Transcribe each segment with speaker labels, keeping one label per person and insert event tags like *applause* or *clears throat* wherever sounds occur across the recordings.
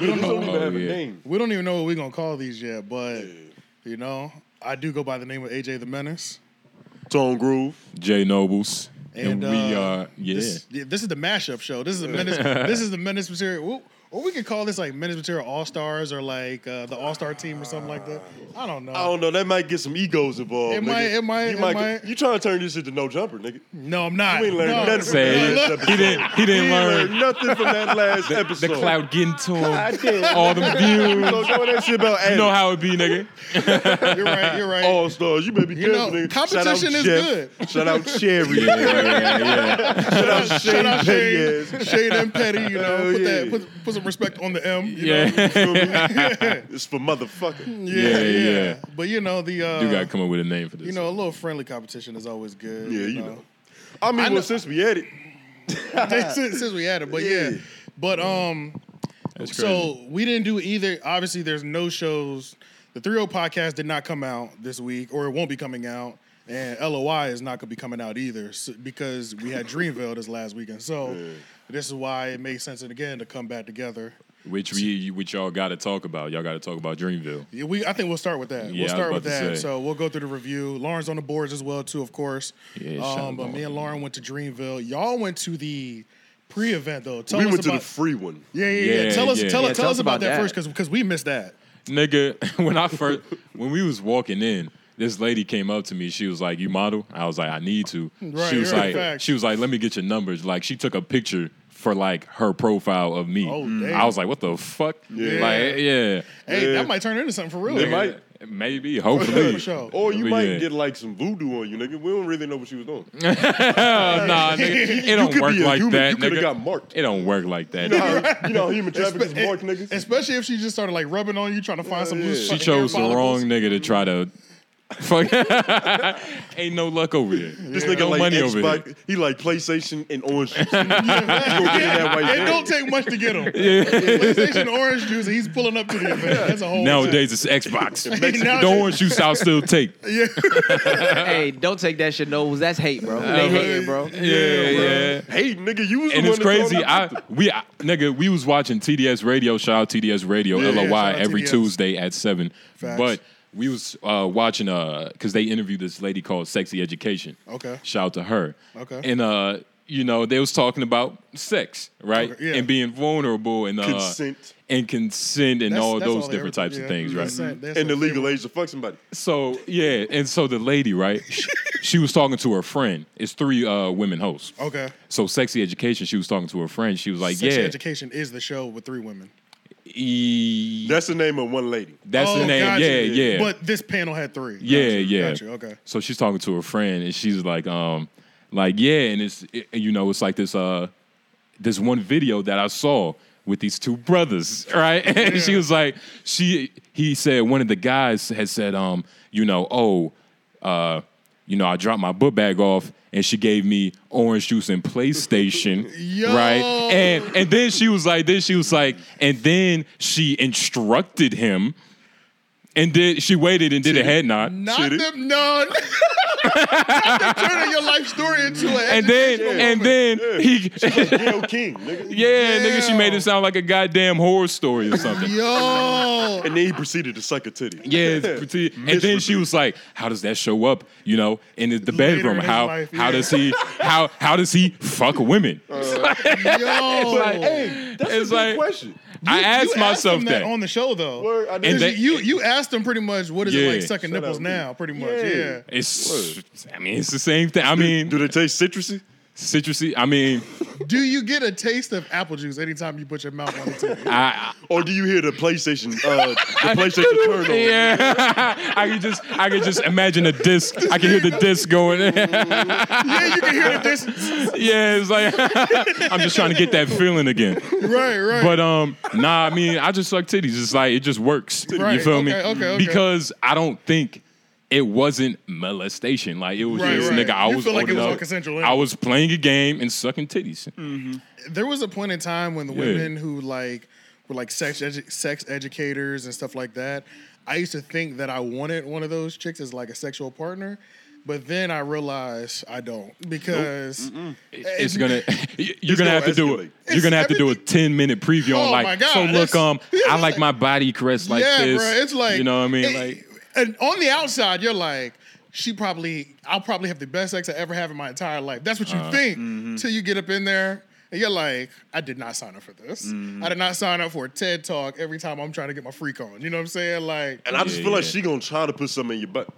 Speaker 1: We don't,
Speaker 2: don't even
Speaker 1: know,
Speaker 2: have a
Speaker 3: yeah.
Speaker 2: name.
Speaker 1: we don't even know what we're gonna call these yet, but you know, I do go by the name of AJ the Menace.
Speaker 2: Tone Groove.
Speaker 3: J Nobles. And,
Speaker 1: And,
Speaker 3: we
Speaker 1: uh,
Speaker 3: are, yeah.
Speaker 1: This, yeah, this is the mashup show. This is the menace. this is the menace material. Woo- Or we could call this like menace material all stars or like uh, the all star team or something like that. I don't know.
Speaker 2: I don't know. That might get some egos involved.
Speaker 1: It
Speaker 2: nigga.
Speaker 1: might- it might-
Speaker 2: You
Speaker 1: it
Speaker 2: get-
Speaker 1: might.
Speaker 2: you trying to turn this into no jumper, nigga?
Speaker 1: no, I'm not.
Speaker 2: You ain't learned
Speaker 1: no.
Speaker 2: nothing from that
Speaker 3: Say it.
Speaker 2: last
Speaker 3: He
Speaker 2: episode.
Speaker 3: didn't, he
Speaker 2: You
Speaker 3: didn't
Speaker 2: ain't
Speaker 3: learn.
Speaker 2: learned nothing from
Speaker 3: *laughs*
Speaker 2: that last
Speaker 3: The
Speaker 2: episode.
Speaker 3: cloud getting to him.
Speaker 2: damn.
Speaker 3: All them
Speaker 2: You
Speaker 3: views.
Speaker 2: don't know that shit about
Speaker 3: You know how it be, nigga.
Speaker 1: You're right. You're right.
Speaker 2: All stars, you better be
Speaker 1: You know,
Speaker 2: careful. nigga.
Speaker 1: competition
Speaker 2: Shout out
Speaker 1: is
Speaker 2: Jeff.
Speaker 1: good. *laughs*
Speaker 2: Shout out Cherry.
Speaker 3: Yeah, yeah, yeah.
Speaker 2: Shout out
Speaker 1: Shout out
Speaker 2: Shane.
Speaker 1: Shade, Shade and Petty. You know,
Speaker 2: Hell
Speaker 1: put
Speaker 2: yeah.
Speaker 1: that put, put some respect on the M. You
Speaker 3: Yeah.
Speaker 1: Know?
Speaker 2: It's for motherfucker.
Speaker 1: Yeah,
Speaker 3: Yeah,
Speaker 1: yeah,
Speaker 3: yeah.
Speaker 1: But you know the uh,
Speaker 3: You gotta come up with a name for this.
Speaker 1: you know a little friendly competition is always good.
Speaker 2: Yeah, you know. I mean,
Speaker 1: I know-
Speaker 2: well, since we at it,
Speaker 1: *laughs* since, since we had it, but yeah.
Speaker 2: Yeah.
Speaker 1: But um,
Speaker 3: That's
Speaker 1: so we didn't do either. Obviously, there's no shows. The Three O podcast did not come out this week, or it won't be coming out. And LOI is not going to be coming out either s because we had Dreamville this last weekend. So this is why it made sense and again to come back together.
Speaker 3: Which we, which y'all gotta talk about. Y'all gotta talk about Dreamville.
Speaker 1: Yeah, we I think we'll start with that.
Speaker 3: Yeah, I
Speaker 1: we'll
Speaker 3: was
Speaker 1: start with
Speaker 3: about to
Speaker 1: that.
Speaker 3: say.
Speaker 1: So we'll go through the review. Lauren's on the boards as well too, of course.
Speaker 3: Yeah, shout
Speaker 1: um,
Speaker 3: out
Speaker 1: but me
Speaker 3: Lauren.
Speaker 1: and Lauren went to Dreamville. Y'all went to the pre-event though. Tell
Speaker 2: we
Speaker 1: us
Speaker 2: went to
Speaker 1: about
Speaker 2: the free one.
Speaker 1: Yeah, yeah, yeah.
Speaker 3: Yeah,
Speaker 1: Tell us,
Speaker 3: yeah.
Speaker 1: Tell,
Speaker 4: Yeah,
Speaker 1: us, tell us about, that,
Speaker 4: that.
Speaker 1: first, because we missed that.
Speaker 3: Nigga, *laughs* when I first when we was walking in, this lady came up to me. She was like, "You model?" I was like, "I need to."
Speaker 1: Right,
Speaker 3: she was
Speaker 1: right,
Speaker 3: like,
Speaker 1: facts.
Speaker 3: "She was like, let me get your numbers." Like, she took a picture for like her profile of me.
Speaker 1: Oh,
Speaker 3: Mm.
Speaker 1: damn.
Speaker 3: I was like, "What the fuck?"
Speaker 2: Yeah.
Speaker 3: Like,
Speaker 1: Hey,
Speaker 3: yeah,
Speaker 2: Yeah.
Speaker 1: that might turn into something for real.
Speaker 2: It might.
Speaker 3: maybe,
Speaker 1: Yeah,
Speaker 3: hopefully.
Speaker 1: for *laughs* sure.
Speaker 2: Or you
Speaker 3: But
Speaker 2: might
Speaker 3: yeah.
Speaker 2: get like some voodoo on you, nigga. We don't really know what she was doing.
Speaker 3: Hell nah, nigga, it don't
Speaker 2: could
Speaker 3: work
Speaker 2: be a
Speaker 3: like
Speaker 2: human.
Speaker 3: that,
Speaker 2: You coulda
Speaker 3: nigga.
Speaker 2: got marked.
Speaker 3: It don't work like that.
Speaker 2: You
Speaker 3: nigga.
Speaker 2: know how- you know, human traffickers
Speaker 1: Espe-
Speaker 2: mark niggas.
Speaker 1: Especially if she just started like rubbing on you, trying to find some
Speaker 2: Yeah.
Speaker 1: loose.
Speaker 2: She
Speaker 3: She
Speaker 1: fucking
Speaker 3: chose the
Speaker 1: hair follicles.
Speaker 3: wrong nigga to try to. *laughs* Fuck, *laughs* ain't no luck over there.
Speaker 2: This
Speaker 3: no
Speaker 2: nigga like
Speaker 3: money over here.
Speaker 2: Xbox. He like PlayStation and orange juice. You gonna get
Speaker 3: *laughs*
Speaker 2: it that way.
Speaker 1: It don't take much to get him. PlayStation Orange Juice, and he's pulling up to the event. That's a whole
Speaker 3: Nowadays it's Xbox.
Speaker 1: Nowadays-
Speaker 3: Don't want you I'll
Speaker 1: *laughs*
Speaker 3: still take.
Speaker 4: hey, don't take that shit nose. That's hate, bro. They hating, bro.
Speaker 3: Yeah, yeah.
Speaker 2: Hey, nigga, you was
Speaker 3: And
Speaker 2: the
Speaker 3: it's
Speaker 2: one that told
Speaker 3: crazy.
Speaker 2: me-
Speaker 3: I we I, nigga, we was watching TDS Radio. Shout out TDS Radio,
Speaker 1: Yeah,
Speaker 3: LOY,
Speaker 1: shout out
Speaker 3: every
Speaker 1: TDS.
Speaker 3: Tuesday at seven.
Speaker 1: Facts.
Speaker 3: But we was uh, watching uh because they interviewed this lady called Sexy Education.
Speaker 1: Okay.
Speaker 3: Shout out to her.
Speaker 1: Okay.
Speaker 3: And uh, you know, they was talking about sex, right?
Speaker 1: Okay, yeah.
Speaker 3: And being vulnerable and uh,
Speaker 2: Consent.
Speaker 3: and consent and
Speaker 1: That's-
Speaker 3: all
Speaker 1: that's
Speaker 3: those
Speaker 1: they
Speaker 3: different
Speaker 1: ever-
Speaker 3: types
Speaker 1: yeah,
Speaker 3: of things, right?
Speaker 1: that's it,
Speaker 2: *laughs*
Speaker 1: that's
Speaker 2: and the
Speaker 1: it.
Speaker 2: legal age to fuck somebody.
Speaker 3: So yeah, and so the lady, right? She, she was talking to her friend. It's three uh, women hosts.
Speaker 1: Okay.
Speaker 3: So sexy education. She was talking to her friend. She was like,
Speaker 1: Sex
Speaker 3: "Yeah,
Speaker 1: Education is the show with three women.
Speaker 3: e-
Speaker 2: That's the name of one lady.
Speaker 3: that's
Speaker 1: Oh,
Speaker 3: the name.
Speaker 1: gotcha.
Speaker 3: Yeah, yeah,
Speaker 1: But this panel had three.
Speaker 3: yeah,
Speaker 1: Gotcha,
Speaker 3: yeah.
Speaker 1: Gotcha. Okay.
Speaker 3: So she's talking to her friend, and she's like, um, like yeah, and it's it- you know, it's like this uh, this one video that I saw with these two brothers, *laughs* right? And she was like, she he said one of the guys had said, um, you know, oh, uh, you know, I dropped my book bag off and she gave me orange juice and PlayStation,
Speaker 1: *laughs* Yo.
Speaker 3: right? And and then she was like, then she was like, and then she instructed him. And did she waited and did a head nod.
Speaker 1: Not
Speaker 2: Shitty.
Speaker 1: them, no. *laughs* Not them turning your life story into an
Speaker 3: And then and then he
Speaker 2: Gail King, nigga.
Speaker 3: *laughs* Yeah, nigga, she
Speaker 1: Yeah.
Speaker 3: made it sound like a goddamn horror story
Speaker 1: *laughs*
Speaker 3: or something.
Speaker 1: Yo,
Speaker 3: *laughs*
Speaker 2: And then he proceeded to suck a titty.
Speaker 3: Yeah, it's pretty. and then she was like, "How does that show up? You know, in the, the
Speaker 1: Later
Speaker 3: bedroom?
Speaker 1: in his
Speaker 3: how
Speaker 1: life,
Speaker 3: how
Speaker 1: yeah. Uh,
Speaker 3: does he how how does he fuck women?"
Speaker 1: yo.
Speaker 2: Hey, that's a good
Speaker 3: It's like-
Speaker 2: question.
Speaker 3: I asked
Speaker 1: you
Speaker 3: myself
Speaker 1: them
Speaker 3: that.
Speaker 1: on the show though.
Speaker 2: Word, I did.
Speaker 1: and
Speaker 3: And they-
Speaker 1: you you asked them pretty much what is it like
Speaker 3: Yeah.
Speaker 1: sucking
Speaker 2: Shout
Speaker 1: nipples
Speaker 2: out,
Speaker 1: now? Pretty much,
Speaker 2: Yeah.
Speaker 1: yeah.
Speaker 3: it's I mean it's the same thing. I mean
Speaker 2: Do they taste citrusy?
Speaker 3: citrusy. I mean
Speaker 1: Do you get a taste of apple juice anytime you put your mouth on the table? *laughs*
Speaker 3: I,
Speaker 2: Or do you hear the PlayStation, uh, the PlayStation turn on?
Speaker 3: *laughs* I yeah. I could just I could just imagine a disc. I can hear the disc going. *laughs* yeah,
Speaker 1: yeah, you can hear the distance.
Speaker 3: it's like *laughs* I'm just trying to get that feeling again.
Speaker 1: *laughs* Right, right.
Speaker 3: *laughs* But um, nah, I mean, I just suck titties. It's like it just works.
Speaker 1: Right,
Speaker 3: You feel me?
Speaker 1: okay, okay, okay.
Speaker 3: Because I don't think it wasn't molestation. Like it was
Speaker 1: Right,
Speaker 3: just
Speaker 1: right.
Speaker 3: nigga. I
Speaker 1: You
Speaker 3: was
Speaker 1: feel like Mm. it
Speaker 3: old
Speaker 1: was all
Speaker 3: enough.
Speaker 1: consensual anyway.
Speaker 3: I was playing a game and sucking titties.
Speaker 1: there was a point in time when the women who like were like sex edu- sex educators and stuff like that. I used to think that I wanted one of those chicks as like a sexual partner, But then I realized I don't because
Speaker 3: it's
Speaker 1: *laughs*
Speaker 3: gonna *laughs* you're gonna
Speaker 2: gonna
Speaker 3: have to do
Speaker 2: escalate.
Speaker 3: it. You're gonna have to do a ten minute preview on
Speaker 1: Oh
Speaker 3: like
Speaker 1: my God,
Speaker 3: so look
Speaker 1: that's-
Speaker 3: um I like
Speaker 1: like-
Speaker 3: my body caressed like
Speaker 1: yeah,
Speaker 3: this.
Speaker 1: bro, it's like
Speaker 3: you know what I mean
Speaker 1: it-
Speaker 3: like
Speaker 1: and on the outside you're like she probably I'll probably have the best sex I ever have in my entire life. That's what
Speaker 3: Uh,
Speaker 1: you think
Speaker 3: mm-hmm.
Speaker 1: till you get up in there. And you're like, I did not sign up for this.
Speaker 3: Mm-hmm.
Speaker 1: I did not sign up for a TED talk every time I'm trying to get my freak on. You know what I'm saying? Like,
Speaker 2: And I just
Speaker 3: Yeah,
Speaker 2: feel like
Speaker 3: yeah.
Speaker 2: she gonna try to put something in your butt.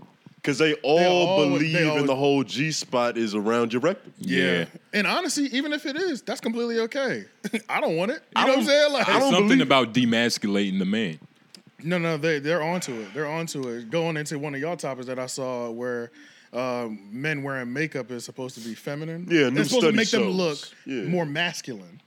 Speaker 2: Cause they all
Speaker 1: always- they
Speaker 2: believe
Speaker 1: always-
Speaker 2: in the whole G spot is around your rectum.
Speaker 3: yeah.
Speaker 1: And honestly, even if it is, that's completely okay. *laughs* I don't want it. You
Speaker 2: I
Speaker 1: know what I'm
Speaker 2: don't-
Speaker 1: saying? Like,
Speaker 2: I don't
Speaker 3: Something
Speaker 2: believe-
Speaker 3: about demasculating the man.
Speaker 1: No, no, they they're onto it. They're onto it. Going into one of y'all topics that I saw where um, men wearing makeup is supposed to be feminine.
Speaker 2: Yeah, new
Speaker 1: it's supposed to
Speaker 2: study
Speaker 1: make them
Speaker 2: shows.
Speaker 1: look
Speaker 2: Yeah.
Speaker 1: more masculine.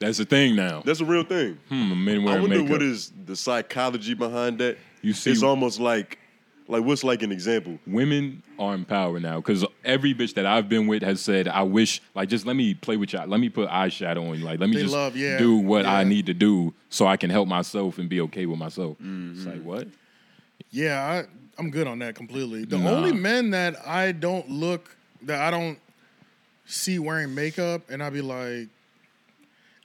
Speaker 3: That's the thing now.
Speaker 2: That's a real thing.
Speaker 3: Hmm, men
Speaker 2: I
Speaker 3: wearing
Speaker 2: wonder
Speaker 3: makeup.
Speaker 2: what is the psychology behind that.
Speaker 3: You see-
Speaker 2: it's almost like, like what's like an example?
Speaker 3: Women are in power now because every bitch that I've been with has said, "I wish like just let me play with y'all, let me put eyeshadow on you, like let me
Speaker 1: They
Speaker 3: just
Speaker 1: love, yeah,
Speaker 3: do what I
Speaker 1: yeah.
Speaker 3: need to do so I can help myself and be okay with myself." It's
Speaker 1: Mm-hmm.
Speaker 3: like what?
Speaker 1: Yeah, I, I'm good on that completely. The
Speaker 3: Nah.
Speaker 1: only men that I don't look that I don't see wearing makeup, and I be like,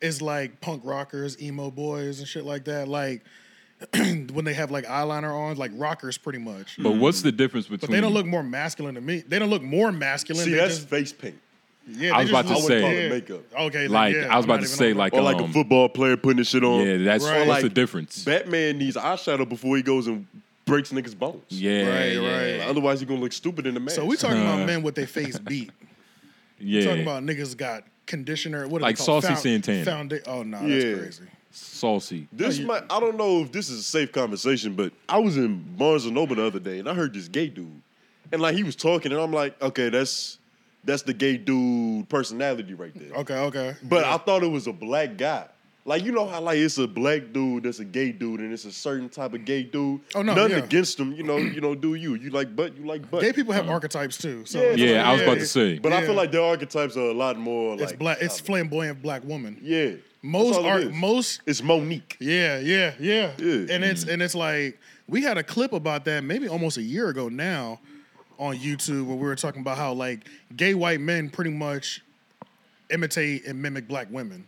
Speaker 1: it's like punk rockers, emo boys, and shit like that. Like *clears throat* when they have like eyeliner on, like rockers, pretty much.
Speaker 3: But what's the difference between?
Speaker 1: But they don't look more masculine to me. They don't look more masculine.
Speaker 2: See,
Speaker 1: they
Speaker 2: that's
Speaker 1: just-
Speaker 2: face paint.
Speaker 1: yeah,
Speaker 3: I
Speaker 1: they just
Speaker 3: was about to
Speaker 1: look-
Speaker 3: say-
Speaker 2: I wouldn't call it makeup.
Speaker 1: Okay, then,
Speaker 3: like
Speaker 1: yeah,
Speaker 3: I
Speaker 1: I'm
Speaker 3: was about
Speaker 1: not
Speaker 3: to
Speaker 1: even
Speaker 3: say
Speaker 1: on-
Speaker 3: like
Speaker 2: Or like
Speaker 3: um,
Speaker 2: a football player putting this shit on.
Speaker 3: Yeah, that's
Speaker 1: Right.
Speaker 3: what's
Speaker 1: Or
Speaker 3: the
Speaker 2: like-
Speaker 3: difference.
Speaker 2: Batman needs eyeshadow before he goes and breaks niggas' bones.
Speaker 3: yeah,
Speaker 1: Right,
Speaker 3: yeah,
Speaker 1: right.
Speaker 2: Otherwise, you're gonna look stupid in the mask.
Speaker 1: So we talking about men with their face beat.
Speaker 3: uh, yeah.
Speaker 1: Talking about niggas got conditioner. What are
Speaker 3: Like
Speaker 1: they called?
Speaker 3: Saucy Santana.
Speaker 1: Founda- oh no, that's
Speaker 2: Yeah.
Speaker 1: crazy.
Speaker 3: saucy.
Speaker 2: This
Speaker 1: Oh,
Speaker 2: might, I don't know if this is a safe conversation, but I was in Barnes and Noble the other day and I heard this gay dude. And like he was talking, and I'm like, okay, that's that's the gay dude personality right there.
Speaker 1: Okay, okay.
Speaker 2: But I thought it was a black guy. Like you know how like it's a black dude that's a gay dude and it's a certain type of gay dude.
Speaker 1: Oh, no,
Speaker 2: nothing
Speaker 1: yeah.
Speaker 2: against him. You know, you know, do you? You like butt, you like butt.
Speaker 1: Gay people have archetypes too. So
Speaker 2: uh-huh. Yeah,
Speaker 1: it's
Speaker 3: Yeah,
Speaker 1: like,
Speaker 3: I was about to say.
Speaker 2: but I
Speaker 1: yeah.
Speaker 2: feel like their archetypes are a lot more like
Speaker 1: it's black. It's
Speaker 2: uh,
Speaker 1: flamboyant black woman.
Speaker 2: yeah. That's
Speaker 1: Most
Speaker 2: all it
Speaker 1: are
Speaker 2: is.
Speaker 1: most.
Speaker 2: It's Monique.
Speaker 1: Yeah, yeah, yeah.
Speaker 2: Yeah. mm-hmm.
Speaker 1: And it's and it's like we had a clip about that maybe almost a year ago now on YouTube where we were talking about how like gay white men pretty much imitate and mimic black women.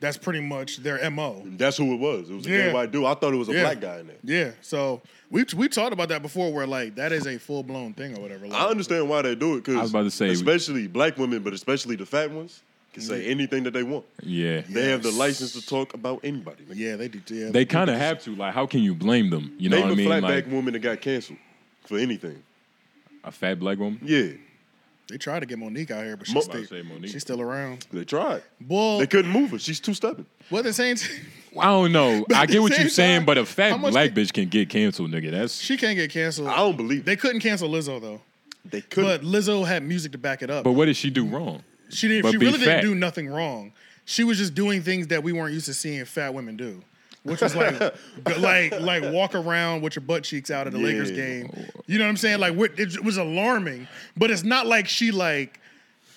Speaker 1: That's pretty much their mo.
Speaker 2: That's who it was. It was a
Speaker 1: Yeah.
Speaker 2: gay white dude. I thought it was a
Speaker 1: Yeah.
Speaker 2: black guy in there.
Speaker 1: Yeah. So we we talked about that before where like that is a full blown thing or whatever. Like,
Speaker 2: I understand why they do it because
Speaker 3: I was about to say-
Speaker 2: especially black women, but especially the fat ones, can say anything that they want.
Speaker 3: Yeah.
Speaker 2: They have the license to talk about anybody. Nigga.
Speaker 1: Yeah, they do. Yeah,
Speaker 3: They kind of have to. Like, how can you blame them? You know
Speaker 2: Name
Speaker 3: what I
Speaker 2: a
Speaker 3: mean?
Speaker 2: flatback
Speaker 3: Like
Speaker 2: woman that got canceled for anything.
Speaker 3: a fat black woman.
Speaker 2: Yeah,
Speaker 1: they tried to get Monique out here, but she's
Speaker 2: Mo-
Speaker 1: still,
Speaker 3: I'd say Monique.
Speaker 1: she's still around.
Speaker 2: they tried.
Speaker 1: Well,
Speaker 2: They couldn't move her. She's too stubborn.
Speaker 1: well, at the same time,
Speaker 3: I don't
Speaker 1: *laughs*
Speaker 3: know. I
Speaker 1: at
Speaker 3: get
Speaker 1: the
Speaker 3: what you're
Speaker 1: same
Speaker 3: saying,
Speaker 1: time,
Speaker 3: but a
Speaker 1: how
Speaker 3: fat
Speaker 1: much
Speaker 3: black
Speaker 1: they-
Speaker 3: bitch can get canceled, nigga. That's.
Speaker 1: *laughs* she can't get canceled.
Speaker 2: I don't believe
Speaker 1: They couldn't cancel Lizzo though,
Speaker 2: They couldn't.
Speaker 1: but Lizzo had music to back it up.
Speaker 3: But what did she do wrong?
Speaker 1: she didn't.
Speaker 3: but
Speaker 1: She
Speaker 3: be
Speaker 1: really
Speaker 3: fat.
Speaker 1: didn't do nothing wrong. She was just doing things that we weren't used to seeing fat women do, which was
Speaker 3: *laughs*
Speaker 1: like, go- like, like walk around with your butt cheeks out at the Lakers
Speaker 2: Yeah.
Speaker 1: game. You know what I'm saying? Like, what- it was alarming. But it's not like she like.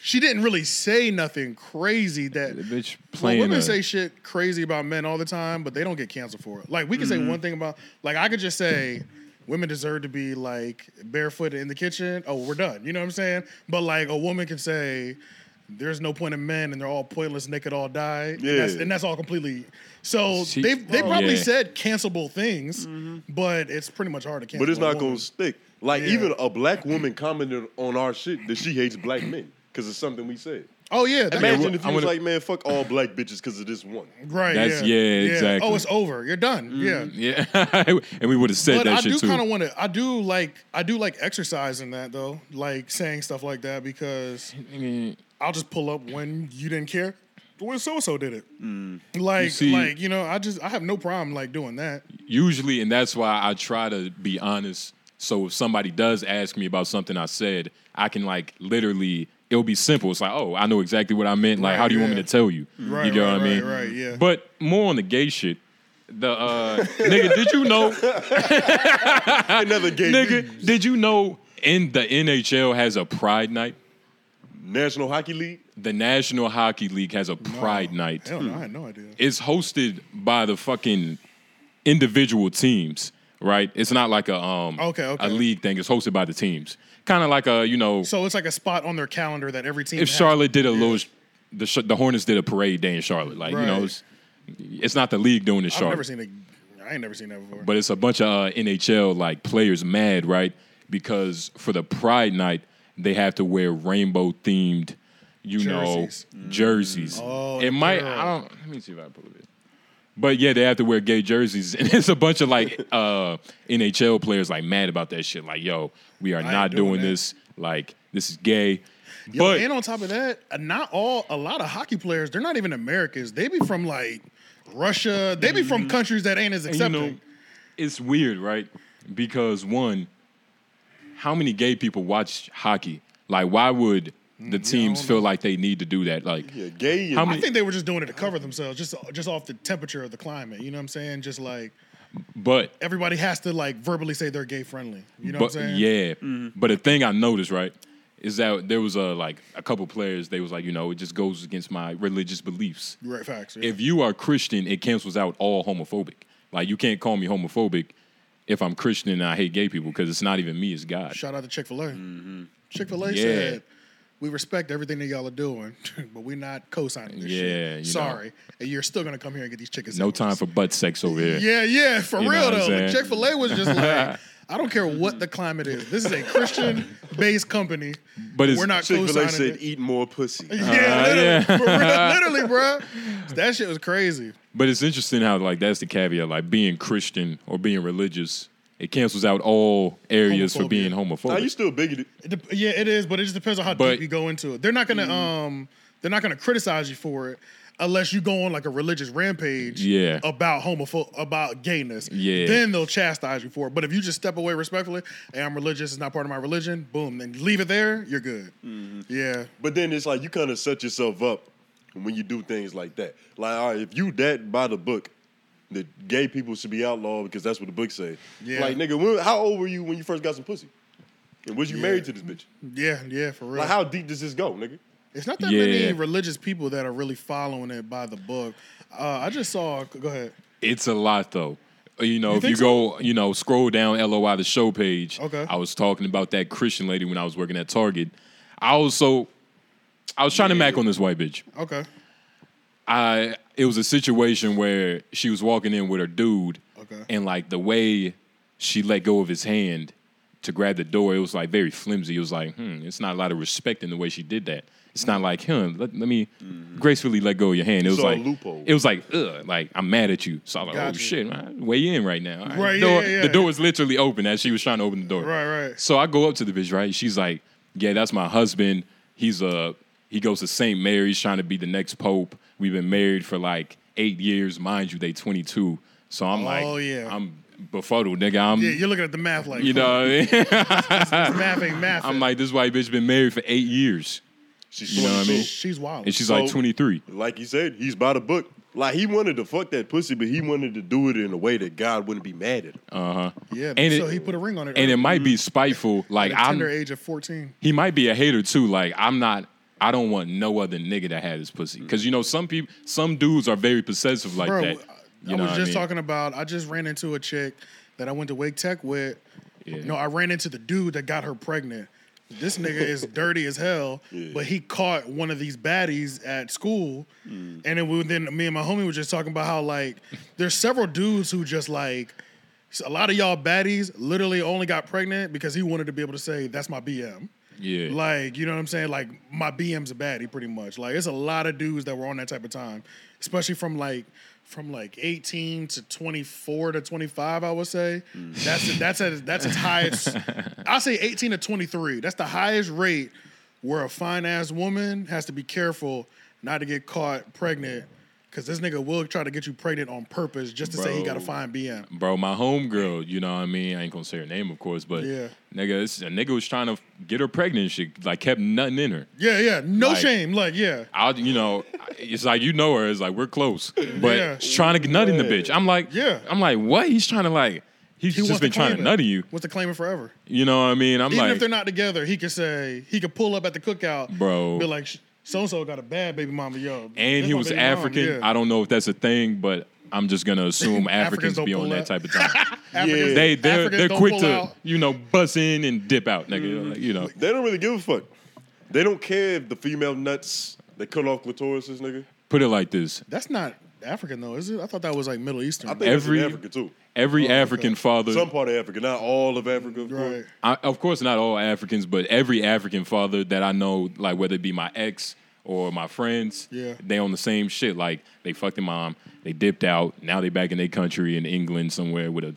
Speaker 1: She didn't really say nothing crazy that
Speaker 3: The bitch
Speaker 1: Well,
Speaker 3: playing.
Speaker 1: women
Speaker 3: a- *laughs*
Speaker 1: say shit crazy about men all the time, but they don't get canceled for it. Like we can
Speaker 3: Mm-hmm.
Speaker 1: say one thing about, like I could just say, women deserve to be like barefoot in the kitchen. Oh, we're done. You know what I'm saying? But like a woman can say, there's no point in men, and they're all pointless, naked, all die. Yeah, and that's,
Speaker 2: Yeah.
Speaker 1: and that's all completely. So
Speaker 3: She-
Speaker 1: they they
Speaker 3: Oh,
Speaker 1: probably
Speaker 3: yeah. Mm-hmm.
Speaker 1: said cancelable things, but it's pretty much hard to cancel.
Speaker 2: But it's
Speaker 1: a
Speaker 2: not
Speaker 1: woman.
Speaker 2: going to stick. Like
Speaker 1: Yeah.
Speaker 2: even a black woman commented on our shit that she hates black men because it's something we said.
Speaker 1: Oh yeah, that-
Speaker 2: Imagine
Speaker 3: well,
Speaker 2: if
Speaker 3: I
Speaker 2: you was
Speaker 3: wanna-
Speaker 2: like, man, fuck all black bitches because of this one.
Speaker 1: right.
Speaker 3: That's-
Speaker 1: yeah,
Speaker 3: yeah, exactly. Mm-hmm.
Speaker 1: Oh, it's over. You're done. Yeah.
Speaker 3: Yeah, *laughs* and we would have said
Speaker 1: But
Speaker 3: that
Speaker 1: I
Speaker 3: shit
Speaker 1: do
Speaker 3: too.
Speaker 1: kind of want to. I do like. I do like exercising that though, like saying stuff like that because I'll just pull up when you didn't care when so and so did it. Like,
Speaker 3: Mm. see-
Speaker 1: like you know, I just I have no problem like doing that.
Speaker 3: usually, and that's why I try to be honest. So if somebody does ask me about something I said, I can like literally, it'll be simple. It's like, oh, I know exactly what I meant. Like,
Speaker 1: Right,
Speaker 3: how do you want
Speaker 1: yeah.
Speaker 3: me to tell you?
Speaker 1: Right,
Speaker 3: you get
Speaker 1: right,
Speaker 3: what I mean?
Speaker 1: right, right, yeah.
Speaker 3: But more on the gay shit. The uh, *laughs* nigga, did you know? *laughs*
Speaker 2: Another gay dude.
Speaker 3: Nigga, did you know? In the NHL has a Pride Night.
Speaker 2: National Hockey League.
Speaker 3: The National Hockey League has a Pride Night.
Speaker 1: Hell, no, I had no idea.
Speaker 3: it's hosted by the fucking individual teams, right? It's not like a um
Speaker 1: Okay, okay.
Speaker 3: a league thing. It's hosted by the teams. kind of like a you know
Speaker 1: So it's like a spot on their calendar that every team.
Speaker 3: if
Speaker 1: has.
Speaker 3: Charlotte did a little, the Sh- the Hornets did a parade day in Charlotte. Like you
Speaker 1: Right.
Speaker 3: know, it's, it's not the league doing it,
Speaker 1: I've
Speaker 3: Charlotte,
Speaker 1: never seen a. I ain't never seen that before.
Speaker 3: but it's a bunch of uh, NHL like players mad right because for the Pride Night they have to wear rainbow themed, you
Speaker 1: Jerseys.
Speaker 3: know, Mm. jerseys.
Speaker 1: Oh,
Speaker 3: it might.
Speaker 1: girl.
Speaker 3: I don't. Let me see if I put it. But yeah, they have to wear gay jerseys, *laughs* and it's a bunch of like uh, NHL players like mad about that shit. Like, yo, we are
Speaker 1: ain't
Speaker 3: not
Speaker 1: doing
Speaker 3: doing,
Speaker 1: that.
Speaker 3: this. Like, this is gay.
Speaker 1: Yo,
Speaker 3: but
Speaker 1: and on top of that, uh, not all a lot of hockey players. They're not even Americans. They be from like Russia. They be from countries that ain't as
Speaker 3: Mm. And you
Speaker 1: accepting.
Speaker 3: know, it's weird, right? Because one, how many gay people watch hockey? Like, why would
Speaker 1: Mm,
Speaker 3: the teams feel like they need to do that? Like,
Speaker 2: Yeah, gay. And
Speaker 3: How
Speaker 1: I
Speaker 2: *laughs*
Speaker 3: many-
Speaker 1: think they were just doing it to cover themselves, just just off the temperature of the climate. You know what I'm saying? Just like
Speaker 3: but
Speaker 1: everybody has to like verbally say they're gay friendly. You know
Speaker 3: but
Speaker 1: what I'm saying?
Speaker 3: yeah. But the thing I noticed, right, is that there was a like a couple players. They was like, you know, it just goes against my religious beliefs.
Speaker 1: Right facts. yeah.
Speaker 3: If you are Christian, it cancels out all homophobic. Like, you can't call me homophobic if I'm Christian and I hate gay people because it's not even me; it's God.
Speaker 1: Shout out to Chick Fil A. Chick Fil A
Speaker 3: Mm-hmm. Yeah.
Speaker 1: said, "We respect everything that y'all are doing, *laughs* but we're not co-signing this
Speaker 3: Yeah, you know.
Speaker 1: shit. Sorry, and you're still gonna come here and get these chicken.
Speaker 3: No
Speaker 1: sandwiches."
Speaker 3: time for butt sex over here.
Speaker 1: Yeah, yeah, for
Speaker 3: You know
Speaker 1: real
Speaker 3: what I'm
Speaker 1: though.
Speaker 3: saying?
Speaker 1: Chick Fil A was just
Speaker 3: *laughs*
Speaker 1: like, I don't care what the climate is. This is a Christian-based company,
Speaker 3: But it's
Speaker 1: we're not
Speaker 2: Chick Fil A
Speaker 1: co-signing."
Speaker 2: said,
Speaker 1: it.
Speaker 2: "Eat more pussy."
Speaker 1: *laughs* Yeah, literally,
Speaker 3: Uh, yeah.
Speaker 1: for
Speaker 3: *laughs*
Speaker 1: real, literally, bro. That shit was crazy.
Speaker 3: But it's interesting how like that's the caveat, like being Christian or being religious, it cancels out all areas for
Speaker 1: Homophobia.
Speaker 3: being
Speaker 2: Now
Speaker 3: homophobic.
Speaker 2: you still bigoted.
Speaker 1: It dep- yeah, it is, but it just depends on how
Speaker 3: But- Mm-hmm.
Speaker 1: deep you go into it. They're not gonna um they're not gonna criticize you for it unless you go on like a religious rampage
Speaker 3: Yeah.
Speaker 1: about homopho about gayness.
Speaker 3: Yeah.
Speaker 1: Then they'll chastise you for it. But if you just step away respectfully, hey, I'm religious, it's not part of my religion, boom, then leave it there, you're good. Yeah.
Speaker 2: But then it's like you kind of set yourself up when you do things like that. Like, all right, if you that by the book, that gay people should be outlawed because that's what the book say.
Speaker 1: Yeah.
Speaker 2: Like, nigga, when, how old were you when you first got some pussy? And was you married to this bitch?
Speaker 1: Yeah, yeah, for real.
Speaker 2: Like, how deep does this go, nigga?
Speaker 1: it's not that
Speaker 3: Yeah.
Speaker 1: many religious people that are really following it by the book. Uh, I just saw go ahead.
Speaker 3: it's a lot though. Uh, You know, if
Speaker 1: think
Speaker 3: you go, you know, scroll down LOI the show page.
Speaker 1: Okay.
Speaker 3: I was talking about that Christian lady when I was working at Target. I also I was trying to mac on this white bitch.
Speaker 1: Okay.
Speaker 3: I it was a situation where she was walking in with her dude,
Speaker 1: Okay.
Speaker 3: and like the way she let go of his hand to grab the door, it was like very flimsy. It was like, hmm, it's not a lot of respect in the way she did that. It's not like, huh, let, let me
Speaker 1: Mm-hmm.
Speaker 3: gracefully let go of your hand. It was
Speaker 2: saw a
Speaker 3: like
Speaker 2: loophole.
Speaker 3: It was like, ugh, like I'm mad at you. So I was like,
Speaker 1: Gotcha.
Speaker 3: oh shit, man, way in right now. All
Speaker 1: Right,
Speaker 3: the door,
Speaker 1: yeah, yeah,
Speaker 3: the
Speaker 1: yeah.
Speaker 3: door was literally open as she was trying to open the door.
Speaker 1: Right, right.
Speaker 3: So I go up to the bitch, right? She's like, "Yeah, that's my husband. He's a he goes to St. Mary's, trying to be the next pope. We've been married for like eight years, mind you. They 22. So I'm like,
Speaker 1: Oh, yeah.
Speaker 3: I'm befuddled, nigga. I'm,
Speaker 1: Yeah, you're looking at the math like
Speaker 3: you know, *laughs*
Speaker 1: *laughs*
Speaker 3: what I mean?
Speaker 1: math ain't math.
Speaker 3: I'm like, this white bitch been married for eight years,
Speaker 2: She's
Speaker 3: You know what I mean?
Speaker 1: she's wild.
Speaker 3: and she's
Speaker 2: So-
Speaker 3: like 23.
Speaker 2: Like you said, he's by the book. Like he wanted to fuck that pussy, but he wanted to do it in a way that God wouldn't be mad at him.
Speaker 1: Yeah,
Speaker 3: And
Speaker 1: so
Speaker 3: it-
Speaker 1: he put a ring on it.
Speaker 3: And
Speaker 1: early,
Speaker 3: it might be spiteful, like
Speaker 1: at a tender
Speaker 3: I'm.
Speaker 1: age of fourteen.
Speaker 3: he might be a hater too. Like I'm not. I don't want no other nigga that had his pussy. Cause you know some people, some dudes are very possessive like
Speaker 1: Bro,
Speaker 3: that.
Speaker 1: I, I
Speaker 3: You know
Speaker 1: was
Speaker 3: what
Speaker 1: just
Speaker 3: mean?
Speaker 1: talking about. I just ran into a chick that I went to Wake Tech with.
Speaker 3: Yeah.
Speaker 1: No, I ran into the dude that got her pregnant. This nigga
Speaker 3: *laughs*
Speaker 1: is dirty as hell, but he caught one of these baddies at school,
Speaker 3: Mm.
Speaker 1: and then, we, then me and my homie were just talking about how like there's several dudes who just like a lot of y'all baddies literally only got pregnant because he wanted to be able to say that's my BM.
Speaker 3: Yeah.
Speaker 1: Like, you know what I'm saying? Like, my BM's a baddie, pretty much. Like, it's a lot of dudes that were on that type of time, especially from like from like 18 to 24 to 25, I would say.
Speaker 3: Mm.
Speaker 1: That's that's at that's its highest.
Speaker 3: *laughs*
Speaker 1: I say 18 to 23. That's the highest rate where a fine ass woman has to be careful not to get caught pregnant. Cause this nigga will try to get you pregnant on purpose just to say he got a
Speaker 3: Bro.
Speaker 1: fine BM.
Speaker 3: bro, my homegirl, you know what I mean? I ain't gonna say her name, of course, but
Speaker 1: Yeah.
Speaker 3: nigga, this, a nigga was trying to get her pregnant. and She like kept nothing in her.
Speaker 1: Yeah, yeah. No
Speaker 3: Like-
Speaker 1: shame. Like, yeah.
Speaker 3: I, you know, it's like you know her. It's like we're close, but
Speaker 1: Yeah.
Speaker 3: she's trying to get nut in the bitch. I'm like,
Speaker 1: Yeah.
Speaker 3: I'm like, what? He's trying to like, he's
Speaker 1: He
Speaker 3: just
Speaker 1: wants
Speaker 3: been trying
Speaker 1: claim
Speaker 3: to
Speaker 1: it.
Speaker 3: nut in you.
Speaker 1: Wants to claim it forever.
Speaker 3: You know what I mean? I'm
Speaker 1: Even
Speaker 3: like,
Speaker 1: if they're not together, he could say he could pull up at the cookout,
Speaker 3: Bro.
Speaker 1: Be like, so and so got a bad baby mama, yo.
Speaker 3: and he was African. I don't know if that's a thing, but I'm just gonna assume Africans,
Speaker 1: *laughs* Africans don't
Speaker 3: be
Speaker 1: pull
Speaker 3: on that
Speaker 1: out. *laughs*
Speaker 3: type of time.
Speaker 1: Africans,
Speaker 3: They they're
Speaker 1: Africans
Speaker 3: they're
Speaker 1: don't
Speaker 3: quick
Speaker 1: pull
Speaker 3: to
Speaker 1: out. Mm-hmm.
Speaker 3: you know bust in and dip out, nigga. Like, you know,
Speaker 2: They don't really give a fuck. They don't care if the female nuts they cut off clitorises, nigga.
Speaker 3: put it like this:
Speaker 1: That's not African though, is it? I thought that was like Middle Eastern.
Speaker 2: I think Every,
Speaker 3: Every-
Speaker 2: that's in Africa too.
Speaker 3: every
Speaker 1: Oh, okay.
Speaker 3: African father,
Speaker 2: Some part of Africa, not all of Africa, of course.
Speaker 1: right.
Speaker 3: I, of course, not all Africans, but every African father that I know, like whether it be my ex or my friends,
Speaker 1: Yeah.
Speaker 3: they on the same shit. Like they fucked their mom, they dipped out, now they back in their country in England somewhere with a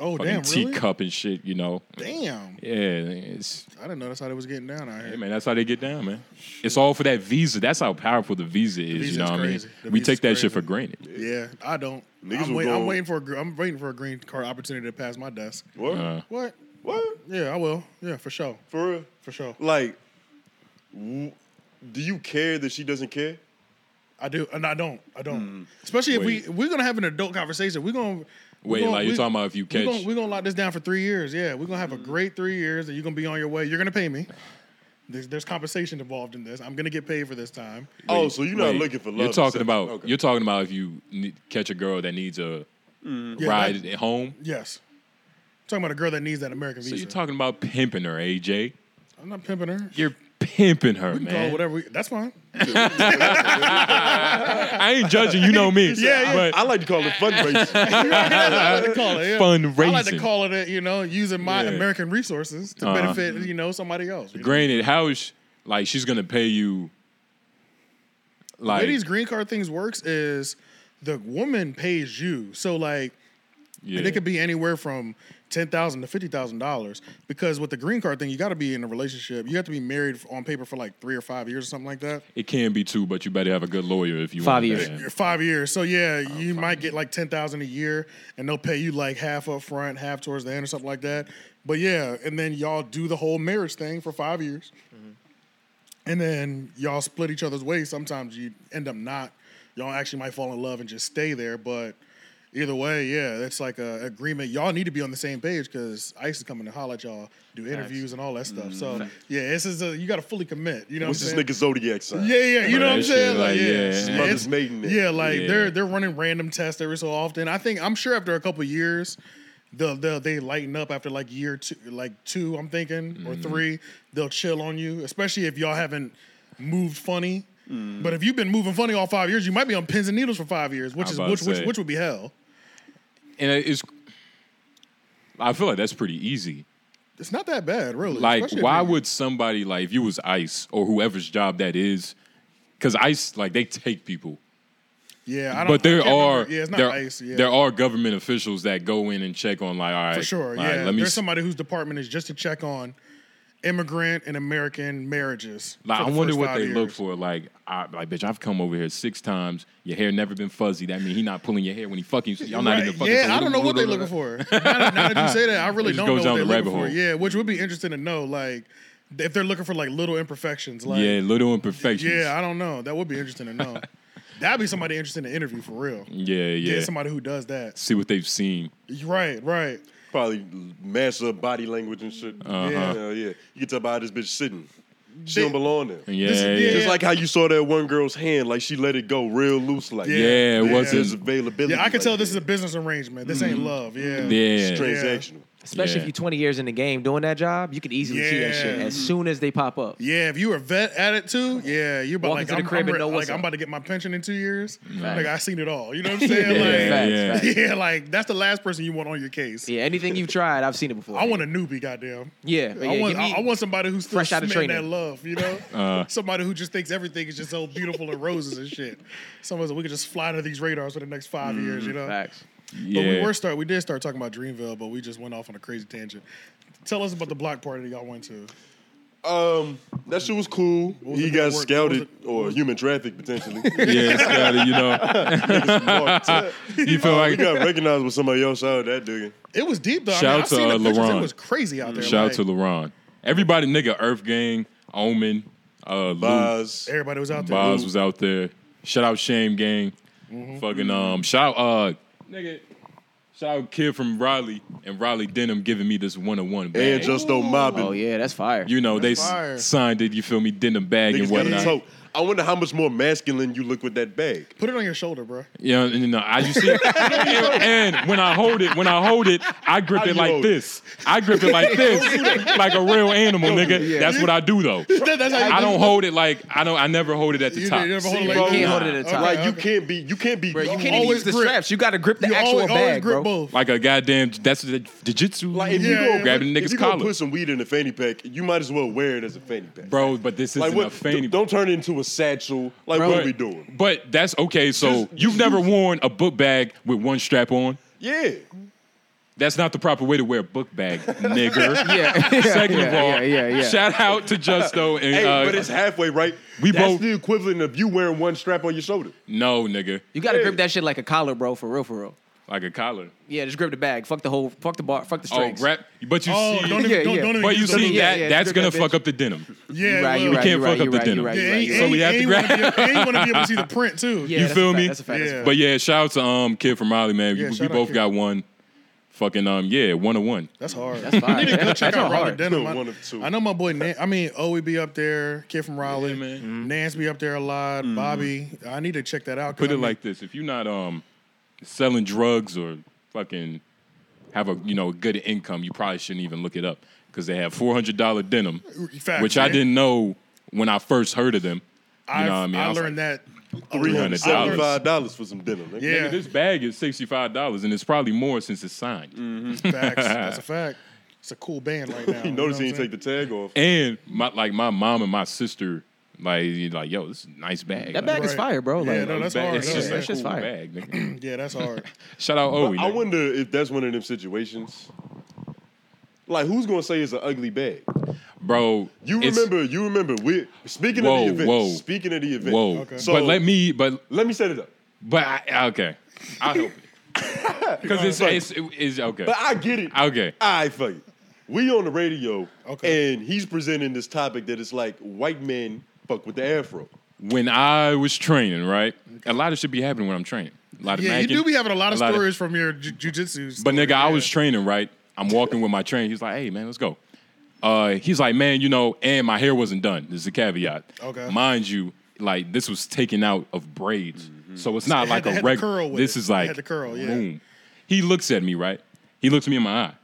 Speaker 1: Oh
Speaker 3: fucking
Speaker 1: damn, really?
Speaker 3: teacup and shit. You know,
Speaker 1: Damn,
Speaker 3: yeah, it's
Speaker 1: I didn't know that's how they was getting down out
Speaker 3: Hey
Speaker 1: here.
Speaker 3: man, that's how they get down, man. It's all for that visa. That's how powerful the visa is.
Speaker 1: visa's
Speaker 3: you know what
Speaker 1: crazy.
Speaker 3: I
Speaker 1: The
Speaker 3: mean? We
Speaker 1: visa's
Speaker 3: take that shit
Speaker 1: crazy.
Speaker 3: for granted.
Speaker 1: Yeah, I don't.
Speaker 2: Niggas
Speaker 1: I'm,
Speaker 2: was
Speaker 1: wait, I'm
Speaker 2: going-
Speaker 1: waiting for a gr- I'm waiting for a green card opportunity to pass my desk.
Speaker 2: What?
Speaker 3: Uh,
Speaker 1: What?
Speaker 2: what?
Speaker 1: Yeah, I will. Yeah, for sure,
Speaker 2: For real?
Speaker 1: for sure.
Speaker 2: Like, w- do you care that she doesn't care?
Speaker 1: I do, and I don't. I don't. Especially if
Speaker 3: Mm-hmm. Wait.
Speaker 1: we we're gonna have an adult conversation. We're gonna we're
Speaker 3: Wait,
Speaker 1: gonna-
Speaker 3: like you're
Speaker 1: we-
Speaker 3: talking about if you
Speaker 1: We're
Speaker 3: catch? Mm-hmm.
Speaker 1: gonna, we gonna lock this down for three years. Yeah, we're gonna have a great three years, and you're gonna be on your way. You're gonna pay me. There's, there's compensation involved in this. I'm gonna get paid for this time.
Speaker 2: oh, so you're not
Speaker 3: wait,
Speaker 2: looking for love.
Speaker 3: You're
Speaker 2: and
Speaker 3: talking
Speaker 2: sex.
Speaker 3: about.
Speaker 2: Okay.
Speaker 3: You're talking about if you ne- catch a girl that needs a
Speaker 1: Mm. Yeah,
Speaker 3: ride
Speaker 1: that-
Speaker 3: at home.
Speaker 1: yes. talking about a girl that needs that American
Speaker 3: So
Speaker 1: visa.
Speaker 3: you're talking about pimping her, AJ.
Speaker 1: I'm not pimping her.
Speaker 3: You're pimping her,
Speaker 1: You can call it
Speaker 3: man.
Speaker 1: whatever. We, that's fine.
Speaker 3: I ain't judging. You know me.
Speaker 1: *laughs* Yeah, yeah.
Speaker 2: I like to call it
Speaker 1: *laughs*
Speaker 2: fundraising.
Speaker 1: I like to call it. Yeah.
Speaker 3: Fundraising.
Speaker 1: I like to call it. that, You know, using my
Speaker 3: Yeah.
Speaker 1: American resources to
Speaker 3: Uh-huh.
Speaker 1: benefit you know somebody else. you know?
Speaker 3: Granted, how is she, like she's gonna pay you? Like
Speaker 1: way these green card things works is the woman pays you. So like
Speaker 3: yeah.
Speaker 1: and it could be anywhere from ten thousand to fifty thousand dollars. Because with the green card thing, you gotta be in a relationship. You have to be married on paper for like three or five years or something like that.
Speaker 3: It can be two, but you better have a good lawyer if you
Speaker 4: Five
Speaker 3: want
Speaker 4: years.
Speaker 3: That.
Speaker 1: You're five years. So yeah, you might get like ten thousand a year and they'll pay you like half up front, half towards the end or something like that. But yeah, and then y'all do the whole marriage thing for five years. And then y'all split each other's ways. Sometimes you end up not. Y'all actually might fall in love and just stay there. But either way, yeah, it's like a agreement. Y'all need to be on the same page because ICE is coming to holler at y'all, do interviews and all that stuff. So yeah, this is a you got to fully commit. You know
Speaker 2: What's
Speaker 1: what
Speaker 2: this
Speaker 1: I'm saying?
Speaker 2: nigga zodiac sign?
Speaker 1: Yeah, yeah, you know what I'm
Speaker 3: That shit,
Speaker 1: saying. Like,
Speaker 3: like,
Speaker 1: yeah,
Speaker 3: yeah.
Speaker 1: it's-
Speaker 3: His
Speaker 2: mother's maiden name.
Speaker 1: Yeah, like
Speaker 3: Yeah.
Speaker 1: they're they're running random tests every so often. I think I'm sure after a couple years, they'll, they'll they lighten up after like year two, like two, I'm thinking or
Speaker 3: Mm-hmm.
Speaker 1: three. They'll chill on you, especially if y'all haven't moved funny. But if you've been moving funny all five years, you might be on pins and needles for five years, which
Speaker 3: I'm
Speaker 1: is
Speaker 3: about to
Speaker 1: which, which
Speaker 3: say.
Speaker 1: which would be hell.
Speaker 3: And it is. I feel like that's pretty easy.
Speaker 1: It's not that bad, really.
Speaker 3: Like,
Speaker 1: especially if
Speaker 3: why
Speaker 1: you-
Speaker 3: would somebody like if you was ICE or whoever's job that is? Because ICE, like they take people,
Speaker 1: Yeah, I don't,
Speaker 3: but
Speaker 1: I
Speaker 3: there
Speaker 1: can't remember.
Speaker 3: are
Speaker 1: yeah, it's not
Speaker 3: there,
Speaker 1: ice. Yeah,
Speaker 3: there are government officials that go in and check on like all right
Speaker 1: For sure,
Speaker 3: all right,
Speaker 1: yeah.
Speaker 3: let me
Speaker 1: There's
Speaker 3: s-
Speaker 1: somebody whose department is just to check on immigrant and American marriages.
Speaker 3: Like,
Speaker 1: for
Speaker 3: I
Speaker 1: the
Speaker 3: wonder
Speaker 1: first
Speaker 3: what
Speaker 1: five
Speaker 3: they look
Speaker 1: years.
Speaker 3: for. Like, I, like, bitch, I've come over here six times. Your hair never been fuzzy. That means he not pulling your hair when he fucking. you. Y'all not
Speaker 1: Right,
Speaker 3: even fucking.
Speaker 1: Yeah, I don't know what they're looking for.
Speaker 3: *laughs*
Speaker 1: Now that, now that you say that, I really
Speaker 3: It just
Speaker 1: don't know what
Speaker 3: goes down
Speaker 1: they're
Speaker 3: the
Speaker 1: looking for.
Speaker 3: rabbit hole.
Speaker 1: Yeah, which would be interesting to know, like if they're looking for like little imperfections. Like,
Speaker 3: Yeah,
Speaker 1: yeah,
Speaker 3: little imperfections.
Speaker 1: I don't know. That would be interesting to
Speaker 3: *laughs*
Speaker 1: know. That'd be somebody interesting to interview for real.
Speaker 3: yeah, yeah.
Speaker 1: Get somebody who does that.
Speaker 3: See what they've seen.
Speaker 1: Right, right.
Speaker 2: Probably mess up body language and shit.
Speaker 3: Uh-huh.
Speaker 2: Yeah, yeah. You can tell by how this bitch sitting. She don't belong there.
Speaker 3: Yeah,
Speaker 1: This is-
Speaker 3: yeah.
Speaker 2: Just like how you saw that one girl's hand, like she let it go real loose, like
Speaker 1: Yeah, it
Speaker 3: wasn't-
Speaker 2: There's availability.
Speaker 1: Yeah, I can
Speaker 2: like
Speaker 1: tell this is a
Speaker 2: that.
Speaker 1: business arrangement. This ain't love. Yeah.
Speaker 3: Mm-hmm. Yeah.
Speaker 2: It's transactional.
Speaker 4: Especially
Speaker 3: Yeah.
Speaker 4: if you're 20 years in the game doing that job, you can easily see that shit
Speaker 1: Yeah.
Speaker 4: as soon as they pop up.
Speaker 1: Yeah, if you were a vet at it too, yeah, you're about
Speaker 4: Walk
Speaker 1: like,
Speaker 4: into
Speaker 1: I'm,
Speaker 4: the crib
Speaker 1: I'm
Speaker 4: and
Speaker 1: re-
Speaker 4: know what's
Speaker 1: like I'm
Speaker 4: up.
Speaker 1: about to get my pension in two years.
Speaker 4: Facts.
Speaker 1: Like I seen it all. You know
Speaker 4: *laughs*
Speaker 1: what I'm saying?
Speaker 3: Yeah,
Speaker 1: like,
Speaker 3: yeah.
Speaker 4: Facts, facts.
Speaker 1: *laughs* yeah, like that's the last person you want on your case.
Speaker 4: Yeah, anything you've tried, I've seen it before.
Speaker 1: I want a newbie, goddamn.
Speaker 4: Yeah, but yeah,
Speaker 1: I want
Speaker 4: give me-
Speaker 1: I, I want somebody who's still
Speaker 4: fresh outta
Speaker 1: smitten that
Speaker 4: training. Uh.
Speaker 1: love, you
Speaker 4: *laughs*
Speaker 1: know? somebody who just thinks everything is just so beautiful and roses and shit. Somebody that we could just fly under these radars for the next five years, you know?
Speaker 4: Mm, Facts.
Speaker 1: But we
Speaker 3: Yeah.
Speaker 1: were start we did start talking about Dreamville, but we just went off on a crazy tangent. Tell us about the block party that y'all went to.
Speaker 2: Um, that shit was cool.
Speaker 1: was the
Speaker 2: he got
Speaker 1: network- what
Speaker 2: scouted
Speaker 1: was
Speaker 2: or human
Speaker 1: *laughs*
Speaker 2: trafficked potentially.
Speaker 3: yeah, Scotty, you know, *laughs* you feel
Speaker 2: Oh, we
Speaker 3: like
Speaker 2: got recognized with somebody else out of that dude.
Speaker 1: It was deep though. I
Speaker 3: Shout
Speaker 1: mean, I
Speaker 3: to,
Speaker 1: seen the
Speaker 3: uh,
Speaker 1: pictures. It
Speaker 3: LaRon.
Speaker 1: was crazy out there.
Speaker 3: shout out
Speaker 1: like,
Speaker 3: to LaRon. Everybody, nigga, Earth Gang, Omen, uh, Luke,
Speaker 2: Lies.
Speaker 1: Everybody was out there.
Speaker 3: Boz was out there. Shout out Shame Gang. Fucking um, shout uh, nigga, shout out kid from Raleigh and Raleigh Denham giving me this one on one
Speaker 2: And
Speaker 3: bag.
Speaker 2: just don't mob
Speaker 4: Oh,
Speaker 2: it.
Speaker 4: yeah, that's fire.
Speaker 3: You know, they s-
Speaker 1: fire.
Speaker 3: signed it, you feel me, denim bag and
Speaker 2: Niggas got
Speaker 3: whatnot.
Speaker 2: a tote. I wonder how much more masculine you look with that bag.
Speaker 1: Put it on your shoulder,
Speaker 4: *laughs*
Speaker 1: bro.
Speaker 3: Yeah, and, and, uh, I you see, and, and when I hold it, when I hold it, I grip
Speaker 2: How
Speaker 3: it
Speaker 2: you
Speaker 3: like
Speaker 2: hold it?
Speaker 3: this. I grip
Speaker 2: *laughs*
Speaker 3: it like this, like a real animal, nigga. That's what I do though.
Speaker 1: That- that's how you
Speaker 3: I
Speaker 1: do
Speaker 3: don't
Speaker 1: it.
Speaker 3: hold it like I don't. I never hold it at the
Speaker 1: You
Speaker 3: top.
Speaker 1: never hold it
Speaker 2: See,
Speaker 1: like
Speaker 2: bro,
Speaker 1: this.
Speaker 2: you can't
Speaker 4: hold it at the top.
Speaker 1: Okay,
Speaker 2: like you
Speaker 1: okay.
Speaker 2: can't be, you can't be.
Speaker 4: Bro, you can't even
Speaker 1: Always
Speaker 4: use the
Speaker 1: grip.
Speaker 4: straps. You got to grip the
Speaker 1: You
Speaker 4: actual
Speaker 1: always, always
Speaker 4: bag,
Speaker 1: grip
Speaker 4: bro.
Speaker 1: both.
Speaker 3: Like a goddamn. That's the jujitsu.
Speaker 2: Like if you
Speaker 1: Yeah,
Speaker 2: go
Speaker 1: yeah,
Speaker 3: grabbing
Speaker 2: if
Speaker 3: niggas'
Speaker 2: you gonna
Speaker 3: collar.
Speaker 2: put some weed in a fanny pack, you might as well wear it as a fanny pack.
Speaker 3: bro, but this isn't
Speaker 2: like what?
Speaker 3: a fanny.
Speaker 2: Don't turn it into a satchel. Like what
Speaker 3: But-
Speaker 2: are we doing?
Speaker 3: But that's okay. So you've never worn a book bag with one strap on.
Speaker 2: Yeah,
Speaker 3: That's not the proper way to wear a book bag, nigga.
Speaker 4: *laughs*
Speaker 2: *laughs*
Speaker 4: Yeah.
Speaker 1: *laughs*
Speaker 4: yeah.
Speaker 3: Second
Speaker 4: yeah,
Speaker 3: of all,
Speaker 4: yeah, yeah, yeah.
Speaker 3: shout out to Justo and
Speaker 2: hey,
Speaker 3: uh,
Speaker 2: but it's halfway right.
Speaker 3: we
Speaker 2: That's
Speaker 3: both-
Speaker 2: the equivalent of you wearing one strap on your shoulder.
Speaker 3: no, nigga,
Speaker 4: You got to grip that shit like a collar, bro. For real, for real.
Speaker 3: like a collar.
Speaker 4: Yeah, just grip the bag. Fuck the whole. Fuck the bar. Fuck the
Speaker 3: Oh,
Speaker 4: strings.
Speaker 3: rap. But you
Speaker 1: Oh,
Speaker 3: see,
Speaker 1: don't even,
Speaker 4: Yeah,
Speaker 1: don't,
Speaker 4: yeah.
Speaker 1: don't even
Speaker 3: but you
Speaker 1: use
Speaker 3: see
Speaker 1: the-
Speaker 4: yeah,
Speaker 3: that
Speaker 4: yeah,
Speaker 3: that's
Speaker 4: grip that
Speaker 3: gonna fuck
Speaker 4: bitch.
Speaker 3: up the denim.
Speaker 1: Yeah,
Speaker 4: You right. You
Speaker 1: well,
Speaker 4: right.
Speaker 3: can't fuck
Speaker 4: You right.
Speaker 3: up
Speaker 4: You
Speaker 3: the
Speaker 4: right.
Speaker 3: denim.
Speaker 4: You right.
Speaker 1: Yeah,
Speaker 4: You right.
Speaker 1: ain't,
Speaker 4: You
Speaker 3: So
Speaker 4: right.
Speaker 1: ain't,
Speaker 3: we have to
Speaker 1: ain't
Speaker 3: grab-
Speaker 1: wanna be- ain't want to be able to see the print too.
Speaker 4: *laughs* Yeah,
Speaker 3: you
Speaker 4: that's a
Speaker 3: feel
Speaker 4: fact,
Speaker 3: me?
Speaker 4: That's a fact. that's a
Speaker 1: Yeah.
Speaker 3: But yeah, shout out to um kid from Raleigh, man.
Speaker 1: Yeah,
Speaker 3: we we
Speaker 1: shout out,
Speaker 3: both
Speaker 1: kid.
Speaker 3: got one. Fucking um yeah, one on one.
Speaker 1: That's hard.
Speaker 4: That's fine.
Speaker 1: You need to go
Speaker 4: That's
Speaker 1: check out
Speaker 4: not
Speaker 1: Raleigh
Speaker 4: hard.
Speaker 1: Denim.
Speaker 2: No,
Speaker 1: I-
Speaker 2: one of two.
Speaker 1: I know my boy. Nan- I mean, O would be up there. Kid from Raleigh.
Speaker 4: Mm-hmm.
Speaker 1: Nance be up there a lot. Bobby. I need to check that out. 'cause
Speaker 3: Put
Speaker 1: I
Speaker 3: it
Speaker 1: mean,
Speaker 3: like this: if you're not um selling drugs or fucking have a you know good income, you probably shouldn't even look it up because they have four hundred dollar denim,
Speaker 1: Facts,
Speaker 3: which I
Speaker 1: man.
Speaker 3: didn't know when I first heard of them. You
Speaker 1: I've-
Speaker 3: know what I mean?
Speaker 1: I
Speaker 3: was
Speaker 1: learned that.
Speaker 3: like,
Speaker 2: Three hundred
Speaker 3: $375.
Speaker 2: seventy-five dollars for some denim. nigga.
Speaker 1: Yeah.
Speaker 3: "Nigga, This bag is sixty five dollars, and it's probably more since it's signed.
Speaker 1: Mm. Facts. That's
Speaker 3: *laughs*
Speaker 1: a fact. It's a cool band
Speaker 2: *laughs*
Speaker 1: right now.
Speaker 2: you notice he didn't take the tag off.
Speaker 3: And my like my mom and my sister like you like yo, this is a nice bag. Like,
Speaker 4: That bag is
Speaker 1: Right.
Speaker 4: fire, bro.
Speaker 1: Yeah,
Speaker 4: Like,
Speaker 1: no, that's
Speaker 3: bag-
Speaker 1: hard.
Speaker 3: It's
Speaker 1: Yeah,
Speaker 3: just
Speaker 1: yeah.
Speaker 3: a
Speaker 4: That shit's
Speaker 3: cool
Speaker 4: fire.
Speaker 3: bag. nigga.
Speaker 1: Yeah, that's
Speaker 3: *laughs*
Speaker 1: hard.
Speaker 3: Shout out Owie.
Speaker 2: I
Speaker 3: nigga.
Speaker 2: wonder if that's one of them situations. Like who's gonna say it's an ugly bag?
Speaker 3: bro.
Speaker 2: You
Speaker 3: it's-
Speaker 2: remember? You remember? We speaking
Speaker 3: Whoa,
Speaker 2: of the event.
Speaker 3: whoa.
Speaker 2: Speaking of the event.
Speaker 3: Whoa.
Speaker 1: Okay.
Speaker 2: So
Speaker 3: but let me. But
Speaker 2: let me set it up.
Speaker 3: but I, okay.
Speaker 1: *laughs*
Speaker 3: I'll help you because it's,
Speaker 2: Right.
Speaker 3: it's it's okay.
Speaker 2: But I get it.
Speaker 3: Okay.
Speaker 2: I fuck it. We on the radio,
Speaker 1: Okay.
Speaker 2: and he's presenting this topic that it's like white men fuck with the afro.
Speaker 3: When I was training, right, a lot of shit be happening when I'm training. A lot of
Speaker 1: Yeah, you
Speaker 3: macking,
Speaker 1: do be having a lot of stories from your ju- jujitsu.
Speaker 3: But
Speaker 1: story,
Speaker 3: nigga, I
Speaker 1: yeah.
Speaker 3: was training, right? I'm walking with my trainer. He's like, hey man, let's go. Uh, he's like, man, you know, and my hair wasn't done. This is a caveat.
Speaker 1: Okay.
Speaker 3: Mind you, like this was taken out of braids. So it's not
Speaker 1: It had-
Speaker 3: like
Speaker 1: it had
Speaker 3: a
Speaker 1: to curl
Speaker 3: regular.
Speaker 1: with
Speaker 3: This
Speaker 1: it.
Speaker 3: is
Speaker 1: It
Speaker 3: like
Speaker 1: had to curl, yeah.
Speaker 3: boom. He looks at me, right? He looks me in my eye.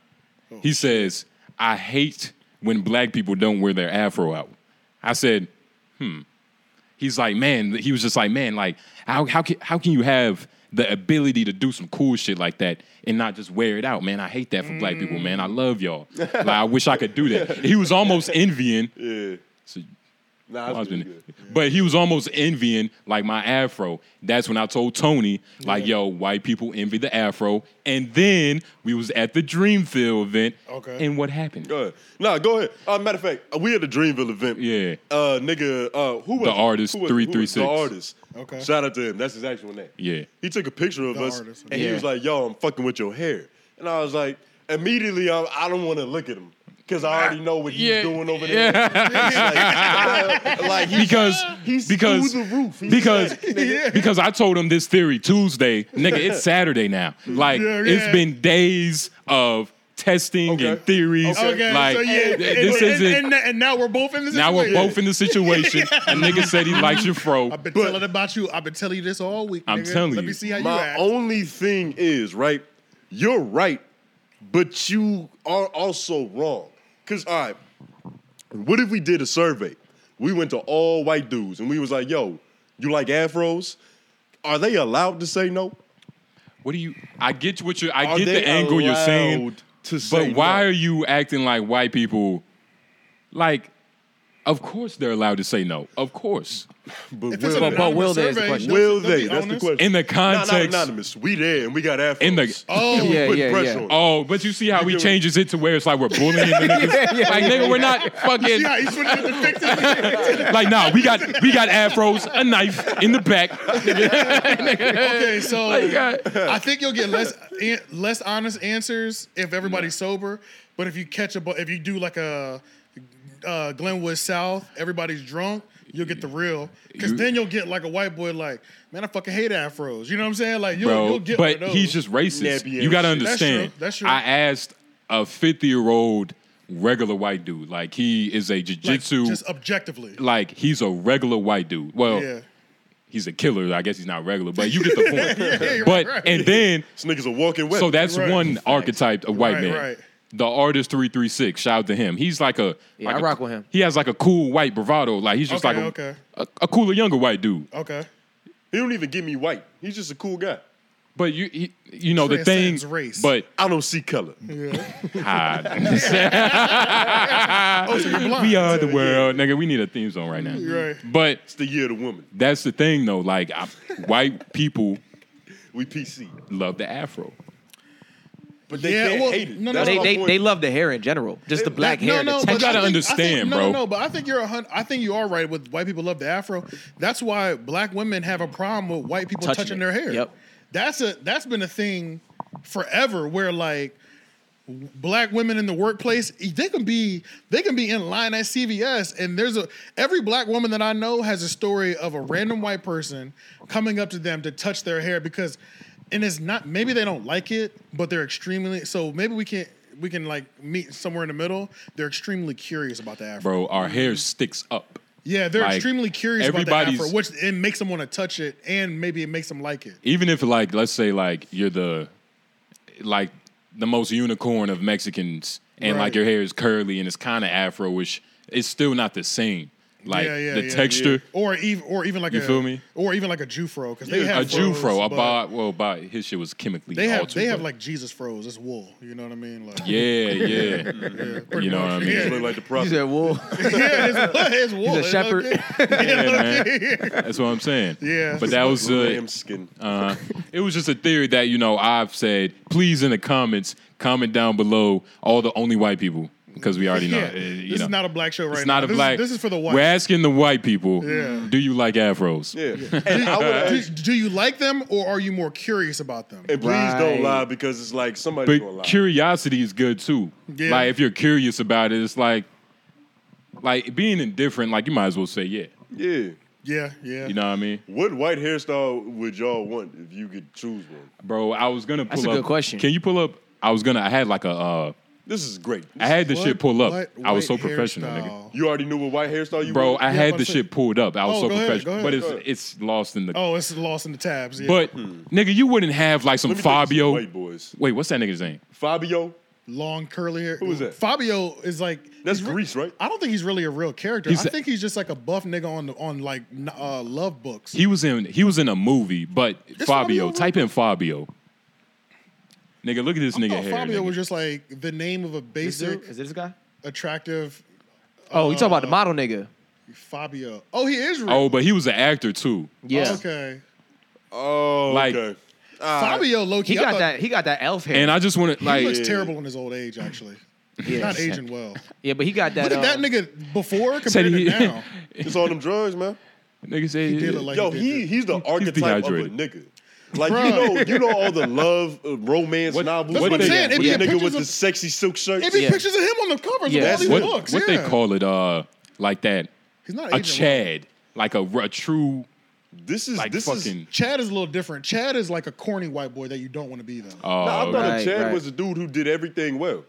Speaker 3: he says, I hate when black people don't wear their afro out. I said, "Hmm." he's like, man, he was just like, man, like, how how can how can you have the ability to do some cool shit like that and not just wear it out, man? I hate that for black people, man. I love y'all. like, I wish I could do that. He was almost envying.
Speaker 2: Yeah.
Speaker 3: So-
Speaker 2: Nah, that's pretty good.
Speaker 3: but he was almost envying like my afro. That's when I told Tony, like, yo, white people envy the afro. And then we was at the Dreamfield event.
Speaker 1: Okay.
Speaker 3: And what happened?
Speaker 2: Go ahead. Nah, go ahead. Uh, matter of fact, uh, we at the Dreamville event.
Speaker 3: Yeah.
Speaker 2: Uh, nigga, uh, who was
Speaker 3: The
Speaker 2: it?
Speaker 3: Artist
Speaker 2: Who was it? Who was it?
Speaker 3: 336.
Speaker 2: The artist.
Speaker 1: Okay.
Speaker 2: Shout out to him. That's his actual name.
Speaker 3: Yeah.
Speaker 2: He took a picture of
Speaker 1: The
Speaker 2: us
Speaker 1: Artist.
Speaker 2: and he
Speaker 4: Yeah.
Speaker 2: was like, "Yo, I'm fucking with your hair," and I was like, immediately, I, I don't want to look at him because I already know what he's
Speaker 3: Yeah.
Speaker 2: doing over there. *laughs* like, uh, like, he's,
Speaker 3: because
Speaker 2: he's
Speaker 3: because
Speaker 2: through the roof. He's
Speaker 3: because
Speaker 2: like, nigga,
Speaker 3: *laughs* because I told him this theory Tuesday, nigga. It's Saturday now.
Speaker 1: *laughs*
Speaker 3: Like
Speaker 1: Yeah, yeah.
Speaker 3: it's been days of testing
Speaker 2: Okay.
Speaker 3: and theories.
Speaker 1: Okay,
Speaker 3: Like
Speaker 1: so yeah,
Speaker 3: th-
Speaker 1: and,
Speaker 3: this
Speaker 1: and,
Speaker 3: isn't.
Speaker 1: and, and now we're both in this.
Speaker 3: now we're both in
Speaker 1: *laughs*
Speaker 3: the situation. A nigga said he likes your fro.
Speaker 1: I've been telling about you. I've been telling you this all week.
Speaker 3: I'm
Speaker 1: nigga.
Speaker 3: telling
Speaker 1: Let
Speaker 3: you.
Speaker 1: me see how you
Speaker 2: My
Speaker 1: act.
Speaker 2: only thing is, right? You're right, but you are also wrong. Cause all right, what if we did a survey? We went to all white dudes and we was like, yo, you like afros? Are they allowed to say no?
Speaker 3: What do you? I get what you. I
Speaker 2: Are
Speaker 3: get
Speaker 2: they
Speaker 3: the angle you're saying.
Speaker 2: allowed to say
Speaker 3: But why
Speaker 2: no?
Speaker 3: are you acting like white people? Like, of course they're allowed to say no. Of course.
Speaker 2: But
Speaker 1: If it's
Speaker 2: will,
Speaker 1: an
Speaker 4: But- but will
Speaker 1: anonymous
Speaker 4: there's the
Speaker 1: survey,
Speaker 4: question.
Speaker 1: they'll- they'll
Speaker 2: will
Speaker 1: be
Speaker 2: they? That's the
Speaker 1: honest.
Speaker 2: question.
Speaker 3: In the
Speaker 2: Not, not
Speaker 3: context-
Speaker 2: anonymous. We there and we got afros.
Speaker 3: In the-
Speaker 1: Oh,
Speaker 2: We
Speaker 4: Yeah,
Speaker 2: put
Speaker 4: yeah,
Speaker 2: pressure
Speaker 4: yeah.
Speaker 2: on it.
Speaker 3: Oh, but you see how he changes it to where it's like we're bullying the niggas.
Speaker 4: *laughs* *laughs* yeah,
Speaker 3: like, nigga, we're not fucking.
Speaker 1: yeah, he's switching the fixes.
Speaker 3: Like, nah, we got we got afros, a knife in the back.
Speaker 1: Okay,
Speaker 4: *laughs*
Speaker 1: so
Speaker 3: Like, *laughs* uh,
Speaker 1: I think you'll get less an- less honest answers if everybody's sober. But if you catch a, bu- if you do like a uh, Glenwood South, everybody's drunk, you'll get the real. Because
Speaker 3: You-
Speaker 1: then you'll get like a white boy, like man, I fucking hate afros. You know what I'm saying? Like you'll,
Speaker 3: bro,
Speaker 1: you'll get. one
Speaker 3: but
Speaker 1: of those.
Speaker 3: he's just racist.
Speaker 2: Nappy ass
Speaker 3: You gotta
Speaker 2: shit.
Speaker 3: understand.
Speaker 1: That's true, that's true.
Speaker 3: I asked a fifty year old regular white dude. Like he is a
Speaker 1: Like,
Speaker 3: jiu-jitsu like,
Speaker 1: just objectively.
Speaker 3: he's a regular white dude. Well, *laughs*
Speaker 1: yeah. *laughs*
Speaker 3: he's a killer. I guess he's not regular, but you get the point.
Speaker 1: you're
Speaker 3: but
Speaker 1: right.
Speaker 3: and then
Speaker 2: This nigga's a walking weapon.
Speaker 3: so that's
Speaker 1: Right.
Speaker 3: one archetype of white
Speaker 1: Right,
Speaker 3: man.
Speaker 1: right.
Speaker 3: The artist three three six. Shout out to him. He's like a
Speaker 4: Yeah,
Speaker 3: like
Speaker 4: I
Speaker 3: a-
Speaker 4: rock with him.
Speaker 3: He has like a cool white bravado. Like he's just
Speaker 1: Okay,
Speaker 3: like a,
Speaker 1: okay.
Speaker 3: a, a cooler younger white dude.
Speaker 1: Okay.
Speaker 2: he don't even give me white. He's just a cool guy.
Speaker 3: But you he, you know the thing.
Speaker 1: Transcends race. *laughs*
Speaker 3: But
Speaker 2: I don't see color.
Speaker 1: Oh, so you're blind.
Speaker 3: *laughs* we are the world, nigga. We need a theme song right now.
Speaker 1: Right.
Speaker 3: But
Speaker 2: It's the year of the woman.
Speaker 3: that's the thing though. Like I, white people
Speaker 2: We PC.
Speaker 3: love the afro.
Speaker 2: But they
Speaker 1: Yeah,
Speaker 2: can't
Speaker 1: well,
Speaker 2: hate it.
Speaker 1: no, no,
Speaker 2: That's
Speaker 1: no.
Speaker 4: They
Speaker 2: my
Speaker 4: they,
Speaker 2: point.
Speaker 4: they love the hair in general, just the black hair. and the
Speaker 1: but
Speaker 3: You gotta
Speaker 1: I think- I
Speaker 3: understand,
Speaker 1: think-
Speaker 3: bro.
Speaker 1: No, no, no, but I think you're a hundred. I think you are right with white people love the afro. That's why black women have a problem with white people
Speaker 4: Touching
Speaker 1: touching,
Speaker 4: it.
Speaker 1: their hair.
Speaker 4: Yep.
Speaker 1: That's a that's been a thing forever. Where like black women in the workplace, they can be they can be in line at CVS, and there's a every black woman that I know has a story of a random white person coming up to them to touch their hair because, and it's not maybe they don't like it, but they're extremely so maybe we can we can like meet somewhere in the middle. They're extremely curious about the afro.
Speaker 3: Bro, our hair sticks up.
Speaker 1: Yeah, they're
Speaker 3: Like,
Speaker 1: extremely curious about the
Speaker 3: everybody's-
Speaker 1: afro, which it makes them want to touch it, and maybe it makes them like it.
Speaker 3: Even if like let's say like you're the like the most unicorn of Mexicans and
Speaker 1: Right.
Speaker 3: like your hair is curly and it's kind of afro-ish, it's still not the same. Like
Speaker 1: Yeah, yeah,
Speaker 3: the
Speaker 1: yeah,
Speaker 3: texture.
Speaker 1: Or even, or even like
Speaker 3: You
Speaker 1: a,
Speaker 3: feel me?
Speaker 1: Or even like a Jew fro because they
Speaker 2: Yeah,
Speaker 3: A
Speaker 1: have
Speaker 3: Jew
Speaker 1: fros,
Speaker 3: fro, a
Speaker 1: but-
Speaker 3: bod, well, bod, his shit was chemically
Speaker 1: They have
Speaker 3: altered.
Speaker 1: they have
Speaker 3: but-
Speaker 1: like Jesus froze. It's wool. You know what I mean? Like,
Speaker 3: *laughs* yeah, yeah.
Speaker 1: pretty
Speaker 3: you know
Speaker 1: much.
Speaker 3: what I mean?
Speaker 2: They
Speaker 1: *laughs* Yeah,
Speaker 2: look like the
Speaker 4: You
Speaker 2: prophet.
Speaker 1: *laughs*
Speaker 4: said, "Well,
Speaker 1: yeah it's, it's wool.
Speaker 4: a
Speaker 1: It's
Speaker 4: shepherd.
Speaker 1: okay.
Speaker 3: *laughs* yeah, man. That's what I'm saying.
Speaker 1: Yeah.
Speaker 3: But that was uh,
Speaker 2: Lamb skin.
Speaker 3: Uh, it was just a theory that you know I've said. Please in the comments, comment down below all the only white people because we already know.
Speaker 1: Yeah.
Speaker 3: uh, you
Speaker 1: this
Speaker 3: know.
Speaker 1: is not a black show right
Speaker 3: It's
Speaker 1: now.
Speaker 3: not a
Speaker 1: This is-
Speaker 3: black.
Speaker 1: This is for the
Speaker 3: We're
Speaker 1: white.
Speaker 3: *laughs* asking the white people.
Speaker 1: Yeah.
Speaker 3: Do you like
Speaker 2: *laughs*
Speaker 3: afros?
Speaker 2: yeah. And I would
Speaker 1: Do,
Speaker 2: ask,
Speaker 1: do you like them or are you more curious about them?
Speaker 2: and please
Speaker 4: Right.
Speaker 2: don't lie because it's like somebody's gonna
Speaker 3: But
Speaker 2: lie.
Speaker 3: curiosity is good too.
Speaker 1: Yeah.
Speaker 3: Like if you're curious about it, it's like, like being indifferent. Like you might as well say yeah.
Speaker 2: yeah.
Speaker 1: Yeah, yeah.
Speaker 3: You know what I mean,
Speaker 2: What white hairstyle would y'all want if you could choose one?
Speaker 3: bro? I was gonna pull
Speaker 4: That's a
Speaker 3: up.
Speaker 4: good question.
Speaker 3: Can you pull up? I was gonna. I had like a. Uh,
Speaker 2: This is great.
Speaker 3: I had this
Speaker 1: What
Speaker 3: shit pull up.
Speaker 1: white-
Speaker 3: I was so
Speaker 1: white
Speaker 3: professional, nigga.
Speaker 1: hairstyle.
Speaker 2: You already knew what white hairstyle you
Speaker 3: Bro,
Speaker 2: want?
Speaker 3: I had
Speaker 1: about
Speaker 3: the
Speaker 1: to say-
Speaker 3: shit pulled up. I was
Speaker 1: Oh,
Speaker 3: so
Speaker 1: go ahead,
Speaker 3: professional,
Speaker 1: go
Speaker 3: but
Speaker 1: ahead,
Speaker 3: it's it's lost in the.
Speaker 1: Oh, it's lost in the tabs. Yeah.
Speaker 3: But nigga, you wouldn't have like some
Speaker 2: Hmm. Let me think of some
Speaker 3: Fabio.
Speaker 2: White boys.
Speaker 3: Wait, what's that nigga's name?
Speaker 2: Fabio.
Speaker 1: long curly hair. Who
Speaker 2: was that?
Speaker 1: Fabio is like
Speaker 2: That's
Speaker 1: he's re-
Speaker 2: Greece, right?
Speaker 1: I don't think he's really a real character.
Speaker 3: He's
Speaker 1: I
Speaker 3: a-
Speaker 1: think he's just like a buff nigga on the on like n- uh, love books.
Speaker 3: He was in he was in a movie, but Fabio.
Speaker 1: Fabio
Speaker 3: type in Fabio. Nigga, look at this
Speaker 1: I
Speaker 3: nigga
Speaker 1: thought
Speaker 3: hair.
Speaker 1: Oh, Fabio
Speaker 3: nigga.
Speaker 1: was just like the name of a
Speaker 4: is it
Speaker 1: basic,
Speaker 4: this guy?
Speaker 1: attractive
Speaker 4: Oh, you talking about the model nigga?
Speaker 1: Fabio. Oh, he is real. Oh,
Speaker 3: oh, Uh, but he was an actor too.
Speaker 4: Yeah,
Speaker 1: Okay.
Speaker 2: Oh,
Speaker 3: Like-
Speaker 2: okay.
Speaker 1: Fabio Loki.
Speaker 4: he got that. He got that elf hair.
Speaker 3: And I just want
Speaker 1: He
Speaker 3: to like
Speaker 1: looks terrible in his old age, actually. He's not aging
Speaker 4: *laughs*
Speaker 1: well.
Speaker 4: yeah, but he got that.
Speaker 1: Look at that
Speaker 4: um,
Speaker 1: nigga before
Speaker 3: said
Speaker 1: compared
Speaker 3: he,
Speaker 1: to
Speaker 3: *laughs*
Speaker 1: now.
Speaker 2: It's all them drugs, man.
Speaker 3: nigga said
Speaker 1: He did look like
Speaker 2: Yo,
Speaker 1: did
Speaker 2: he
Speaker 1: good.
Speaker 2: he's the archetype of a
Speaker 3: dehydrated.
Speaker 2: nigga. Like you
Speaker 1: Bruh.
Speaker 2: know, you know all
Speaker 3: *laughs*
Speaker 2: the love uh, romance
Speaker 3: What-
Speaker 2: novels.
Speaker 3: that's
Speaker 2: with
Speaker 3: what I'm
Speaker 2: the-
Speaker 3: saying.
Speaker 1: It'd
Speaker 2: with the
Speaker 1: be
Speaker 2: nigga
Speaker 1: pictures
Speaker 2: with the
Speaker 1: of-
Speaker 2: sexy silk shirt.
Speaker 1: It'd be
Speaker 4: Yeah.
Speaker 1: pictures of him on the covers
Speaker 4: Yeah.
Speaker 1: of all
Speaker 4: That's
Speaker 1: these
Speaker 3: what
Speaker 1: books.
Speaker 3: what
Speaker 1: yeah.
Speaker 3: they call it uh like that
Speaker 1: He's not aging
Speaker 3: a
Speaker 1: well.
Speaker 3: Chad like a, a true
Speaker 2: This is
Speaker 3: like
Speaker 2: this
Speaker 3: fucking.
Speaker 2: is.
Speaker 1: Chad is a little different. Chad is like a corny white boy that you don't want to be though.
Speaker 2: Nah,
Speaker 3: oh,
Speaker 2: I thought
Speaker 4: Right,
Speaker 2: a Chad
Speaker 4: right. Oh.
Speaker 2: was the dude who did everything well.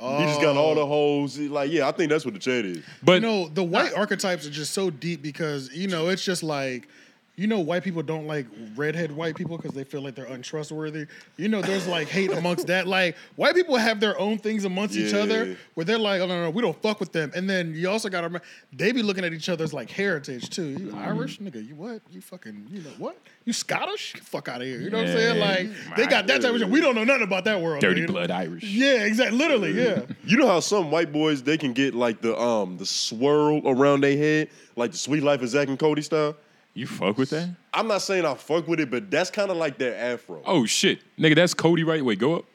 Speaker 2: He just got all the hoes. He Like yeah, I think that's what the Chad is.
Speaker 3: but
Speaker 1: you know, the white archetypes are just so deep because you know it's just like. You know, white people don't like redhead white people because they feel like they're untrustworthy. You know, there's like hate amongst that. Like, white people have their own things amongst each
Speaker 2: Yeah.
Speaker 1: other where they're like, oh, no, no, we don't fuck with them. And then you also got to remember, they be looking at each other's like heritage too. You
Speaker 3: Mm-hmm.
Speaker 1: Irish, nigga, you what? You fucking, you know what? You Scottish? Get fuck out of here. You know what I'm
Speaker 3: Yeah.
Speaker 1: saying? Like, they got that type of shit. We don't know nothing about that world.
Speaker 3: dirty
Speaker 1: nigga.
Speaker 3: blood Irish.
Speaker 1: Yeah, exactly. Literally, yeah.
Speaker 3: *laughs*
Speaker 2: You know how some white boys they can get like the um the swirl around their head, like the Sweet Life of Zach and Cody style.
Speaker 3: You fuck with that?
Speaker 2: I'm not saying I fuck with it, but that's kind of like their afro.
Speaker 3: Oh shit, nigga, that's Cody right. Wait, go up.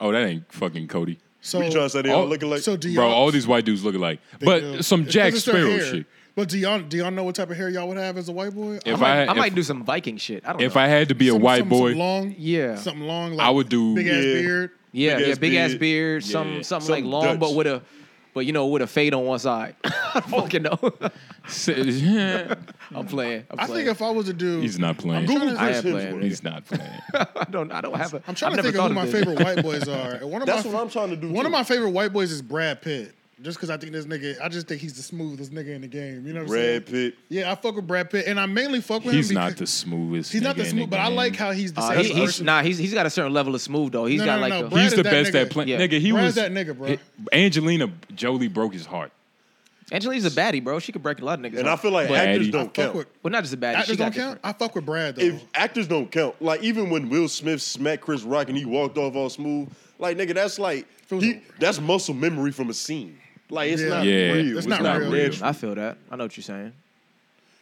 Speaker 3: Oh, that ain't fucking Cody,
Speaker 1: So,
Speaker 2: What you trying to say they all
Speaker 3: Oh,
Speaker 2: looking like?
Speaker 1: so do you
Speaker 3: bro. All these white dudes look alike, but
Speaker 1: Yeah.
Speaker 3: some
Speaker 1: It's
Speaker 3: Jack
Speaker 1: 'cause it's their
Speaker 3: Sparrow
Speaker 1: hair.
Speaker 3: shit.
Speaker 1: But do y'all do y'all know what type of hair y'all would have as a white boy?
Speaker 3: If
Speaker 1: I'm-
Speaker 3: I,
Speaker 4: I,
Speaker 3: if,
Speaker 4: might do some Viking shit. I don't
Speaker 3: if
Speaker 4: know.
Speaker 3: I had to be a
Speaker 1: some-
Speaker 3: white
Speaker 1: some-
Speaker 3: boy,
Speaker 1: some
Speaker 3: *laughs*
Speaker 1: long,
Speaker 4: Yeah.
Speaker 1: something long. Like
Speaker 3: I would do-
Speaker 1: big ass
Speaker 2: Yeah.
Speaker 1: beard.
Speaker 4: yeah,
Speaker 2: Big
Speaker 4: yeah,
Speaker 2: ass
Speaker 4: big ass
Speaker 2: beard.
Speaker 4: beard, some
Speaker 3: Yeah.
Speaker 4: something
Speaker 2: Some
Speaker 4: like long,
Speaker 2: Dutch.
Speaker 4: but with a But you know, with a fade on one side. *laughs*
Speaker 1: *laughs*
Speaker 4: I fucking know. I'm playing. I'm
Speaker 1: I
Speaker 4: playing.
Speaker 1: think if I was a dude,
Speaker 3: *laughs* He's not playing.
Speaker 2: Google
Speaker 4: I
Speaker 2: Chris
Speaker 4: am playing.
Speaker 2: Hemsworth.
Speaker 3: He's
Speaker 1: *laughs*
Speaker 3: not playing.
Speaker 4: *laughs* I don't. I don't have a.
Speaker 1: I'm trying to
Speaker 4: I've never
Speaker 1: think of
Speaker 4: thought
Speaker 1: who my
Speaker 4: this.
Speaker 1: favorite white
Speaker 4: *laughs*
Speaker 1: boys are. And One of
Speaker 2: That's
Speaker 1: my,
Speaker 2: what I'm trying to do,
Speaker 1: One
Speaker 2: too.
Speaker 1: of my favorite white boys is Brad Pitt. Just because I think this nigga, I just think he's the smoothest nigga in the game. You know what I'm saying?
Speaker 2: Brad Pitt.
Speaker 1: Yeah, I fuck with Brad Pitt, and I mainly fuck with
Speaker 3: He's
Speaker 1: him.
Speaker 3: not
Speaker 1: because-
Speaker 3: the smoothest.
Speaker 1: He's not the
Speaker 3: nigga in
Speaker 1: smooth, but I
Speaker 3: game.
Speaker 1: like how he's the
Speaker 4: Uh,
Speaker 1: same
Speaker 4: he, he's
Speaker 1: person.
Speaker 4: nah. He's he's got a certain level of smooth though. He's
Speaker 1: No,
Speaker 4: got
Speaker 1: no,
Speaker 4: like
Speaker 1: no,
Speaker 4: a,
Speaker 1: Brad
Speaker 3: He's
Speaker 1: is
Speaker 3: the
Speaker 1: that
Speaker 3: best
Speaker 1: nigga.
Speaker 3: at playing.
Speaker 4: Yeah.
Speaker 3: Nigga, he
Speaker 1: Brad
Speaker 3: was
Speaker 1: is that nigga, bro.
Speaker 3: Angelina Jolie broke his heart.
Speaker 4: Angelina's a baddie, bro. She could break a lot of niggas.
Speaker 2: And I
Speaker 4: up.
Speaker 2: feel like
Speaker 3: Brad,
Speaker 2: actors
Speaker 3: he-
Speaker 2: don't
Speaker 1: fuck
Speaker 2: count.
Speaker 1: with.
Speaker 4: well, not just a baddie.
Speaker 1: Actors
Speaker 4: she got
Speaker 1: don't count.
Speaker 4: different-
Speaker 1: I fuck with Brad though.
Speaker 2: If actors don't count, like even when Will Smith smacked Chris Rock and he walked off all smooth, like nigga, that's like
Speaker 1: Feels
Speaker 2: he,
Speaker 1: over.
Speaker 2: that's muscle memory from a scene. Like it's
Speaker 1: Yeah.
Speaker 2: not
Speaker 3: Yeah.
Speaker 2: real.
Speaker 1: It's not real.
Speaker 2: natural.
Speaker 4: I feel that. I know what you're saying.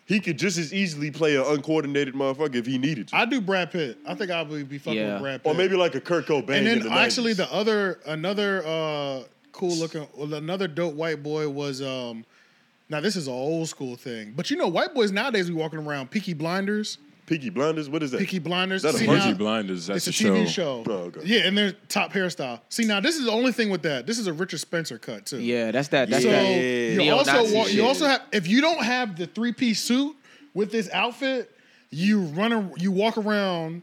Speaker 2: He could just as easily play an uncoordinated motherfucker if he needed to,
Speaker 1: I do Brad Pitt. I think I would be fucking
Speaker 4: Yeah.
Speaker 1: with Brad Pitt.
Speaker 2: or maybe like a Kurt
Speaker 1: and
Speaker 2: Cobain. in
Speaker 1: then
Speaker 2: the
Speaker 1: actually
Speaker 2: 90s.
Speaker 1: the other another uh cool looking well, another dope white boy was um now this is an old school thing but you know white boys nowadays be walking around peaky blinders
Speaker 2: Peaky Blinders. What is that? *laughs*
Speaker 1: peaky blinders
Speaker 2: Is that a
Speaker 1: See,
Speaker 2: Peaky
Speaker 1: now-
Speaker 3: Blinders. That's
Speaker 1: it's a,
Speaker 3: a
Speaker 1: tv
Speaker 3: show.
Speaker 1: show,
Speaker 2: Oh, okay.
Speaker 1: yeah and their top hairstyle see now this is the only thing with that this is a richard spencer cut too
Speaker 4: Yeah, that's that. That's
Speaker 1: so
Speaker 4: that.
Speaker 1: you also
Speaker 4: neo-Nazi
Speaker 1: wa-
Speaker 4: shit.
Speaker 1: you also have if you don't have the three piece suit with this outfit, you run a, you walk around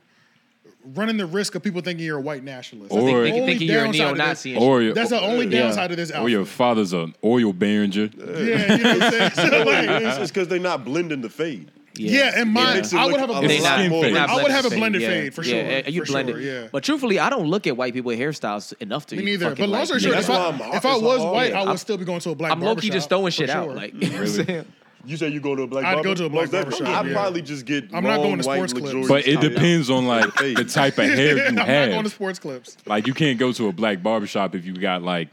Speaker 1: running the risk of people thinking you're a white nationalist.
Speaker 3: Or-
Speaker 1: Or
Speaker 3: Think- think-
Speaker 4: thinking you're a neo-Nazi and shit.
Speaker 3: Or-
Speaker 1: that's the only
Speaker 2: yeah.
Speaker 1: downside of this
Speaker 3: Or
Speaker 1: outfit.
Speaker 3: your father's an oil barringer.
Speaker 1: *laughs* yeah, you know what
Speaker 3: *laughs*
Speaker 1: I'm saying. So, like,
Speaker 2: it's because they're not blending the fade.
Speaker 1: yeah, and mine,
Speaker 2: makes it
Speaker 1: I would
Speaker 2: look
Speaker 1: have a
Speaker 2: a
Speaker 1: blended
Speaker 2: lot
Speaker 4: They not,
Speaker 3: skin
Speaker 1: fade.
Speaker 2: more
Speaker 4: they not
Speaker 1: I would
Speaker 4: blended
Speaker 1: have a
Speaker 4: fade.
Speaker 1: blended
Speaker 4: Yeah.
Speaker 1: fade for
Speaker 4: yeah,
Speaker 1: sure.
Speaker 4: Yeah, you
Speaker 1: for
Speaker 4: blended.
Speaker 1: Sure, yeah.
Speaker 4: But truthfully, I don't look at white people with hairstyles enough to
Speaker 1: Me
Speaker 4: even
Speaker 1: neither.
Speaker 4: fucking
Speaker 1: But long
Speaker 4: like,
Speaker 1: story
Speaker 4: yeah.
Speaker 1: short,
Speaker 2: that's
Speaker 1: if
Speaker 2: why
Speaker 1: I,
Speaker 2: I'm-
Speaker 1: if I
Speaker 2: it's
Speaker 1: was
Speaker 2: hard.
Speaker 1: white,
Speaker 2: Yeah,
Speaker 1: I
Speaker 4: I'm-
Speaker 1: would still be going to a black
Speaker 4: I'm low key
Speaker 1: barbershop,
Speaker 4: just throwing
Speaker 1: for
Speaker 4: shit out.
Speaker 1: sure.
Speaker 4: Like, you know what I'm
Speaker 3: Really?
Speaker 4: saying?
Speaker 2: You say you go to a black
Speaker 1: I'd
Speaker 2: barber?
Speaker 1: go to a black
Speaker 2: Most definitely.
Speaker 1: barbershop,
Speaker 2: I'd
Speaker 1: yeah.
Speaker 2: probably just get.
Speaker 1: I'm not
Speaker 2: long,
Speaker 1: going to
Speaker 2: white
Speaker 1: sports clips.
Speaker 2: luxurious
Speaker 3: But it
Speaker 2: top.
Speaker 3: depends on like
Speaker 2: Hey.
Speaker 3: the
Speaker 1: *laughs*
Speaker 3: type of
Speaker 1: *laughs*
Speaker 3: hair
Speaker 1: I'm
Speaker 3: you
Speaker 1: not going to
Speaker 3: have.
Speaker 1: sports clips.
Speaker 3: Like you can't go to a black barbershop if you got like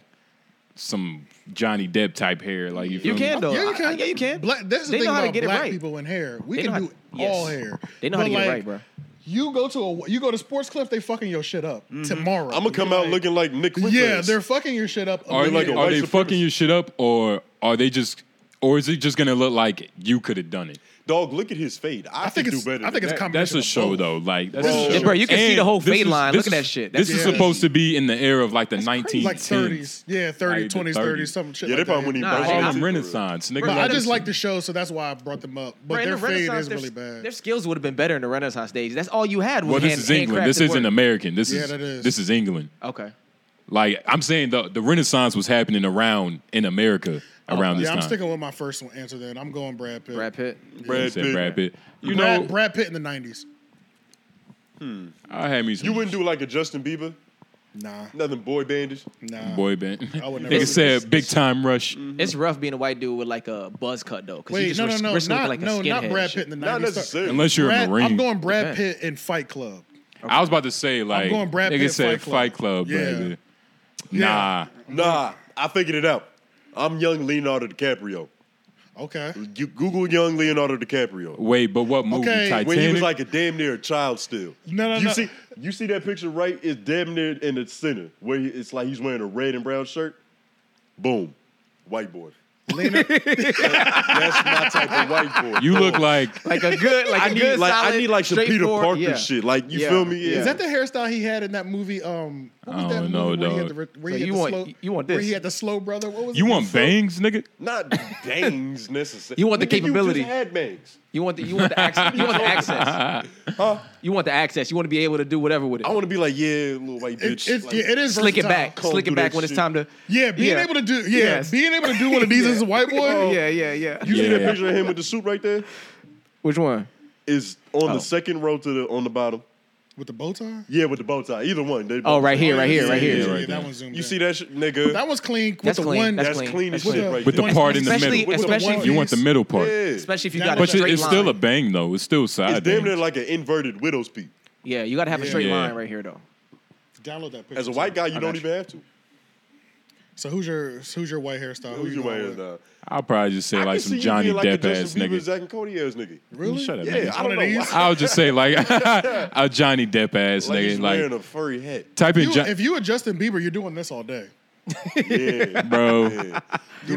Speaker 3: some Johnny Depp type hair. Like you, feel
Speaker 4: You
Speaker 3: me?
Speaker 4: can though.
Speaker 1: Yeah, you
Speaker 4: I-
Speaker 1: can.
Speaker 4: I- yeah, you can.
Speaker 1: Black, that's the
Speaker 4: They
Speaker 1: thing
Speaker 4: know how to
Speaker 1: about
Speaker 4: get it
Speaker 1: black
Speaker 4: right.
Speaker 1: people in hair. We
Speaker 4: *laughs* They
Speaker 1: can
Speaker 4: know
Speaker 1: do
Speaker 4: how-
Speaker 1: all
Speaker 4: yes.
Speaker 1: hair.
Speaker 4: They know how
Speaker 1: But,
Speaker 4: to get it
Speaker 1: like,
Speaker 4: right, bro.
Speaker 1: You go to a you go to sports clips, they fucking your shit up tomorrow.
Speaker 2: I'm gonna Mm-hmm. come
Speaker 1: You're
Speaker 2: out looking like Nick.
Speaker 1: like,
Speaker 2: Whiplash.
Speaker 1: Yeah, they're fucking your shit up.
Speaker 3: Are,
Speaker 2: You're like a
Speaker 3: are
Speaker 2: white
Speaker 3: they
Speaker 2: supremacist.
Speaker 3: fucking your shit up, or are they just, or is it just gonna look like you could have done it?
Speaker 2: dog. Look at his fade. I,
Speaker 1: I think
Speaker 2: could
Speaker 1: it's
Speaker 2: do better.
Speaker 1: I think
Speaker 2: than
Speaker 1: it's a
Speaker 2: that.
Speaker 1: combination.
Speaker 3: That's a
Speaker 1: of
Speaker 3: show
Speaker 1: both.
Speaker 3: though. Like that's
Speaker 2: Bro.
Speaker 3: a
Speaker 2: Yeah,
Speaker 3: show.
Speaker 2: bro,
Speaker 4: you can see
Speaker 3: And
Speaker 4: the whole
Speaker 3: this
Speaker 4: fade line. Look
Speaker 3: this
Speaker 4: at
Speaker 3: is-
Speaker 4: that shit.
Speaker 3: This
Speaker 4: That's
Speaker 3: is
Speaker 1: crazy.
Speaker 3: supposed to be in the era of like the
Speaker 1: Like
Speaker 3: 1910s,
Speaker 1: 30s, yeah, 30s,
Speaker 3: Like the
Speaker 1: 20s,
Speaker 3: 30s.
Speaker 1: 30s, something shit.
Speaker 2: Yeah, they
Speaker 1: like
Speaker 2: probably
Speaker 1: that.
Speaker 2: wouldn't even.
Speaker 4: Nah, I-
Speaker 2: brush
Speaker 4: I-
Speaker 2: it
Speaker 3: Harlem
Speaker 2: for
Speaker 3: Renaissance. Nigga,
Speaker 1: But
Speaker 4: Bro,
Speaker 1: I
Speaker 3: Like,
Speaker 1: just like the show, so that's why I brought them up. But
Speaker 4: Bro, in
Speaker 1: their
Speaker 4: the
Speaker 1: fade
Speaker 4: Renaissance,
Speaker 1: is really
Speaker 4: their-
Speaker 1: bad.
Speaker 4: Their skills would have been better in the Renaissance days. That's all you had. Was
Speaker 3: well, this
Speaker 4: hand-
Speaker 3: is England. This
Speaker 4: handcrafted
Speaker 3: isn't
Speaker 4: work.
Speaker 3: American. This
Speaker 1: Yeah,
Speaker 3: is
Speaker 1: that is.
Speaker 3: this is England.
Speaker 4: Okay.
Speaker 3: Like I'm saying, the the Renaissance was happening around in America around this
Speaker 1: Oh, Yeah, I'm
Speaker 3: time.
Speaker 1: sticking with my first one answer. Then I'm going Brad Pitt.
Speaker 4: Brad Pitt.
Speaker 3: You
Speaker 2: Brad
Speaker 3: said
Speaker 2: Pitt.
Speaker 3: Brad Pitt. You
Speaker 1: Brad,
Speaker 3: know,
Speaker 1: Brad Pitt in the 90s.
Speaker 3: I had me some
Speaker 2: You wouldn't do like a Justin Bieber,
Speaker 1: Nah,
Speaker 2: nothing boy bandish.
Speaker 1: nah.
Speaker 3: boy band.
Speaker 1: I
Speaker 3: *laughs*
Speaker 1: would never
Speaker 3: Nigga
Speaker 1: do
Speaker 3: said big time rush.
Speaker 4: It's rough being a white dude with like a buzz cut though. 'cause you
Speaker 1: Wait,
Speaker 4: just
Speaker 1: no, no,
Speaker 4: risk-
Speaker 1: no,
Speaker 4: risk looking
Speaker 1: not,
Speaker 4: like a
Speaker 1: no, not
Speaker 4: skinhead
Speaker 1: Brad
Speaker 4: and shit.
Speaker 1: Pitt in the 90s.
Speaker 2: Not necessarily.
Speaker 3: Unless you're
Speaker 1: Brad,
Speaker 3: a marine.
Speaker 1: I'm going Brad
Speaker 4: Okay.
Speaker 1: Pitt in Fight Club.
Speaker 3: I was about to say like
Speaker 1: going Brad
Speaker 3: nigga
Speaker 1: Pitt,
Speaker 3: said Fight
Speaker 1: Fight
Speaker 3: Club,
Speaker 1: Club. Yeah.
Speaker 3: baby.
Speaker 1: Yeah.
Speaker 3: Nah.
Speaker 2: Nah, I figured it out. I'm young Leonardo DiCaprio.
Speaker 1: Okay.
Speaker 2: You Google young Leonardo DiCaprio.
Speaker 3: Wait, but what movie?
Speaker 1: Okay,
Speaker 3: Titanic.
Speaker 2: When he was like a damn near a child still.
Speaker 1: No, no,
Speaker 2: you
Speaker 1: no.
Speaker 2: See, you see that picture right? It's damn near in the center where he- it's like he's wearing a red and brown shirt. Boom, white boy. *laughs* That's my type of white boy.
Speaker 3: you look like
Speaker 4: Like a good, like
Speaker 2: I
Speaker 4: a
Speaker 2: need
Speaker 4: good,
Speaker 2: like
Speaker 4: solid,
Speaker 2: I need like some Peter
Speaker 4: straightforward-
Speaker 2: Parker
Speaker 4: yeah.
Speaker 2: shit. Like you
Speaker 4: Yeah.
Speaker 2: feel me? Yeah.
Speaker 1: Is that the hairstyle he had in that movie? Um, what was
Speaker 3: I
Speaker 1: that
Speaker 3: don't
Speaker 1: movie
Speaker 3: know,
Speaker 1: where he had
Speaker 3: dog.
Speaker 1: the, where
Speaker 4: So
Speaker 1: he had
Speaker 4: you
Speaker 1: the
Speaker 4: want-
Speaker 1: slow,
Speaker 4: you want
Speaker 1: where
Speaker 4: this.
Speaker 1: he had the slow brother? What was
Speaker 3: you
Speaker 1: it?
Speaker 3: want bangs, nigga?
Speaker 2: Not
Speaker 4: *laughs*
Speaker 2: bangs necessarily.
Speaker 4: You want the
Speaker 2: Nigga,
Speaker 4: capability.
Speaker 2: You just had bangs.
Speaker 4: You want the, you want the access. You want the access. You want the access. You want to be able to do whatever with it.
Speaker 2: I want to be like, yeah, little
Speaker 1: It,
Speaker 2: white bitch.
Speaker 1: it's-
Speaker 2: like,
Speaker 1: yeah, it is
Speaker 4: slick it
Speaker 1: versatile.
Speaker 4: back.
Speaker 2: Can't
Speaker 4: Slick
Speaker 2: do
Speaker 4: it back
Speaker 2: that
Speaker 4: when it's
Speaker 2: shit.
Speaker 4: time to.
Speaker 1: Yeah, being
Speaker 4: Yeah.
Speaker 1: able to do yeah,
Speaker 4: Yes.
Speaker 1: being able to do one of these as a white boy.
Speaker 4: *laughs* Yeah, yeah, yeah.
Speaker 2: You see that
Speaker 3: Yeah.
Speaker 2: picture of him with the suit right there?
Speaker 4: Which one?
Speaker 2: Is on
Speaker 4: Oh.
Speaker 2: the second row to the on the bottom.
Speaker 1: With the bow tie?
Speaker 2: Yeah, with the bow tie. Either one. They
Speaker 4: Oh,
Speaker 2: both-
Speaker 4: right here, right here, right
Speaker 1: Yeah,
Speaker 4: here.
Speaker 3: right
Speaker 1: yeah,
Speaker 3: there.
Speaker 1: that one zoomed
Speaker 2: You
Speaker 1: in.
Speaker 2: see that shit, nigga?
Speaker 1: That one's clean with
Speaker 4: That's
Speaker 1: the
Speaker 4: clean.
Speaker 1: one
Speaker 2: That's
Speaker 4: clean.
Speaker 2: clean as
Speaker 4: That's
Speaker 2: shit
Speaker 1: clean.
Speaker 2: right
Speaker 3: With the
Speaker 2: there.
Speaker 3: part in the
Speaker 4: Especially-
Speaker 3: middle.
Speaker 2: With the
Speaker 4: especially-
Speaker 2: one
Speaker 3: You want the
Speaker 2: piece.
Speaker 3: middle part.
Speaker 2: Oh, Yeah.
Speaker 4: Especially if you
Speaker 1: That
Speaker 4: got a
Speaker 1: was
Speaker 3: But
Speaker 4: straight
Speaker 3: you- it's
Speaker 4: line.
Speaker 3: still a bang though. It's still
Speaker 2: It's
Speaker 3: side
Speaker 2: damn
Speaker 3: bang.
Speaker 2: near like an inverted widow's peak.
Speaker 4: yeah, you got to have a straight
Speaker 3: Yeah.
Speaker 4: line right here though.
Speaker 1: Download that picture.
Speaker 2: As a white
Speaker 1: too.
Speaker 2: guy, you
Speaker 4: I
Speaker 2: don't
Speaker 4: got
Speaker 2: even have to.
Speaker 1: So who's your who's your white hairstyle? Who
Speaker 2: Who's your
Speaker 1: going
Speaker 2: white
Speaker 1: with?
Speaker 2: now?
Speaker 3: I'll probably just say
Speaker 2: I can
Speaker 3: like
Speaker 2: see
Speaker 3: some
Speaker 2: you
Speaker 3: Johnny
Speaker 2: being like a
Speaker 3: Depp ass
Speaker 2: Justin Bieber,
Speaker 3: *laughs* nigga.
Speaker 2: Zach and Cody ass nigga.
Speaker 1: Really?
Speaker 3: Shut up,
Speaker 2: Yeah,
Speaker 3: nigga.
Speaker 2: I
Speaker 1: One
Speaker 2: don't
Speaker 1: of
Speaker 2: know.
Speaker 1: these?
Speaker 2: why.
Speaker 3: I'll just say like
Speaker 2: *laughs*
Speaker 3: a Johnny Depp ass
Speaker 2: Like he's
Speaker 3: nigga. Like
Speaker 2: wearing a furry hat.
Speaker 3: type in
Speaker 1: You,
Speaker 3: John,
Speaker 1: if you were Justin Bieber, you're doing this all day.
Speaker 2: Yeah.
Speaker 3: bro.
Speaker 2: Do
Speaker 1: know
Speaker 2: they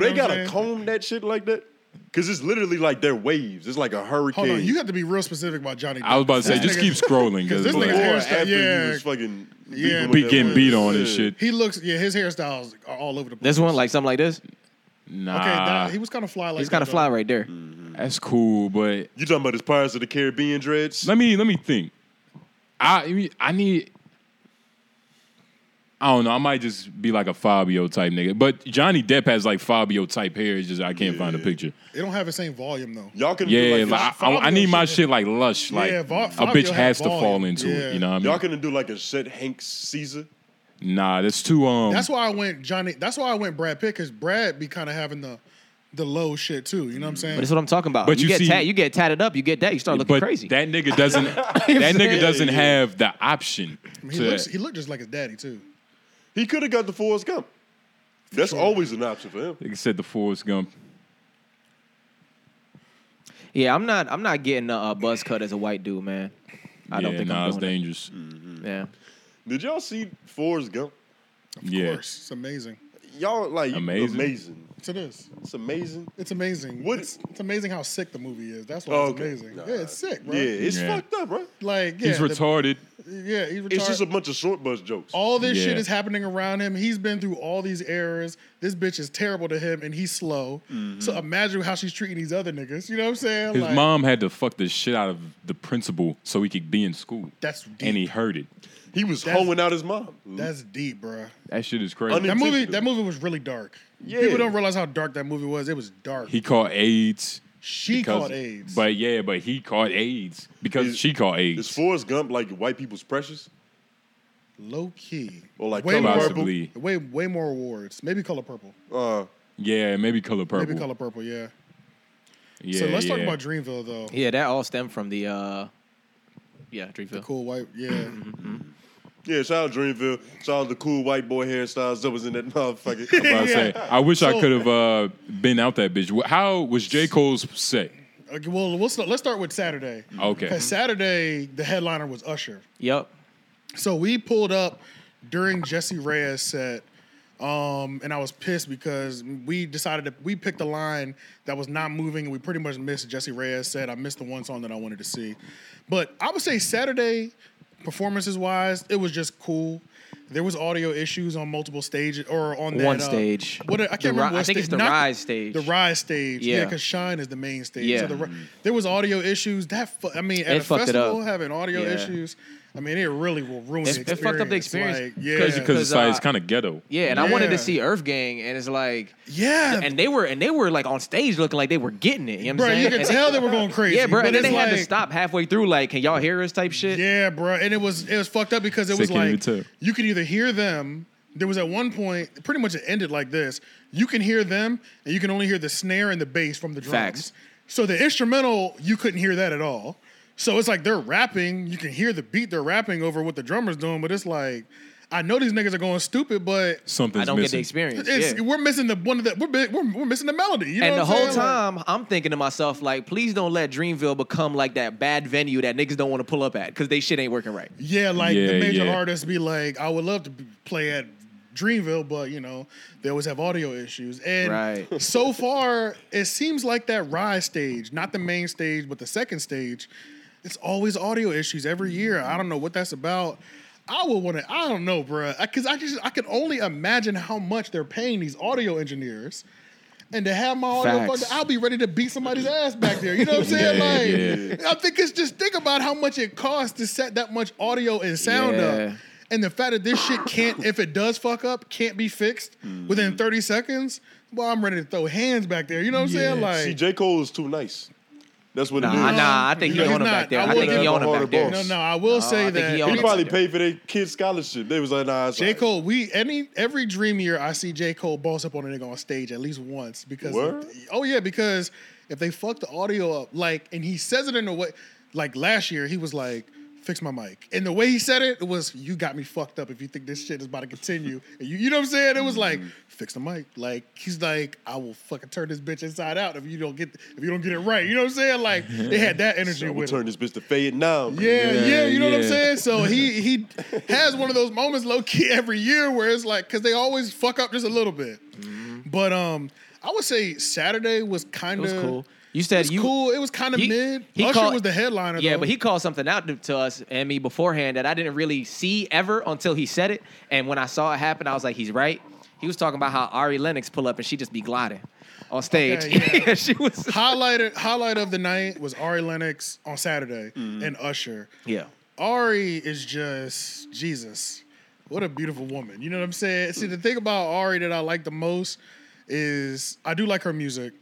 Speaker 1: what
Speaker 2: gotta
Speaker 1: I'm saying?
Speaker 2: comb that shit like that? Cause it's literally like their waves. It's like a hurricane.
Speaker 1: Hold on, you have to be real specific about Johnny.
Speaker 3: I was about to say
Speaker 1: Depp.
Speaker 3: just
Speaker 1: Nigga- *laughs*
Speaker 3: keep scrolling because
Speaker 1: this
Speaker 2: Before,
Speaker 1: nigga's hair-
Speaker 2: after
Speaker 1: yeah.
Speaker 2: you was fucking
Speaker 1: Yeah.
Speaker 2: beefing with
Speaker 3: be
Speaker 2: that
Speaker 3: getting
Speaker 2: woman.
Speaker 3: beat on
Speaker 2: Yeah.
Speaker 3: and shit.
Speaker 1: He looks, yeah, his hairstyles are all over the place.
Speaker 4: This one, like something like this.
Speaker 3: Nah,
Speaker 1: Okay, that, he was kind of fly. Like
Speaker 4: Uh, He's
Speaker 1: that,
Speaker 4: kind of fly
Speaker 1: though.
Speaker 4: right there.
Speaker 3: that's cool, but
Speaker 2: You talking about his Pirates of the Caribbean dreads?
Speaker 3: let me let me think. I I mean, I need. I don't know. I might just be like a Fabio type nigga, but Johnny Depp has like Fabio type hair. It's just I can't find a picture.
Speaker 1: It don't have the same volume though.
Speaker 2: Y'all can
Speaker 3: Yeah,
Speaker 2: do like
Speaker 3: like,
Speaker 2: a,
Speaker 3: I, I, I need
Speaker 1: Fabio
Speaker 3: my shit, like lush. Like
Speaker 1: Yeah, Fa-
Speaker 3: a
Speaker 1: Fabio
Speaker 3: bitch
Speaker 1: had
Speaker 3: has to
Speaker 1: volume.
Speaker 3: fall into it.
Speaker 1: Yeah.
Speaker 3: You know what I mean?
Speaker 2: y'all can do like a shit Hank Caesar.
Speaker 3: nah, that's too um.
Speaker 1: That's why I went Johnny. That's why I went Brad Pitt because Brad be kind of having the the low shit too. You know what I'm saying?
Speaker 4: But that's what I'm talking about.
Speaker 3: But
Speaker 4: you,
Speaker 3: you
Speaker 4: get
Speaker 3: see-
Speaker 4: tat, you get tatted up, you get that, you start looking
Speaker 3: but
Speaker 4: crazy.
Speaker 3: that nigga
Speaker 4: *laughs*
Speaker 3: doesn't. that nigga doesn't have the option.
Speaker 1: he,
Speaker 3: to-
Speaker 1: looks, he looked just like his daddy too.
Speaker 2: He could have got the Forrest Gump. That's always an option for him.
Speaker 3: like I said, the Forrest Gump.
Speaker 4: yeah, I'm not. I'm not getting a, uh buzz cut as a white dude, man. I don't
Speaker 3: Yeah,
Speaker 4: think
Speaker 3: nah,
Speaker 4: I'm
Speaker 3: it's
Speaker 4: doing
Speaker 3: dangerous.
Speaker 1: Mm,
Speaker 4: that. Yeah.
Speaker 2: Did y'all see Forrest Gump?
Speaker 1: Of
Speaker 3: yeah,
Speaker 1: course, it's amazing.
Speaker 2: Y'all like
Speaker 3: Amazing.
Speaker 2: amazing.
Speaker 1: It's, it is.
Speaker 2: It's amazing.
Speaker 1: It's amazing.
Speaker 2: What-
Speaker 1: It's, it's amazing how sick the movie is. That's why
Speaker 2: Oh,
Speaker 1: it's
Speaker 2: okay.
Speaker 1: amazing.
Speaker 2: Nah.
Speaker 1: Yeah, it's sick, bro.
Speaker 2: Yeah, it's
Speaker 3: Yeah.
Speaker 2: fucked up, right?
Speaker 1: Like yeah,
Speaker 3: he's
Speaker 1: the-
Speaker 3: retarded.
Speaker 1: yeah, he's retarded.
Speaker 2: It's just a bunch of short bus jokes.
Speaker 1: all this
Speaker 3: Yeah.
Speaker 1: shit is happening around him. He's been through all these errors. This bitch is terrible to him, and he's slow. So
Speaker 2: Mm-hmm.
Speaker 1: imagine how she's treating these other niggas. You know what I'm saying?
Speaker 3: His
Speaker 1: Like,
Speaker 3: mom had to fuck the shit out of the principal so he could be in school.
Speaker 1: That's deep.
Speaker 3: and he heard it.
Speaker 2: he was
Speaker 1: That's-
Speaker 2: hoeing out his mom.
Speaker 1: That's deep, bro.
Speaker 3: That shit is crazy.
Speaker 2: Unin-
Speaker 3: *laughs*
Speaker 1: That movie.
Speaker 2: Intentional.
Speaker 1: That movie was really dark.
Speaker 2: Yeah.
Speaker 1: People don't realize how dark that movie was. It was dark.
Speaker 3: he caught AIDS.
Speaker 1: she
Speaker 3: because-
Speaker 1: caught AIDS.
Speaker 3: But yeah, but he caught AIDS because
Speaker 2: Is-
Speaker 3: she caught
Speaker 2: Is
Speaker 3: AIDS.
Speaker 2: Forrest Gump like white people's precious?
Speaker 1: low key.
Speaker 2: Or like
Speaker 1: way
Speaker 2: Color
Speaker 1: more,
Speaker 3: Possibly.
Speaker 1: way way more awards. Maybe color purple.
Speaker 2: Uh,
Speaker 3: Yeah, maybe color purple.
Speaker 1: Maybe color purple. Yeah.
Speaker 3: Yeah,
Speaker 1: so let's talk
Speaker 3: yeah.
Speaker 1: about Dreamville though.
Speaker 4: Yeah, that all stemmed from the. uh Yeah, Dreamville.
Speaker 1: Cool white. Yeah.
Speaker 3: Mm-hmm.
Speaker 2: yeah, shout out Dreamville. Shout out the cool white boy hairstyles that was in that *laughs* motherfucker.
Speaker 1: *laughs*
Speaker 3: I, was saying, I wish I
Speaker 1: So-
Speaker 3: could have uh, been out that bitch. Wh- How was J. Cole's set?
Speaker 1: Okay, well, we'll start, let's start with Saturday.
Speaker 3: Okay.
Speaker 1: Because Saturday, the headliner was Usher.
Speaker 4: Yep.
Speaker 1: So we pulled up during Jesse Reyes set, um, and I was pissed because we decided to we picked a line that was not moving, and we pretty much missed Jesse Reyes set. I missed the one song that I wanted to see, but I would say Saturday performances wise, it was just cool. There was audio issues on multiple stages or on that,
Speaker 4: One
Speaker 1: uh,
Speaker 4: stage.
Speaker 1: What I can't
Speaker 4: The ri-
Speaker 1: remember. What
Speaker 4: I think it's the
Speaker 1: not-
Speaker 4: Rise stage.
Speaker 1: The rise stage. Yeah,
Speaker 4: Yeah.
Speaker 1: because Shine is the main stage.
Speaker 4: Yeah.
Speaker 1: So the, ri- there was audio issues. That fu- I mean, at
Speaker 4: It
Speaker 1: a
Speaker 4: fucked it
Speaker 1: festival
Speaker 4: up.
Speaker 1: having audio
Speaker 4: Yeah.
Speaker 1: issues. I mean, it really will ruin
Speaker 4: It's-
Speaker 1: the
Speaker 4: it fucked up the experience.
Speaker 1: Like, yeah,
Speaker 3: Crazy because it's
Speaker 4: Because, uh,
Speaker 3: like it's kind of ghetto.
Speaker 4: Yeah, and I wanted
Speaker 1: Yeah.
Speaker 4: to see Earth Gang, and it's like,
Speaker 1: yeah,
Speaker 4: and they were, and they were like on stage looking like they were getting it. You know what
Speaker 1: bro,
Speaker 4: I'm saying?
Speaker 1: you can
Speaker 4: And-
Speaker 1: tell they were going crazy.
Speaker 4: Yeah, bro.
Speaker 1: but
Speaker 4: And then
Speaker 1: it's
Speaker 4: they had to
Speaker 1: like-
Speaker 4: stop halfway through, like, can y'all hear us? Type shit.
Speaker 1: Yeah, bro, and it was it was fucked up because it
Speaker 3: They
Speaker 1: was
Speaker 3: can't
Speaker 1: like
Speaker 3: even tell.
Speaker 1: you could either hear them. There was at one point, pretty much it ended like this: you can hear them, and you can only hear the snare and the bass from the drums.
Speaker 4: Facts.
Speaker 1: So the instrumental, you couldn't hear that at all. So it's like they're rapping, you can hear the beat they're rapping over what the drummer's doing, but it's like, I know these niggas are going stupid, but
Speaker 3: Something's
Speaker 4: I don't get the
Speaker 3: missing.
Speaker 4: experience.
Speaker 1: it's,
Speaker 4: yeah.
Speaker 1: we're missing the one of the we're, bi- we're we're missing the melody. You know
Speaker 4: And the
Speaker 1: what I'm
Speaker 4: whole
Speaker 1: saying? Like,
Speaker 4: time, I'm thinking to myself, like, please don't let Dreamville become like that bad venue that niggas don't want to pull up at because they shit ain't working right.
Speaker 1: Yeah, like
Speaker 3: Yeah,
Speaker 1: the major
Speaker 3: yeah.
Speaker 1: artists be like, I would love to b- play at Dreamville, but you know, they always have audio issues. And
Speaker 4: Right. *laughs*
Speaker 1: so far, it seems like that rise stage, not the main stage, but the second stage, it's always audio issues every year. I don't know what that's about. I would want to. I don't know, bruh. Because I just I can only imagine how much they're paying these audio engineers, and to have my audio,
Speaker 4: Facts.
Speaker 1: fucking, I'll be ready to beat somebody's ass back there. You know what I'm saying?
Speaker 3: *laughs* Yeah,
Speaker 1: like,
Speaker 3: yeah.
Speaker 1: I think it's just think about how much it costs to set that much audio and sound
Speaker 4: Yeah.
Speaker 1: up. And the fact that this shit can't, if it does fuck up, can't be fixed
Speaker 4: Mm-hmm.
Speaker 1: within 30 seconds. Well, I'm ready to throw hands back there. You know what I'm saying?
Speaker 3: Yeah.
Speaker 1: Like,
Speaker 2: See, J. Cole is too nice. That's what
Speaker 4: Nah,
Speaker 2: it is.
Speaker 4: nah. I think
Speaker 1: No,
Speaker 4: he
Speaker 1: he's
Speaker 4: on him
Speaker 1: not.
Speaker 4: back there.
Speaker 1: I
Speaker 4: I, think
Speaker 1: wouldn't
Speaker 4: he
Speaker 2: have
Speaker 4: on him
Speaker 2: harder
Speaker 4: back there.
Speaker 1: no,
Speaker 2: balls.
Speaker 1: no, I will
Speaker 4: No,
Speaker 1: say
Speaker 4: I think
Speaker 1: that.
Speaker 4: he on
Speaker 2: He
Speaker 1: any-
Speaker 4: it.
Speaker 2: probably paid for their kid's scholarship. They was like, nah, it's
Speaker 1: J.
Speaker 2: all right.
Speaker 1: Cole, we any every dream year I see J. Cole boss up on a nigga on stage at least once because
Speaker 2: Word?
Speaker 1: oh yeah, because if they fuck the audio up, like and he says it in a way like last year, he was like, fix my mic. And the way he said it, was you got me fucked up if you think this shit is about to continue. and you, you know what I'm saying? It was like,
Speaker 2: Mm-hmm.
Speaker 1: fix the mic. Like he's like, I will fucking turn this bitch inside out if you don't get if you don't get it right. You know what I'm saying? Like they had
Speaker 2: *laughs*
Speaker 1: that energy
Speaker 2: So we
Speaker 1: with him.
Speaker 2: turn this bitch to fade now.
Speaker 1: Yeah, yeah,
Speaker 3: Yeah,
Speaker 1: you know what I'm
Speaker 3: yeah.
Speaker 1: saying. So
Speaker 4: *laughs*
Speaker 1: he he has one of those moments low key *laughs* every year where it's like because they always fuck up just a little bit. But um, I would say Saturday was kind
Speaker 4: Mm-hmm. It
Speaker 1: of
Speaker 4: was cool. You
Speaker 1: It
Speaker 4: said
Speaker 1: was
Speaker 4: you
Speaker 1: cool. It was kind of
Speaker 4: he-
Speaker 1: mid.
Speaker 4: he
Speaker 1: Usher
Speaker 4: called-
Speaker 1: was the headliner.
Speaker 4: Yeah,
Speaker 1: though.
Speaker 4: but he called something out to- to us and me beforehand that I didn't really see ever until he said it. And when I saw it happen, I was like, he's right. He was talking about how Ari Lennox pull up and she just be gliding. on stage.
Speaker 1: Okay, yeah.
Speaker 4: *laughs* she was.
Speaker 1: Highlight highlight of the night was Ari Lennox on Saturday
Speaker 4: Mm-hmm.
Speaker 1: and Usher.
Speaker 4: Yeah.
Speaker 1: Ari is just Jesus. What a beautiful woman. You know what I'm saying? See, the thing about Ari that I like the most is I do like her music,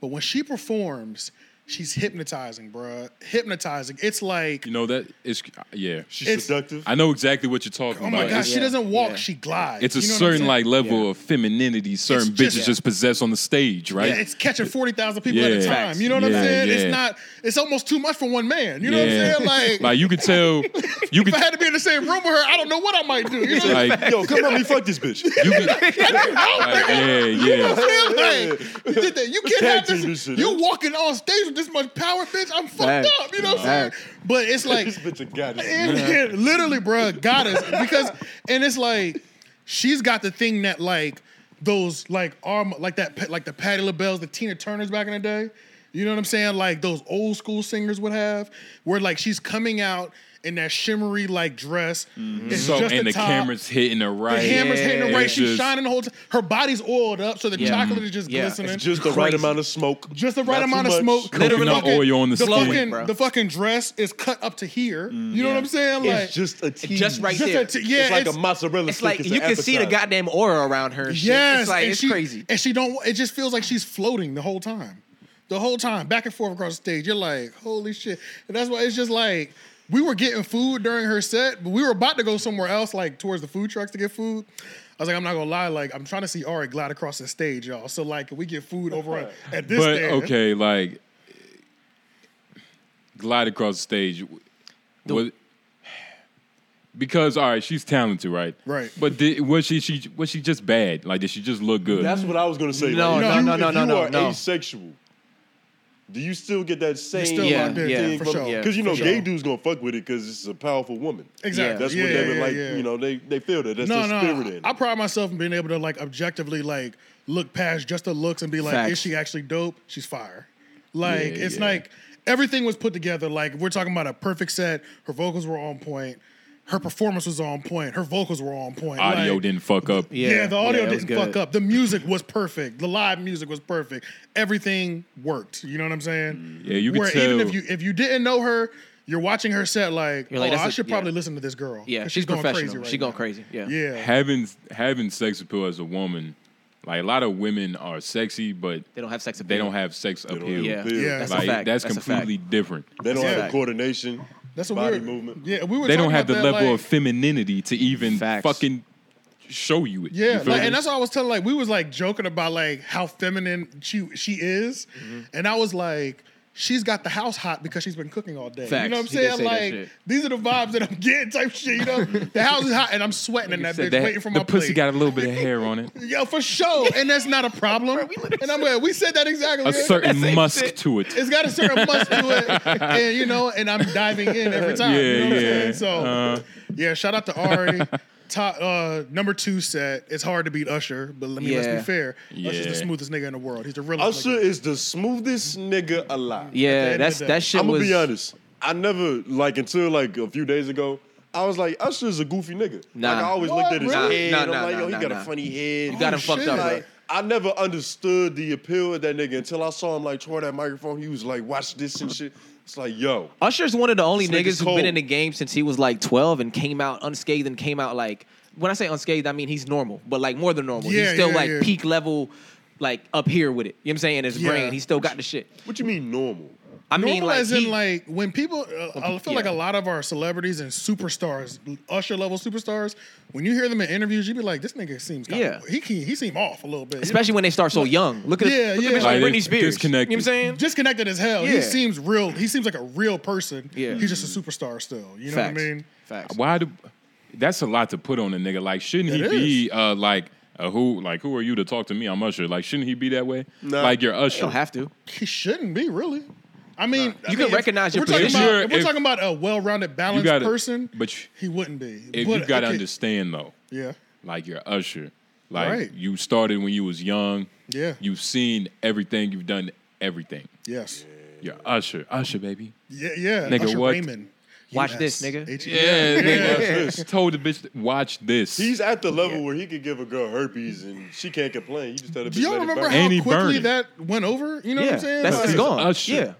Speaker 1: but when she performs, she's hypnotizing, bruh. Hypnotizing. It's like,
Speaker 3: You know that it's yeah.
Speaker 2: She's
Speaker 1: It's-
Speaker 2: seductive.
Speaker 3: I know exactly what you're talking
Speaker 1: oh
Speaker 3: about.
Speaker 1: my gosh,
Speaker 3: it's,
Speaker 1: she
Speaker 4: Yeah,
Speaker 1: doesn't walk,
Speaker 4: yeah.
Speaker 1: she glides.
Speaker 3: it's a
Speaker 1: You know what I'm
Speaker 3: certain
Speaker 1: saying?
Speaker 3: like level
Speaker 4: Yeah.
Speaker 3: of femininity certain
Speaker 1: just-
Speaker 3: bitches just possess on the stage, right?
Speaker 1: Yeah, it's catching 40,000 people at a
Speaker 3: Yeah.
Speaker 1: time. You know what I'm
Speaker 3: Yeah,
Speaker 1: saying?
Speaker 3: yeah.
Speaker 1: It's not, it's almost too much for one man. You know
Speaker 3: Yeah.
Speaker 1: what I'm
Speaker 3: *laughs*
Speaker 1: saying? Like,
Speaker 3: you
Speaker 1: *laughs*
Speaker 3: could tell, you
Speaker 1: if
Speaker 3: could
Speaker 1: I had to be in the same room with her, I don't know what I might do. You know what I'm
Speaker 3: like,
Speaker 2: Yo, come on, me fuck
Speaker 1: *laughs*
Speaker 2: this bitch.
Speaker 3: you could, like,
Speaker 1: "Oh,
Speaker 3: yeah, yeah.
Speaker 1: saying? Like, you did that. You can't
Speaker 2: Tag
Speaker 1: have
Speaker 2: team
Speaker 1: this.
Speaker 2: this shit.
Speaker 1: You walking on stage with this much power, bitch. I'm fucked
Speaker 4: Facts.
Speaker 1: up. You know what I'm saying?
Speaker 4: Facts.
Speaker 1: But it's like,
Speaker 3: *laughs*
Speaker 2: this bitch a goddess.
Speaker 1: and- literally, bruh, goddess. Because, and it's like, she's got the thing that like those like arm like that pa- like the Patti LaBelle's, the Tina Turner's back in the day. You know what I'm saying? Like those old school singers would have, where like she's coming out in that shimmery like dress. It's
Speaker 3: Mm-hmm. So
Speaker 1: just
Speaker 3: and the
Speaker 1: top.
Speaker 3: camera's hitting the right.
Speaker 1: The hammer's hitting
Speaker 4: Yeah.
Speaker 1: her right.
Speaker 3: It's
Speaker 1: She's
Speaker 3: just-
Speaker 1: shining the whole time. Her body's oiled up, so the
Speaker 4: Yeah.
Speaker 1: chocolate is just
Speaker 4: Yeah.
Speaker 1: glistening.
Speaker 2: It's
Speaker 1: Just,
Speaker 2: just the right amount of smoke.
Speaker 1: the right
Speaker 2: Not too
Speaker 1: amount of
Speaker 2: much.
Speaker 1: smoke.
Speaker 4: Literally.
Speaker 1: the
Speaker 3: Coconut oil in the skin,
Speaker 1: fucking,
Speaker 4: bro.
Speaker 1: the fucking dress is cut up to here. you know
Speaker 4: Yeah.
Speaker 1: what I'm saying? Like,
Speaker 2: It's just a tease.
Speaker 4: just right
Speaker 1: just
Speaker 4: there.
Speaker 1: a t- yeah,
Speaker 2: it's like a mozzarella
Speaker 4: It's
Speaker 2: stick.
Speaker 4: like you can see the
Speaker 2: appetizer.
Speaker 4: goddamn aura around her. and shit.
Speaker 1: Yes,
Speaker 4: It's like
Speaker 1: and
Speaker 4: it's
Speaker 1: she-
Speaker 4: crazy.
Speaker 1: And she don't. It just feels like she's floating the whole time, the whole time, back and forth across the stage. You're like, holy shit, and that's why it's just like we were getting food during her set, but we were about to go somewhere else, like towards the food trucks to get food. I was like, I'm not gonna lie, like I'm trying to see Ari glide across the stage, y'all. So like, can we get food over at, at this?
Speaker 3: But
Speaker 1: stand?
Speaker 3: okay, like glide across the stage. was- because all right, she's talented, right?
Speaker 1: Right.
Speaker 3: But did, was she she was she just bad? Like did she just look good?
Speaker 2: That's what I was gonna say.
Speaker 4: No,
Speaker 2: Like,
Speaker 1: no,
Speaker 2: if you,
Speaker 1: no,
Speaker 2: if
Speaker 4: no, no,
Speaker 2: you
Speaker 4: no,
Speaker 2: are
Speaker 4: no.
Speaker 2: asexual, do you still get that same?
Speaker 1: still
Speaker 4: Yeah, locked in, yeah,
Speaker 2: thing
Speaker 1: for
Speaker 2: from-
Speaker 1: sure. Yeah,
Speaker 2: Cause you know,
Speaker 1: for
Speaker 2: gay
Speaker 1: sure.
Speaker 2: dudes gonna fuck with it because it's a powerful woman.
Speaker 1: exactly.
Speaker 4: Yeah,
Speaker 2: That's
Speaker 1: yeah,
Speaker 2: what they would
Speaker 1: yeah,
Speaker 2: like.
Speaker 1: yeah.
Speaker 2: You know, they they feel that. That's
Speaker 1: No,
Speaker 2: their spirit
Speaker 1: no,
Speaker 2: in.
Speaker 1: I
Speaker 2: it.
Speaker 1: pride myself in being able to like objectively like look past just the looks and be like,
Speaker 4: Facts.
Speaker 1: is she actually dope? She's fire. Like
Speaker 3: Yeah,
Speaker 1: it's
Speaker 3: yeah.
Speaker 1: like everything was put together. Like we're talking about a perfect set. Her vocals were on point. Her performance was on point. Her vocals were on point.
Speaker 3: Audio
Speaker 1: Like,
Speaker 3: didn't fuck up.
Speaker 1: Yeah, the audio
Speaker 4: it was
Speaker 1: didn't
Speaker 4: good.
Speaker 1: fuck up. The music was perfect. The live music was perfect. Everything worked. You know what I'm saying?
Speaker 3: Mm, Yeah, you could
Speaker 1: Where even
Speaker 3: tell.
Speaker 1: if you if you didn't know her, you're watching her set like,
Speaker 4: You're
Speaker 1: oh,
Speaker 4: like, that's
Speaker 1: I
Speaker 4: a-
Speaker 1: should
Speaker 4: yeah.
Speaker 1: probably listen to this girl.
Speaker 4: Yeah,
Speaker 1: 'Cause
Speaker 4: she's professional.
Speaker 1: right
Speaker 4: she going
Speaker 1: now.
Speaker 4: crazy. Yeah.
Speaker 1: Yeah.
Speaker 3: having having sex appeal as a woman, like a lot of women are sexy, but
Speaker 4: They don't have sex.
Speaker 3: they don't have sex
Speaker 2: They don't
Speaker 3: appeal.
Speaker 2: have
Speaker 4: Yeah.
Speaker 2: appeal.
Speaker 1: Yeah.
Speaker 4: That's a
Speaker 3: Like
Speaker 4: fact.
Speaker 3: that's,
Speaker 4: That's a
Speaker 3: completely different.
Speaker 2: They don't
Speaker 1: That's a
Speaker 2: have
Speaker 1: fact.
Speaker 2: coordination.
Speaker 1: That's a
Speaker 2: body
Speaker 1: weird
Speaker 2: movement.
Speaker 1: Yeah, we were.
Speaker 3: They don't
Speaker 1: talking
Speaker 3: have the
Speaker 1: about that,
Speaker 3: level
Speaker 1: like-
Speaker 3: of femininity to even
Speaker 4: Facts.
Speaker 3: fucking show you it. You
Speaker 1: Yeah,
Speaker 3: feel
Speaker 1: like,
Speaker 3: me?
Speaker 1: and that's what I was telling. Like, we was like joking about like how feminine she she is,
Speaker 2: Mm-hmm.
Speaker 1: and I was like, she's got the house hot because she's been cooking all day. You
Speaker 4: Facts.
Speaker 1: know what I'm
Speaker 4: He did
Speaker 1: saying?
Speaker 4: say that
Speaker 1: Like,
Speaker 4: shit.
Speaker 1: these are the vibes that I'm *laughs* getting, type shit. You know, the house is hot, and I'm sweating in
Speaker 3: Like
Speaker 1: that
Speaker 3: you
Speaker 1: bitch,
Speaker 3: said, that-
Speaker 1: waiting for
Speaker 3: the
Speaker 1: my
Speaker 3: pussy
Speaker 1: plate.
Speaker 3: got a little bit of hair on it,
Speaker 1: yeah, for sure, and that's not a
Speaker 3: *laughs*
Speaker 1: problem. and I'm like, we said that exactly. *laughs*
Speaker 3: a certain musk
Speaker 4: shit.
Speaker 3: to it.
Speaker 1: it's got a certain must to
Speaker 4: *laughs*
Speaker 1: it, and you know, and I'm diving in every time. you know
Speaker 3: Yeah,
Speaker 1: what I'm
Speaker 3: yeah.
Speaker 1: saying? So,
Speaker 4: Uh-huh.
Speaker 1: yeah, shout out to Ari. Top uh, number two set. It's hard to beat Usher, but let me let's
Speaker 4: Yeah.
Speaker 1: be fair. Usher's the
Speaker 3: Yeah.
Speaker 1: smoothest nigga in the world. He's the realest.
Speaker 2: Usher
Speaker 1: nigga.
Speaker 2: is the smoothest nigga alive.
Speaker 4: Yeah,
Speaker 1: At the end of
Speaker 4: that's
Speaker 1: the day.
Speaker 4: that shit
Speaker 2: I'm gonna
Speaker 4: was.
Speaker 2: be honest. I never like until like a few days ago. I was like, Usher's a goofy nigga.
Speaker 4: Nah.
Speaker 2: Like I always
Speaker 1: What?
Speaker 2: looked at his
Speaker 1: Really?
Speaker 2: head.
Speaker 4: Nah,
Speaker 2: I'm
Speaker 4: nah,
Speaker 2: like,
Speaker 4: nah,
Speaker 2: yo, he
Speaker 4: nah,
Speaker 2: got
Speaker 4: nah.
Speaker 2: a funny head.
Speaker 4: You got him
Speaker 1: Oh,
Speaker 4: fucked
Speaker 1: shit.
Speaker 4: up. bro.
Speaker 2: Like, I never understood the appeal of that nigga until I saw him like toward that microphone. He was like, watch this and shit. It's like, yo,
Speaker 4: Usher's one of the only
Speaker 2: This nigga's
Speaker 4: niggas who've been
Speaker 2: cold.
Speaker 4: in the game since he was like 12 and came out unscathed and came out like when I say unscathed, I mean he's normal, but like more than normal. he's
Speaker 1: Yeah,
Speaker 4: still
Speaker 1: yeah,
Speaker 4: like
Speaker 1: yeah.
Speaker 4: peak level, like up here with it. You know what I'm saying? In his
Speaker 1: Yeah.
Speaker 4: brain, he still got the shit.
Speaker 2: what you mean normal?
Speaker 4: I
Speaker 1: Normal
Speaker 4: mean, like,
Speaker 1: as
Speaker 4: he-
Speaker 1: in like when people, uh, I feel like a
Speaker 4: yeah.
Speaker 1: lot of our celebrities and superstars, Usher level superstars, when you hear them in interviews, you be like, this nigga seems, kinda-
Speaker 4: Yeah.
Speaker 1: he can, he seem off a little bit,
Speaker 4: especially when they start so young. Look at
Speaker 1: Yeah,
Speaker 4: look
Speaker 1: yeah.
Speaker 4: at bitch
Speaker 1: Like,
Speaker 4: like
Speaker 3: they
Speaker 4: Britney Spears.
Speaker 3: disconnected.
Speaker 4: You know what I'm saying?
Speaker 1: disconnected as hell.
Speaker 4: Yeah.
Speaker 1: He seems real. He seems like a real person.
Speaker 4: Yeah.
Speaker 1: he's just a superstar still. You know
Speaker 4: Facts.
Speaker 1: what I mean?
Speaker 4: Facts.
Speaker 3: Why do? That's a lot to put on a nigga. Like, shouldn't he
Speaker 1: It
Speaker 3: be uh, like a who? Like, who are you to talk to me? I'm Usher. Like, shouldn't he be that way?
Speaker 2: Nah.
Speaker 3: Like, you're
Speaker 4: You
Speaker 3: Usher.
Speaker 4: don't have to.
Speaker 1: He shouldn't be really. I mean, I
Speaker 4: You
Speaker 1: mean,
Speaker 4: can recognize
Speaker 1: if
Speaker 4: your
Speaker 1: we're talking
Speaker 3: position.
Speaker 1: about,
Speaker 3: If
Speaker 1: if we're
Speaker 3: you're-
Speaker 1: talking about a well-rounded, balanced
Speaker 3: gotta-
Speaker 1: person,
Speaker 3: but you-
Speaker 1: he wouldn't be.
Speaker 3: if
Speaker 1: But
Speaker 3: you gotta
Speaker 1: okay,
Speaker 3: understand though,
Speaker 1: yeah,
Speaker 3: like you're Usher. Like
Speaker 1: Right.
Speaker 3: you started when you was young.
Speaker 1: Yeah.
Speaker 3: You've seen everything. You've done everything.
Speaker 1: yes,
Speaker 3: You're Usher. Usher, baby.
Speaker 1: yeah, yeah.
Speaker 3: Nigga,
Speaker 1: Usher
Speaker 3: what?
Speaker 1: Raymond.
Speaker 4: Watch this,
Speaker 1: US.
Speaker 4: nigga.
Speaker 1: H-
Speaker 3: Yeah,
Speaker 1: yeah.
Speaker 3: nigga. Told the bitch, to watch this.
Speaker 2: He's at the level where he could give a girl herpes and she can't complain. You just tell the bitch.
Speaker 1: Do y'all
Speaker 2: let it
Speaker 1: remember
Speaker 2: burn.
Speaker 1: how
Speaker 3: And he
Speaker 1: quickly
Speaker 3: burning.
Speaker 1: that went over? You know what
Speaker 4: yeah,
Speaker 1: I'm saying?
Speaker 4: that's
Speaker 1: Like,
Speaker 4: it's gone.
Speaker 3: Usher.
Speaker 4: Yeah,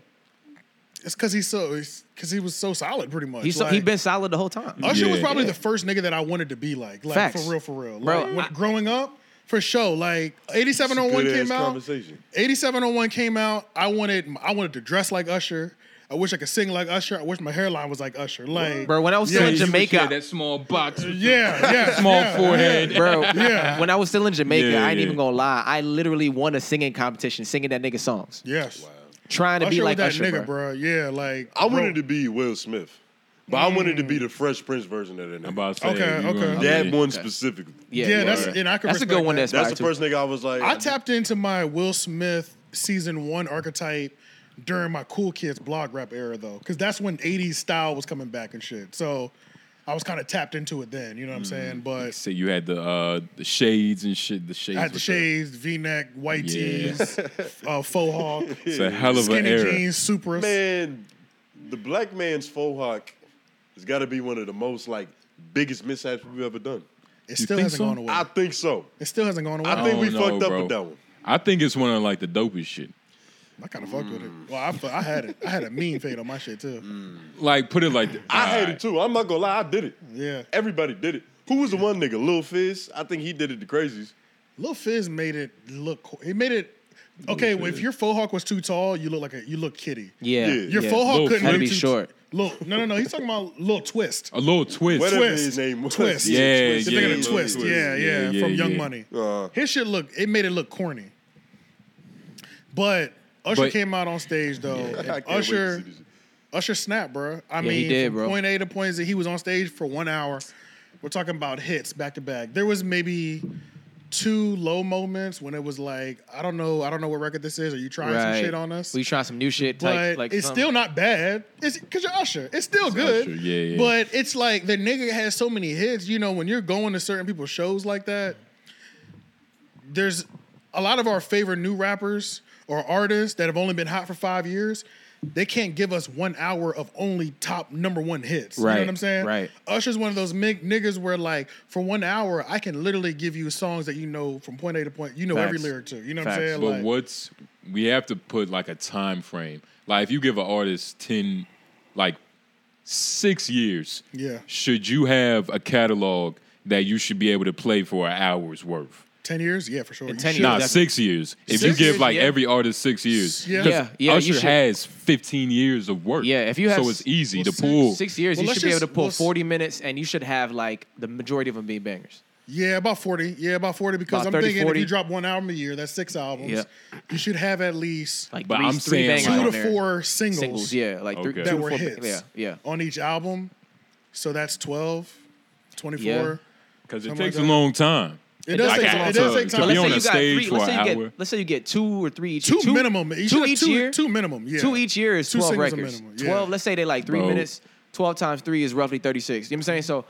Speaker 1: it's because he's so because he was so solid, pretty much.
Speaker 4: he's so,
Speaker 1: like,
Speaker 4: he been solid the whole time.
Speaker 1: Usher was
Speaker 3: Yeah.
Speaker 1: probably the first nigga that I wanted to be like, like
Speaker 4: Facts.
Speaker 1: for real, for real.
Speaker 4: Bro,
Speaker 1: Like, when-
Speaker 4: I-
Speaker 1: growing up, for sure. Like eighty seven on one
Speaker 2: Good-ass
Speaker 1: came out.
Speaker 2: Conversation.
Speaker 1: Eighty seven on oh one came out. I wanted I wanted to dress like Usher. I wish I could sing like Usher. I wish my hairline was like Usher. Like,
Speaker 4: Bro, when I was
Speaker 1: Yeah,
Speaker 4: still in
Speaker 1: you would
Speaker 4: Jamaica,
Speaker 3: that small box, with
Speaker 1: yeah, yeah,
Speaker 4: *laughs*
Speaker 3: the small
Speaker 1: yeah,
Speaker 3: *laughs* forehead.
Speaker 4: bro.
Speaker 1: Yeah.
Speaker 4: When I was still in Jamaica,
Speaker 3: Yeah,
Speaker 4: I ain't
Speaker 3: yeah.
Speaker 4: even gonna lie. I literally won a singing competition, singing that nigga songs,
Speaker 1: yeah. Yes,
Speaker 4: trying to
Speaker 1: Usher
Speaker 4: be
Speaker 1: was
Speaker 4: like
Speaker 1: that
Speaker 4: Usher,
Speaker 1: nigga,
Speaker 4: bro.
Speaker 1: bro. Mm. Yeah, like
Speaker 2: I wanted to be Will Smith, but I wanted to be the Fresh Prince version of that.
Speaker 3: I'm
Speaker 2: Nigga.
Speaker 3: about to say,
Speaker 1: Okay,
Speaker 3: you
Speaker 1: okay.
Speaker 3: gonna-
Speaker 2: that
Speaker 3: yeah.
Speaker 2: one specifically.
Speaker 4: Yeah,
Speaker 1: Yeah,
Speaker 4: yeah,
Speaker 1: that's
Speaker 4: yeah.
Speaker 1: and I can
Speaker 4: That's a good
Speaker 1: respect
Speaker 4: one.
Speaker 1: that.
Speaker 4: That's,
Speaker 2: That's the first nigga I was like.
Speaker 1: I tapped into my Will Smith season one archetype during my cool kids blog rap era though, because that's when '80s style was coming back and shit. So I was kind of tapped into it then. You know what I'm
Speaker 3: Mm-hmm.
Speaker 1: saying? But
Speaker 3: So you had the uh, the shades and shit. The shades.
Speaker 1: I had the
Speaker 3: with
Speaker 1: shades, V-neck, white
Speaker 3: Yeah.
Speaker 1: tees, uh, faux hawk,
Speaker 3: It's a *laughs* hell of an
Speaker 1: skinny
Speaker 3: era.
Speaker 1: jeans, supras.
Speaker 2: man, the black man's faux hawk has got to be one of the most like biggest mishaps we've ever done.
Speaker 1: It still
Speaker 3: think
Speaker 1: hasn't
Speaker 3: so?
Speaker 1: gone away.
Speaker 2: I think so.
Speaker 1: it still hasn't gone away.
Speaker 2: I
Speaker 1: I,
Speaker 2: think we
Speaker 3: don't
Speaker 2: fucked
Speaker 3: know,
Speaker 2: up
Speaker 3: bro.
Speaker 2: with that one.
Speaker 3: I think it's one of like the dopest shit.
Speaker 1: kind of fucked with it. Well, I, fu- I had it. I had a mean fade on my shit too.
Speaker 3: Like put it like
Speaker 2: I had it too. I'm not gonna lie, I did it.
Speaker 1: Yeah.
Speaker 2: Everybody did it. Who was the one nigga? Lil Fizz. I think he did it the craziest.
Speaker 1: Lil Fizz made it look. co- He made it. Okay, well, if your faux hawk was taux tall, you look like a you look kitty.
Speaker 4: Yeah,
Speaker 2: Yeah.
Speaker 1: Your
Speaker 4: yeah.
Speaker 1: faux hawk
Speaker 3: Lil
Speaker 1: couldn't
Speaker 3: Had
Speaker 4: to
Speaker 1: really
Speaker 4: be
Speaker 1: too-
Speaker 4: short.
Speaker 1: Lil, no, no, no. He's talking about little twist.
Speaker 3: a little twist.
Speaker 2: Whatever
Speaker 1: Twist.
Speaker 2: his name was.
Speaker 1: Twist.
Speaker 3: Yeah,
Speaker 2: Twist.
Speaker 1: You're
Speaker 3: yeah,
Speaker 1: thinking of
Speaker 3: Lil
Speaker 1: twist.
Speaker 3: Twist.
Speaker 1: Yeah, yeah,
Speaker 3: Yeah, yeah,
Speaker 1: from Young
Speaker 3: yeah.
Speaker 1: Money.
Speaker 2: Uh,
Speaker 1: His shit look. It made it look corny. But Usher
Speaker 3: But-
Speaker 1: came out on stage though. and
Speaker 2: I can't wait to
Speaker 1: Usher,
Speaker 2: see this shit.
Speaker 1: Usher snapped, bro. I
Speaker 4: Yeah,
Speaker 1: mean,
Speaker 4: he did,
Speaker 1: from
Speaker 4: bro.
Speaker 1: point A to point Z, he was on stage for one hour. We're talking about hits back to back. There was maybe two low moments when it was like, I don't know, I don't know what record this is. Are you trying
Speaker 4: right.
Speaker 1: some shit on us?
Speaker 4: We try some new shit.
Speaker 1: But
Speaker 4: Type, like
Speaker 1: it's
Speaker 4: some-
Speaker 1: still not bad. It's because you're Usher. It's still good.
Speaker 3: Usher, yeah, yeah.
Speaker 1: But it's like the nigga has so many hits. You know, when you're going to certain people's shows like that, there's a lot of our favorite new rappers or artists that have only been hot for five years. They can't give us one hour of only top number one hits. You know
Speaker 4: Right,
Speaker 1: what I'm saying?
Speaker 4: right.
Speaker 1: Usher's one of those mig- niggas where, like, for one hour, I can literally give you songs that you know from point A to point. You know every
Speaker 4: Facts.
Speaker 1: lyric to. You know
Speaker 4: Facts.
Speaker 1: what I'm saying?
Speaker 3: But
Speaker 1: Like,
Speaker 3: what's we have to put like a time frame. Like if you give an artist ten, like six years,
Speaker 1: Yeah.
Speaker 3: should you have a catalog that you should be able to play for an hour's worth?
Speaker 1: Ten years? Yeah, for sure. You
Speaker 4: 10
Speaker 1: should.
Speaker 4: years.
Speaker 3: Nah,
Speaker 4: definitely.
Speaker 3: six years. If you
Speaker 4: Six
Speaker 3: give
Speaker 4: years,
Speaker 3: like
Speaker 4: yeah.
Speaker 3: every artist six years,
Speaker 1: Yeah.
Speaker 3: 'cause
Speaker 4: Yeah, yeah, you
Speaker 3: Usher
Speaker 4: should.
Speaker 3: has fifteen years of work.
Speaker 4: Yeah, if you have
Speaker 3: so
Speaker 4: s-
Speaker 3: it's easy
Speaker 1: well,
Speaker 3: to
Speaker 1: six-
Speaker 3: pull.
Speaker 4: six years,
Speaker 1: Well,
Speaker 4: you
Speaker 1: let's
Speaker 4: should be able
Speaker 1: just-
Speaker 4: to pull
Speaker 1: let's-
Speaker 4: 40 minutes, and you should have like the majority of them be bangers.
Speaker 1: Yeah, about 40. Yeah, about 40 because
Speaker 4: About
Speaker 1: I'm
Speaker 4: 30,
Speaker 1: thinking if
Speaker 4: 40.
Speaker 1: you drop one album a year, that's six albums.
Speaker 4: Yeah.
Speaker 1: You should have at least
Speaker 4: Like
Speaker 3: But
Speaker 4: three,
Speaker 3: I'm
Speaker 4: three
Speaker 3: saying,
Speaker 4: bangers
Speaker 3: like-
Speaker 1: two
Speaker 4: on
Speaker 1: to
Speaker 4: there.
Speaker 1: four singles,
Speaker 4: singles. Yeah, like three,
Speaker 3: Okay.
Speaker 4: two
Speaker 1: that
Speaker 4: to
Speaker 1: were
Speaker 4: four.
Speaker 1: hits.
Speaker 4: Yeah, yeah.
Speaker 1: On each album. So that's 12, 24.
Speaker 4: Yeah.
Speaker 3: Because it
Speaker 1: Something
Speaker 3: takes a
Speaker 1: like that.
Speaker 3: long time.
Speaker 1: It does
Speaker 4: does
Speaker 1: take a
Speaker 4: take
Speaker 1: long
Speaker 3: to,
Speaker 4: time.
Speaker 1: It does take
Speaker 3: to
Speaker 1: time.
Speaker 3: be
Speaker 4: let's
Speaker 3: on
Speaker 4: say
Speaker 3: a
Speaker 4: you got
Speaker 3: stage
Speaker 4: three-
Speaker 3: for
Speaker 4: let's
Speaker 3: an
Speaker 4: say you
Speaker 3: hour.
Speaker 4: Get, let's say you get two or three each.
Speaker 1: Two, minimum. You should
Speaker 4: two
Speaker 1: have
Speaker 4: each
Speaker 1: two,
Speaker 4: year.
Speaker 1: Two minimum. Yeah.
Speaker 4: Two each year is
Speaker 1: Two
Speaker 4: 12
Speaker 1: singles a
Speaker 4: records.
Speaker 1: minimum, yeah.
Speaker 4: 12, let's say they like three
Speaker 3: Bro.
Speaker 4: minutes. 12 times three is roughly 36. You know what I'm saying? So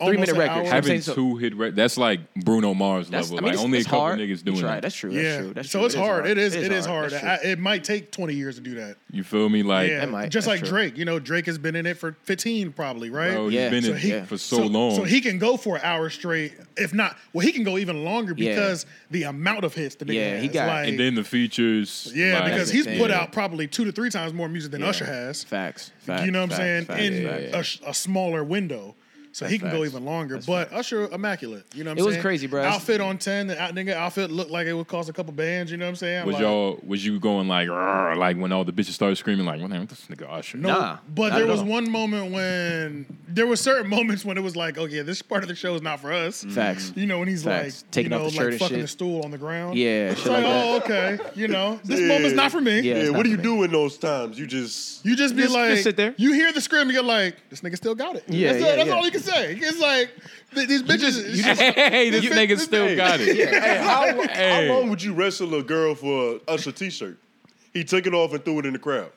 Speaker 1: Almost
Speaker 4: three-minute
Speaker 1: an
Speaker 4: record.
Speaker 1: hour.
Speaker 4: Have-
Speaker 3: Having
Speaker 4: so-
Speaker 3: two hit re- that's like Bruno Mars
Speaker 4: that's,
Speaker 3: level.
Speaker 4: I mean,
Speaker 3: like
Speaker 4: it's,
Speaker 3: only
Speaker 4: it's
Speaker 3: a couple
Speaker 4: hard.
Speaker 3: niggas
Speaker 4: You
Speaker 3: doing
Speaker 4: try.
Speaker 3: that.
Speaker 4: That's true. That's
Speaker 1: Yeah.
Speaker 4: true. That's
Speaker 1: so
Speaker 4: true.
Speaker 1: it's hard. It is. It is hard.
Speaker 4: That's
Speaker 1: I,
Speaker 4: true.
Speaker 1: it might take 20 years to do that.
Speaker 3: You feel me? Like
Speaker 1: yeah.
Speaker 4: That might-
Speaker 1: Just like
Speaker 4: that's true.
Speaker 1: Drake. You know, Drake has been in it for 15 probably, right?
Speaker 3: Bro, he's
Speaker 4: Yeah.
Speaker 3: been
Speaker 4: So
Speaker 3: in
Speaker 4: *laughs*
Speaker 1: he-
Speaker 3: it for so,
Speaker 1: so
Speaker 3: long.
Speaker 1: So he can go for an hour straight, if not. Well, he can go even longer
Speaker 4: Yeah.
Speaker 1: because the amount of hits the nigga
Speaker 4: Yeah, he
Speaker 1: has,
Speaker 4: got-
Speaker 1: like,
Speaker 3: and then the features.
Speaker 1: yeah,
Speaker 3: like-
Speaker 1: because
Speaker 4: that's
Speaker 1: he's
Speaker 4: the
Speaker 1: put
Speaker 4: thing.
Speaker 1: out probably two to three times more music than Usher has.
Speaker 4: Facts. Facts.
Speaker 1: you know what
Speaker 4: facts,
Speaker 1: I'm saying?
Speaker 4: facts,
Speaker 1: in
Speaker 4: facts.
Speaker 1: a sh- A, smaller window. So he
Speaker 4: That's
Speaker 1: can go
Speaker 4: facts.
Speaker 1: even longer,
Speaker 4: That's
Speaker 1: but Usher immaculate. You know what I'm
Speaker 4: It
Speaker 1: saying?
Speaker 4: was crazy, bro.
Speaker 1: Outfit on ten, the out- nigga outfit looked like it would cost a couple bands. You know what I'm saying?
Speaker 3: was
Speaker 1: Like,
Speaker 3: y'all was you going like "Rrr," like when all the bitches started screaming like what the hell this nigga Usher?
Speaker 1: No,
Speaker 4: Nah,
Speaker 1: but
Speaker 4: not
Speaker 1: there
Speaker 4: at
Speaker 1: was
Speaker 4: all.
Speaker 1: one moment when there were certain *laughs* moments when it was like, okay, this part of the show is not for us.
Speaker 4: Mm-hmm. Facts.
Speaker 1: You know, when he's
Speaker 4: Facts.
Speaker 1: like
Speaker 4: Taking
Speaker 1: you
Speaker 4: off
Speaker 1: know,
Speaker 4: the shirt
Speaker 1: like
Speaker 4: and
Speaker 1: fucking
Speaker 4: shit.
Speaker 1: the stool on the ground.
Speaker 4: Yeah,
Speaker 1: It's *laughs*
Speaker 4: shit
Speaker 1: like,
Speaker 4: like that.
Speaker 1: oh, okay. You
Speaker 4: *laughs*
Speaker 1: know, this
Speaker 2: Yeah.
Speaker 1: moment's not for me.
Speaker 4: Yeah.
Speaker 2: Yeah, what do you
Speaker 4: definitely.
Speaker 2: do in those times?
Speaker 1: *laughs*
Speaker 2: You just
Speaker 1: You just be
Speaker 4: Just-
Speaker 1: like,
Speaker 4: just sit there.
Speaker 1: you hear the scream, you're like, this nigga still got it.
Speaker 4: Yeah,
Speaker 1: that's,
Speaker 4: yeah,
Speaker 1: that's
Speaker 4: yeah.
Speaker 1: all you can say. It's like, th- these bitches.
Speaker 4: you just-
Speaker 3: Hey, this
Speaker 1: You-
Speaker 3: nigga
Speaker 1: this
Speaker 3: still
Speaker 1: nigga-
Speaker 3: got it.
Speaker 2: Hey, how, how
Speaker 3: Hey.
Speaker 2: long would you wrestle a girl for a Usher t-shirt? He took it off and threw it in the crowd.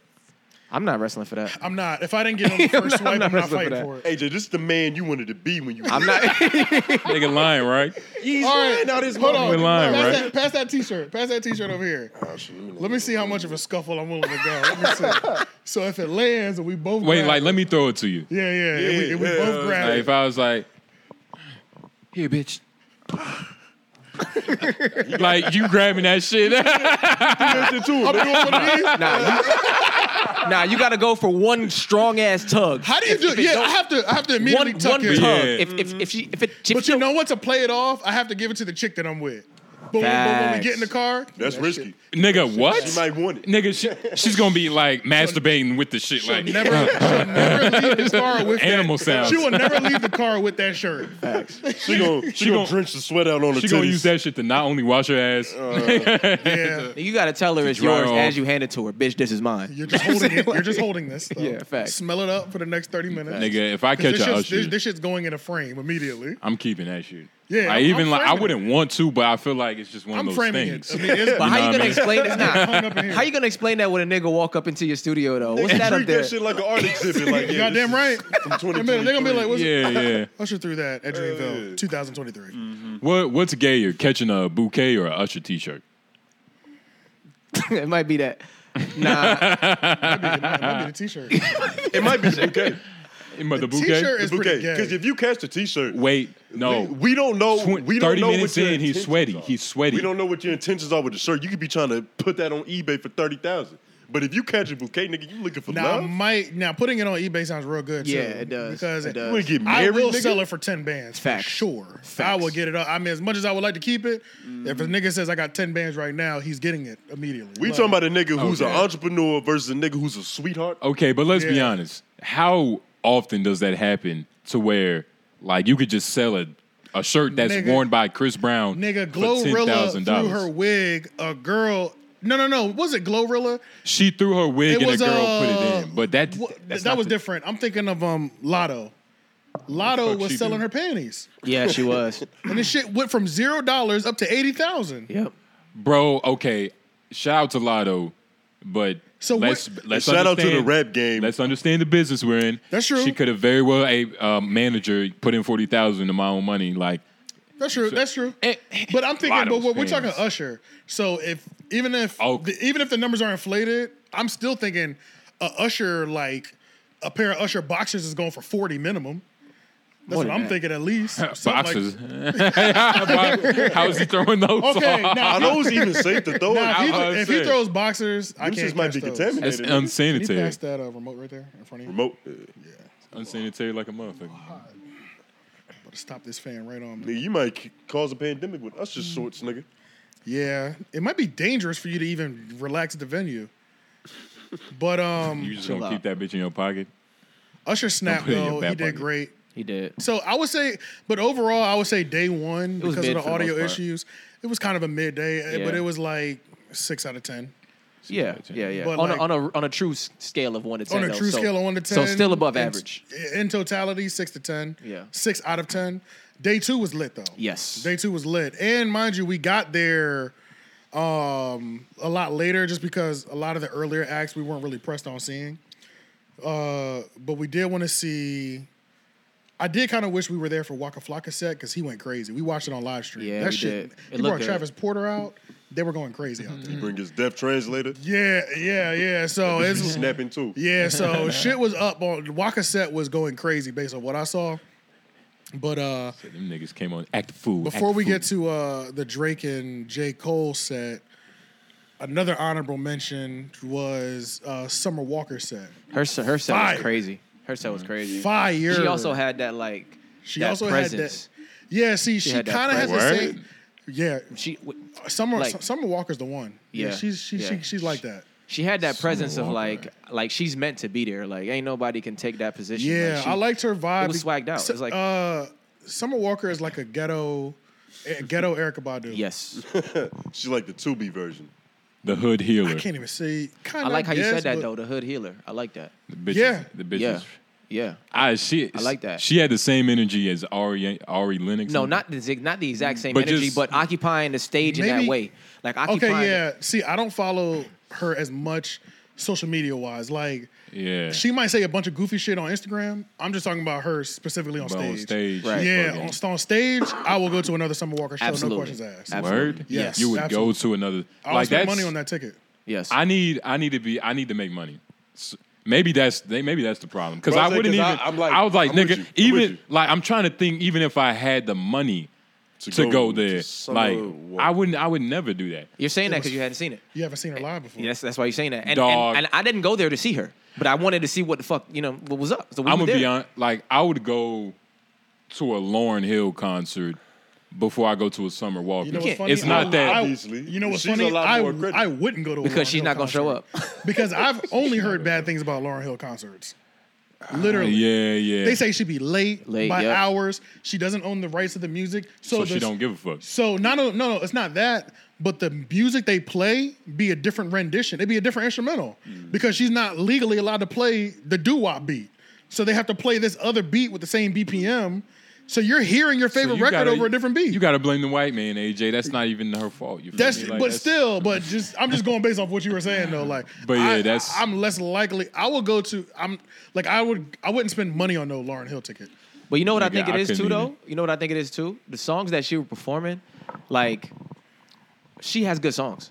Speaker 4: I'm not wrestling for that.
Speaker 1: I'm not. If I didn't get on the
Speaker 4: *laughs* I'm
Speaker 1: first
Speaker 4: not- I'm
Speaker 1: swipe,
Speaker 4: not
Speaker 1: I'm not
Speaker 4: wrestling for
Speaker 1: fighting
Speaker 4: that.
Speaker 1: for it.
Speaker 2: AJ, this is the man you wanted to be when you.
Speaker 4: I'm not. *laughs*
Speaker 3: Nigga lying, right?
Speaker 2: He's
Speaker 1: All right,
Speaker 2: lying out his
Speaker 1: hold
Speaker 2: mouth.
Speaker 1: on.
Speaker 3: We're lying,
Speaker 1: pass,
Speaker 3: right?
Speaker 1: that, pass that T-shirt. Pass that T-shirt over here. Let me see how much of a scuffle I'm willing to go. Let me see. so if it lands and we both
Speaker 3: Wait,
Speaker 1: grab
Speaker 3: like,
Speaker 1: it-
Speaker 3: let me throw it to you.
Speaker 1: yeah, yeah, if we, if we
Speaker 2: Yeah, yeah.
Speaker 1: both grab
Speaker 3: Like,
Speaker 1: it.
Speaker 3: if I was like, here, bitch. like you grabbing that shit. *laughs*
Speaker 1: I'm doing one of these.
Speaker 4: Nah, you, nah, you gotta go for one strong ass tug.
Speaker 1: How do you do? it? Yeah, I have to. I have to immediately
Speaker 4: One,
Speaker 1: tuck
Speaker 4: one tug.
Speaker 1: it.
Speaker 3: Yeah.
Speaker 4: If, if, if, she, if it,
Speaker 1: But you know what? To play it off, I have to give it to the chick that I'm with. But when, but when we
Speaker 4: Facts.
Speaker 1: get in the car,
Speaker 2: That's risky.
Speaker 3: Nigga, what?
Speaker 2: She might want it.
Speaker 3: Nigga, she, she's gonna be like masturbating with the shit.
Speaker 1: she'll
Speaker 3: Like,
Speaker 1: never, she'll never leave the car with
Speaker 3: Animal
Speaker 1: that.
Speaker 3: sounds.
Speaker 1: She will never leave the car with that shirt.
Speaker 2: She gonna she
Speaker 3: gon-
Speaker 2: gonna drench the sweat out on the.
Speaker 3: she gonna
Speaker 2: titties.
Speaker 3: use that shit to not only wash her ass.
Speaker 1: Oh, Yeah,
Speaker 4: you gotta tell her it's
Speaker 3: dry
Speaker 4: yours
Speaker 3: off.
Speaker 4: as you hand it to her. Bitch, this is mine.
Speaker 1: you're just holding it. You're just holding this. Though.
Speaker 4: Yeah, facts.
Speaker 1: Smell it up for the next thirty minutes,
Speaker 3: Nigga, if I
Speaker 1: 'Cause
Speaker 3: catch
Speaker 1: This
Speaker 3: a
Speaker 1: shit's,
Speaker 3: usher,
Speaker 1: this, this shit's going in a frame immediately.
Speaker 3: I'm keeping that shit.
Speaker 1: Yeah,
Speaker 3: I
Speaker 1: I'm-
Speaker 3: even
Speaker 1: I'm
Speaker 3: like I
Speaker 1: framing
Speaker 3: wouldn't want to, but I feel like it's just one
Speaker 1: I'm
Speaker 3: of those
Speaker 1: framing
Speaker 3: things.
Speaker 1: it. I mean, it's,
Speaker 4: But how
Speaker 3: know
Speaker 4: you
Speaker 3: what
Speaker 4: gonna
Speaker 3: I mean?
Speaker 4: explain
Speaker 1: *laughs*
Speaker 4: this? Nah.
Speaker 1: hung up in here.
Speaker 4: *laughs* How you gonna explain that when a nigga walk up into your studio though? What's that up
Speaker 2: Treat
Speaker 4: there?
Speaker 2: that shit like an art exhibit. Like, yeah,
Speaker 1: Goddamn right.
Speaker 2: They're
Speaker 1: They're gonna be like, "What's *laughs*
Speaker 3: Yeah, yeah.
Speaker 1: Usher through that at Dreamville,
Speaker 2: Uh.
Speaker 1: 2023."
Speaker 3: What what's gayer, catching a bouquet or a Usher T-shirt?
Speaker 4: *laughs* it might be that. Nah,
Speaker 1: That might be the
Speaker 2: *laughs*
Speaker 1: T-shirt.
Speaker 2: it might be the bouquet.
Speaker 3: But the bouquet.
Speaker 1: T-shirt
Speaker 2: The
Speaker 1: is
Speaker 2: bouquet.
Speaker 1: pretty gay.
Speaker 2: Because if you catch the t-shirt,
Speaker 3: Wait, no.
Speaker 2: we, we don't know.
Speaker 3: Twen-
Speaker 2: we don't
Speaker 3: 30
Speaker 2: know
Speaker 3: minutes
Speaker 2: what your
Speaker 3: in, he's
Speaker 2: intentions
Speaker 3: sweaty.
Speaker 2: are.
Speaker 3: He's sweaty.
Speaker 2: We don't know what your intentions are with the shirt. You could be trying to put that on eBay for thirty thousand. But if you catch a bouquet, nigga, you looking for
Speaker 1: Now I
Speaker 2: love.
Speaker 1: might now putting it on eBay sounds real good.
Speaker 4: Yeah,
Speaker 1: too,
Speaker 4: it does.
Speaker 1: Because
Speaker 4: It does.
Speaker 2: You wanna get
Speaker 1: I
Speaker 2: married,
Speaker 1: will
Speaker 2: nigga?
Speaker 1: sell it for ten bands. For
Speaker 4: Facts.
Speaker 1: sure. I
Speaker 4: Facts.
Speaker 1: will get it up. I mean, as much as I would like to keep it, if a nigga says I got ten bands right now, he's getting it immediately.
Speaker 2: Mm. We
Speaker 1: Like,
Speaker 2: talking about a nigga who's an
Speaker 3: Okay.
Speaker 2: entrepreneur versus a nigga who's a sweetheart.
Speaker 3: Okay, but let's be
Speaker 1: Yeah.
Speaker 3: honest. How often does that happen to where like you could just sell a, a shirt that's
Speaker 1: Nigga.
Speaker 3: worn by Chris Brown
Speaker 1: nigga
Speaker 3: for
Speaker 1: Glorilla
Speaker 3: $10,000?
Speaker 1: through her wig, a girl. No, no, no. Was it Glorilla?
Speaker 3: She threw her wig
Speaker 1: It
Speaker 3: and
Speaker 1: was,
Speaker 3: a girl put
Speaker 1: uh,
Speaker 3: it in. But that
Speaker 1: What,
Speaker 3: that's
Speaker 1: that
Speaker 3: not
Speaker 1: was
Speaker 3: the-
Speaker 1: different. I'm thinking of um Lotto. Lotto
Speaker 3: fuck she
Speaker 1: was
Speaker 3: do?
Speaker 1: selling her panties,
Speaker 4: yeah, she was.
Speaker 1: and this shit went from zero dollars up to eighty thousand.
Speaker 4: Yep.
Speaker 3: Bro, okay. Shout out to Lotto, but
Speaker 1: So
Speaker 3: let's
Speaker 1: what-
Speaker 3: let's
Speaker 2: Shout out to the
Speaker 3: understand-
Speaker 2: rap game.
Speaker 3: Let's understand the business we're in.
Speaker 1: That's true.
Speaker 3: She could have very well a uh, manager put in forty thousand of my own money. Like
Speaker 1: That's true. that's true.
Speaker 3: eh,
Speaker 1: But I'm thinking, but
Speaker 3: Lotto's
Speaker 1: we're, we're talking
Speaker 3: fans.
Speaker 1: Usher. So if even if
Speaker 3: Oh.
Speaker 1: the, even if the numbers are inflated, I'm still thinking a Usher like a pair of Usher boxers is going for forty minimum. That's
Speaker 4: More
Speaker 1: what
Speaker 4: than
Speaker 1: I'm
Speaker 4: that.
Speaker 1: thinking at
Speaker 3: *laughs*
Speaker 1: least. Something like-
Speaker 3: boxes.
Speaker 1: *laughs*
Speaker 3: *laughs* How is he throwing those?
Speaker 1: okay,
Speaker 3: off?
Speaker 1: now,
Speaker 2: I
Speaker 1: if he-
Speaker 2: know it's even safe to throw
Speaker 1: now if, he,
Speaker 2: it.
Speaker 3: I was
Speaker 1: if he
Speaker 3: saying.
Speaker 1: throws boxers, I
Speaker 2: Deuces
Speaker 1: can't
Speaker 2: might
Speaker 1: catch
Speaker 2: be
Speaker 1: those.
Speaker 2: contaminated.
Speaker 3: It's
Speaker 1: Can you
Speaker 3: unsanitary.
Speaker 1: pass that uh, remote right there in front of you?
Speaker 2: Remote. uh,
Speaker 3: Unsanitary like a motherfucker.
Speaker 1: About to stop this fan right on. me.
Speaker 2: Nigga, you might c- cause a pandemic with us
Speaker 4: Mm.
Speaker 2: just shorts, nigga.
Speaker 1: Yeah, it might be dangerous for you to even relax at the venue. But um,
Speaker 3: You just
Speaker 4: Chill
Speaker 3: gonna keep
Speaker 4: out.
Speaker 3: that bitch in your pocket.
Speaker 1: Usher snapped
Speaker 3: put it in your
Speaker 1: though.
Speaker 3: back
Speaker 1: He did
Speaker 3: pocket.
Speaker 1: great.
Speaker 4: He did.
Speaker 1: So I would say, but overall, I would say day one because
Speaker 4: was
Speaker 1: of
Speaker 4: mid
Speaker 1: the
Speaker 4: for the
Speaker 1: audio
Speaker 4: most part.
Speaker 1: issues, it was kind of a midday, eh,
Speaker 4: Yeah.
Speaker 1: but it was like six out of ten.
Speaker 4: Yeah, yeah, yeah.
Speaker 1: But
Speaker 4: On,
Speaker 1: like-
Speaker 4: a, on a on a true s- scale of one to ten.
Speaker 1: On a
Speaker 4: though.
Speaker 1: true
Speaker 4: so,
Speaker 1: scale of one to ten,
Speaker 4: So still above
Speaker 1: in-
Speaker 4: average.
Speaker 1: In totality, six to ten.
Speaker 4: Yeah.
Speaker 1: six out of ten. Day two was lit though.
Speaker 4: Yes.
Speaker 1: day two was lit, and mind you, we got there um, a lot later just because a lot of the earlier acts we weren't really pressed on seeing. Uh, but we did want to see. I did kind of wish we were there for Waka Flocka set because he went crazy. We watched it on live stream.
Speaker 4: Yeah,
Speaker 1: that
Speaker 4: we
Speaker 1: shit.
Speaker 4: did.
Speaker 1: he
Speaker 4: It
Speaker 1: brought
Speaker 4: looked good. Mm-hmm.
Speaker 1: Travis Porter out. They were going crazy out there.
Speaker 2: Bring his deaf translator.
Speaker 1: Yeah, yeah, yeah. So
Speaker 4: *laughs*
Speaker 1: it's
Speaker 2: Snapping too.
Speaker 1: yeah, so shit was up on Waka set was going crazy based on what I saw. But uh
Speaker 3: Them niggas came on act the fool. act
Speaker 1: before
Speaker 3: the
Speaker 1: we
Speaker 3: fool.
Speaker 1: get to uh, the Drake and J. Cole set, another honorable mention was uh, Summer Walker set.
Speaker 4: Her s- her set
Speaker 1: Fire.
Speaker 4: was crazy. Her set was crazy.
Speaker 1: Fire.
Speaker 4: She also had that like.
Speaker 1: She
Speaker 4: that
Speaker 1: also
Speaker 4: presence.
Speaker 1: had that. Yeah, see, she,
Speaker 4: had that
Speaker 1: kind of has the
Speaker 3: presence.
Speaker 1: same. Yeah,
Speaker 4: She w-
Speaker 1: Summer
Speaker 4: Like-
Speaker 1: Summer Walker's the one. Yeah,
Speaker 4: Yeah,
Speaker 1: she's she,
Speaker 4: yeah.
Speaker 1: she she's like that.
Speaker 4: she had that presence of
Speaker 3: Walker.
Speaker 4: like like she's meant to be there. Like ain't nobody can take that position. Like,
Speaker 1: Yeah,
Speaker 4: she-
Speaker 1: I liked her vibe.
Speaker 4: was swagged out.
Speaker 1: Su-
Speaker 4: It's like-
Speaker 1: uh, Summer Walker is like a ghetto, eh, ghetto Erica Badu.
Speaker 4: Yes,
Speaker 2: She's like the 2B version.
Speaker 3: the hood healer.
Speaker 1: *laughs* I can't even see. Kind
Speaker 4: I
Speaker 1: of
Speaker 4: like how you said that though. The hood healer. I like that.
Speaker 3: The bitches,
Speaker 1: Yeah.
Speaker 3: the bitches.
Speaker 4: Yeah, yeah.
Speaker 3: I she.
Speaker 4: I like that.
Speaker 3: She had the same energy as Ari Ari Lennox.
Speaker 4: No, not the ex- not the exact same
Speaker 3: But
Speaker 4: energy,
Speaker 3: just-
Speaker 4: but occupying the stage in
Speaker 1: Maybe-
Speaker 4: that way. Like
Speaker 1: Okay,
Speaker 4: occupying.
Speaker 1: yeah. See, I don't follow her as much social media wise. Like
Speaker 3: Yeah.
Speaker 1: she might say a bunch of goofy shit on Instagram. I'm just talking about her specifically on
Speaker 3: But
Speaker 1: stage.
Speaker 3: on stage.
Speaker 4: Right.
Speaker 1: Yeah,
Speaker 3: fucking-
Speaker 1: on, on stage, I will go to another Summer Walker show.
Speaker 4: Absolutely.
Speaker 1: No questions asked.
Speaker 4: Ab-
Speaker 3: Word?
Speaker 1: Yes,
Speaker 3: You would
Speaker 1: absolutely.
Speaker 3: go to another.
Speaker 1: I will
Speaker 3: like
Speaker 1: spend
Speaker 3: that's,
Speaker 1: money on that ticket.
Speaker 4: Yes.
Speaker 3: I need. I need to be. I need to make money. S- Maybe that's they. Maybe that's the problem. Because
Speaker 2: Bro,
Speaker 3: I
Speaker 2: I'm saying,
Speaker 3: wouldn't even.
Speaker 2: 'cause
Speaker 3: I,
Speaker 2: I- I'm like,
Speaker 3: was like,
Speaker 2: I'm with
Speaker 3: nigga.
Speaker 2: you. I'm with
Speaker 3: Even
Speaker 2: you.
Speaker 3: like I'm trying to think. Even if I had the money to, go, there,
Speaker 2: to
Speaker 3: like
Speaker 2: somewhere.
Speaker 3: I wouldn't. I would never do that.
Speaker 4: you're saying that because you hadn't seen it.
Speaker 1: You haven't seen her live before.
Speaker 4: Yeah, that's, that's why you're saying that. And,
Speaker 3: Dog.
Speaker 4: and and I didn't go there to see her, but I wanted to see what the fuck you know what was up. So we
Speaker 3: I'm
Speaker 4: were
Speaker 3: gonna
Speaker 4: there.
Speaker 3: be on. Like I would go to a Lauren Hill concert before I go to a Summer Walker.
Speaker 1: You know what's
Speaker 4: can't-
Speaker 1: funny?
Speaker 3: it's not
Speaker 1: I-
Speaker 3: that.
Speaker 1: I-
Speaker 2: Obviously.
Speaker 1: you know what's
Speaker 2: She's
Speaker 1: funny?
Speaker 2: a lot
Speaker 1: I,
Speaker 2: more critical.
Speaker 1: I wouldn't go to a
Speaker 4: Because
Speaker 1: Lauryn
Speaker 4: she's
Speaker 1: Hill
Speaker 4: not gonna show
Speaker 1: concert. *laughs* because I've only heard bad things about Lauren Hill concerts. Literally,
Speaker 3: Uh, yeah, yeah.
Speaker 1: they say she be late,
Speaker 4: Late,
Speaker 1: by
Speaker 4: yep.
Speaker 1: hours. She doesn't own the rights to the music, so,
Speaker 3: so she
Speaker 1: the-
Speaker 3: don't give a fuck.
Speaker 1: So not no no, it's not that, but the music they play be a different rendition. It'd be a different instrumental
Speaker 3: Mm.
Speaker 1: because she's not legally allowed to play the doo wop beat. So they have to play this other beat with the same BPM. So you're hearing your
Speaker 3: So
Speaker 1: favorite
Speaker 3: you
Speaker 1: record
Speaker 3: gotta-
Speaker 1: over a different beat.
Speaker 3: You gotta blame the white man, AJ. That's not even her fault. You feel
Speaker 1: That's
Speaker 3: me? Like,
Speaker 1: but
Speaker 3: that's- *laughs*
Speaker 1: still, but just I'm just going based off what you were saying though. Like,
Speaker 3: But yeah,
Speaker 1: I,
Speaker 3: that's-
Speaker 1: I, am less likely. I will go to. I'm like I would. I wouldn't spend money on no Lauren Hill ticket.
Speaker 4: But you know what I
Speaker 3: Nigga,
Speaker 4: think it
Speaker 3: I
Speaker 4: is too,
Speaker 3: couldn't
Speaker 4: though.
Speaker 3: even-
Speaker 4: You know what I think it is too. The songs that she was performing, like she has good songs.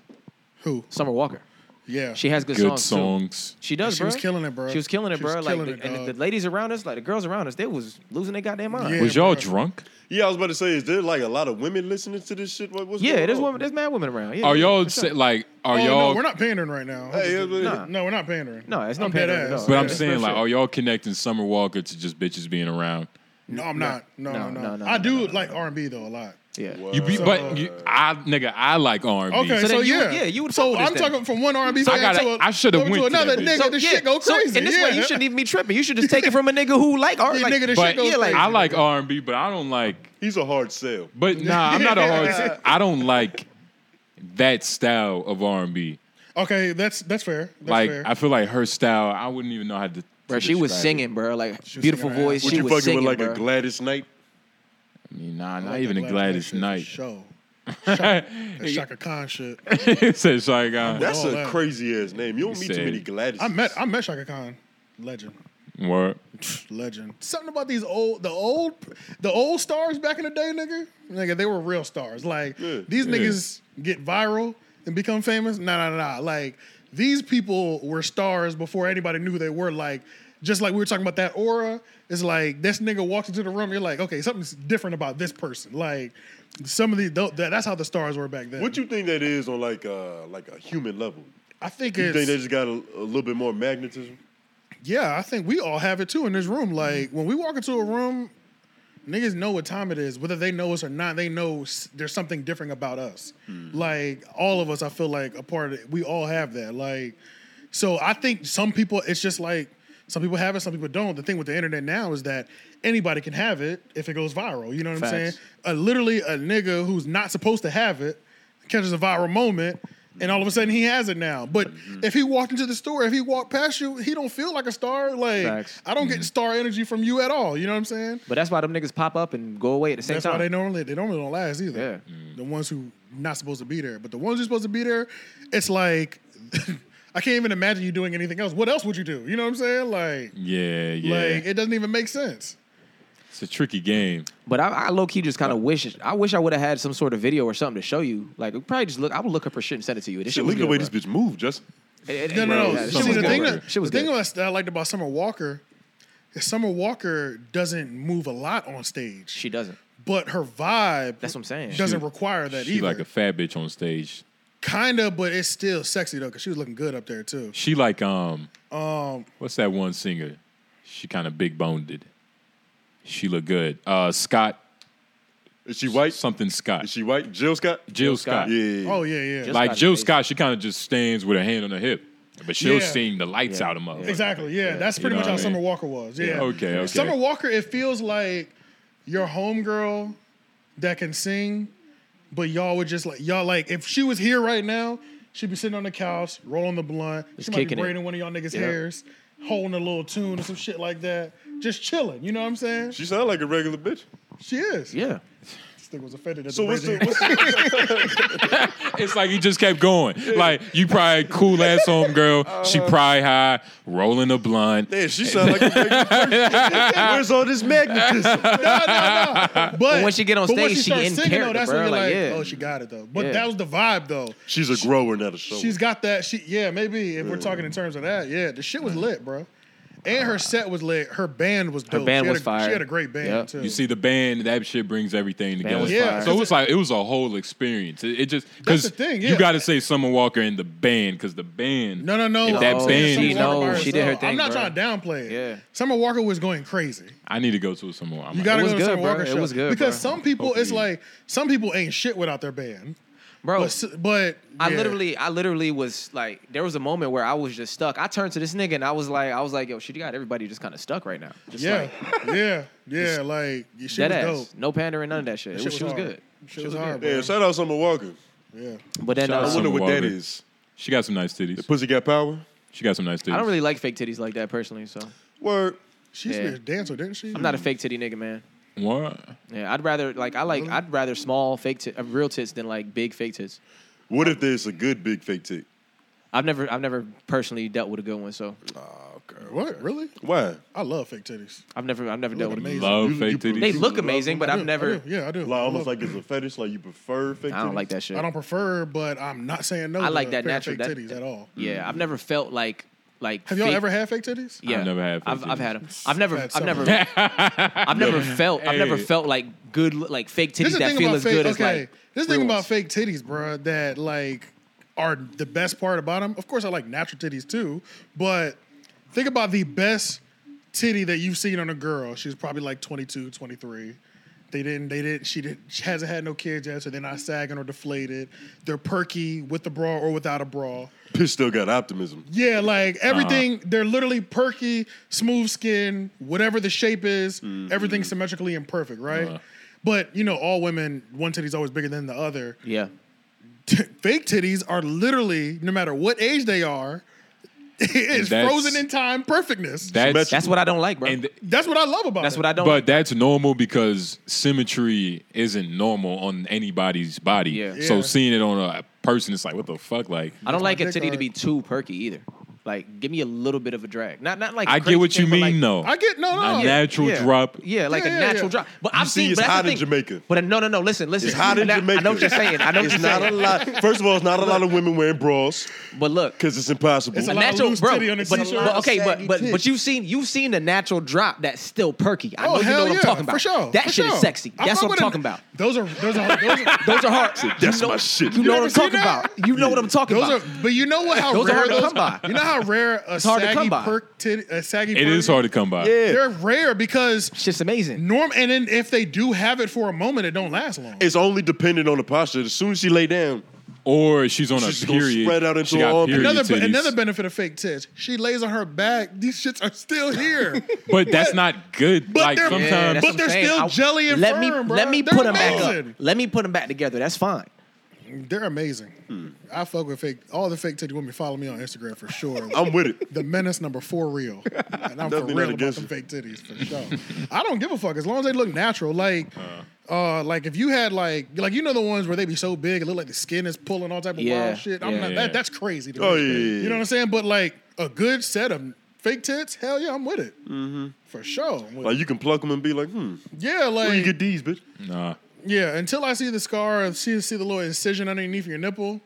Speaker 1: Who?
Speaker 4: Summer Walker,
Speaker 1: Yeah.
Speaker 4: she has good,
Speaker 3: good
Speaker 4: songs. too.
Speaker 3: songs.
Speaker 4: She does.
Speaker 1: She was
Speaker 4: bruh.
Speaker 1: killing it, bruh.
Speaker 4: She was killing it,
Speaker 1: She was
Speaker 4: bro. Like
Speaker 1: killing
Speaker 4: the,
Speaker 1: it,
Speaker 4: and the,
Speaker 1: dog.
Speaker 4: the ladies around us, like the girls around us, they was losing their goddamn mind.
Speaker 1: Yeah.
Speaker 4: Yeah,
Speaker 3: Was y'all
Speaker 1: bruh.
Speaker 3: drunk?
Speaker 2: Yeah, I was about to say, is there like a lot of women listening to this shit? What, what's going
Speaker 4: there's
Speaker 2: on?
Speaker 4: women, there's mad women around. Yeah,
Speaker 3: Are
Speaker 4: yeah,
Speaker 3: y'all
Speaker 4: for
Speaker 3: say,
Speaker 4: sure.
Speaker 3: like? Are
Speaker 1: Oh,
Speaker 3: y'all?
Speaker 1: no, we're not pandering right now.
Speaker 2: Hey, it's-
Speaker 4: Nah.
Speaker 1: no, we're not pandering.
Speaker 4: No, it's not
Speaker 1: I'm dead
Speaker 4: pandering at
Speaker 1: ass.
Speaker 4: all.
Speaker 3: but I'm
Speaker 4: Yeah,
Speaker 3: saying
Speaker 4: for
Speaker 3: like,
Speaker 4: sure.
Speaker 3: are y'all connecting Summer Walker to just bitches being around?
Speaker 1: No, I'm not. No, no, no.
Speaker 4: no, no,
Speaker 1: I
Speaker 4: no,
Speaker 1: do
Speaker 4: no, no,
Speaker 1: like R&B though a lot.
Speaker 4: yeah.
Speaker 2: Whoa.
Speaker 3: You be,
Speaker 1: Uh, So-
Speaker 3: but you, I nigga, I like R&B.
Speaker 1: Okay, so,
Speaker 4: then you-
Speaker 1: yeah,
Speaker 4: yeah, you would fuck
Speaker 1: So
Speaker 4: with this
Speaker 1: I'm
Speaker 4: then.
Speaker 1: talking from one R&B
Speaker 3: So I
Speaker 1: fan to
Speaker 3: gotta-
Speaker 1: a-
Speaker 3: I shoulda
Speaker 1: to
Speaker 3: went to
Speaker 1: another
Speaker 3: that bitch.
Speaker 1: nigga. this
Speaker 4: yeah,
Speaker 1: shit go
Speaker 4: so
Speaker 1: crazy.
Speaker 4: in this
Speaker 1: yeah.
Speaker 4: way, you shouldn't even be tripping. You should just take it from a nigga who like art.
Speaker 1: Yeah,
Speaker 4: like,
Speaker 1: nigga, this
Speaker 3: but
Speaker 1: shit goes
Speaker 4: yeah, like,
Speaker 3: I
Speaker 1: crazy.
Speaker 3: like R&B, but I don't like.
Speaker 2: He's a hard sell.
Speaker 1: *laughs*
Speaker 3: But nah, I'm not a hard. I don't like that style of R&B.
Speaker 1: Okay, that's that's fair. That's
Speaker 3: like
Speaker 1: fair.
Speaker 3: I feel like her style, I wouldn't even know how to.
Speaker 4: bro,
Speaker 3: to
Speaker 4: she was
Speaker 3: describe it.
Speaker 4: singing, bro. Like
Speaker 1: was
Speaker 4: beautiful
Speaker 1: singing her
Speaker 4: voice.
Speaker 1: ass
Speaker 2: Would
Speaker 4: She
Speaker 2: you
Speaker 4: was
Speaker 2: fucking
Speaker 4: singing,
Speaker 2: with like
Speaker 4: bro.
Speaker 2: a Gladys Knight?
Speaker 3: I mean, nah,
Speaker 1: I
Speaker 3: not
Speaker 1: like
Speaker 3: even
Speaker 1: that
Speaker 3: a Gladys
Speaker 1: shit for
Speaker 3: Knight.
Speaker 1: Show.
Speaker 3: *laughs*
Speaker 1: Shaka, that Shaka Khan shit.
Speaker 3: Said Shy Guy.
Speaker 2: That's
Speaker 1: all
Speaker 2: a
Speaker 1: that.
Speaker 2: crazy ass name. You don't meet
Speaker 3: said-
Speaker 2: too many Gladys.
Speaker 1: I met I met Shaka Khan. Legend.
Speaker 3: Word.
Speaker 1: Legend. Something about these old the old the old stars back in the day, nigga. Nigga, they were real stars. Like
Speaker 2: Yeah.
Speaker 1: these
Speaker 3: Yeah.
Speaker 1: niggas get viral and become famous. Nah, nah, nah. Like these people were stars before anybody knew who they were. Like just like we were talking about that aura. It's like this nigga walks into the room. You're like, okay, something's different about this person. Like some of the tho- that, that's how the stars were back then.
Speaker 2: What you think that is on like a like a human level?
Speaker 1: I think
Speaker 2: You
Speaker 1: it's
Speaker 2: think they just got a, a little bit more magnetism?
Speaker 1: Yeah, I think we all have it too in this room. Like when we walk into a room, niggas know what time it is, whether they know us or not. They know s- there's something different about us. Like all of us, I feel like a part of it. We all have that. Like so, I think some people, it's just like some people have it, some people don't. The thing with the internet now is that anybody can have it if it goes viral. You know what I'm saying?
Speaker 4: Facts.
Speaker 1: Uh, literally, a nigga who's not supposed to have it catches a viral moment and all of a sudden he has it now. But if he walked into the store, if he walked past you, he don't feel like a star. Like
Speaker 4: Facts. Mm-hmm.
Speaker 1: I don't get star energy from you at all. You know what I'm saying?
Speaker 4: But that's why them niggas pop up and go away at the same
Speaker 1: That's
Speaker 4: time.
Speaker 1: why they normally they normally don't last either.
Speaker 4: Yeah.
Speaker 1: The ones who not supposed to be there, but the ones who's supposed to be there, it's like *laughs* I can't even imagine you doing anything else. What else would you do? You know what I'm saying? Like,
Speaker 3: Yeah, yeah.
Speaker 1: like it doesn't even make sense.
Speaker 3: it's a tricky game.
Speaker 4: But I, I low key just kind of wish I wish I would have had some sort of video or something to show you. Like probably just look. I would look up her shit and send it to you. This shit
Speaker 2: Shit,
Speaker 4: was
Speaker 2: look at the way
Speaker 4: good,
Speaker 2: this bitch moved, Justin.
Speaker 4: bro. It- it-
Speaker 1: No,
Speaker 4: bro,
Speaker 1: no, no.
Speaker 4: yeah, this
Speaker 1: See,
Speaker 4: shit was
Speaker 1: the
Speaker 4: good,
Speaker 1: thing
Speaker 4: bro.
Speaker 1: that,
Speaker 4: Shit was
Speaker 1: the thing
Speaker 4: good.
Speaker 1: about, that I liked about Summer Walker is Summer Walker doesn't move a lot on stage.
Speaker 4: She doesn't.
Speaker 1: but her vibe
Speaker 4: That's what I'm saying.
Speaker 1: doesn't
Speaker 3: She-
Speaker 1: require that
Speaker 3: she
Speaker 1: either
Speaker 3: like a fat bitch on stage.
Speaker 1: kind of but it's still sexy though because she was looking good up there too
Speaker 3: She like um
Speaker 1: um
Speaker 3: what's that one singer? She kind of big boned it. She look good. Uh Scott
Speaker 2: Is she white?
Speaker 3: something Scott.
Speaker 2: Is she white? Jill Scott?
Speaker 3: Jill
Speaker 4: Scott.
Speaker 3: Scott.
Speaker 2: Yeah.
Speaker 1: oh yeah yeah
Speaker 4: Just-
Speaker 3: Like
Speaker 4: Scott's
Speaker 3: Jill
Speaker 4: amazing.
Speaker 3: Scott, she kind of just stands with her hand on her hip. But she'll
Speaker 1: Yeah.
Speaker 3: sing the lights
Speaker 4: Yeah.
Speaker 3: out of motherfucker.
Speaker 1: exactly yeah, that's
Speaker 3: You
Speaker 1: pretty
Speaker 3: know
Speaker 1: much
Speaker 3: what
Speaker 1: how
Speaker 3: I mean?
Speaker 1: summer walker was yeah,
Speaker 3: Yeah. Okay, okay.
Speaker 1: summer walker it feels like your homegirl that can sing but y'all would just like y'all like if she was here right now she'd be sitting on the couch rolling the blunt
Speaker 4: Just
Speaker 1: she might be
Speaker 4: kicking it.
Speaker 1: braiding one of y'all niggas
Speaker 4: Yeah.
Speaker 1: hairs holding a little tune or some shit like that just chilling you know what i'm saying
Speaker 2: She sound like a regular bitch.
Speaker 1: she is
Speaker 4: Yeah.
Speaker 1: thing was offended at
Speaker 2: So
Speaker 1: the
Speaker 2: what's the
Speaker 1: Brady.
Speaker 2: what's the,
Speaker 3: It's like he just kept going. Like you probably cool ass home girl. she
Speaker 1: Uh.
Speaker 3: probably high, rolling a blunt.
Speaker 2: damn? She sound *laughs* like a pregnant person. Where's all this magnetism?
Speaker 1: *laughs* but,
Speaker 4: once you get on
Speaker 1: but once
Speaker 4: stage, she
Speaker 1: starts
Speaker 4: in
Speaker 1: singing,
Speaker 4: character,
Speaker 1: though, that's
Speaker 4: bro,
Speaker 1: when you're
Speaker 4: like,
Speaker 1: like,
Speaker 4: yeah.
Speaker 1: oh, she got it though. But
Speaker 4: Yeah.
Speaker 1: that was the vibe though.
Speaker 2: She's a grower, not a show.
Speaker 1: She's got that. She yeah, maybe if we're talking in
Speaker 4: Mm.
Speaker 1: terms of that, yeah, the shit was lit, bro. And her set was lit. Her band was dope.
Speaker 4: band
Speaker 1: she had
Speaker 4: was
Speaker 1: a,
Speaker 4: fire.
Speaker 1: She had a great band
Speaker 4: Yep.
Speaker 1: too.
Speaker 3: You see the band, that shit brings everything together.
Speaker 4: was
Speaker 1: Yeah, fire.
Speaker 3: So it was like it was a whole experience. It, it just because
Speaker 1: the thing,
Speaker 3: you
Speaker 1: yeah.
Speaker 3: got to say Summer Walker and the band because the band.
Speaker 1: No, no, no. uh,
Speaker 3: If that
Speaker 1: I'm saying Summer
Speaker 3: band, she
Speaker 1: Walker by
Speaker 4: knows. She did her
Speaker 1: herself.
Speaker 4: thing,
Speaker 1: I'm not
Speaker 4: bro.
Speaker 1: trying to downplay it.
Speaker 4: Yeah.
Speaker 1: Summer Walker was going crazy.
Speaker 3: I need to go to a Summer Walker. I'm
Speaker 1: You
Speaker 3: like,
Speaker 1: got to
Speaker 4: was
Speaker 1: go to
Speaker 4: good,
Speaker 1: Summer
Speaker 4: bro.
Speaker 1: Walker
Speaker 4: It
Speaker 1: show
Speaker 4: was good,
Speaker 1: because
Speaker 4: bro.
Speaker 1: some people, it's
Speaker 3: Hopefully.
Speaker 1: like some people ain't shit without their band,
Speaker 4: bro.
Speaker 1: But s- but
Speaker 4: I
Speaker 1: yeah.
Speaker 4: literally, I literally was like, there was a moment where I was just stuck. I turned to this nigga and I was like, I was like, yo, shit, you got everybody just kind of stuck right now. Just
Speaker 1: yeah
Speaker 4: like, *laughs*
Speaker 1: yeah yeah like your shit
Speaker 4: dead
Speaker 1: was
Speaker 4: ass,
Speaker 1: dope.
Speaker 4: no pandering, none of that shit. It
Speaker 1: Shit
Speaker 4: was, she was
Speaker 1: hard.
Speaker 4: good.
Speaker 1: Shit was hard,
Speaker 2: yeah,
Speaker 1: bro.
Speaker 2: shout out Summer Walker.
Speaker 1: Yeah.
Speaker 4: But then
Speaker 3: Shout out
Speaker 4: uh,
Speaker 2: I wonder
Speaker 3: Summer
Speaker 2: what that
Speaker 3: Walker.
Speaker 2: is.
Speaker 3: she got some nice titties.
Speaker 2: Pussy got power.
Speaker 3: She got some nice titties.
Speaker 4: I don't really like fake titties like that personally. So
Speaker 2: Word.
Speaker 1: She used to
Speaker 4: Yeah.
Speaker 1: be a dancer, didn't she?
Speaker 4: I'm not a fake titty nigga, man.
Speaker 3: What?
Speaker 4: Yeah, I'd rather like I like
Speaker 1: Really?
Speaker 4: I'd rather small fake tit, uh, real tits than like big fake tits.
Speaker 2: What if there's a good big fake tick?
Speaker 4: I've never I've never personally dealt with a good one, so
Speaker 1: What really?
Speaker 2: Why?
Speaker 1: I love fake titties.
Speaker 4: I've never I've never
Speaker 1: They
Speaker 4: dealt
Speaker 1: look
Speaker 4: with a
Speaker 1: amazing.
Speaker 3: Love
Speaker 2: You-
Speaker 3: fake
Speaker 2: you-
Speaker 3: titties.
Speaker 4: They
Speaker 2: You
Speaker 4: look
Speaker 2: love
Speaker 4: amazing, but
Speaker 1: I
Speaker 4: I've
Speaker 1: do, I
Speaker 4: never
Speaker 1: do, yeah, I do.
Speaker 2: Like almost
Speaker 1: I love-
Speaker 2: like it's a fetish. Like you prefer fake.
Speaker 4: I don't like
Speaker 2: titties?
Speaker 4: that shit.
Speaker 1: I don't prefer, but I'm not saying no.
Speaker 4: I
Speaker 1: to
Speaker 4: like
Speaker 1: a
Speaker 4: that
Speaker 1: pair of
Speaker 4: natural-
Speaker 1: fake
Speaker 4: that-
Speaker 1: titties at all.
Speaker 4: Yeah, I've never felt like like.
Speaker 1: Have y'all
Speaker 4: fake-
Speaker 1: ever had fake titties?
Speaker 4: Yeah,
Speaker 3: I've never had fake
Speaker 4: I've, I've
Speaker 3: titties.
Speaker 4: had them. I've never.
Speaker 1: That's
Speaker 4: I've never.
Speaker 1: something.
Speaker 4: *laughs* I've never felt. I've never
Speaker 3: Hey.
Speaker 4: felt like good, like fake
Speaker 1: This
Speaker 4: titties
Speaker 1: is the
Speaker 4: that
Speaker 1: thing
Speaker 4: feel
Speaker 1: about
Speaker 4: as
Speaker 1: fake.
Speaker 4: good as
Speaker 1: okay,
Speaker 4: like.
Speaker 1: this is the thing
Speaker 4: real
Speaker 1: about
Speaker 4: ones.
Speaker 1: fake titties, bro. That like are the best part about them. Of course, I like natural titties too, but think about the best titty that you've seen on a girl. She's probably like 22, 23. They didn't. They didn't. She didn't. She hasn't had no kids yet, so they're not sagging or deflated. They're perky with the bra or without a bra.
Speaker 2: Bitch still got optimism.
Speaker 1: Yeah, like
Speaker 4: Uh-huh.
Speaker 1: everything, they're literally perky, smooth skin, whatever the shape is,
Speaker 4: Mm-hmm.
Speaker 1: everything's symmetrically and perfect, right?
Speaker 3: Uh-huh.
Speaker 1: But you know, all women, one titty's always bigger than the other.
Speaker 4: Yeah.
Speaker 1: Fake titties are literally, no matter what age they are, *laughs* it's
Speaker 3: that's-
Speaker 1: frozen in time perfectness.
Speaker 3: That's
Speaker 4: That's what I don't like, bro.
Speaker 3: and
Speaker 1: That's what I love about
Speaker 4: That's
Speaker 1: it.
Speaker 4: what I don't.
Speaker 3: but that's normal because symmetry isn't normal on anybody's body.
Speaker 4: Yeah.
Speaker 3: So
Speaker 1: Yeah.
Speaker 3: seeing it on a person, it's like, what the fuck? Like,
Speaker 4: I don't
Speaker 1: my
Speaker 4: like a
Speaker 1: dick
Speaker 4: titty to
Speaker 1: hard.
Speaker 4: be too perky either. Like, give me a little bit of a drag. Not not like. a
Speaker 3: I get
Speaker 4: crazy
Speaker 3: what you
Speaker 4: thing, but,
Speaker 3: mean
Speaker 4: like,
Speaker 3: though.
Speaker 1: I get no, no.
Speaker 3: a natural
Speaker 4: yeah.
Speaker 3: drop.
Speaker 4: Yeah, like
Speaker 1: Yeah,
Speaker 4: a
Speaker 1: yeah,
Speaker 4: natural
Speaker 1: yeah.
Speaker 4: drop. But
Speaker 2: You
Speaker 4: I've
Speaker 2: see,
Speaker 4: seen.
Speaker 2: it's
Speaker 4: but that's the
Speaker 2: hot in
Speaker 4: thing.
Speaker 2: Jamaica.
Speaker 4: But uh, no, no, no. Listen, listen.
Speaker 2: It's
Speaker 4: *laughs*
Speaker 2: hot in
Speaker 4: I know- I
Speaker 2: Jamaica.
Speaker 4: know what you're saying. I know what
Speaker 2: It's
Speaker 4: you're
Speaker 2: not a
Speaker 4: saying.
Speaker 2: lot. First of all, it's not a lot of women wearing bras
Speaker 4: But look,
Speaker 2: because it's impossible.
Speaker 1: It's
Speaker 4: a
Speaker 1: lot of
Speaker 4: natural,
Speaker 1: loose
Speaker 4: bro.
Speaker 1: titty on a
Speaker 4: but,
Speaker 1: t-shirt.
Speaker 4: but okay, but
Speaker 2: Saggy
Speaker 4: but but
Speaker 2: tits.
Speaker 4: you've seen you've seen the natural drop that's still perky. I
Speaker 1: Oh
Speaker 4: know you know
Speaker 1: hell
Speaker 4: what
Speaker 1: yeah,
Speaker 4: I'm talking about.
Speaker 1: for sure.
Speaker 4: That
Speaker 1: for
Speaker 4: shit
Speaker 1: sure.
Speaker 4: is sexy.
Speaker 1: I
Speaker 4: That's
Speaker 1: fuck
Speaker 4: what I'm
Speaker 1: with a-
Speaker 4: talking about.
Speaker 1: Those are those are those
Speaker 4: *laughs*
Speaker 1: are
Speaker 4: Those
Speaker 1: *laughs*
Speaker 4: are hard.
Speaker 2: That's
Speaker 4: you know,
Speaker 2: my shit.
Speaker 4: You know what I'm
Speaker 1: ever seen
Speaker 4: talking
Speaker 1: that?
Speaker 4: about. You know what I'm talking
Speaker 1: Those
Speaker 4: about.
Speaker 1: are, but you know what? How
Speaker 4: Those are
Speaker 1: rare
Speaker 4: hard to
Speaker 1: those,
Speaker 4: come by.
Speaker 1: You know how rare a
Speaker 4: hard to
Speaker 1: saggy
Speaker 4: come by.
Speaker 1: perk titty, a saggy.
Speaker 3: It is hard to come by.
Speaker 2: yeah,
Speaker 1: They're rare because
Speaker 4: Shit's amazing.
Speaker 1: norm, and then if they do have it for a moment, it don't last long.
Speaker 2: it's only dependent on the posture. As soon as she lay down,
Speaker 3: Or she's on
Speaker 2: She's
Speaker 3: a
Speaker 2: gonna
Speaker 3: period.
Speaker 2: spread out into
Speaker 3: she got
Speaker 2: all-
Speaker 3: period
Speaker 1: another
Speaker 3: titties.
Speaker 1: another benefit of fake tits. She lays on her back. These shits are still here.
Speaker 3: but that's not good.
Speaker 1: But
Speaker 3: like
Speaker 1: they're-
Speaker 3: sometimes,
Speaker 1: Yeah,
Speaker 4: that's
Speaker 1: but
Speaker 4: what I'm
Speaker 1: they're
Speaker 4: saying.
Speaker 1: still jelly and
Speaker 4: let
Speaker 1: firm,
Speaker 4: me
Speaker 1: bro.
Speaker 4: let me
Speaker 1: They're
Speaker 4: put them back up.
Speaker 1: amazing.
Speaker 4: Let me put them back together. That's fine.
Speaker 1: They're amazing. I fuck with fake. All the fake titty women follow me on Instagram for sure.
Speaker 2: I'm with it.
Speaker 1: the menace number four
Speaker 2: *laughs*
Speaker 1: real, and I'm for
Speaker 2: Definitely not
Speaker 1: real about
Speaker 2: against
Speaker 1: them fake
Speaker 2: it.
Speaker 1: titties for
Speaker 2: *laughs*
Speaker 1: sure. I don't give a fuck as long as they look natural. Like,
Speaker 2: Uh-huh.
Speaker 1: uh, like if you had like like you know the ones where they be so big, it look like the skin is pulling all type of
Speaker 4: Yeah,
Speaker 1: wild shit. I'm
Speaker 4: yeah.
Speaker 1: not,
Speaker 3: Yeah.
Speaker 1: that, that's crazy. To me.
Speaker 2: Oh, yeah, yeah,
Speaker 1: you
Speaker 2: yeah.
Speaker 1: know what I'm saying? But like a good set of fake tits, hell yeah, I'm with it for sure. I'm with it.
Speaker 2: Mm-hmm. Like you can pluck them and be like, hmm,
Speaker 1: yeah, like
Speaker 2: where you get these, bitch?
Speaker 3: nah.
Speaker 1: yeah. Until I see the scar, and see see the little incision underneath your nipple.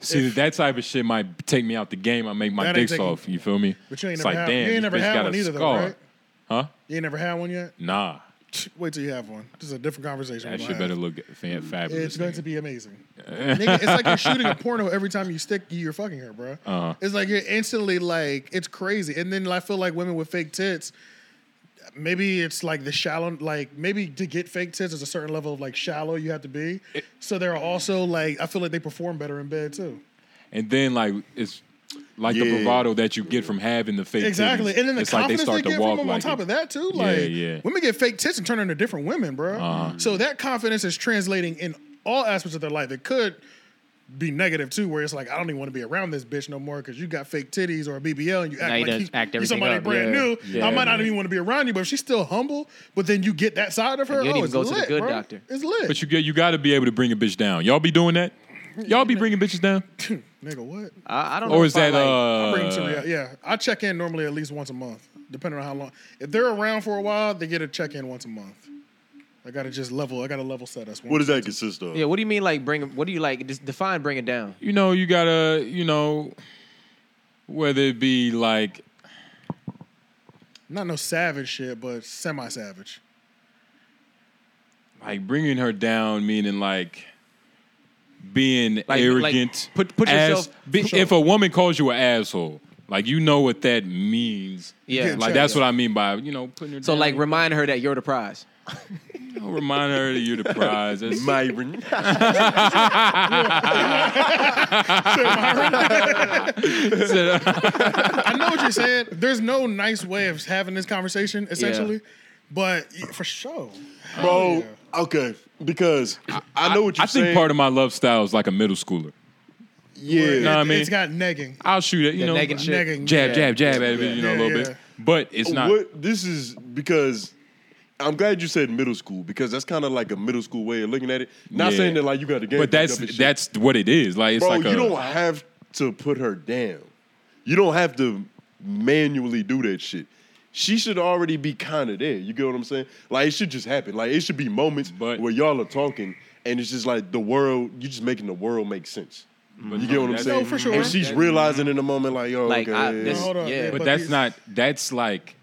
Speaker 3: See, that type of shit might take me out the game. I make my
Speaker 1: That ain't
Speaker 3: dick
Speaker 1: taking-
Speaker 3: soft. You feel me?
Speaker 1: But you ain't
Speaker 3: it's
Speaker 1: never
Speaker 3: like,
Speaker 1: had-
Speaker 3: damn,
Speaker 1: you ain't
Speaker 3: this
Speaker 1: never
Speaker 3: bitch
Speaker 1: had
Speaker 3: got
Speaker 1: one
Speaker 3: a
Speaker 1: either though,
Speaker 3: scar.
Speaker 1: right?
Speaker 3: Huh?
Speaker 1: You ain't never had one yet.
Speaker 3: Nah.
Speaker 1: Wait till you have one. This is a different conversation.
Speaker 3: That
Speaker 1: we're gonna
Speaker 3: shit better
Speaker 1: have.
Speaker 3: look fan- fabulous.
Speaker 1: It's going
Speaker 3: nigga.
Speaker 1: to be
Speaker 3: *laughs*
Speaker 1: amazing. Nigga, it's like you're shooting a porno every time you stick you're fucking her, bro.
Speaker 3: Uh-huh.
Speaker 1: It's like you're instantly like it's crazy. And then I feel like women with fake tits, maybe it's like the shallow, like maybe to get fake tits is a certain level of like shallow you have to be. so they're also like I feel like they perform better in bed too.
Speaker 3: And then like it's like the
Speaker 2: Yeah.
Speaker 3: bravado that you get from having the fake
Speaker 1: Exactly.
Speaker 3: titties.
Speaker 1: And then the
Speaker 3: it's like they
Speaker 1: confidence
Speaker 3: start
Speaker 1: they,
Speaker 3: to
Speaker 1: get
Speaker 3: walk
Speaker 1: from them on
Speaker 3: like
Speaker 1: top
Speaker 3: it.
Speaker 1: of that too.
Speaker 3: Yeah,
Speaker 1: Like
Speaker 3: yeah. Uh-huh.
Speaker 1: women get fake tits and turn into different women, bro. So that confidence is translating in all aspects of their life. It could be negative too, where it's like I don't even want to be around this bitch no more because you got fake titties or a BBL and you act
Speaker 5: Now you
Speaker 1: like
Speaker 5: done
Speaker 1: you,
Speaker 5: act
Speaker 1: you
Speaker 5: everything
Speaker 1: somebody
Speaker 5: up,
Speaker 1: brand
Speaker 5: yeah.
Speaker 1: new. I
Speaker 3: Yeah.
Speaker 1: might not even want to be around you, but if she's still humble, but then you get that side of her.
Speaker 4: you don't
Speaker 1: oh,
Speaker 4: even
Speaker 1: it's
Speaker 4: go to
Speaker 1: lit,
Speaker 4: the good
Speaker 1: bro.
Speaker 4: doctor.
Speaker 1: It's lit.
Speaker 3: But you get you got to be able to bring a bitch down. Y'all be doing that? Y'all be bringing bitches down,
Speaker 1: Nigga, what?
Speaker 4: I, I don't know.
Speaker 3: or is
Speaker 4: if I
Speaker 3: that
Speaker 4: like-
Speaker 1: I bring to
Speaker 3: uh?
Speaker 1: rea- yeah. I check in normally at least once a month, depending on how long. If they're around for a while, they get a check in once a month. I gotta just level. I gotta level set us.
Speaker 2: What does that consist of?
Speaker 4: Yeah, what do you mean like bring? What do you like? Just define bring it down.
Speaker 3: You know, you gotta, you know, whether it be like
Speaker 1: Not no savage shit, but semi savage.
Speaker 3: like bringing her down, meaning like being
Speaker 4: like-
Speaker 3: arrogant.
Speaker 4: put- put yourself-
Speaker 3: ass- be-
Speaker 4: put-
Speaker 3: if a woman calls you an asshole, like you know what that means.
Speaker 4: Yeah.
Speaker 3: like that's what I mean by you know putting her.
Speaker 4: So
Speaker 3: down.
Speaker 4: like remind her that you're the prize.
Speaker 3: You know, remind her that
Speaker 2: *laughs*
Speaker 3: you're the prize. That's
Speaker 2: Myron.
Speaker 1: I know what you're saying. There's no nice way of having this conversation, essentially. But y- for sure,
Speaker 2: Bro, okay. Because I, I know what you're
Speaker 3: I think
Speaker 2: saying.
Speaker 3: part of my love style is like a middle schooler.
Speaker 2: yeah.
Speaker 1: it,
Speaker 3: Nah, I mean-
Speaker 1: it's got negging,
Speaker 3: I'll shoot it, you
Speaker 4: The
Speaker 3: know,
Speaker 4: negging shit.
Speaker 1: negging,
Speaker 3: jab,
Speaker 1: yeah.
Speaker 3: jab, jab at it, you know,
Speaker 1: Yeah,
Speaker 3: a little
Speaker 1: yeah.
Speaker 3: bit. But it's not.
Speaker 2: What this is because I'm glad you said middle school because that's kind of like a middle school way of looking at it. Not
Speaker 3: Yeah.
Speaker 2: saying that like you got to get,
Speaker 3: But that's that's what it is. Like it's
Speaker 2: bro.
Speaker 3: like
Speaker 2: you
Speaker 3: a,
Speaker 2: don't have to put her down. You don't have to manually do that shit. She should already be kind of there. You get what I'm saying? Like it should just happen. Like it should be moments
Speaker 3: But-
Speaker 2: where y'all are talking and it's just like the world. You're just making the world make sense.
Speaker 3: but
Speaker 2: You get what I'm
Speaker 3: that's-
Speaker 2: saying?
Speaker 1: No, for sure.
Speaker 2: And she's realizing in the moment, like, yo,
Speaker 4: Like,
Speaker 2: okay,
Speaker 4: I-
Speaker 2: yeah,
Speaker 4: this-
Speaker 2: yeah.
Speaker 1: Hold up,
Speaker 4: Yeah.
Speaker 1: yeah,
Speaker 3: But that's
Speaker 1: these-
Speaker 3: not. That's like.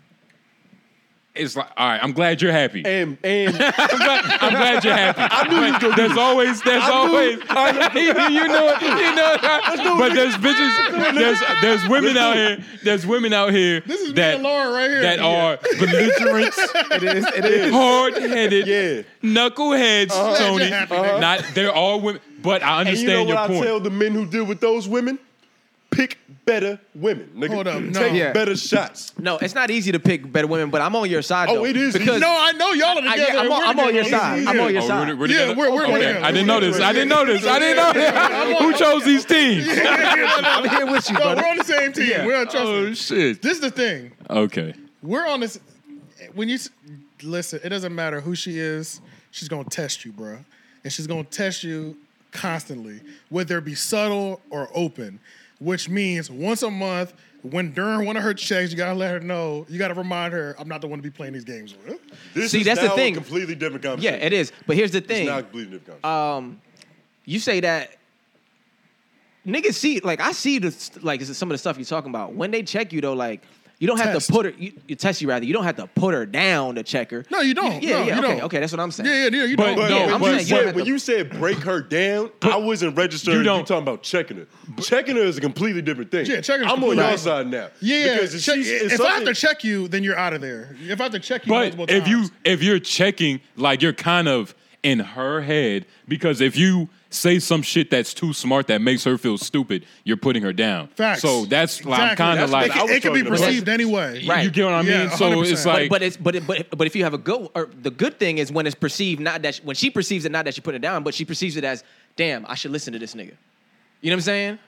Speaker 3: It's like all right. I'm glad you're happy.
Speaker 2: and and
Speaker 3: I'm glad, I'm glad you're happy. I knew you there's always, there's always, you know, it, you know. it. But there's bitches, there's there's women out here, there's women out here
Speaker 1: This is me
Speaker 3: that
Speaker 1: and Laura right here.
Speaker 3: that are belligerent,
Speaker 5: It is. It
Speaker 3: *laughs*
Speaker 5: is.
Speaker 3: hard headed,
Speaker 2: Yeah.
Speaker 3: knuckleheads.
Speaker 1: Uh-huh.
Speaker 3: Tony, Uh,
Speaker 1: happy,
Speaker 3: not they're all women, but I
Speaker 2: And you know
Speaker 3: understand
Speaker 2: what I
Speaker 3: your point.
Speaker 2: tell the men who deal with those women? Pick better women, nigga.
Speaker 1: Hold up, no.
Speaker 2: Take
Speaker 5: Yeah.
Speaker 2: better shots.
Speaker 4: No, it's not easy to pick better women, but I'm on your side.
Speaker 2: Oh,
Speaker 4: though,
Speaker 2: it is easy.
Speaker 4: because
Speaker 1: No, I know y'all are
Speaker 4: I,
Speaker 1: together.
Speaker 4: am on,
Speaker 1: We're
Speaker 4: I'm on your
Speaker 1: together.
Speaker 4: side.
Speaker 1: Yeah.
Speaker 4: I'm on your
Speaker 3: Oh,
Speaker 4: side.
Speaker 3: we're- we're
Speaker 1: Yeah,
Speaker 3: together?
Speaker 1: we're- we're
Speaker 3: Okay.
Speaker 1: together.
Speaker 3: I didn't know this. I didn't know this. I didn't know this. Who chose these teams?
Speaker 4: *laughs*
Speaker 5: I'm here with you,
Speaker 1: No,
Speaker 5: buddy.
Speaker 1: we're on the same team. We're on trust.
Speaker 3: Oh
Speaker 1: me.
Speaker 3: shit.
Speaker 1: This is the thing.
Speaker 3: Okay.
Speaker 1: We're on this. When you s- listen, it doesn't matter who she is. She's gonna test you, bruh, and she's gonna test you constantly, whether it be subtle or open. Which means once a month, when during one of her checks, you gotta let her know. You gotta remind her, I'm not the one to be playing these games with.
Speaker 2: This
Speaker 4: See,
Speaker 2: is
Speaker 4: that's the
Speaker 2: now a
Speaker 4: thing.
Speaker 2: completely different
Speaker 4: Yeah,
Speaker 2: conversation.
Speaker 4: it is. But here's the thing.
Speaker 2: It's not a completely different conversation.
Speaker 4: you say that niggas see like I see the like some of the stuff you're talking about. When they check you though, like you don't have
Speaker 1: Test.
Speaker 4: to put her you, you test you rather. You don't have to put her down to check her.
Speaker 1: No, you don't. No,
Speaker 4: yeah, yeah.
Speaker 1: you
Speaker 4: okay,
Speaker 1: don't.
Speaker 4: okay, that's what I'm saying.
Speaker 1: Yeah, yeah, yeah. You
Speaker 3: But
Speaker 1: don't.
Speaker 2: but
Speaker 3: no,
Speaker 2: when,
Speaker 4: I'm
Speaker 2: you
Speaker 4: saying you don't
Speaker 2: said,
Speaker 4: have
Speaker 2: when
Speaker 4: to-
Speaker 2: you said break her down, I wasn't registering.
Speaker 3: You
Speaker 2: You
Speaker 3: don't-
Speaker 2: talking about checking her. Checking her is a completely different thing.
Speaker 1: Yeah, checking is
Speaker 2: I'm on
Speaker 1: completely
Speaker 2: your
Speaker 1: different.
Speaker 2: side now.
Speaker 1: Yeah, yeah.
Speaker 2: Because if,
Speaker 1: Check-
Speaker 2: she's,
Speaker 1: if I have to check you, then you're out of there. If I have to check you
Speaker 3: But
Speaker 1: multiple
Speaker 3: if you
Speaker 1: times-
Speaker 3: if you're checking, like you're kind of in her head because if you say some shit that's too smart that makes her feel stupid, you're putting her down.
Speaker 1: facts.
Speaker 3: So that's like,
Speaker 1: Exactly.
Speaker 3: I'm kind
Speaker 2: That's
Speaker 3: of like
Speaker 2: what I
Speaker 1: it,
Speaker 2: was
Speaker 1: it can be
Speaker 2: talking about.
Speaker 1: perceived anyway.
Speaker 4: Right.
Speaker 3: you get what I mean.
Speaker 1: Yeah,
Speaker 3: so it's
Speaker 1: 100%.
Speaker 3: like
Speaker 4: but it's but it, but but if you have a go or the good thing is when it's perceived not that she, when she perceives it not that she put it down, but she perceives it as damn, I should listen to this nigga. You know what I'm saying?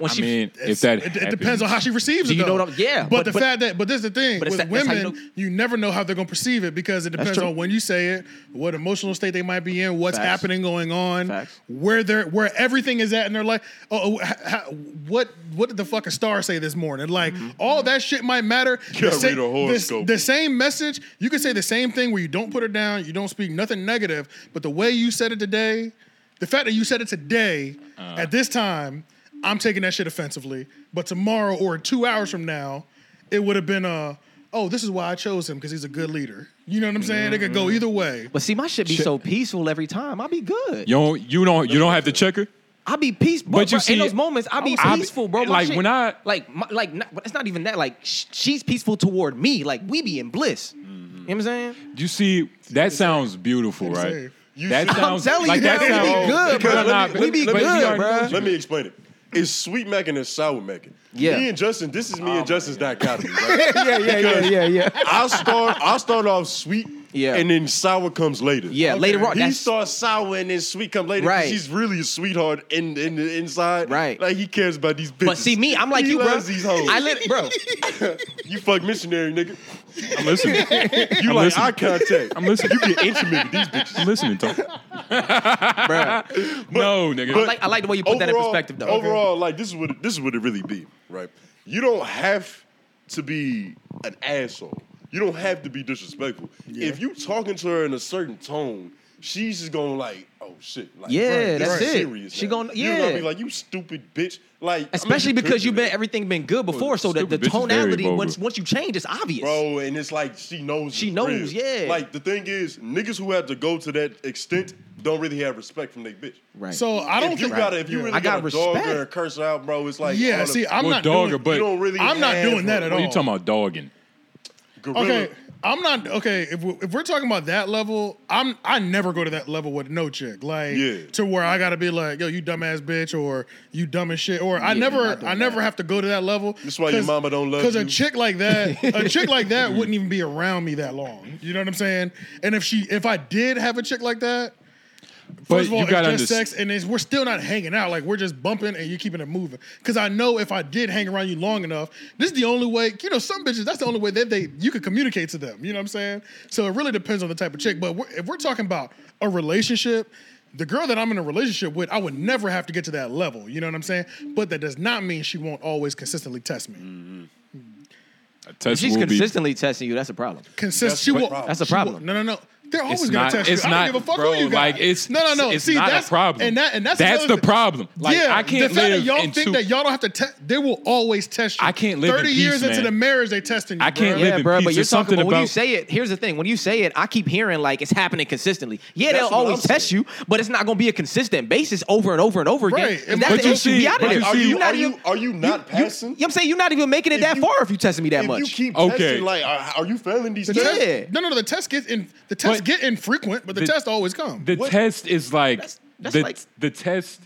Speaker 4: When
Speaker 3: I
Speaker 4: she
Speaker 3: mean, if
Speaker 1: It's-
Speaker 3: that
Speaker 1: it, it depends on how she receives
Speaker 4: Do
Speaker 1: it.
Speaker 4: you know
Speaker 1: though.
Speaker 4: what I'm- yeah,
Speaker 1: but,
Speaker 4: but-
Speaker 1: the
Speaker 4: but-
Speaker 1: fact that but this is the thing
Speaker 4: but it's
Speaker 1: with
Speaker 4: that- that's how you
Speaker 1: women, you,
Speaker 4: know-
Speaker 1: never know how they're gonna perceive it because it depends
Speaker 4: true.
Speaker 1: on when you say it, what emotional state they might be in, what's
Speaker 4: Facts.
Speaker 1: happening going on,
Speaker 4: Facts.
Speaker 1: where they're where everything is at in their life. Oh, oh, ha- ha- what what did the fucking star say this morning? Like
Speaker 4: Mm-hmm.
Speaker 1: all that shit might matter.
Speaker 2: gotta
Speaker 1: sa-
Speaker 2: read a horoscope.
Speaker 1: the same message, you can say the same thing where you don't put her down, you don't speak nothing negative, but the way you said it today, the fact that you said it today at this time, I'm taking that shit offensively. But tomorrow or two hours from now, it would have been a, oh, this is why I chose him because he's a good leader. You know what I'm saying? It could go either way.
Speaker 4: but see, my shit be so peaceful every time. I be good.
Speaker 3: you don't you don't you don't have to check her.
Speaker 4: I be peaceful, but
Speaker 3: But you
Speaker 4: in
Speaker 3: see-
Speaker 4: those moments, I be
Speaker 3: I be-
Speaker 4: peaceful, bro. My
Speaker 3: like,
Speaker 4: shit-
Speaker 3: when I-
Speaker 4: like, my, like, not, but it's not even that. Like, sh- she's peaceful toward me. Like, we be in bliss. You know what I'm saying?
Speaker 3: You see, that sounds beautiful,
Speaker 1: see.
Speaker 3: right?
Speaker 2: You
Speaker 3: that
Speaker 2: see-
Speaker 3: sounds
Speaker 4: I'm telling
Speaker 3: like
Speaker 4: you,
Speaker 3: that
Speaker 4: we be
Speaker 3: sounds
Speaker 4: good,
Speaker 3: But
Speaker 4: bro.
Speaker 3: nah,
Speaker 4: We be
Speaker 3: but- but
Speaker 4: good,
Speaker 3: already
Speaker 4: bro.
Speaker 3: know
Speaker 2: Let me explain it. is sweet mac and it's sour mac.
Speaker 5: Yeah.
Speaker 2: Me and Justin, this is me
Speaker 1: Oh
Speaker 2: and Justin's dichotomy. Right?
Speaker 5: *laughs* yeah, yeah, yeah, yeah, yeah.
Speaker 2: I'll start I'll start off sweet
Speaker 4: Yeah.
Speaker 2: and then sour comes later.
Speaker 4: Yeah, later on.
Speaker 2: He
Speaker 4: That's,
Speaker 2: starts sour and then sweet comes later. 'cause
Speaker 4: Right.
Speaker 2: He's really a sweetheart in, in the inside.
Speaker 4: Right.
Speaker 2: Like he cares about these bitches.
Speaker 4: but see me, I'm like
Speaker 2: he
Speaker 4: you, bro.
Speaker 2: loves These hoes.
Speaker 4: I lit, bro.
Speaker 2: you fuck missionary,
Speaker 4: *laughs*
Speaker 2: nigga.
Speaker 3: I'm listening.
Speaker 2: You
Speaker 3: I'm
Speaker 2: like
Speaker 3: listening.
Speaker 2: eye contact.
Speaker 3: I'm listening.
Speaker 2: you get intimate with these bitches.
Speaker 3: I'm listening,
Speaker 4: *laughs*
Speaker 3: Tom.
Speaker 4: bro.
Speaker 3: no, nigga.
Speaker 4: I like, I like the way you put that in perspective, though.
Speaker 2: Overall, like this is what it- this is what it really be, right? You don't have to be an asshole. You don't have to be disrespectful. If you talking to her in a certain tone, she's just gonna like, oh shit, like,
Speaker 4: Yeah,
Speaker 2: bruh, this
Speaker 4: that's
Speaker 2: is
Speaker 4: it.
Speaker 2: Serious
Speaker 4: She
Speaker 2: now.
Speaker 4: gonna-
Speaker 2: You're gonna
Speaker 4: yeah.
Speaker 2: be like, you stupid bitch, like I mean,
Speaker 4: Especially
Speaker 2: you
Speaker 4: because
Speaker 2: could
Speaker 4: you've
Speaker 2: do
Speaker 4: been
Speaker 2: that,
Speaker 4: everything been good before, so that the
Speaker 3: Stupid bitch is very
Speaker 4: tonality
Speaker 3: vulgar.
Speaker 4: once once you change, it's obvious.
Speaker 2: Bro, and it's like she knows.
Speaker 4: She
Speaker 2: it's
Speaker 4: knows,
Speaker 2: real.
Speaker 4: yeah.
Speaker 2: Like the thing is, niggas who have to go to that extent don't really have respect from their bitch.
Speaker 4: Right.
Speaker 1: So I don't
Speaker 2: if you
Speaker 1: think
Speaker 2: gotta, if you
Speaker 1: Yeah.
Speaker 2: really
Speaker 4: I got
Speaker 2: gotta dog
Speaker 4: respect.
Speaker 2: her and curse her out, bro, it's like
Speaker 1: yeah,
Speaker 2: all the-
Speaker 1: see, I'm
Speaker 3: Well,
Speaker 1: not
Speaker 3: dogger,
Speaker 1: doing,
Speaker 3: but
Speaker 2: you don't really
Speaker 1: I'm not
Speaker 2: have
Speaker 1: doing that
Speaker 2: one.
Speaker 1: at
Speaker 3: what
Speaker 1: all.
Speaker 3: are you talking about dogging?
Speaker 2: gorilla.
Speaker 1: Okay, I'm not okay. If we're, if we're talking about that level, I'm I never go to that level with no chick. Like
Speaker 2: Yeah.
Speaker 1: to where I gotta be like, yo, you dumbass bitch, or you dumb as shit, or I never I never have to go to that level.
Speaker 2: That's why your mama don't love
Speaker 1: Because a
Speaker 2: you.
Speaker 1: chick like that, a chick
Speaker 2: *laughs*
Speaker 1: like that wouldn't even be around me that long. You know what I'm saying? And if she, if I did have a chick like that.
Speaker 3: But
Speaker 1: First of all,
Speaker 3: you gotta
Speaker 1: it's just
Speaker 3: underst-
Speaker 1: sex, and it's, we're still not hanging out. Like we're just bumping, and you're keeping it moving. Because I know if I did hang around you long enough, this is the only way. You know, some bitches. That's the only way that they you could communicate to them. You know what I'm saying? So it really depends on the type of chick. But we're, if we're talking about a relationship, the girl that I'm in a relationship with, I would never have to get to that level. You know what I'm saying? But that does not mean she won't always consistently test me.
Speaker 2: Mm,
Speaker 3: A
Speaker 4: if
Speaker 3: test
Speaker 4: she's
Speaker 3: will be.
Speaker 4: consistently testing you, that's a problem.
Speaker 1: Consist.
Speaker 2: That's
Speaker 1: she
Speaker 2: the
Speaker 1: will.
Speaker 2: problem.
Speaker 4: That's a
Speaker 1: she will-
Speaker 4: problem.
Speaker 1: no, no, no. They're always
Speaker 3: It's
Speaker 1: gonna
Speaker 3: not.
Speaker 1: test
Speaker 3: It's
Speaker 1: you. I
Speaker 3: not,
Speaker 1: don't give a fuck
Speaker 3: bro.
Speaker 1: who you got.
Speaker 3: Like it's
Speaker 1: no, no, no.
Speaker 3: It's
Speaker 1: See,
Speaker 3: not
Speaker 1: that's
Speaker 3: a problem.
Speaker 1: and that and that's
Speaker 3: that's
Speaker 1: another
Speaker 3: the
Speaker 1: thing.
Speaker 3: problem. Like
Speaker 1: yeah,
Speaker 3: I can't
Speaker 1: the fact
Speaker 3: live
Speaker 1: that y'all
Speaker 3: in
Speaker 1: think
Speaker 3: two-
Speaker 1: that y'all don't have to test. They will always test you.
Speaker 3: I can't live in
Speaker 1: Thirty
Speaker 3: peace,
Speaker 1: years into
Speaker 3: man.
Speaker 1: the marriage, they testing you.
Speaker 3: I can't
Speaker 1: bruh.
Speaker 3: live
Speaker 4: Yeah,
Speaker 3: in
Speaker 4: bro,
Speaker 3: peace.
Speaker 4: but you're
Speaker 3: There's
Speaker 4: talking
Speaker 3: something
Speaker 4: about when you
Speaker 3: about-
Speaker 4: say it. Here's the thing: when you say it, I keep hearing like it's happening consistently. Yeah,
Speaker 2: That's
Speaker 4: they'll
Speaker 2: what
Speaker 4: always
Speaker 2: I'm saying.
Speaker 4: test you, but it's not going to be a consistent basis over and over and over again.
Speaker 1: Right,
Speaker 4: If
Speaker 1: and-
Speaker 4: that's
Speaker 1: But
Speaker 4: the
Speaker 1: you
Speaker 4: issue.
Speaker 3: see-
Speaker 4: we out of
Speaker 3: but
Speaker 4: there.
Speaker 3: you
Speaker 2: Are
Speaker 3: see-
Speaker 2: you,
Speaker 4: You're not
Speaker 2: are
Speaker 4: even-
Speaker 2: you are you not passing?
Speaker 4: You know what I'm saying you're not even making it
Speaker 2: If
Speaker 4: that
Speaker 2: you-
Speaker 4: far if you testing me that
Speaker 2: if
Speaker 4: much.
Speaker 2: you keep
Speaker 3: Okay.
Speaker 2: testing, like, are, are you failing these
Speaker 1: The
Speaker 2: tests?
Speaker 1: test-
Speaker 4: Yeah.
Speaker 1: No, no, no. The test gets in. The test
Speaker 3: But-
Speaker 1: get infrequent, but the,
Speaker 3: the-
Speaker 1: test always comes.
Speaker 3: The test is like
Speaker 4: That's- that's
Speaker 3: the
Speaker 4: like-
Speaker 3: the test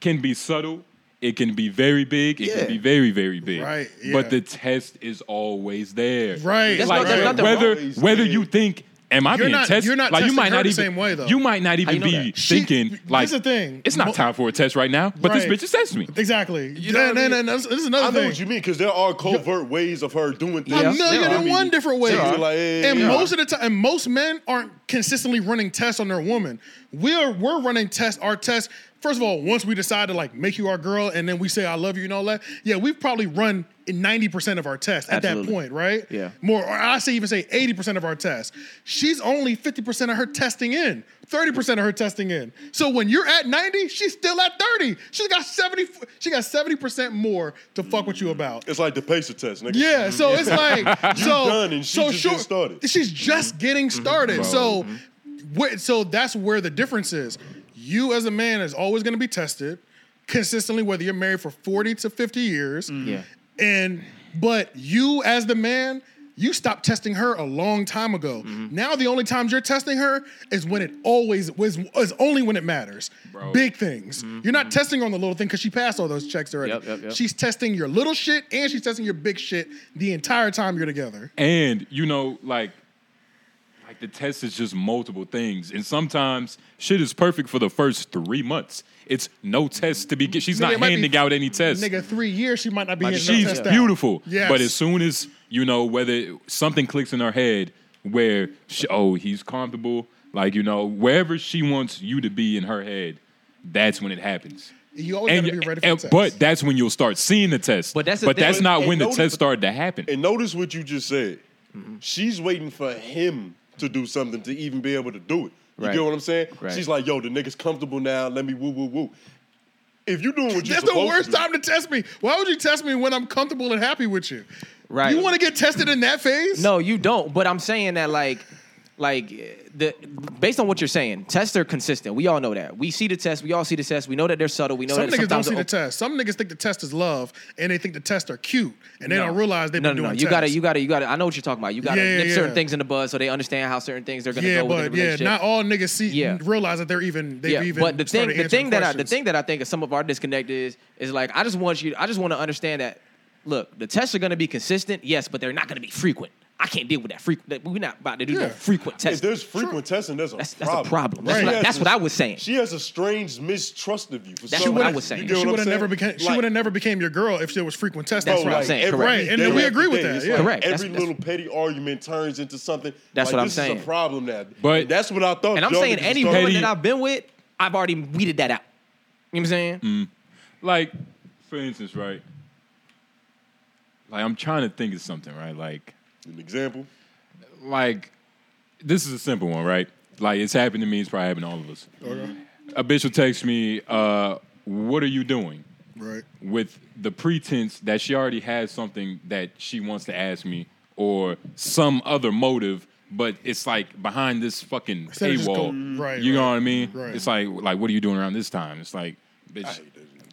Speaker 3: can be subtle. It can be very big. It
Speaker 4: Yeah.
Speaker 3: can be very very big.
Speaker 1: Right, yeah.
Speaker 3: But the test is always there.
Speaker 1: Right, That's
Speaker 3: Like
Speaker 4: not- that's not the-
Speaker 3: whether
Speaker 2: Always
Speaker 3: whether
Speaker 2: there.
Speaker 3: you think. Am I
Speaker 1: You're
Speaker 3: being
Speaker 1: not-
Speaker 3: tested?
Speaker 1: you're not
Speaker 3: like you
Speaker 1: testing
Speaker 3: might
Speaker 1: her
Speaker 3: not
Speaker 1: the
Speaker 3: even
Speaker 1: same way, though.
Speaker 3: you might not
Speaker 4: you
Speaker 3: even
Speaker 4: know
Speaker 3: be
Speaker 4: that?
Speaker 1: She-
Speaker 3: thinking
Speaker 1: here's
Speaker 3: like
Speaker 1: the thing.
Speaker 3: It's
Speaker 1: Mo-
Speaker 3: not time for a test right now, but
Speaker 1: Right.
Speaker 3: this bitch is testing me.
Speaker 1: Exactly.
Speaker 3: You know what I
Speaker 1: and, and,
Speaker 3: mean?
Speaker 1: and this this is
Speaker 2: I
Speaker 1: another
Speaker 2: know
Speaker 1: thing.
Speaker 2: what you mean because there are covert ways of her doing things.
Speaker 4: Yeah.
Speaker 1: a million
Speaker 4: There
Speaker 1: and
Speaker 4: are.
Speaker 1: one different ways.
Speaker 2: There are. Like, yeah,
Speaker 1: and
Speaker 2: yeah.
Speaker 1: most of the time, and most men aren't consistently running tests on their woman. We're we're running tests, our tests. First of all, once we decide to like make you our girl, and then we say I love you and all that, yeah, we've probably run ninety percent of our tests at that
Speaker 4: Absolutely.
Speaker 1: point, right?
Speaker 4: Yeah.
Speaker 1: More, or I say even say eighty percent of our tests. She's only fifty percent of her testing in, thirty percent of her testing in. So when you're at ninety, she's still at thirty. She's got seventy. She got seventy percent more to fuck with you about.
Speaker 2: It's like the pacer test, nigga.
Speaker 1: Yeah, so it's
Speaker 2: *laughs*
Speaker 1: like so
Speaker 2: Mm-hmm. done and she
Speaker 1: so
Speaker 2: just
Speaker 1: sure-
Speaker 2: getting started. Mm-hmm.
Speaker 1: She's just getting started. So wh- so that's where the difference is. You as a man is always going to be tested consistently whether you're married for 40 to 50 years.
Speaker 2: Mm-hmm.
Speaker 4: Yeah.
Speaker 1: And but you as the man you stopped testing her a long time ago. Now the only times you're testing her is when it always was is only when it matters. Big things. You're not testing on the little thing because she passed all those checks already.
Speaker 4: Yep, yep, yep.
Speaker 1: She's testing your little shit and she's testing your big shit the entire time you're together.
Speaker 3: and you know like like the test is just multiple things and sometimes shit is perfect for the first three months it's no test to begin she's
Speaker 1: Nigga, it
Speaker 3: not
Speaker 1: might be-
Speaker 3: handing out any tests
Speaker 1: Nigga, three years she might not be
Speaker 3: like
Speaker 1: in
Speaker 3: she's
Speaker 1: test out.
Speaker 3: beautiful
Speaker 1: Yes.
Speaker 3: but as soon as you know whether something clicks in her head where she, oh he's comfortable like you know wherever she wants you to be in her head that's when it happens
Speaker 1: You always gotta
Speaker 3: you-
Speaker 1: be ready for
Speaker 3: and-
Speaker 1: the test.
Speaker 3: but that's when you'll start seeing the test
Speaker 4: But that's the
Speaker 3: but
Speaker 4: thing.
Speaker 3: that's not
Speaker 2: And
Speaker 3: when the
Speaker 2: notice-
Speaker 3: test started to happen
Speaker 2: And notice what you just said.
Speaker 4: Mm-hmm.
Speaker 2: She's waiting for him to do something to even be able to do it. You
Speaker 4: Right.
Speaker 2: get what I'm saying?
Speaker 4: Right.
Speaker 2: She's like, yo, the nigga's comfortable now. Let me woo woo woo. If you doing what you're
Speaker 1: That's the
Speaker 2: supposed
Speaker 1: worst
Speaker 2: to do,
Speaker 1: time to test me. Why would you test me when I'm comfortable and happy with you?
Speaker 4: Right.
Speaker 1: You want to get tested in that phase?
Speaker 4: No, you don't. But I'm saying that like, like the based on what you're saying, tests are consistent. We all know that. We see the test. We all see the test. We know that they're subtle. We know
Speaker 1: Some
Speaker 4: that
Speaker 1: niggas don't
Speaker 4: sometimes
Speaker 1: see the
Speaker 4: they're-
Speaker 1: test. Some niggas think the test is love, and they think the tests are cute, and they
Speaker 4: No.
Speaker 1: don't realize they've
Speaker 4: no,
Speaker 1: been
Speaker 4: no,
Speaker 1: doing.
Speaker 4: no. You gotta,
Speaker 1: tests.
Speaker 4: you gotta, you gotta. I know what you're talking about. You gotta
Speaker 1: Yeah, yeah,
Speaker 4: nip
Speaker 1: yeah.
Speaker 4: certain things in the bud so they understand how certain things they're gonna
Speaker 1: yeah,
Speaker 4: go within
Speaker 1: but
Speaker 4: the
Speaker 1: yeah,
Speaker 4: relationship.
Speaker 1: not all niggas see
Speaker 4: Yeah.
Speaker 1: realize that they're even they've
Speaker 4: yeah,
Speaker 1: even.
Speaker 4: but the thing,
Speaker 1: started
Speaker 4: the thing
Speaker 1: answering
Speaker 4: that I, the
Speaker 1: questions.
Speaker 4: thing that I think of some of our disconnect is, is like I just want you, I just want to understand that. Look, the tests are going to be consistent, yes, but they're not going to be frequent. I can't deal with that frequent. We're not about to do
Speaker 1: Yeah.
Speaker 4: no frequent
Speaker 2: If
Speaker 4: testing.
Speaker 2: there's frequent testing, there's a
Speaker 4: That's- that's a
Speaker 2: problem.
Speaker 4: problem. That's
Speaker 2: She
Speaker 1: what I-
Speaker 2: has
Speaker 4: that's
Speaker 2: a-
Speaker 4: what I was saying.
Speaker 2: She has a strange mistrust of you. For
Speaker 4: That's
Speaker 2: some
Speaker 4: what I
Speaker 2: reason.
Speaker 4: was saying.
Speaker 2: You
Speaker 1: she
Speaker 2: get what
Speaker 1: would
Speaker 2: I'm
Speaker 1: have
Speaker 2: saying?
Speaker 1: never became. She
Speaker 2: Like,
Speaker 1: would have never became your girl if there was frequent testing.
Speaker 4: That's
Speaker 1: Bro,
Speaker 4: what I'm
Speaker 1: like,
Speaker 4: saying,
Speaker 2: every
Speaker 4: correct.
Speaker 1: Right, and
Speaker 2: day,
Speaker 1: then we
Speaker 2: every
Speaker 1: agree with
Speaker 2: day,
Speaker 1: that,
Speaker 2: it's
Speaker 1: yeah.
Speaker 2: like
Speaker 4: Correct, that's-
Speaker 2: Every
Speaker 4: that's-
Speaker 2: little petty argument turns into something.
Speaker 4: That's
Speaker 2: like,
Speaker 4: what I'm
Speaker 2: this
Speaker 4: saying.
Speaker 2: Is a problem now.
Speaker 3: But-
Speaker 2: that's what I thought.
Speaker 4: and I'm
Speaker 2: y'all
Speaker 4: saying
Speaker 2: niggas
Speaker 4: any
Speaker 2: was talking-
Speaker 4: woman
Speaker 3: Petty-
Speaker 4: that I've been with, I've already weeded that out. You know what I'm saying?
Speaker 2: Mm-hmm.
Speaker 3: like for instance, right? Like I'm trying to think of something, right? Like
Speaker 2: An example.
Speaker 3: like this is a simple one, right? Like it's happened to me, it's probably happened to all of us. A bitch will text me, uh, what are you doing?
Speaker 1: Right.
Speaker 3: With the pretense that she already has something that she wants to ask me or some other motive, but it's like behind this fucking
Speaker 1: Instead of just
Speaker 3: paywall.
Speaker 1: go- right,
Speaker 3: you know
Speaker 1: right,
Speaker 3: what I mean?
Speaker 1: right.
Speaker 3: It's like like what are you doing around this time? It's like bitch,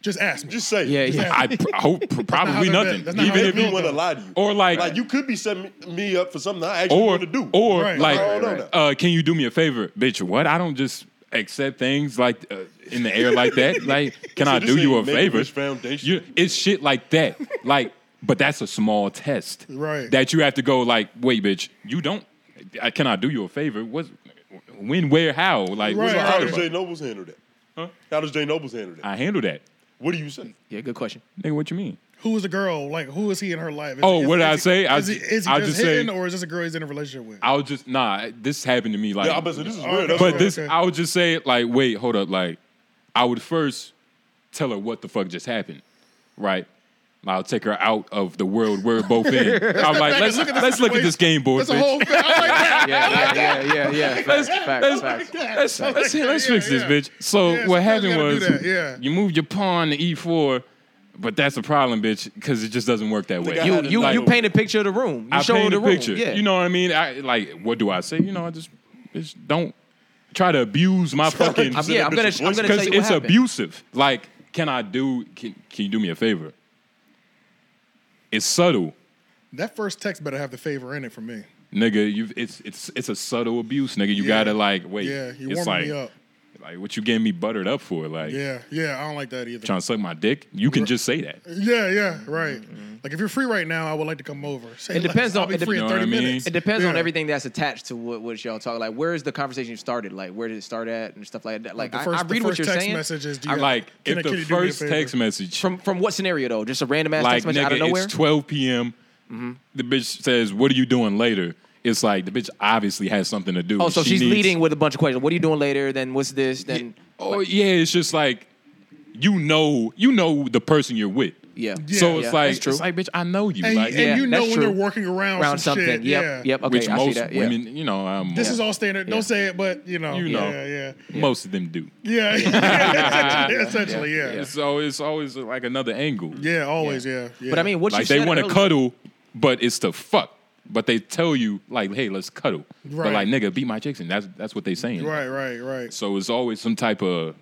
Speaker 1: Just ask me.
Speaker 2: Just say.
Speaker 4: Yeah,
Speaker 2: Just
Speaker 4: yeah.
Speaker 3: I, pr- hope pr- probably
Speaker 1: how they're
Speaker 3: nothing.
Speaker 1: built. That's not how
Speaker 3: Even
Speaker 2: Even
Speaker 1: they're
Speaker 3: if
Speaker 2: if you
Speaker 1: built.
Speaker 2: want to lie to you,
Speaker 3: Or like-
Speaker 2: like you could be setting me up for something I actually
Speaker 3: or
Speaker 2: want to do.
Speaker 3: or
Speaker 1: Right.
Speaker 3: like,
Speaker 2: Right, right, right.
Speaker 3: Uh, can you do me a favor, bitch? What? I don't just accept things like uh, in the air
Speaker 2: *laughs*
Speaker 3: like that. Like, can
Speaker 2: So
Speaker 3: I
Speaker 2: this
Speaker 3: do you a
Speaker 2: ain't
Speaker 3: favor?
Speaker 2: Make-A-Wish Foundation.
Speaker 3: You- it's shit like that. Like, but that's a small test,
Speaker 1: Right.
Speaker 3: That you have to go like, wait, bitch, you don't. I, can I do you a favor? What? When? Where? How? Like, what's
Speaker 1: Right,
Speaker 3: all
Speaker 2: How
Speaker 3: that
Speaker 2: does Jay
Speaker 3: about?
Speaker 2: Nobles handle that? How does Jay Nobles handle that?
Speaker 3: I handle that,
Speaker 2: What do you say?
Speaker 4: Yeah, good question.
Speaker 3: nigga. What you mean?
Speaker 1: Who is the girl? Like who is he in her life? Is-
Speaker 3: Oh,
Speaker 1: is-
Speaker 3: what did
Speaker 1: is
Speaker 3: I
Speaker 1: he-
Speaker 3: say? I
Speaker 1: Is he,
Speaker 3: ju-
Speaker 1: is he
Speaker 3: I
Speaker 1: just
Speaker 3: just say-
Speaker 1: hitting, or is this a girl he's in a relationship with?
Speaker 3: I will just nah. This happened to me like
Speaker 2: Yeah, I bet so this is
Speaker 1: Oh,
Speaker 2: weird. That's
Speaker 1: okay.
Speaker 3: But
Speaker 2: what-
Speaker 3: this,
Speaker 1: okay.
Speaker 3: I would just say, like, wait, hold up. Like, I would first tell her what the fuck just happened, right? I'll take her out of the world we're
Speaker 1: *laughs*
Speaker 3: both in. I'm like,
Speaker 1: Back and
Speaker 3: let's
Speaker 1: look at
Speaker 3: look at
Speaker 1: the
Speaker 3: let's look
Speaker 1: situation.
Speaker 3: at this game board,
Speaker 1: That's a
Speaker 3: bitch.
Speaker 1: whole. thing. I like that.
Speaker 5: Yeah, yeah, yeah, yeah,
Speaker 1: *laughs*
Speaker 5: yeah. Facts, facts,
Speaker 3: Let's,
Speaker 5: facts.
Speaker 3: let's,
Speaker 1: Like
Speaker 3: let's,
Speaker 1: that,
Speaker 3: let's
Speaker 1: yeah,
Speaker 3: fix
Speaker 1: yeah.
Speaker 3: this, bitch. So
Speaker 1: Yeah,
Speaker 3: what
Speaker 1: sometimes you
Speaker 3: happened
Speaker 1: gotta
Speaker 3: was
Speaker 1: do that, yeah.
Speaker 3: you moved your pawn to e4, but that's a problem, bitch, because it just doesn't work that way.
Speaker 2: I
Speaker 4: You
Speaker 2: had a
Speaker 4: you
Speaker 2: night
Speaker 4: you
Speaker 2: over.
Speaker 4: paint a picture of the room. You
Speaker 3: I
Speaker 4: show her
Speaker 3: paint
Speaker 4: the
Speaker 3: a
Speaker 4: room.
Speaker 3: picture.
Speaker 4: Yeah.
Speaker 3: You know what I mean? I like what do I say? You know, I just, just don't try to abuse
Speaker 4: *laughs*
Speaker 3: my fucking.
Speaker 4: I'm, yeah, I'm gonna I'm gonna tell
Speaker 3: because
Speaker 4: you what
Speaker 3: it's
Speaker 4: happened.
Speaker 3: abusive. Like, can I do? Can, can you do me a favor? It's subtle,
Speaker 1: That first text better have the favor in it for me.
Speaker 3: nigga. You it's it's it's a subtle abuse, nigga. You
Speaker 1: Yeah.
Speaker 3: gotta like wait.
Speaker 1: Yeah, you warming
Speaker 3: it's like
Speaker 1: me up.
Speaker 3: like what you getting me buttered up for? Like
Speaker 1: Yeah, yeah, I don't like that either.
Speaker 3: trying to suck my dick? You can just say that.
Speaker 1: Yeah, yeah, right.
Speaker 3: Mm-hmm,
Speaker 1: Like if you're free right now, I would like to come over. Say
Speaker 4: It
Speaker 1: less.
Speaker 4: depends
Speaker 1: I'll
Speaker 4: on-
Speaker 1: be
Speaker 4: it dep-
Speaker 1: free
Speaker 3: You
Speaker 1: in
Speaker 3: know
Speaker 1: thirty
Speaker 3: what I mean?
Speaker 1: minutes.
Speaker 4: It depends on
Speaker 1: Yeah.
Speaker 4: everything that's attached to what, what y'all talk. Like, where is the conversation started? Like, where did it start at and stuff like that? Like,
Speaker 1: The
Speaker 4: I-
Speaker 1: first,
Speaker 4: I,
Speaker 1: the
Speaker 4: read what
Speaker 1: first
Speaker 4: you're
Speaker 1: text
Speaker 4: saying.
Speaker 1: message is do you
Speaker 4: I-
Speaker 1: have-
Speaker 3: Like
Speaker 1: can I-
Speaker 3: if
Speaker 1: can
Speaker 3: the
Speaker 1: you do me a
Speaker 3: first
Speaker 1: favor?
Speaker 3: text message
Speaker 4: From from what scenario though? Just a random ass
Speaker 3: like
Speaker 4: text message
Speaker 3: nigga,
Speaker 4: out of nowhere. Mm-hmm.
Speaker 3: it's 12 p.m. The bitch says, "What are you doing later?" It's like the bitch obviously has something to do.
Speaker 4: oh, so
Speaker 3: She
Speaker 4: she's
Speaker 3: needs-
Speaker 4: leading with a bunch of questions. What are you doing later? Then what's this? Then
Speaker 3: Oh yeah, it's just like you know, you know the person you're with.
Speaker 4: yeah.
Speaker 3: so
Speaker 1: Yeah,
Speaker 3: it's
Speaker 4: that's
Speaker 3: like,
Speaker 4: true.
Speaker 3: it's like, bitch, I know you.
Speaker 1: And,
Speaker 3: like,
Speaker 1: and
Speaker 4: Yeah,
Speaker 1: you know
Speaker 4: that's
Speaker 1: when
Speaker 4: true.
Speaker 1: they're working around,
Speaker 4: around
Speaker 1: some
Speaker 4: something.
Speaker 1: Shit.
Speaker 4: Yep.
Speaker 1: Yeah.
Speaker 4: Yep. Okay.
Speaker 3: which
Speaker 4: I
Speaker 3: most
Speaker 4: see that. Yeah.
Speaker 3: women, you know, um,
Speaker 1: This
Speaker 3: yeah,
Speaker 1: is all standard. Don't
Speaker 4: Yeah.
Speaker 1: say it, but you know.
Speaker 3: you know,
Speaker 1: Yeah, yeah.
Speaker 3: most of them do. *laughs*
Speaker 1: Yeah, *laughs* yeah. essentially, yeah. Yeah,
Speaker 3: It's always, it's always uh, like another angle.
Speaker 1: always, yeah. yeah.
Speaker 4: But I mean, what you
Speaker 3: like they
Speaker 4: said
Speaker 3: want to
Speaker 4: earlier-
Speaker 3: cuddle, but it's to fuck. But they tell you like, hey, let's cuddle.
Speaker 1: Right.
Speaker 3: But like, nigga, beat my chicks, and that's that's what they saying.
Speaker 1: right, right, right.
Speaker 3: So it's always some type of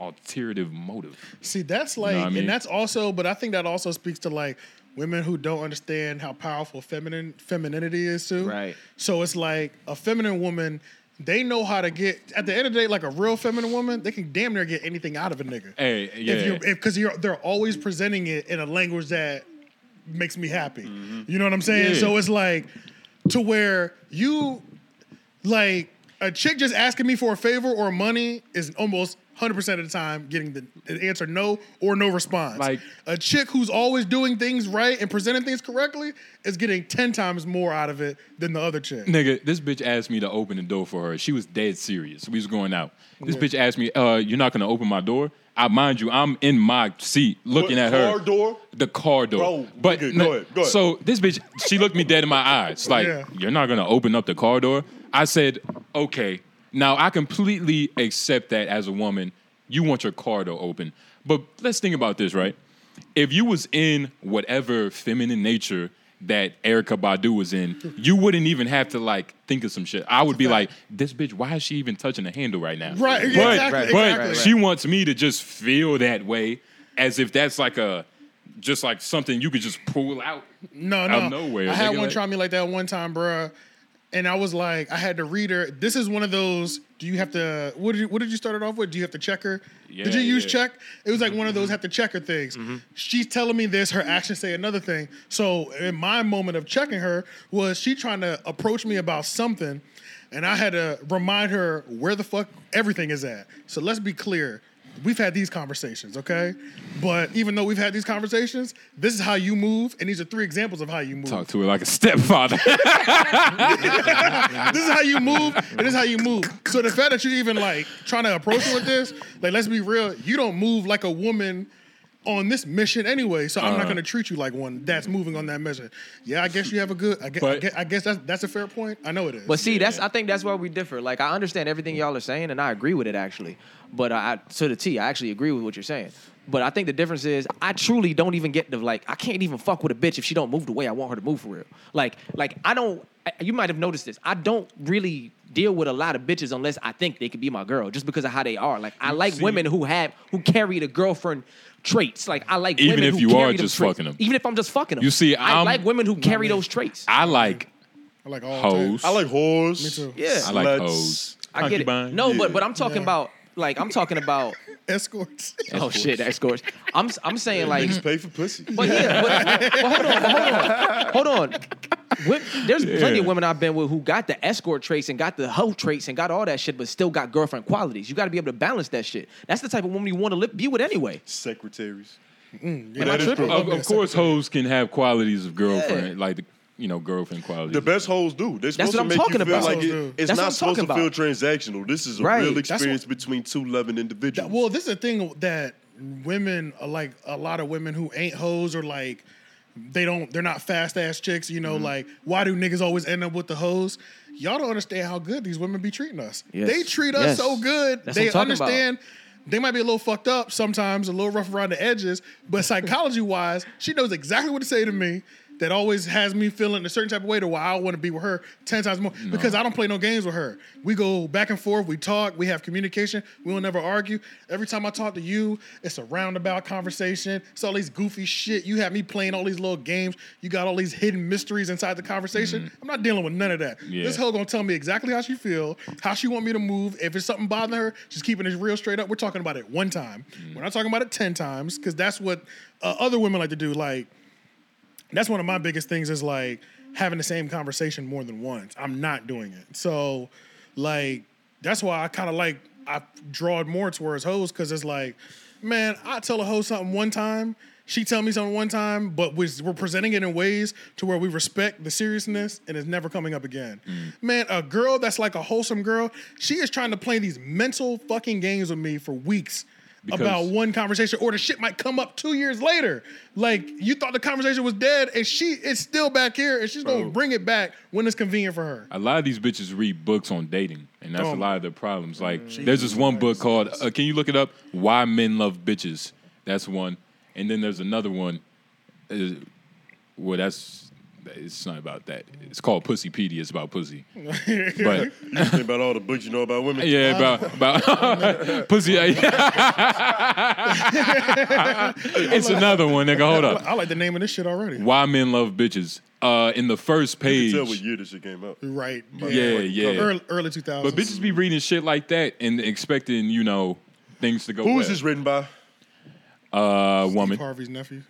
Speaker 3: alternative motive.
Speaker 1: See, that's like,
Speaker 3: what I mean?
Speaker 1: and that's also, but I think that also speaks to like women who don't understand how powerful feminine femininity is too.
Speaker 4: Right.
Speaker 1: So it's like a feminine woman. They know how to get at the end of the day, like a real feminine woman, they can damn near get anything out of a nigga.
Speaker 3: Hey, yeah.
Speaker 1: If you because you're they're always presenting it in a language that makes me happy. You know what I'm saying?
Speaker 3: Mm-hmm. Yeah.
Speaker 1: So it's like to where you like a chick just asking me for a favor or money is almost 100% of the time getting the the answer no or no response.
Speaker 3: Like-
Speaker 1: a chick who's always doing things right and presenting things correctly is getting 10 times more out of it than the other chick.
Speaker 3: Nigga, this bitch asked me to open the door for her. She was dead serious. We was going out. This bitch asked me, uh, you're not gonna open my door? I mind you, I'm in my seat looking
Speaker 2: What,
Speaker 3: at her.
Speaker 2: car door?
Speaker 3: The car door.
Speaker 2: Bro,
Speaker 3: but
Speaker 2: nigga,
Speaker 3: no-
Speaker 2: go ahead, go ahead.
Speaker 3: so this bitch, she looked me dead in my eyes. Like,
Speaker 1: Yeah.
Speaker 3: you're not gonna open up the car door. I said, okay. Now I completely accept that as a woman, you want your car door open. But let's think about this, right? If you was in whatever feminine nature that Erica Badu was in, you wouldn't even have to like think of some shit. I would be like, this bitch, why is she even touching the handle right now?
Speaker 1: Right,
Speaker 3: But,
Speaker 1: yeah, exactly,
Speaker 3: but
Speaker 1: exactly. Right,
Speaker 3: she wants me to just feel that way as if that's like a just like something you could just pull out.
Speaker 1: No, no.
Speaker 3: out of nowhere,
Speaker 1: I had
Speaker 3: nigga,
Speaker 1: one
Speaker 3: like-
Speaker 1: try me like that one time, bruh. And I was like, I had to read her. This is one of those. Do you have to? What did you, what did you start it off with? Do you have to check her? did
Speaker 3: Yeah,
Speaker 1: you use
Speaker 3: yeah.
Speaker 1: check? It was like one of those have to check her things. She's telling me this. Her actions say another thing. So in my moment of checking her was she trying to approach me about something, and I had to remind her where the fuck everything is at. So let's be clear. We've had these conversations, okay? But even though we've had these conversations, this is how you move, and these are three examples of how you move
Speaker 3: Talk to her like a stepfather. *laughs*
Speaker 1: this is how you move, and this is how you move. So the fact that you're even like trying to approach it with this, like let's be real, you don't move like a woman on this mission anyway. So
Speaker 3: Uh-huh.
Speaker 1: I'm not gonna treat you like one that's moving on that mission. Yeah, I guess you have a good. I guess, I
Speaker 3: But-
Speaker 1: guess, I guess that's that's a fair point. I know it is.
Speaker 4: But see, that's I think that's where we differ. Like I understand everything y'all are saying, and I agree with it actually. But I I- to the T, I actually agree with what you're saying. But I think the difference is I truly don't even get the like I can't even fuck with a bitch if she don't move the way I want her to move for real. Like like I don't. I- You might have noticed this. I don't really deal with a lot of bitches unless I think they could be my girl, just because of how they are. Like I like women who have who carry the girlfriend traits. Like I like
Speaker 3: Even
Speaker 4: women
Speaker 3: if
Speaker 4: who
Speaker 3: you
Speaker 4: carry
Speaker 3: are
Speaker 4: them
Speaker 3: just
Speaker 4: traits.
Speaker 3: fucking 'em.
Speaker 4: Even if I'm just fucking them,
Speaker 3: You see,
Speaker 4: I
Speaker 3: I'm-
Speaker 4: like women who carry those traits.
Speaker 3: I like
Speaker 1: I like all
Speaker 3: hoes.
Speaker 1: types.
Speaker 2: I like whores. Me
Speaker 1: too.
Speaker 4: yeah,
Speaker 3: I like
Speaker 2: sluts.
Speaker 3: hoes.
Speaker 4: I get it.
Speaker 3: Concubine.
Speaker 4: No, but
Speaker 2: Yeah.
Speaker 4: but I'm talking about like I'm talking
Speaker 3: *laughs*
Speaker 4: about.
Speaker 1: escorts. *laughs*
Speaker 4: oh shit, escorts. I'm s- I'm saying
Speaker 3: *laughs*
Speaker 4: like.
Speaker 2: Niggas pay for pussy.
Speaker 4: But yeah, but, but hold on, but hold on, hold on. Wo- There's plenty of
Speaker 3: Yeah.
Speaker 4: women I've been with who got the escort traits and got the hoe traits and got all that shit, but still got girlfriend qualities. You got to be able to balance that shit. That's the type of woman you want to li- be with anyway.
Speaker 2: Secretaries.
Speaker 1: Mm, Yeah,
Speaker 2: I
Speaker 1: that's
Speaker 2: tripping?
Speaker 1: true.
Speaker 3: Of, of course, hoes can have qualities of girlfriend, like the you know girlfriend qualities.
Speaker 2: The best hoes do. They're supposed
Speaker 4: what
Speaker 2: to
Speaker 4: I'm
Speaker 2: make you
Speaker 4: talking
Speaker 2: feel
Speaker 4: about.
Speaker 2: like it-
Speaker 1: That's what
Speaker 2: it's
Speaker 4: I'm
Speaker 2: not supposed to
Speaker 4: talking
Speaker 2: feel
Speaker 4: about.
Speaker 2: transactional. This is a
Speaker 4: Right.
Speaker 2: real
Speaker 4: That's
Speaker 1: what-
Speaker 2: experience between two loving individuals.
Speaker 1: Well, this is the thing that women uh, like a lot of women who ain't hoes or like they don't they're not fast ass chicks, you
Speaker 4: Mm-hmm.
Speaker 1: know, like why do niggas always end up with the hoes? Y'all don't understand how good these women be treating us.
Speaker 4: Yes.
Speaker 1: They treat us
Speaker 4: Yes.
Speaker 1: so good.
Speaker 4: That's what
Speaker 1: they
Speaker 4: I'm talking about.
Speaker 1: understand they might be a little fucked up sometimes, a little rough around the edges, but psychology wise, she knows exactly what to say to me. That always has me feeling a certain type of way to why I want to be with her ten times more because I don't play no games with her. We go back and forth, we talk, we have communication, we will never argue. Every time I talk to you, it's a roundabout conversation. It's all these goofy shit. You have me playing all these little games. You got all these hidden mysteries inside the conversation. I'm not dealing with none of that.
Speaker 3: Yeah.
Speaker 1: This hoe gonna tell me exactly how she feel, how she want me to move. If it's something bothering her, she's keeping it real straight up. We're talking about it one time. We're not talking about it ten times because that's what uh, other women like to do. Like that's one of my biggest things is like having the same conversation more than once. I'm not doing it. So like that's why I kind of like I draw it more towards hoes because it's like, man, I tell a hoe something one time, she tell me something one time, but we- we're presenting it in ways to where we respect the seriousness and it's never coming up again. Man, a girl that's like a wholesome girl, she is trying to play these mental fucking games with me for weeks about
Speaker 3: Because-
Speaker 1: one conversation or the shit might come up two years later. Like you thought the conversation was dead and she is still back here and she's gonna bring it back when it's convenient for her.
Speaker 3: a lot of these bitches read books on dating, and that's
Speaker 1: Oh.
Speaker 3: a lot of their problems. Like, there's this one book called uh, "Can you look it up?" Why Men Love Bitches. That's one, and then there's another one. uh, well, that's it's not about that. It's called Pussypedia. It's about pussy, but
Speaker 2: You think about all the books you know about women.
Speaker 3: yeah, about about *laughs* pussy. it's another one, nigga. Hold up.
Speaker 1: I like the name of this shit already.
Speaker 3: Why Men Love Bitches. Uh, in the first
Speaker 2: You
Speaker 3: page.
Speaker 2: can tell what year this shit came out.
Speaker 1: Right.
Speaker 3: Yeah, yeah.
Speaker 1: Early, early 2000s.
Speaker 3: But bitches be reading shit like that and expecting, you know, things to go.
Speaker 2: Who
Speaker 3: well.
Speaker 2: is this written by?
Speaker 3: A woman.
Speaker 1: Harvey's nephew.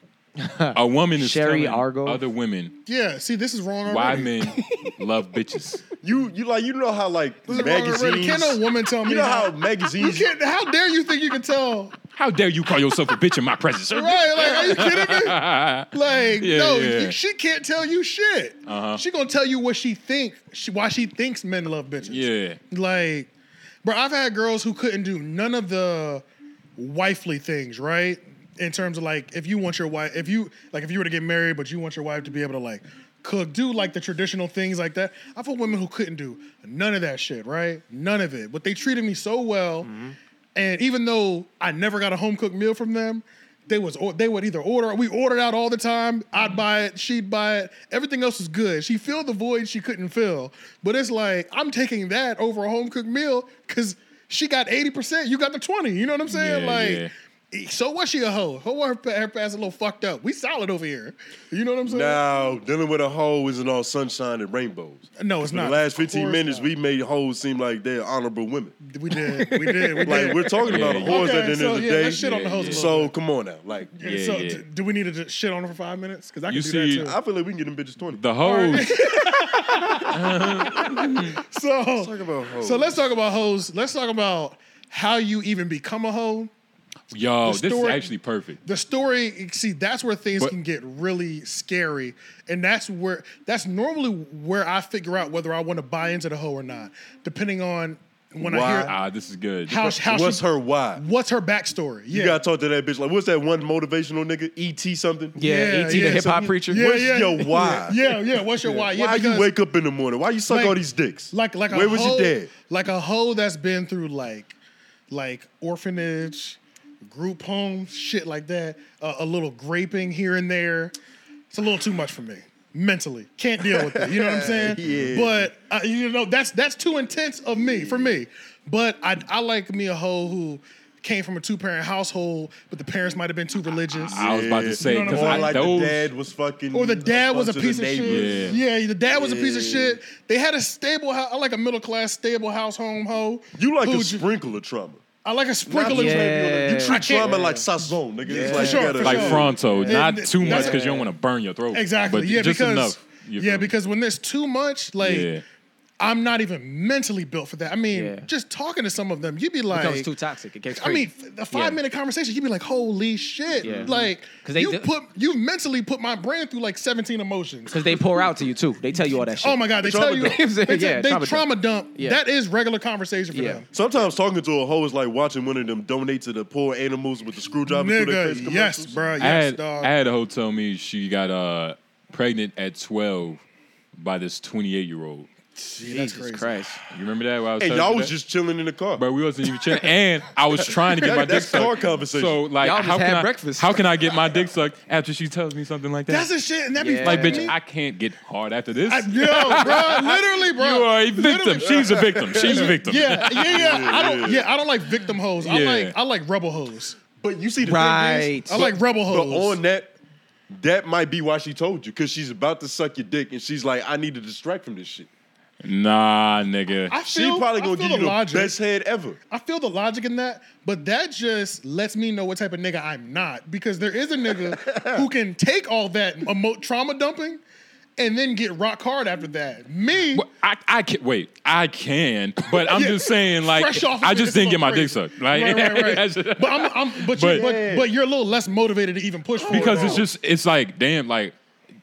Speaker 3: A woman is
Speaker 4: Sherry
Speaker 3: telling
Speaker 4: Argo?
Speaker 3: other
Speaker 1: *laughs*
Speaker 3: women
Speaker 1: Yeah, see, this is wrong already.
Speaker 3: why men
Speaker 1: *laughs*
Speaker 3: love bitches.
Speaker 2: You you like you know how like
Speaker 1: This is wrong already.
Speaker 2: magazines.
Speaker 1: Can't no woman tell me.
Speaker 2: you know
Speaker 1: how,
Speaker 2: how magazines.
Speaker 1: you can't, how dare you think you can tell?
Speaker 3: How dare you call yourself a bitch in my presence? sir?
Speaker 1: Right? Like, are you kidding me? Like,
Speaker 3: Yeah,
Speaker 1: no,
Speaker 3: yeah.
Speaker 1: you- she can't tell you shit. She gonna tell you what she think, she, why she thinks men love bitches.
Speaker 3: Yeah.
Speaker 1: Like, bro, I've had girls who couldn't do none of the wifely things, right? In terms of like, if you want your wife, if you like, if you were to get married, but you want your wife to be able to like cook, do like the traditional things like that. I've had women who couldn't do none of that shit, right? None of it. But they treated me so well, and even though I never got a home cooked meal from them. They was or- they would either order we ordered out all the time. I'd buy it, she'd buy it. Everything else was good. She filled the void she couldn't fill. But it's like I'm taking that over a home cooked meal because she got eighty percent. You got the twenty. You know what I'm saying?
Speaker 3: Yeah,
Speaker 1: like. e,
Speaker 3: yeah.
Speaker 1: So what? She a hoe? Her, her, pa- her past a little fucked up. We solid over here. You know what I'm saying?
Speaker 2: Now, dealing with a hoe isn't all sunshine and rainbows.
Speaker 1: No, it's
Speaker 2: For
Speaker 1: not.
Speaker 2: the last
Speaker 1: Of
Speaker 2: 15
Speaker 1: course
Speaker 2: minutes,
Speaker 1: not.
Speaker 2: we made hoes seem like they're honorable women.
Speaker 1: we did, we did, we did.
Speaker 2: *laughs* Like, we're talking about
Speaker 3: Yeah,
Speaker 2: whores
Speaker 1: Okay,
Speaker 2: at the end
Speaker 1: so,
Speaker 2: of the
Speaker 1: yeah,
Speaker 2: day.
Speaker 1: let's shit on the hoes a little
Speaker 2: so,
Speaker 1: bit.
Speaker 2: come on now. Like,
Speaker 3: Yeah,
Speaker 1: so
Speaker 3: yeah.
Speaker 1: d- do we need to just shit on her for five minutes? Because I can
Speaker 3: You
Speaker 1: do
Speaker 3: see-
Speaker 1: that
Speaker 2: I feel like we can get them bitches 20.
Speaker 3: The
Speaker 1: *laughs*
Speaker 3: hoes.
Speaker 1: too. So,
Speaker 2: Talk about hoes.
Speaker 1: so let's talk about hoes. Let's talk about how you even become a hoe.
Speaker 3: Yo,
Speaker 1: The
Speaker 3: this is
Speaker 1: story-
Speaker 3: actually perfect.
Speaker 1: The story, see, that's where things
Speaker 3: But-
Speaker 1: can get really scary, and that's where that's normally where I figure out whether I want to buy into the hoe or not, depending on when I hear
Speaker 2: Why?
Speaker 3: Ah, this is good.
Speaker 1: how, how
Speaker 2: What's
Speaker 1: she,
Speaker 2: her why?
Speaker 1: what's her backstory. Yeah,
Speaker 2: You gotta talk to that bitch. Like, what's that one motivational nigga? E.T. something?
Speaker 4: Yeah,
Speaker 1: Yeah, E
Speaker 4: E.T.
Speaker 1: yeah,
Speaker 4: the hip hop
Speaker 1: so-
Speaker 4: preacher.
Speaker 1: yeah,
Speaker 2: What's
Speaker 1: yeah.
Speaker 2: your why?
Speaker 1: yeah, yeah. What's your why? Yeah,
Speaker 2: why
Speaker 1: because-
Speaker 2: you wake up in the morning? Why you suck
Speaker 1: Like-
Speaker 2: all these dicks?
Speaker 1: like like
Speaker 2: where
Speaker 1: a
Speaker 2: was
Speaker 1: hoe,
Speaker 2: your dad?
Speaker 1: Like a hoe that's been through like like orphanage, group home, shit like that. Uh, a little graping here and there. It's a little too much for me mentally. Can't deal with it. You know
Speaker 2: *laughs*
Speaker 1: what I'm saying?
Speaker 2: Yeah.
Speaker 1: But uh, you know that's that's too intense of me for me. But I I like me a hoe who came from a two parent household, but the parents might have been too religious.
Speaker 3: I was about to say
Speaker 1: You know what
Speaker 3: because
Speaker 1: I'm
Speaker 2: Or
Speaker 1: I-
Speaker 2: like
Speaker 3: those
Speaker 2: the dad was fucking.
Speaker 1: Or Oh, the dad
Speaker 2: a
Speaker 1: was a
Speaker 2: bunch
Speaker 1: piece of,
Speaker 2: neighbors.
Speaker 1: shit. Yeah. the dad was a piece of shit. They had a stable, house, I like a middle class stable house home hoe.
Speaker 2: You like
Speaker 1: who
Speaker 2: a
Speaker 1: ju-
Speaker 2: sprinkle of trauma.
Speaker 1: I like a sprinkle of
Speaker 4: Yeah.
Speaker 2: You
Speaker 4: Yeah.
Speaker 2: treat trauma like sazon, nigga. It's
Speaker 1: For
Speaker 2: like,
Speaker 1: sure,
Speaker 2: you gotta,
Speaker 1: for
Speaker 3: like
Speaker 1: sure.
Speaker 3: Fronto, not
Speaker 1: And
Speaker 3: too much
Speaker 1: that's-
Speaker 3: because you don't want to burn your throat.
Speaker 1: Exactly.
Speaker 3: but
Speaker 1: yeah,
Speaker 3: just
Speaker 1: because
Speaker 3: enough. You
Speaker 1: yeah,
Speaker 3: feel me?
Speaker 1: because when there's too much, like
Speaker 3: Yeah.
Speaker 1: I'm not even mentally built for that. I mean,
Speaker 4: Yeah.
Speaker 1: just talking to some of them, you'd be like,
Speaker 4: becomes too toxic. It gets
Speaker 1: I
Speaker 4: crazy.
Speaker 1: mean, f- a five
Speaker 4: Yeah.
Speaker 1: minute conversation, you'd be like, holy shit!
Speaker 4: Yeah.
Speaker 1: Like,
Speaker 4: 'Cause they
Speaker 1: you
Speaker 4: do-
Speaker 1: put you mentally put my brain through like 17
Speaker 4: *laughs*
Speaker 1: emotions.
Speaker 4: because they pour out to you too. They tell you all that shit.
Speaker 1: Oh my god, they
Speaker 2: Trauma
Speaker 1: tell you,
Speaker 2: dump.
Speaker 1: they, tell-
Speaker 4: *laughs* Yeah,
Speaker 1: they
Speaker 4: trauma
Speaker 1: trauma,
Speaker 4: dump.
Speaker 1: dump.
Speaker 4: Yeah.
Speaker 1: That is regular conversation for
Speaker 4: Yeah.
Speaker 1: them.
Speaker 2: Sometimes talking to a hoe is like watching one of them donate to the poor animals with the screwdriver through their face
Speaker 1: Nigga, yes,
Speaker 2: commercials.
Speaker 1: bro, yes,
Speaker 3: I had,
Speaker 1: dog.
Speaker 3: I had a hoe tell me she got uh, pregnant at 12 by this 28 year old.
Speaker 1: Gee, that's
Speaker 4: Jesus
Speaker 1: crazy.
Speaker 4: Christ.
Speaker 3: You remember that? When I was
Speaker 2: And
Speaker 3: telling
Speaker 2: y'all
Speaker 3: you
Speaker 2: was
Speaker 3: that?
Speaker 2: just chilling in the car.
Speaker 3: Bro, we wasn't even chilling. And I was
Speaker 1: *laughs*
Speaker 3: trying to get my dick
Speaker 2: That's car
Speaker 3: sucked.
Speaker 2: conversation.
Speaker 3: So like,
Speaker 4: Y'all just
Speaker 3: how can
Speaker 4: had
Speaker 3: I,
Speaker 4: breakfast.
Speaker 3: How can I get my dick sucked after she tells me something like that?
Speaker 1: That's the shit, and that
Speaker 4: Yeah.
Speaker 1: be
Speaker 3: like,
Speaker 1: fucking
Speaker 3: bitch,
Speaker 1: me.
Speaker 3: I can't get hard after this.
Speaker 1: I-
Speaker 3: *laughs*
Speaker 1: yo, bro, literally, bro.
Speaker 3: you are a
Speaker 1: Literally.
Speaker 3: victim. She's a victim. She's a victim.
Speaker 1: Yeah, yeah, yeah. I don't. Yeah, I don't like victim hoes. I
Speaker 3: Yeah.
Speaker 1: like I like rebel hoes.
Speaker 2: but you see the thing
Speaker 4: Right.
Speaker 2: is,
Speaker 1: I like rebel
Speaker 2: but
Speaker 1: hoes.
Speaker 2: on that, that might be why she told you because she's about to suck your dick and she's like, I need to distract from this shit.
Speaker 3: Nah, nigga.
Speaker 1: I
Speaker 2: She
Speaker 1: feel,
Speaker 2: probably
Speaker 1: I
Speaker 2: gonna
Speaker 1: feel
Speaker 2: give you the
Speaker 1: logic.
Speaker 2: best head ever.
Speaker 1: I feel the logic in that, but that just lets me know what type of nigga I'm not because there is a nigga who can take all that emo- trauma dumping and then get rock hard after that. Me,
Speaker 3: Well, I, I can wait. I can, but I'm
Speaker 1: Yeah.
Speaker 3: just saying, like,
Speaker 1: fresh off, of
Speaker 3: I
Speaker 1: it,
Speaker 3: just
Speaker 1: it's
Speaker 3: didn't get
Speaker 1: so
Speaker 3: my
Speaker 1: crazy.
Speaker 3: dick sucked. Like,
Speaker 1: right, right, right.
Speaker 3: *laughs* that's-
Speaker 1: but I'm, I'm but, you,
Speaker 3: But-
Speaker 1: but but you're a little less motivated to even push for
Speaker 3: because
Speaker 1: it.
Speaker 3: it's just, it's like, damn, like,
Speaker 2: On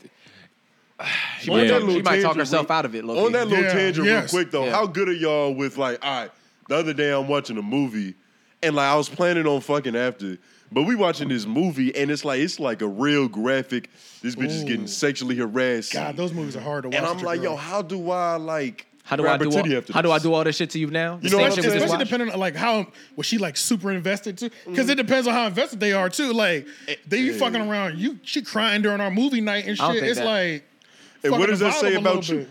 Speaker 3: Yeah.
Speaker 2: that little
Speaker 4: She might talk
Speaker 2: tangent
Speaker 4: herself
Speaker 2: real-
Speaker 4: out of it.
Speaker 2: On that
Speaker 4: Loki.
Speaker 2: little
Speaker 1: Yeah,
Speaker 2: tangent
Speaker 1: yes.
Speaker 2: real quick though,
Speaker 4: Yeah.
Speaker 2: how good are y'all with like, all right, the other day I'm watching a movie and like I was planning on fucking after, but we watching this movie and it's like it's like a real graphic. This bitch is getting sexually harassed.
Speaker 1: God, those movies are hard to watch.
Speaker 2: and I'm
Speaker 1: with your
Speaker 2: like,
Speaker 1: girl.
Speaker 2: yo, how do I like
Speaker 4: How do I
Speaker 2: grab
Speaker 4: do
Speaker 2: her titty
Speaker 4: all,
Speaker 2: after
Speaker 4: How do
Speaker 2: this?
Speaker 4: I do all this shit to you now?
Speaker 2: You know
Speaker 4: The same
Speaker 2: what I'm
Speaker 4: shit we
Speaker 2: saying?
Speaker 4: just
Speaker 1: especially
Speaker 4: watched.
Speaker 1: depending on like how was she like super invested too? Because
Speaker 2: Mm-hmm.
Speaker 1: it depends on how invested they are too. Like
Speaker 2: Eh,
Speaker 1: they you fucking around, you she crying during our movie night and
Speaker 4: I don't
Speaker 1: shit.
Speaker 4: think
Speaker 1: It's
Speaker 4: that-
Speaker 1: like,
Speaker 2: And what
Speaker 1: fucking
Speaker 2: does that
Speaker 1: involved
Speaker 2: say
Speaker 1: a
Speaker 2: about
Speaker 1: little
Speaker 2: you?
Speaker 1: bit.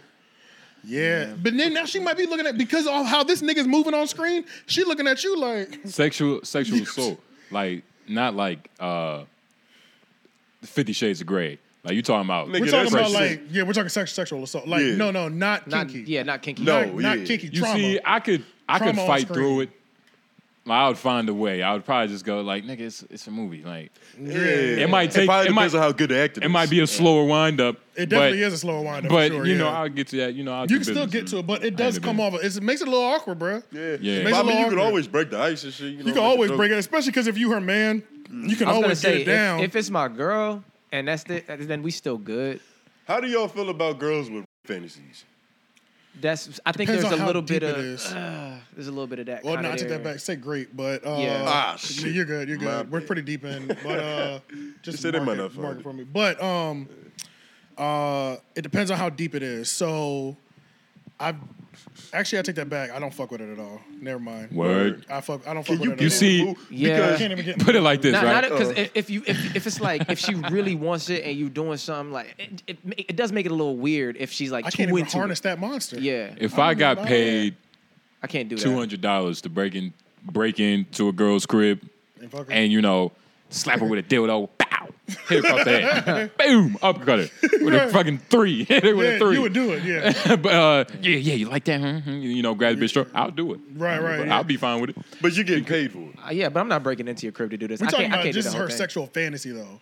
Speaker 1: Yeah. but then now she might be looking at because of how this nigga's moving on screen. She looking at you like
Speaker 3: sexual, sexual assault, like, not like uh, Fifty Shades of Grey. Like, you talking about?
Speaker 2: Nigga,
Speaker 1: we're
Speaker 2: Yeah,
Speaker 1: talking about
Speaker 2: that's like-
Speaker 1: like yeah, we're talking sex, sexual assault. Like
Speaker 2: Yeah.
Speaker 1: no, no, not
Speaker 4: Not,
Speaker 1: kinky.
Speaker 4: yeah, not kinky.
Speaker 2: No.
Speaker 1: not, not
Speaker 2: yeah.
Speaker 1: kinky.
Speaker 3: You
Speaker 1: trauma.
Speaker 3: see, I could, I could
Speaker 1: Trauma on
Speaker 3: fight
Speaker 1: screen.
Speaker 3: through it. Like, I would find a way. I would probably just go like, nigga, it's, it's a movie. Like,
Speaker 2: Yeah.
Speaker 3: It might take-
Speaker 2: probably
Speaker 3: it might-
Speaker 2: depends on how good the actor
Speaker 3: it might be a slower wind up.
Speaker 1: it definitely
Speaker 3: but,
Speaker 1: is a slow wind up.
Speaker 3: But
Speaker 1: sure,
Speaker 3: you know,
Speaker 1: yeah.
Speaker 3: I'll get to that. You know, I'll
Speaker 1: you
Speaker 3: do
Speaker 1: can still
Speaker 3: business.
Speaker 1: get to it, but it
Speaker 3: I
Speaker 1: does
Speaker 3: ain't a
Speaker 1: come
Speaker 3: bit.
Speaker 1: off. it's- It makes it a little awkward, bro.
Speaker 2: Yeah.
Speaker 3: Yeah.
Speaker 1: Makes
Speaker 2: But I
Speaker 1: it a
Speaker 2: mean, you
Speaker 1: little
Speaker 2: can
Speaker 1: awkward.
Speaker 2: always break the ice and shit. You, know,
Speaker 1: You can always break it, especially because if you her man,
Speaker 2: Mm.
Speaker 1: you can
Speaker 4: I was gonna
Speaker 1: always
Speaker 4: say
Speaker 1: get
Speaker 4: if,
Speaker 1: down.
Speaker 4: if it's my girl and that's the then we still good.
Speaker 2: How do y'all feel about girls with fantasies?
Speaker 4: That's I think
Speaker 1: Depends
Speaker 4: there's
Speaker 1: on
Speaker 4: a
Speaker 1: how
Speaker 4: little bit
Speaker 1: deep
Speaker 4: of
Speaker 1: it is.
Speaker 4: uh, there's a little bit of that.
Speaker 1: well,
Speaker 4: kind
Speaker 1: no, I
Speaker 4: of
Speaker 1: take
Speaker 4: there.
Speaker 1: that back. Say great, but uh,
Speaker 4: Yeah.
Speaker 2: Ah, shit.
Speaker 1: you're good. You're good.
Speaker 2: My
Speaker 1: We're
Speaker 2: bad.
Speaker 1: pretty deep in,
Speaker 2: *laughs*
Speaker 1: but uh, just
Speaker 2: said it
Speaker 1: mark,
Speaker 2: might
Speaker 1: it,
Speaker 2: not
Speaker 1: mark
Speaker 2: find
Speaker 1: it
Speaker 2: it.
Speaker 1: for me. But um, uh, it depends on how deep it is. So I actually I take that back. I don't fuck with it at all. Never mind.
Speaker 3: Word.
Speaker 1: I fuck. I don't fuck
Speaker 2: Can
Speaker 1: with it.
Speaker 2: you,
Speaker 3: You
Speaker 1: at all.
Speaker 3: see-
Speaker 2: who?
Speaker 4: Yeah.
Speaker 1: I
Speaker 2: Because
Speaker 1: can't even get.
Speaker 3: Put it like this,
Speaker 4: Not,
Speaker 3: right?
Speaker 4: because if, if you if, if it's like if she really wants it and you doing something like it, it, ma- it does make it a little weird if she's like
Speaker 1: I
Speaker 4: too
Speaker 1: can't even
Speaker 4: into it.
Speaker 1: harness that monster.
Speaker 4: Yeah,
Speaker 3: if
Speaker 1: I
Speaker 3: I
Speaker 1: don't know
Speaker 3: got
Speaker 1: about
Speaker 3: paid
Speaker 4: I can't do that.
Speaker 3: two hundred dollars to break in break into a girl's crib
Speaker 1: And fuck her.
Speaker 3: and you know slap her with a dildo, pow, hit her across
Speaker 1: *laughs*
Speaker 3: the head, boom, uppercut her with a fucking three, *laughs* hit her with
Speaker 1: yeah,
Speaker 3: a three.
Speaker 1: you would do it.
Speaker 4: *laughs*
Speaker 1: Yeah.
Speaker 3: but uh, yeah, yeah, you like that? hmm hmm, You know, grab the bitch throat. I'll do it.
Speaker 1: Right, right,
Speaker 3: But
Speaker 1: yeah.
Speaker 3: I'll be fine with it.
Speaker 2: but you getting paid for it.
Speaker 4: Uh, yeah, but I'm not breaking into your crib to do this.
Speaker 1: We're
Speaker 4: I
Speaker 1: talking
Speaker 4: can't, I
Speaker 1: about
Speaker 4: can't
Speaker 1: this
Speaker 4: do
Speaker 1: is
Speaker 4: the
Speaker 1: her
Speaker 4: whole thing.
Speaker 1: sexual fantasy though.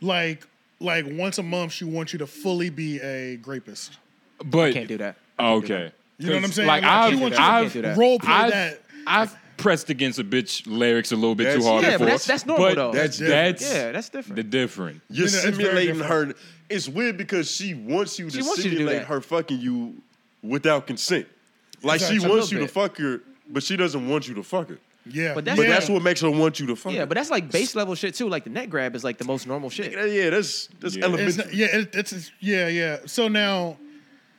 Speaker 1: Like like once a month she wants you to fully be a rapist.
Speaker 3: But
Speaker 4: Can't do that.
Speaker 3: Okay.
Speaker 1: You know what I'm saying?
Speaker 3: Like
Speaker 1: Like,
Speaker 3: I've,
Speaker 1: you want
Speaker 4: your- I
Speaker 3: I've,
Speaker 4: can't do that.
Speaker 1: Role play
Speaker 3: I've,
Speaker 1: that.
Speaker 3: I've pressed against a bitch lyrics a little bit too
Speaker 2: That's-
Speaker 3: hard
Speaker 2: Yeah, but
Speaker 3: before.
Speaker 4: that's- that's normal,
Speaker 3: but
Speaker 4: though.
Speaker 2: That's
Speaker 3: that's
Speaker 4: Yeah, that's different.
Speaker 3: the different.
Speaker 2: You're
Speaker 1: You know, it's very
Speaker 2: simulating
Speaker 1: different.
Speaker 2: her. It's weird because she wants you to
Speaker 4: She wants you to do
Speaker 2: simulate
Speaker 4: that.
Speaker 2: her fucking you without consent. Like
Speaker 1: Exactly.
Speaker 2: she
Speaker 1: A
Speaker 2: wants you
Speaker 4: little
Speaker 2: to
Speaker 4: bit.
Speaker 2: fuck her, but she doesn't want you to fuck her.
Speaker 1: Yeah.
Speaker 4: But that's-
Speaker 2: But
Speaker 1: yeah.
Speaker 2: that's what makes her want you to fuck
Speaker 4: Yeah,
Speaker 2: her.
Speaker 4: but that's like base level shit too. Like the net grab is like the most normal shit.
Speaker 2: Yeah, yeah, that's that's
Speaker 3: Yeah.
Speaker 1: It's not-
Speaker 2: elementary.
Speaker 1: yeah, it, it's it's- yeah, yeah. So now,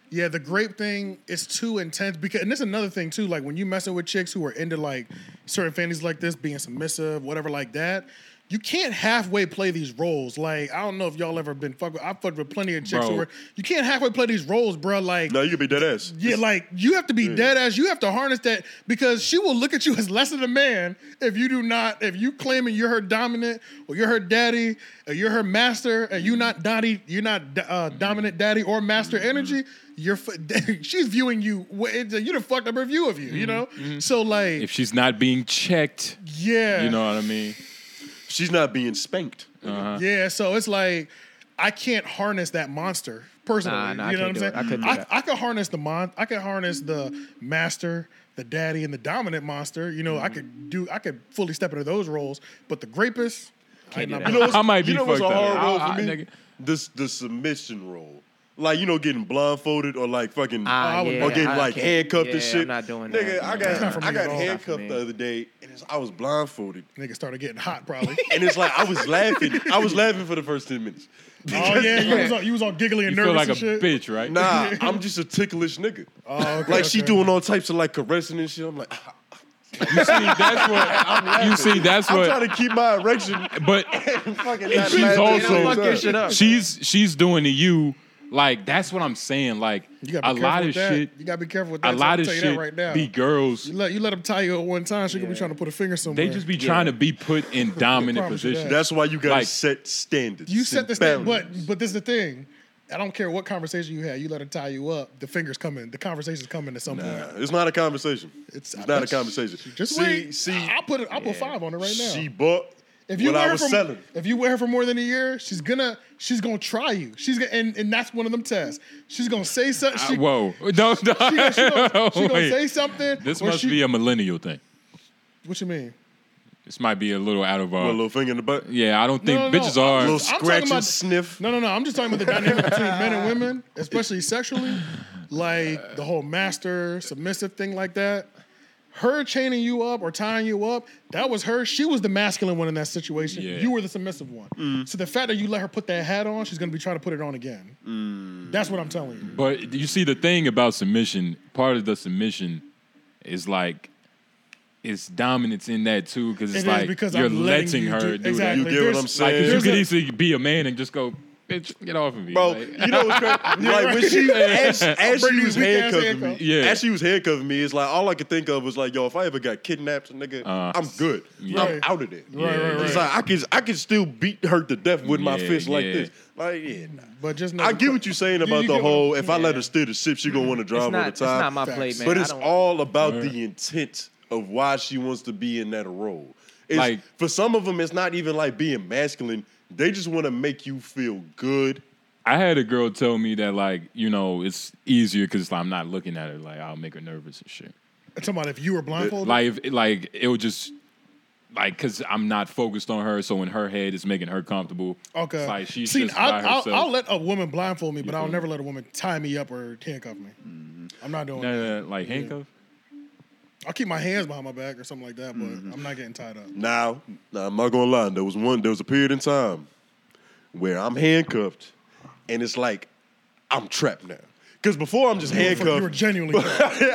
Speaker 1: yeah, the grape thing is too intense because, and that's another thing too. Like when you messing with chicks who are into like certain families like this, being submissive, whatever like that, you can't halfway play these roles. Like I don't know if y'all ever been fucked with. I fucked with plenty of chicks
Speaker 3: Bro.
Speaker 1: who were. You can't halfway play these roles, bro. Like.
Speaker 2: No, you could be dead ass.
Speaker 1: Yeah, like you have to be dead ass. You have to harness that because she will look at you *laughs* as less than a man if you do not. If you claiming you're her dominant or you're her daddy or you're her master and you not daddy, you're not uh, dominant daddy or master
Speaker 3: Mm-hmm.
Speaker 1: energy. You're f- *laughs* she's viewing you. wa- it's a- You done fucked up her view of you. You know. So like,
Speaker 3: Mm-hmm. If she's not being checked,
Speaker 1: yeah,
Speaker 3: you know what I mean.
Speaker 2: She's not being spanked.
Speaker 4: Uh-huh.
Speaker 1: Yeah, so it's like I can't harness that monster personally.
Speaker 4: Nah, nah, I
Speaker 1: you know
Speaker 4: can't
Speaker 1: what
Speaker 4: do it. I
Speaker 1: I'm saying?
Speaker 4: couldn't do that.
Speaker 1: I, I could harness the mon. I could harness the master, the daddy, and the dominant monster. You know,
Speaker 3: Mm-hmm.
Speaker 1: I could do. I could fully step into those roles. But the grapist, I,
Speaker 4: do
Speaker 1: I'm
Speaker 4: that.
Speaker 1: not-
Speaker 2: You know what's-
Speaker 3: I might be
Speaker 2: you know what's a
Speaker 3: fucked up.
Speaker 2: hard role
Speaker 3: I-
Speaker 2: for
Speaker 3: I-
Speaker 2: me?
Speaker 3: nigga.
Speaker 2: This the submission role. Like you know, getting blindfolded or like fucking
Speaker 4: Ah,
Speaker 1: I would-
Speaker 4: yeah,
Speaker 2: or getting
Speaker 4: I
Speaker 2: like
Speaker 4: can't-
Speaker 2: handcuffed
Speaker 4: yeah,
Speaker 2: and shit.
Speaker 4: I'm not doing
Speaker 2: Nigga,
Speaker 4: that.
Speaker 2: I
Speaker 1: not
Speaker 2: got
Speaker 1: for me
Speaker 2: I
Speaker 1: at
Speaker 2: got
Speaker 1: all.
Speaker 2: handcuffed
Speaker 4: Not for
Speaker 2: the other day, and it's, I was blindfolded,
Speaker 1: nigga started getting hot
Speaker 3: *laughs*
Speaker 1: probably.
Speaker 2: and it's like I was laughing. I was laughing for the first ten minutes.
Speaker 1: oh yeah, you was all, you was all giggly and
Speaker 3: You
Speaker 1: nervous
Speaker 3: feel like a
Speaker 1: and shit.
Speaker 3: bitch, right?
Speaker 2: Nah, I'm just a ticklish nigga.
Speaker 1: Oh, okay,
Speaker 2: like she
Speaker 1: okay.
Speaker 2: doing all types of like caressing and shit. I'm like,
Speaker 3: You see, *laughs* that's what. you see, that's
Speaker 2: I'm
Speaker 3: what.
Speaker 2: trying to keep
Speaker 1: *laughs*
Speaker 2: my erection.
Speaker 3: but
Speaker 2: and fucking
Speaker 3: And
Speaker 2: not
Speaker 3: she's
Speaker 2: laughing at
Speaker 3: also-
Speaker 2: the
Speaker 4: Fuck your
Speaker 2: same
Speaker 4: shit
Speaker 2: time.
Speaker 4: up.
Speaker 3: she's she's doing to you like that's what I'm saying. Like
Speaker 1: You gotta
Speaker 3: a
Speaker 1: be careful
Speaker 3: lot of
Speaker 1: with that.
Speaker 3: shit,
Speaker 1: You gotta be careful with that.
Speaker 3: a lot
Speaker 1: I'll
Speaker 3: of
Speaker 1: tell you
Speaker 3: shit
Speaker 1: that right now.
Speaker 3: be girls.
Speaker 1: you let you let them tie you at one time. She could be trying to put a finger somewhere.
Speaker 3: They just be trying to be put
Speaker 1: *laughs*
Speaker 3: in dominant
Speaker 1: Promise you that.
Speaker 3: positions.
Speaker 2: That's why you gotta
Speaker 3: Like-
Speaker 2: set standards.
Speaker 1: You set
Speaker 2: and
Speaker 1: this thing,
Speaker 2: boundaries.
Speaker 1: but but this is the thing. I don't care what conversation you had. You let her tie you up. The fingers coming. The conversation's coming at some point.
Speaker 2: Nah, it's not a conversation.
Speaker 1: It's-
Speaker 2: It's,
Speaker 1: I
Speaker 2: not a
Speaker 1: bet
Speaker 2: conversation.
Speaker 1: Just
Speaker 2: see,
Speaker 1: wait.
Speaker 2: see,
Speaker 1: I'll put it. I'll put five on it right now.
Speaker 2: she bought
Speaker 1: if you
Speaker 2: what
Speaker 1: wear
Speaker 2: I
Speaker 1: her
Speaker 2: was
Speaker 1: for,
Speaker 2: selling.
Speaker 1: if you wear her for more than a year, she's gonna she's gonna try you. She's gonna and, and that's one of them tests. She's gonna say something.
Speaker 3: I-
Speaker 1: She,
Speaker 3: Uh, whoa, *laughs* no, no.
Speaker 1: she, gonna- she gonna, she gonna
Speaker 3: Wait.
Speaker 1: say something.
Speaker 3: This
Speaker 1: or
Speaker 3: must
Speaker 1: she-
Speaker 3: be a millennial thing.
Speaker 1: What you mean?
Speaker 3: This might be a little out of
Speaker 2: Put
Speaker 3: our.
Speaker 2: a little finger in the butt.
Speaker 3: yeah, I don't think
Speaker 1: No, no,
Speaker 3: bitches
Speaker 1: no.
Speaker 3: are.
Speaker 2: A little
Speaker 1: talking
Speaker 2: scratch
Speaker 1: about-
Speaker 2: and sniff.
Speaker 1: No, no, no. I'm just talking about the dynamic between men and women, especially sexually, like the whole master submissive thing like that. Her chaining you up or tying you up, that was her. She was the masculine one in that situation.
Speaker 3: Yeah. Mm.
Speaker 1: You were the submissive one. So the fact that you let her put that hat on, she's gonna be trying to put it on again.
Speaker 3: Mm.
Speaker 1: That's what I'm telling you.
Speaker 3: But you see, the thing about submission, part of the submission is like, it's dominance in that too, because
Speaker 1: It
Speaker 3: it's
Speaker 1: is
Speaker 3: like
Speaker 1: because
Speaker 3: you're
Speaker 1: I'm letting
Speaker 3: letting
Speaker 1: you
Speaker 3: her
Speaker 1: do-
Speaker 3: do,
Speaker 1: exactly.
Speaker 2: You
Speaker 3: that.
Speaker 2: get what
Speaker 1: There's-
Speaker 2: I'm
Speaker 3: Like, 'cause
Speaker 2: saying?
Speaker 3: you
Speaker 1: There's
Speaker 3: could
Speaker 1: a-
Speaker 3: easily be a man and just go, bitch, get off of me,
Speaker 2: Bro,
Speaker 3: Like,
Speaker 2: you know what's crazy? like when she as, as
Speaker 1: Bring
Speaker 2: she
Speaker 1: these
Speaker 2: was
Speaker 1: weak-ass
Speaker 2: handcuffing me,
Speaker 1: handcuffs.
Speaker 3: Yeah.
Speaker 2: as she was handcuffing me, it's like all I could think of was like, yo, if I ever got kidnapped, nigga, I'm good.
Speaker 1: Right.
Speaker 2: I'm out of there.
Speaker 1: Right, right, right.
Speaker 2: It's like I could I could still beat her to death with my
Speaker 3: Yeah,
Speaker 2: fist like
Speaker 3: yeah.
Speaker 2: this. Like, yeah, nah.
Speaker 1: But just know
Speaker 2: I get what you're saying
Speaker 1: You- you
Speaker 2: about
Speaker 1: get
Speaker 2: the
Speaker 1: what I'm-
Speaker 2: whole. If I let her steer the ship, she gonna want to drive
Speaker 4: It's
Speaker 2: all
Speaker 4: not,
Speaker 2: the
Speaker 4: it's not
Speaker 2: time.
Speaker 4: my
Speaker 1: Facts.
Speaker 4: play, man.
Speaker 2: but
Speaker 4: I
Speaker 2: it's
Speaker 4: don't-
Speaker 2: all about the intent of why she wants to be in that role. It's,
Speaker 3: Like-
Speaker 2: for some of them, it's not even like being masculine. They just want to make you feel good.
Speaker 3: I had a girl tell me that like, you know, it's easier because I'm not looking at her, like I'll make her nervous and shit.
Speaker 1: talking about if you were blindfolded.
Speaker 3: Like, if, like it would just. Like, cause I'm not focused on her, so in her head, it's making her comfortable.
Speaker 1: okay.
Speaker 3: It's like she's
Speaker 1: See,
Speaker 3: just by
Speaker 1: I,
Speaker 3: herself.
Speaker 1: will I'll let a woman blindfold me, but I'll
Speaker 3: feel me?
Speaker 1: never let a woman tie me up or handcuff me. I'm not doing.
Speaker 3: No,
Speaker 1: that.
Speaker 3: no, no, like handcuff.
Speaker 1: I'll keep my hands behind my back or something like that, but I'm not getting tied up.
Speaker 2: Now, now I'm not gonna lie. There was one. There was a period in time where I'm handcuffed, and it's like I'm trapped now. Because before I'm just handcuffed.
Speaker 1: You were genuinely.
Speaker 2: *laughs*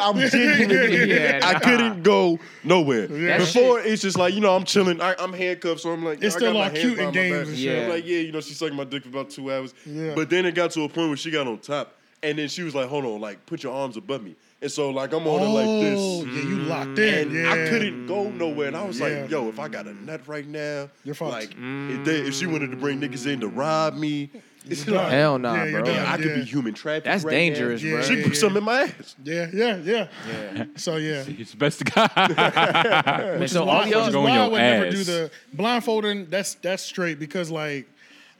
Speaker 2: I'm genuinely.
Speaker 4: Yeah,
Speaker 2: I
Speaker 4: nah.
Speaker 2: couldn't go nowhere.
Speaker 1: That
Speaker 2: Before it's just like you know I'm chilling. I, I'm handcuffed, so I'm like
Speaker 1: It's
Speaker 2: I
Speaker 1: still
Speaker 2: got my
Speaker 1: all
Speaker 2: hand
Speaker 1: cute and
Speaker 2: behind my
Speaker 1: games
Speaker 2: back.
Speaker 1: and
Speaker 4: shit.
Speaker 2: I'm like yeah, you know she sucked my dick for about two hours.
Speaker 1: Yeah.
Speaker 2: But then it got to a point where she got on top, and then she was like, "Hold on, like put your arms above me." And so like I'm on her like
Speaker 1: *laughs* Oh,
Speaker 2: this.
Speaker 1: yeah, you locked in.
Speaker 2: And
Speaker 1: yeah. *laughs*
Speaker 2: I couldn't go nowhere, and I was
Speaker 1: Yeah.
Speaker 2: like, "Yo, if I got a nut right now,
Speaker 1: You're fucked.
Speaker 2: like if, they, if she wanted to bring niggas in to rob me, *laughs* it's
Speaker 1: done.
Speaker 2: like,
Speaker 4: Hell nah,
Speaker 1: Yeah, you're
Speaker 4: bro.
Speaker 1: done.
Speaker 2: yeah, I could
Speaker 1: Yeah.
Speaker 2: be human traffic.
Speaker 4: That's
Speaker 2: right
Speaker 4: dangerous,
Speaker 2: now.
Speaker 1: Yeah.
Speaker 4: bro.
Speaker 2: She put something in my ass.
Speaker 1: Yeah, yeah, yeah. So yeah.
Speaker 3: It's best guy. *laughs*
Speaker 4: Man, so all
Speaker 1: Why, which
Speaker 3: Just
Speaker 1: is
Speaker 3: go in
Speaker 4: y'all,
Speaker 1: why I
Speaker 3: your
Speaker 1: would never do
Speaker 3: ass.
Speaker 1: the blindfolding. That's that's straight because like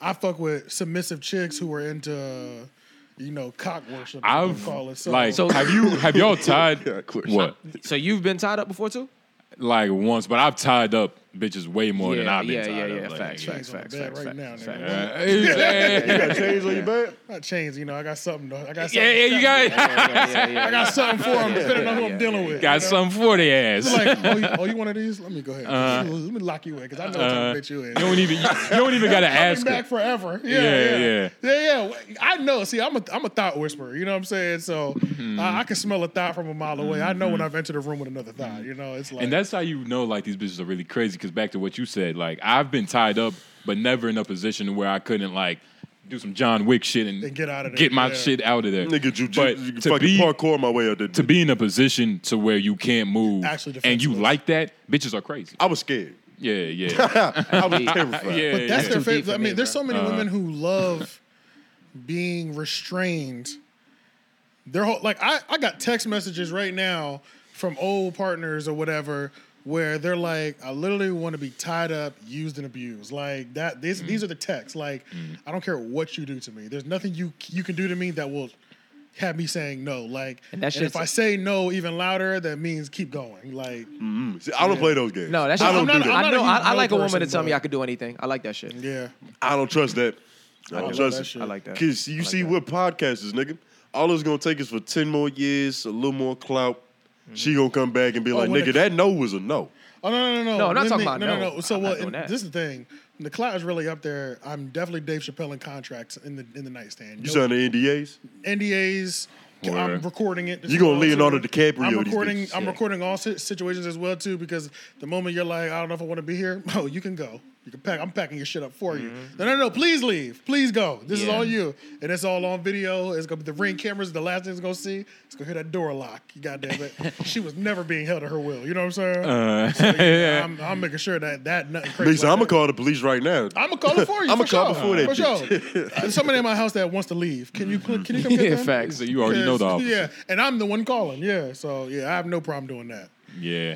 Speaker 1: I fuck with submissive chicks who are into uh, you know cock worship. I would
Speaker 3: I've
Speaker 1: call it. So,
Speaker 3: like
Speaker 4: So-
Speaker 3: have you have y'all tied
Speaker 2: Yeah, of course.
Speaker 3: what
Speaker 4: so you've been tied up before too?
Speaker 3: like once, but I've tied up bitches way more than
Speaker 4: Yeah,
Speaker 3: I've been
Speaker 4: yeah,
Speaker 3: tied
Speaker 4: yeah,
Speaker 3: up.
Speaker 4: yeah.
Speaker 3: like,
Speaker 4: Facts,
Speaker 3: nigga.
Speaker 4: facts,
Speaker 1: on the
Speaker 4: facts,
Speaker 1: bed
Speaker 4: facts,
Speaker 1: right now,
Speaker 4: facts,
Speaker 1: nigga.
Speaker 4: facts.
Speaker 3: Uh, yeah,
Speaker 2: Got chains on your back.
Speaker 1: not chains. You know, I got something. though. I got something.
Speaker 3: yeah, you got
Speaker 4: Yeah, yeah, yeah,
Speaker 1: I got something for them, depending on who I'm
Speaker 4: *laughs* yeah,
Speaker 1: dealing with.
Speaker 3: got
Speaker 1: you know?
Speaker 3: something for the ass.
Speaker 1: Like, oh, you, oh, you one of these? Let me go ahead.
Speaker 4: Uh-huh.
Speaker 1: Let me lock you in because I know what
Speaker 3: Uh,
Speaker 1: type of bitch you
Speaker 3: you
Speaker 1: is.
Speaker 3: don't even you
Speaker 1: *laughs*
Speaker 3: don't even gotta
Speaker 1: I'll be
Speaker 3: ask. her.
Speaker 1: back forever. Yeah,
Speaker 3: Yeah,
Speaker 1: yeah,
Speaker 3: yeah.
Speaker 1: yeah, yeah, I know. See, I'm a I'm a thought whisperer. You know what I'm saying? So
Speaker 4: Mm-hmm.
Speaker 1: I, I can smell a thought from a mile away. I know when I've entered a room with another thought. You know, it's like
Speaker 3: And that's how you know like these bitches are really crazy. Because back to what you said, like I've been tied up, but never in a position where I couldn't like do some John Wick shit and,
Speaker 1: And get out of there,
Speaker 3: get my
Speaker 1: yeah.
Speaker 3: shit out of there.
Speaker 2: Nigga, you,
Speaker 3: but
Speaker 2: you,
Speaker 3: to
Speaker 2: fucking
Speaker 3: be
Speaker 2: parkour my way up there.
Speaker 3: to be in a position to where you can't move
Speaker 1: Actually
Speaker 3: and you
Speaker 1: defenseless.
Speaker 3: like that, bitches are crazy.
Speaker 2: I was scared.
Speaker 1: *laughs*
Speaker 3: Yeah, yeah,
Speaker 2: I was terrified.
Speaker 3: yeah.
Speaker 1: but that's
Speaker 3: yeah.
Speaker 1: their
Speaker 4: too deep
Speaker 1: favorite.
Speaker 4: for
Speaker 1: I mean,
Speaker 4: me, Uh-huh.
Speaker 1: there's
Speaker 4: bro.
Speaker 1: so many women who love being restrained. Their whole like I, I got text messages right now from old partners or whatever where they're like, I literally want to be tied up, used and abused. Like that these
Speaker 4: Mm.
Speaker 1: these are the texts. Like, I don't care what you do to me. There's nothing you you can do to me that will have me saying no. Like
Speaker 4: And that
Speaker 1: and if
Speaker 4: shit's-
Speaker 1: I say no even louder, that means keep going. Like
Speaker 4: Mm.
Speaker 2: See, I don't play those games.
Speaker 4: No, that's
Speaker 2: I don't
Speaker 1: I'm
Speaker 2: do
Speaker 1: not-
Speaker 2: that.
Speaker 1: I'm
Speaker 4: I
Speaker 1: not
Speaker 4: know.
Speaker 1: a
Speaker 4: I,
Speaker 1: huge
Speaker 4: I
Speaker 1: no
Speaker 4: like a woman
Speaker 1: person,
Speaker 4: to tell me
Speaker 1: but-
Speaker 4: I could do anything. I like that shit.
Speaker 1: yeah.
Speaker 2: I don't trust that. I don't
Speaker 1: love
Speaker 2: trust
Speaker 1: that
Speaker 2: it.
Speaker 1: shit.
Speaker 4: I like that.
Speaker 2: Cause you
Speaker 4: I like
Speaker 2: see,
Speaker 4: that.
Speaker 2: we're podcasters, nigga. All it's gonna take is for ten more years, a little more clout. She gonna come back and be like,
Speaker 1: Oh, when
Speaker 2: nigga,
Speaker 1: it-
Speaker 2: that no was a no.
Speaker 1: Oh no no no no!
Speaker 4: No, I'm not
Speaker 1: When
Speaker 4: talking
Speaker 1: they-
Speaker 4: about
Speaker 1: no
Speaker 4: no.
Speaker 1: no no. So
Speaker 4: I'm
Speaker 1: well,
Speaker 4: not doing
Speaker 1: and
Speaker 4: that.
Speaker 1: this is the thing. The cloud is really up there. I'm definitely Dave Chappelle in contracts in the in the nightstand.
Speaker 2: You
Speaker 1: No
Speaker 2: signed the NDAs.
Speaker 1: NDAs. I'm
Speaker 3: Word.
Speaker 1: recording it.
Speaker 2: You gonna Leonardo DiCaprio
Speaker 1: I'm
Speaker 2: these
Speaker 1: recording.
Speaker 2: bitches.
Speaker 1: I'm
Speaker 2: Yeah.
Speaker 1: recording all si- situations as well too because the moment you're like, I don't know if I want to be here. *laughs* Oh, you can go. You can pack. I'm packing your shit up for you.
Speaker 2: Mm-hmm.
Speaker 1: No, no, no. Please leave. Please go. This is
Speaker 4: Yeah.
Speaker 1: all you, and it's all on video. It's gonna be the ring cameras. The last thing it's gonna see. It's gonna hear that door lock. You goddamn
Speaker 2: *laughs*
Speaker 1: it. she was never being held at her will. You know what I'm saying?
Speaker 2: Uh.
Speaker 1: So, yeah,
Speaker 2: *laughs*
Speaker 1: I'm, I'm making sure that that nothing crazy.
Speaker 2: Nigga,
Speaker 1: like
Speaker 2: I'm gonna
Speaker 1: that.
Speaker 2: call the police right now.
Speaker 1: I'm gonna call it for you.
Speaker 2: I'ma
Speaker 1: for
Speaker 2: call
Speaker 1: sure.
Speaker 2: before they
Speaker 1: for sure. There's somebody in my house that wants to leave. Can you can you come get
Speaker 4: Yeah,
Speaker 1: them?
Speaker 4: facts.
Speaker 3: So you already know the officer.
Speaker 1: Yeah, and I'm the one calling. Yeah, so yeah, I have no problem doing that.
Speaker 3: yeah.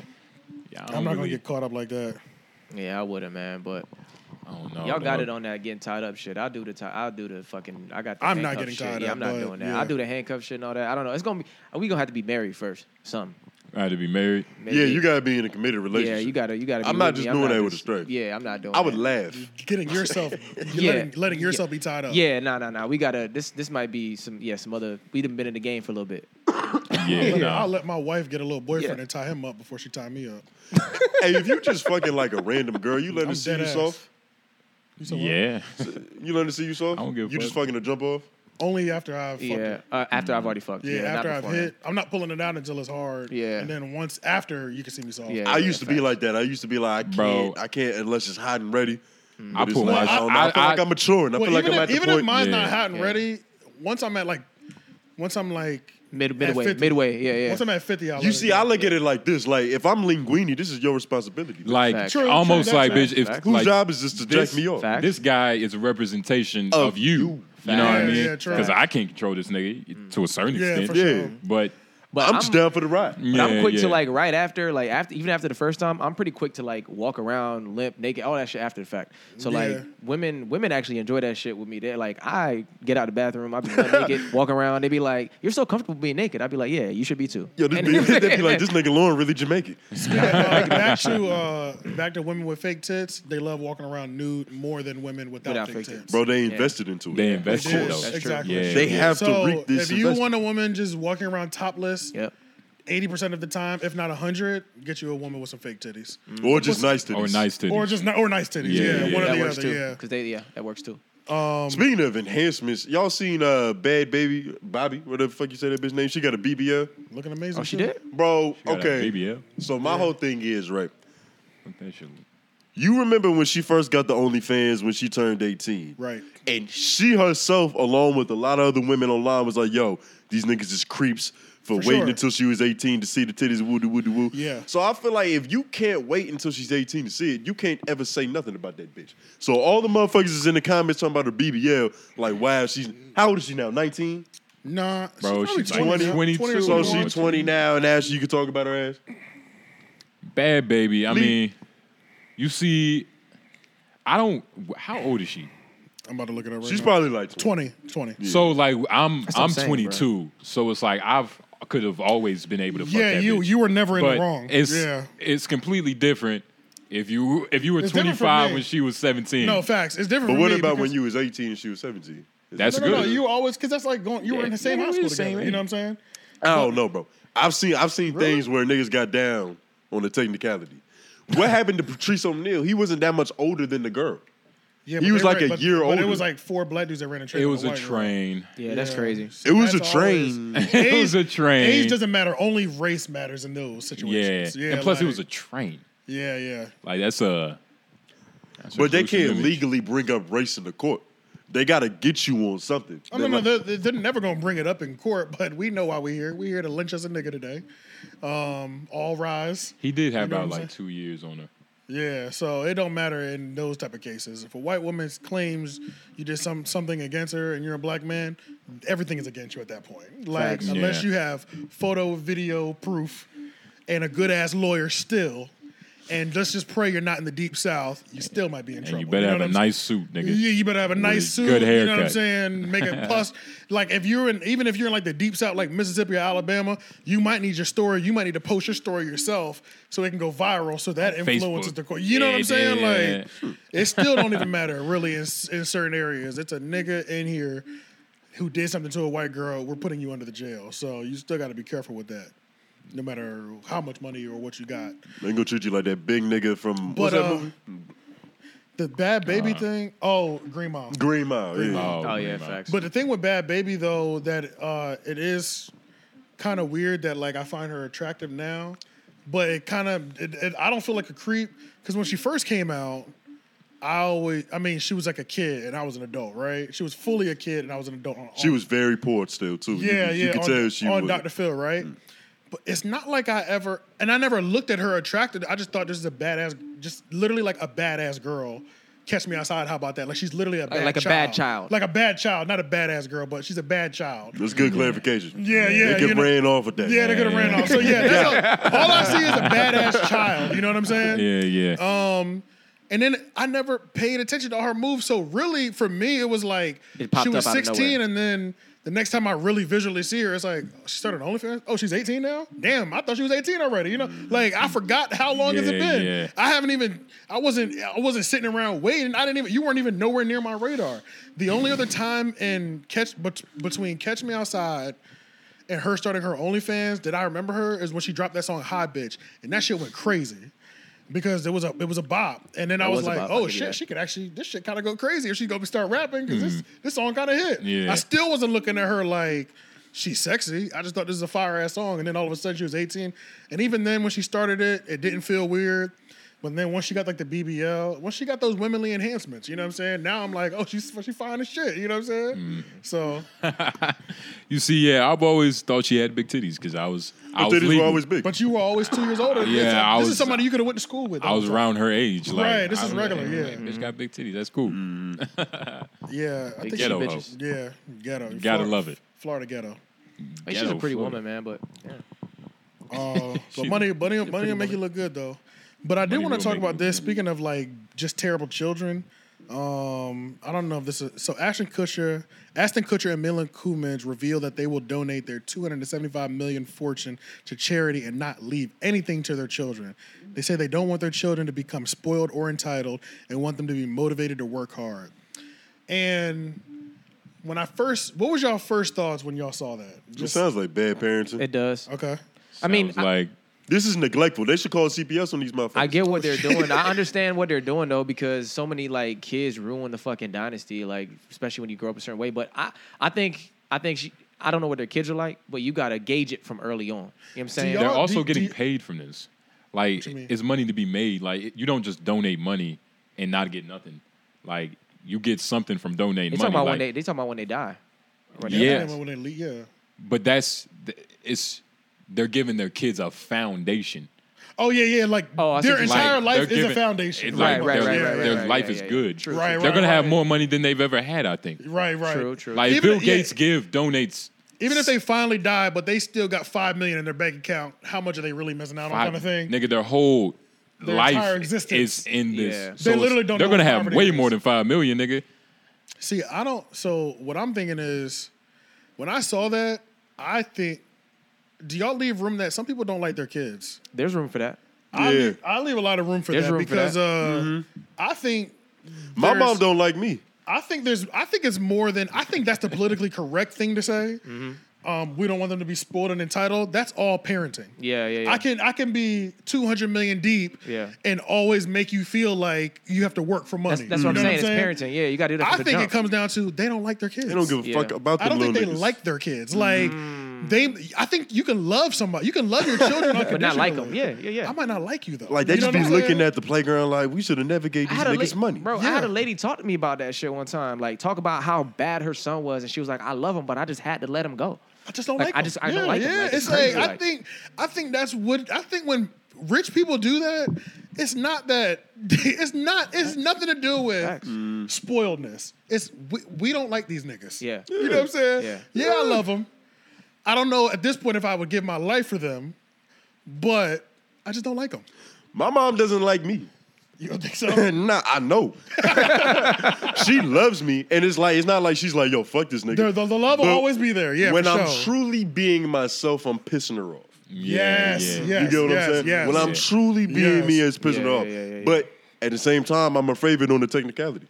Speaker 3: Yeah, I don't
Speaker 1: I'm not gonna
Speaker 3: really-
Speaker 1: get caught up like that.
Speaker 4: Yeah, I wouldn't, man. But
Speaker 3: I don't know.
Speaker 4: y'all got
Speaker 3: dog.
Speaker 4: it on that getting tied up shit. I'll do the. Tie, I'll do the fucking. I got. The
Speaker 1: I'm not
Speaker 4: handcuff
Speaker 1: getting
Speaker 4: shit.
Speaker 1: tied
Speaker 4: yeah,
Speaker 1: up,
Speaker 4: I'm not
Speaker 1: but,
Speaker 4: doing that.
Speaker 1: yeah.
Speaker 4: I'll do the handcuff shit and all that. I don't know. It's gonna be. We gonna have to be married first. Some.
Speaker 3: I had to
Speaker 1: *laughs*
Speaker 3: be married.
Speaker 4: Maybe.
Speaker 2: Yeah, you gotta be in a committed relationship.
Speaker 4: Yeah, you gotta. You gotta. Be
Speaker 2: I'm not
Speaker 4: with
Speaker 2: just
Speaker 4: me.
Speaker 2: doing
Speaker 4: not
Speaker 2: that with a
Speaker 4: just-
Speaker 2: straight.
Speaker 4: Yeah, I'm not doing.
Speaker 2: I would
Speaker 4: that.
Speaker 2: laugh.
Speaker 1: *laughs* Getting yourself, you're
Speaker 4: Yeah.
Speaker 1: letting, letting yourself be tied up.
Speaker 4: Yeah, no, no, no. We gotta. This this might be some. Yeah, some other. We done been in the game for a little bit.
Speaker 3: Yeah,
Speaker 1: Look, I'll
Speaker 3: nah.
Speaker 1: let my wife get a little boyfriend
Speaker 4: Yeah.
Speaker 1: and tie him up before she tie me up.
Speaker 2: hey, if you just fucking like a random girl, you let her
Speaker 1: I'm
Speaker 2: see
Speaker 1: dead
Speaker 2: you
Speaker 1: ass.
Speaker 2: soft.
Speaker 1: You said what?
Speaker 3: yeah.
Speaker 2: You let her see you soft.
Speaker 3: I don't give a
Speaker 2: You just
Speaker 3: fuck.
Speaker 2: fucking to jump off.
Speaker 1: Only after I've fucked
Speaker 4: yeah,
Speaker 1: it.
Speaker 4: uh, after I've already fucked.
Speaker 1: Yeah,
Speaker 4: not
Speaker 1: after I've
Speaker 4: beforehand.
Speaker 1: hit, I'm not pulling it out until it's hard.
Speaker 4: Yeah.
Speaker 1: and then once after, you can see me soft.
Speaker 4: Yeah.
Speaker 2: I used to be
Speaker 4: facts.
Speaker 2: like that. I used to be like, I can't,
Speaker 3: Bro.
Speaker 2: I can't unless it's hot and ready.
Speaker 3: I
Speaker 2: But it's
Speaker 3: put
Speaker 2: like,
Speaker 3: my.
Speaker 2: I, don't know. I, feel like I'm maturing. I
Speaker 1: Well,
Speaker 2: feel like
Speaker 1: even
Speaker 2: I'm
Speaker 1: if,
Speaker 2: at the
Speaker 1: even
Speaker 2: point.
Speaker 1: if mine's
Speaker 3: yeah.
Speaker 1: not hot and
Speaker 4: Yeah.
Speaker 1: ready, once I'm at like, once I'm like
Speaker 4: Mid-
Speaker 1: at
Speaker 4: midway-
Speaker 1: 50,
Speaker 4: midway, yeah, yeah.
Speaker 1: Once I'm at fifty, I'll
Speaker 2: you
Speaker 1: let it
Speaker 2: see,
Speaker 1: go.
Speaker 2: I look at it like this: like if I'm linguini, this is your responsibility.
Speaker 3: like
Speaker 4: Facts.
Speaker 1: True,
Speaker 3: almost
Speaker 1: true,
Speaker 3: like
Speaker 1: that's
Speaker 3: bitch. If
Speaker 4: facts.
Speaker 2: whose
Speaker 3: like,
Speaker 2: job is this to jack
Speaker 3: this-
Speaker 2: me off?
Speaker 4: fact.
Speaker 3: this guy is a representation of,
Speaker 2: Of
Speaker 3: you.
Speaker 2: you.
Speaker 3: You know what I
Speaker 1: Yeah,
Speaker 3: mean?
Speaker 1: yeah, true.
Speaker 3: Because I can't control this nigga to a certain
Speaker 1: yeah,
Speaker 3: extent.
Speaker 1: for
Speaker 2: Yeah.
Speaker 1: sure.
Speaker 3: But
Speaker 4: But
Speaker 2: I'm, just down for the
Speaker 3: *laughs*
Speaker 2: ride.
Speaker 4: But
Speaker 3: yeah,
Speaker 4: I'm quick
Speaker 3: yeah.
Speaker 4: to like right after, like after even after the first time, I'm pretty quick to like walk around limp, naked, all that shit after the fact. So like
Speaker 1: Yeah.
Speaker 4: women, women actually enjoy that shit with me. They're like, I get out of the bathroom, I be
Speaker 1: *laughs*
Speaker 4: limp naked, walk around. They be like, you're so comfortable being naked. I'd be like, yeah, you should be too.
Speaker 2: Yo, this nigga, *laughs* they be like, this nigga Lauren really
Speaker 3: *laughs*
Speaker 2: Jamaican.
Speaker 1: *laughs* Uh, back to uh, back to women with fake tits. They love walking around nude more than women without,
Speaker 4: Without
Speaker 1: fake,
Speaker 4: fake tits.
Speaker 1: tits.
Speaker 2: Bro, they invested into it.
Speaker 3: they invested
Speaker 1: Yes,
Speaker 3: though.
Speaker 4: That's true.
Speaker 1: exactly.
Speaker 3: Yeah.
Speaker 2: They have to
Speaker 1: So
Speaker 2: reap this
Speaker 1: if you
Speaker 2: investment.
Speaker 1: want a woman just walking around topless,
Speaker 4: *laughs* Yep.
Speaker 1: eighty percent of the time, if not hundred, get you a woman with some fake titties,
Speaker 2: or just nice to
Speaker 3: Or Mm-hmm. Oh, nice titties.
Speaker 1: or just ni- or nice titties.
Speaker 3: Yeah,
Speaker 1: Yeah,
Speaker 3: yeah,
Speaker 1: one
Speaker 3: yeah.
Speaker 1: or
Speaker 4: That
Speaker 1: the
Speaker 4: works
Speaker 1: other.
Speaker 4: too.
Speaker 1: Yeah.
Speaker 4: Cause they yeah, that works too.
Speaker 2: Speaking of enhancements, y'all seen uh Bad Baby Bobby, whatever the fuck you say that bitch name? She got a BBL.
Speaker 1: Looking amazing.
Speaker 4: Oh, she
Speaker 1: too.
Speaker 4: did?
Speaker 2: Bro,
Speaker 3: got a
Speaker 2: okay.
Speaker 3: BBL?
Speaker 2: So my whole thing is, right?
Speaker 3: That shit-
Speaker 2: You remember when she first got the OnlyFans when she turned 18.
Speaker 1: Right.
Speaker 2: And she herself, along with a lot of other women online, was like, yo, these niggas is creeps for,
Speaker 1: For
Speaker 2: waiting
Speaker 1: sure.
Speaker 2: until she was 18 to see the titties, woo doo woo doo woo.
Speaker 1: Yeah.
Speaker 2: So I feel like if you can't wait until she's 18 to see it, you can't ever say nothing about that bitch. So all the motherfuckers is in the comments talking about her BBL, like, wow, she's, how old is she now? 19?
Speaker 1: Nah,
Speaker 3: Bro,
Speaker 1: she's,
Speaker 3: she's
Speaker 1: probably
Speaker 3: like
Speaker 1: 20,
Speaker 3: 22.
Speaker 1: 20 or
Speaker 2: So
Speaker 3: Come
Speaker 1: something.
Speaker 3: on,
Speaker 2: she 20 now, and now she, you can talk about her ass?
Speaker 3: Bad baby. I
Speaker 2: Lee-
Speaker 3: mean, you see, I don't. How old is she?
Speaker 1: I'm about to look it up right
Speaker 2: She's
Speaker 1: now.
Speaker 2: probably like 20.
Speaker 1: 20, 20.
Speaker 3: So like, I'm
Speaker 4: what I'm
Speaker 3: I'm
Speaker 4: saying,
Speaker 3: 22. So it's like I've could have always been able to. Fuck
Speaker 1: Yeah,
Speaker 3: that
Speaker 1: you
Speaker 3: bitch.
Speaker 1: you were never in
Speaker 3: But
Speaker 1: the wrong.
Speaker 3: it's
Speaker 1: yeah.
Speaker 3: it's completely different. If you if you were
Speaker 1: It's different from
Speaker 3: 25
Speaker 1: me.
Speaker 3: when she was 17,
Speaker 1: No, facts. It's different
Speaker 2: But
Speaker 1: for
Speaker 2: what
Speaker 1: me
Speaker 2: about
Speaker 1: because-
Speaker 2: when you was 18 and she was 17? Is
Speaker 3: That's
Speaker 2: that-
Speaker 1: No, no, no,
Speaker 3: good.
Speaker 1: you always because that's like going. You were in the same
Speaker 3: yeah,
Speaker 1: high
Speaker 3: we
Speaker 1: school
Speaker 3: the same
Speaker 1: together. You know what I'm saying?
Speaker 2: I don't know, bro. I've seen I've seen things where niggas got down on the technicality. What happened to Patrice O'Neal? He wasn't that much older than the girl.
Speaker 1: Yeah,
Speaker 2: He
Speaker 1: but
Speaker 2: was
Speaker 1: they
Speaker 2: like
Speaker 1: ran-
Speaker 2: a
Speaker 1: but-
Speaker 2: year
Speaker 1: but
Speaker 2: older.
Speaker 1: It was like four black dudes that ran a train.
Speaker 3: it
Speaker 1: with
Speaker 3: was
Speaker 1: a
Speaker 3: a
Speaker 1: white girl.
Speaker 3: train.
Speaker 4: Yeah, that's
Speaker 1: Yeah.
Speaker 4: crazy.
Speaker 2: It was a
Speaker 1: That's
Speaker 2: train.
Speaker 3: It was a train.
Speaker 1: Age doesn't matter. Only race matters in those
Speaker 3: Yeah.
Speaker 1: situations. Yeah,
Speaker 3: and plus it
Speaker 1: like-
Speaker 3: was a train.
Speaker 1: Yeah, yeah.
Speaker 3: Like that's a. that's a
Speaker 2: But they
Speaker 3: crucial
Speaker 2: can't
Speaker 3: image.
Speaker 2: legally bring up race in the court. They gotta get you on something.
Speaker 1: I mean,
Speaker 2: They're
Speaker 1: no, they're, they're never gonna bring it up in court, but we know why we're here. We're here to lynch us a nigga today. Um, all rise.
Speaker 3: He did have
Speaker 1: You know
Speaker 3: about
Speaker 1: what I'm
Speaker 3: like two years on her.
Speaker 1: Yeah, so it don't matter in those type of cases. If a white woman claims you did some something against her and you're a black man, everything is against you at that point. Like
Speaker 4: Facts.
Speaker 1: unless
Speaker 3: Yeah.
Speaker 1: you have photo, video proof, and a good ass lawyer still, and let's just pray you're not in the deep south. You still might be in
Speaker 3: And
Speaker 1: trouble.
Speaker 3: you better
Speaker 1: know
Speaker 3: have
Speaker 1: what
Speaker 3: a
Speaker 1: I'm
Speaker 3: nice suit, nigga.
Speaker 1: Yeah, you better have a nice
Speaker 3: a
Speaker 1: suit.
Speaker 3: good
Speaker 1: You know what I'm
Speaker 3: haircut.
Speaker 1: saying? Make
Speaker 3: *laughs*
Speaker 1: it plus. Like if you're in, even if you're in like the deep south, like Mississippi or Alabama, you might need your story. You might need to post your story yourself so it can go viral. So that influences
Speaker 3: Facebook.
Speaker 1: the court. You know what I'm
Speaker 3: Yeah,
Speaker 1: saying?
Speaker 3: yeah,
Speaker 1: Like it still don't
Speaker 3: *laughs*
Speaker 1: even matter really in, in certain areas. It's a nigga in here who did something to a white girl. We're putting you under the jail. So you still got to be careful with that. No matter how much money or what you got.
Speaker 2: gonna treat you like that big nigga from
Speaker 1: But
Speaker 2: what's that
Speaker 1: uh,
Speaker 2: movie?
Speaker 1: the bad baby thing. Oh, Green Mile.
Speaker 2: Green Mile. yeah.
Speaker 4: Oh yeah,
Speaker 3: man.
Speaker 4: facts.
Speaker 1: But the thing with Bad Baby though, that uh, it is kind of weird that like I find her attractive now, but it kind of it, it, I don't feel like a creep because when she first came out, I always I mean she was like a kid and I was an adult, right? She was fully a kid and I was an adult. On,
Speaker 2: She was very poor still too. You
Speaker 1: yeah
Speaker 2: could-
Speaker 1: yeah
Speaker 2: You could
Speaker 1: on,
Speaker 2: tell she Mm.
Speaker 1: on
Speaker 2: was
Speaker 1: Dr. Phil, right? But it's not like I ever and I never looked at her attracted. I just thought this is a badass, just literally like a badass girl. Catch me outside. How about that? Like she's literally a bad
Speaker 4: like a
Speaker 1: child.
Speaker 4: bad child.
Speaker 1: Like a bad child, not a badass girl, but she's a bad child.
Speaker 2: That's good clarification.
Speaker 1: Yeah, yeah,
Speaker 2: They get
Speaker 1: you know-
Speaker 2: ran off with that.
Speaker 1: Yeah, they're gonna ran off. So yeah, that's a- all I see is a
Speaker 2: *laughs*
Speaker 1: badass child. You know what I'm saying?
Speaker 3: Yeah, yeah.
Speaker 1: Um, And then I never paid attention to her moves. So really, for me, it was like
Speaker 4: It popped
Speaker 1: she was
Speaker 4: up out of
Speaker 1: 16,
Speaker 4: nowhere.
Speaker 1: and then the next time I really visually see her, it's like oh, she started on OnlyFans. Oh, she's 18 now. Damn, I thought she was 18 already. You know, like I forgot how long has it
Speaker 3: Yeah,
Speaker 1: been.
Speaker 3: yeah.
Speaker 1: I haven't even. I wasn't. I wasn't sitting around waiting. I didn't even. You weren't even nowhere near my radar. The only other time in catch, but between Catch Me Outside and her starting her OnlyFans that I remember her is when she dropped that song High Bitch, and that shit went crazy because it was a it was a bop, and then I was,
Speaker 4: was a
Speaker 1: like,
Speaker 4: bop, I
Speaker 1: oh
Speaker 4: give you
Speaker 1: shit,
Speaker 4: that.
Speaker 1: she could actually this shit kind of go crazy if she gonna start rapping because this
Speaker 4: Mm-hmm.
Speaker 1: this song kind of hit.
Speaker 3: Yeah.
Speaker 1: I still wasn't looking at her like she's sexy. I just thought this is a fire ass song, and then all of a sudden she was 18, and even then when she started it, it didn't feel weird. But then once she got like the BBL, once she got those womanly enhancements, you know what I'm saying? Now I'm like, oh, she's she fine as shit, you know what I'm saying?
Speaker 4: Mm-hmm.
Speaker 1: So
Speaker 3: you see, yeah, I've always thought she had big titties because I was, I was
Speaker 2: Titties were
Speaker 3: legal.
Speaker 2: always big.
Speaker 1: But you were always two years older.
Speaker 3: Yeah,
Speaker 1: this,
Speaker 3: I
Speaker 1: this is
Speaker 3: was-
Speaker 1: somebody you could have went to school with.
Speaker 3: I was around her age. Like,
Speaker 1: Right, this
Speaker 3: I
Speaker 1: is
Speaker 3: was like,
Speaker 1: regular,
Speaker 3: "Hey,
Speaker 1: yeah.
Speaker 2: Mm-hmm.
Speaker 3: Bitch got big titties. That's cool.
Speaker 1: Yeah, I think
Speaker 3: ghetto
Speaker 1: she,
Speaker 3: hoe.
Speaker 4: bitches.
Speaker 1: yeah, ghetto.
Speaker 3: Gotta love it.
Speaker 1: Florida ghetto.
Speaker 4: Hey, she's a
Speaker 3: Ghetto
Speaker 4: pretty
Speaker 3: Florida.
Speaker 4: woman, man. But yeah.
Speaker 1: Uh,
Speaker 3: *laughs*
Speaker 1: but money, money, money will make you look good though. But I did
Speaker 3: Money
Speaker 1: want to
Speaker 3: will
Speaker 1: talk
Speaker 3: make you
Speaker 1: about
Speaker 3: look
Speaker 1: this. Speaking of like just terrible children, um, I don't know if this is so. Ashton Kutcher, Ashton Kutcher, and Milan Kumin revealed that they will donate their 275 million fortune to charity and not leave anything to their children. They say they don't want their children to become spoiled or entitled, and want them to be motivated to work hard. And when I first, what was y'all first thoughts when y'all saw that?
Speaker 2: It sounds like bad parenting.
Speaker 4: It does.
Speaker 1: Okay.
Speaker 3: I
Speaker 4: mean,
Speaker 3: was
Speaker 4: I-
Speaker 3: like,
Speaker 2: This is neglectful. They should call CPS on these motherfuckers.
Speaker 4: I get what they're doing. I understand what they're doing though, because so many like kids ruin the fucking dynasty, like especially when you grow up a certain way. But I, I think, I think she, I don't know what their kids are like, but you gotta gauge it from early on. You know what I'm saying?
Speaker 1: y'all-
Speaker 3: They're
Speaker 1: do-
Speaker 3: also
Speaker 1: do
Speaker 3: getting
Speaker 1: you-
Speaker 3: paid from this. Like
Speaker 1: you mean?
Speaker 3: it's money to be made. Like it- you don't just donate money and not get nothing. Like you get something from donating
Speaker 4: They
Speaker 3: money.
Speaker 4: talking about when
Speaker 3: like-
Speaker 4: they, they talking about when they die. When they
Speaker 3: Yeah.
Speaker 4: pass.
Speaker 1: When they leave, yeah.
Speaker 3: but that's th- it's they're giving their kids a foundation.
Speaker 1: Oh yeah, yeah. Like
Speaker 4: Oh, I see
Speaker 1: their
Speaker 4: what you mean.
Speaker 1: entire
Speaker 3: Like,
Speaker 1: life
Speaker 3: they're
Speaker 1: is a
Speaker 3: giving-
Speaker 1: foundation. pretty
Speaker 3: it's like
Speaker 1: much.
Speaker 4: right,
Speaker 3: their,
Speaker 4: right,
Speaker 1: Yeah.
Speaker 4: right,
Speaker 3: their
Speaker 4: right,
Speaker 3: life
Speaker 4: yeah,
Speaker 3: is
Speaker 4: yeah, yeah.
Speaker 3: good.
Speaker 4: True,
Speaker 1: Right,
Speaker 3: they're
Speaker 1: true.
Speaker 3: gonna have
Speaker 1: right.
Speaker 3: more money than they've ever had. I think.
Speaker 1: Right, right.
Speaker 4: True, true.
Speaker 3: Like
Speaker 1: Even-
Speaker 3: Bill
Speaker 1: yeah.
Speaker 3: Gates give donates
Speaker 1: Even if they finally die, but they still got five million in their bank account, how much are they really missing out on?
Speaker 3: I-
Speaker 1: Kind of thing.
Speaker 3: Nigga, their whole
Speaker 1: Their entire
Speaker 3: life
Speaker 1: existence.
Speaker 3: is in this.
Speaker 4: Yeah. They
Speaker 3: it's-
Speaker 1: literally don't
Speaker 3: They're
Speaker 1: know
Speaker 3: gonna
Speaker 1: what
Speaker 3: have
Speaker 1: poverty
Speaker 3: way
Speaker 1: is.
Speaker 3: more than five million, nigga.
Speaker 1: See, I don't. So what I'm thinking is, when I saw that, I think, do y'all leave room that some people don't like their kids?
Speaker 4: There's room for that.
Speaker 1: I,
Speaker 2: Yeah.
Speaker 1: leave, I leave a lot of room for
Speaker 4: There's
Speaker 1: that
Speaker 4: room for
Speaker 1: because
Speaker 4: that. Mm-hmm.
Speaker 1: Uh, I think
Speaker 2: My mom
Speaker 1: there's-
Speaker 2: don't like me.
Speaker 1: I think there's I think it's more than I think that's the politically correct thing to say.
Speaker 2: Mm-hmm.
Speaker 1: Um, we don't want them to be spoiled and entitled. That's all parenting.
Speaker 4: Yeah, yeah, yeah.
Speaker 1: I can I can be 200 million deep
Speaker 4: Yeah.
Speaker 1: and always make you feel like you have to work for money.
Speaker 4: That's, that's what I'm
Speaker 1: You know
Speaker 4: saying. It's parenting. Yeah, you gotta do that.
Speaker 1: I
Speaker 4: from the
Speaker 1: think it
Speaker 4: jump.
Speaker 1: comes down to they don't like their kids.
Speaker 2: They don't give a
Speaker 4: Yeah.
Speaker 2: fuck about
Speaker 1: I
Speaker 2: them
Speaker 1: don't think
Speaker 2: little
Speaker 1: they
Speaker 2: niggas. Mm.
Speaker 1: like their kids. Like they I think you can love somebody. You can love your
Speaker 4: *laughs*
Speaker 1: children
Speaker 4: But not like 'em.
Speaker 1: unconditionally.
Speaker 4: Yeah, yeah, yeah.
Speaker 1: I might not like you though.
Speaker 2: Like they
Speaker 1: You know
Speaker 2: just be
Speaker 1: what I'm saying?
Speaker 2: looking at the playground like we should have never gave
Speaker 4: I
Speaker 2: these
Speaker 4: had a
Speaker 2: niggas
Speaker 4: la-
Speaker 2: money.
Speaker 4: Bro, I
Speaker 1: Yeah.
Speaker 4: had a lady talk to me about that shit one time. Like, talk about how bad her son was, and she was like, "I love him, but I just had to let him go."
Speaker 1: I just don't
Speaker 4: Like,
Speaker 1: like.
Speaker 4: I
Speaker 1: them.
Speaker 4: just- I
Speaker 1: yeah,
Speaker 4: don't like
Speaker 1: Yeah,
Speaker 4: them. Like,
Speaker 1: it's
Speaker 4: it's crazy,
Speaker 1: like I
Speaker 4: like-
Speaker 1: think I think that's what I think when rich people do that. It's not that. *laughs* It's not. It's nothing to do with
Speaker 4: Facts. Mm.
Speaker 1: spoiledness. It's we, we don't like these niggas.
Speaker 4: Yeah.
Speaker 1: you know what I'm saying.
Speaker 4: Yeah.
Speaker 1: yeah, I love them. I don't know at this point if I would give my life for them, but I just don't like them.
Speaker 2: My mom doesn't like me. *laughs*
Speaker 1: You don't think so?
Speaker 2: nah, I know. *laughs* she loves me, and it's like it's not like she's like, yo, fuck this nigga.
Speaker 1: the, the, the love will
Speaker 2: But
Speaker 1: always be there. Yeah,
Speaker 2: when
Speaker 1: for
Speaker 2: I'm
Speaker 1: sure.
Speaker 2: truly being myself, I'm pissing her off.
Speaker 3: Yeah,
Speaker 1: Yes,
Speaker 3: yeah.
Speaker 1: yes.
Speaker 2: you get what
Speaker 1: yes,
Speaker 2: I'm saying?
Speaker 1: Yes.
Speaker 2: when I'm
Speaker 3: Yeah.
Speaker 2: truly being
Speaker 1: Yes.
Speaker 2: me, it's pissing
Speaker 4: Yeah,
Speaker 2: her off.
Speaker 4: yeah, yeah, yeah.
Speaker 2: But at the same time, I'm a favorite on the technicality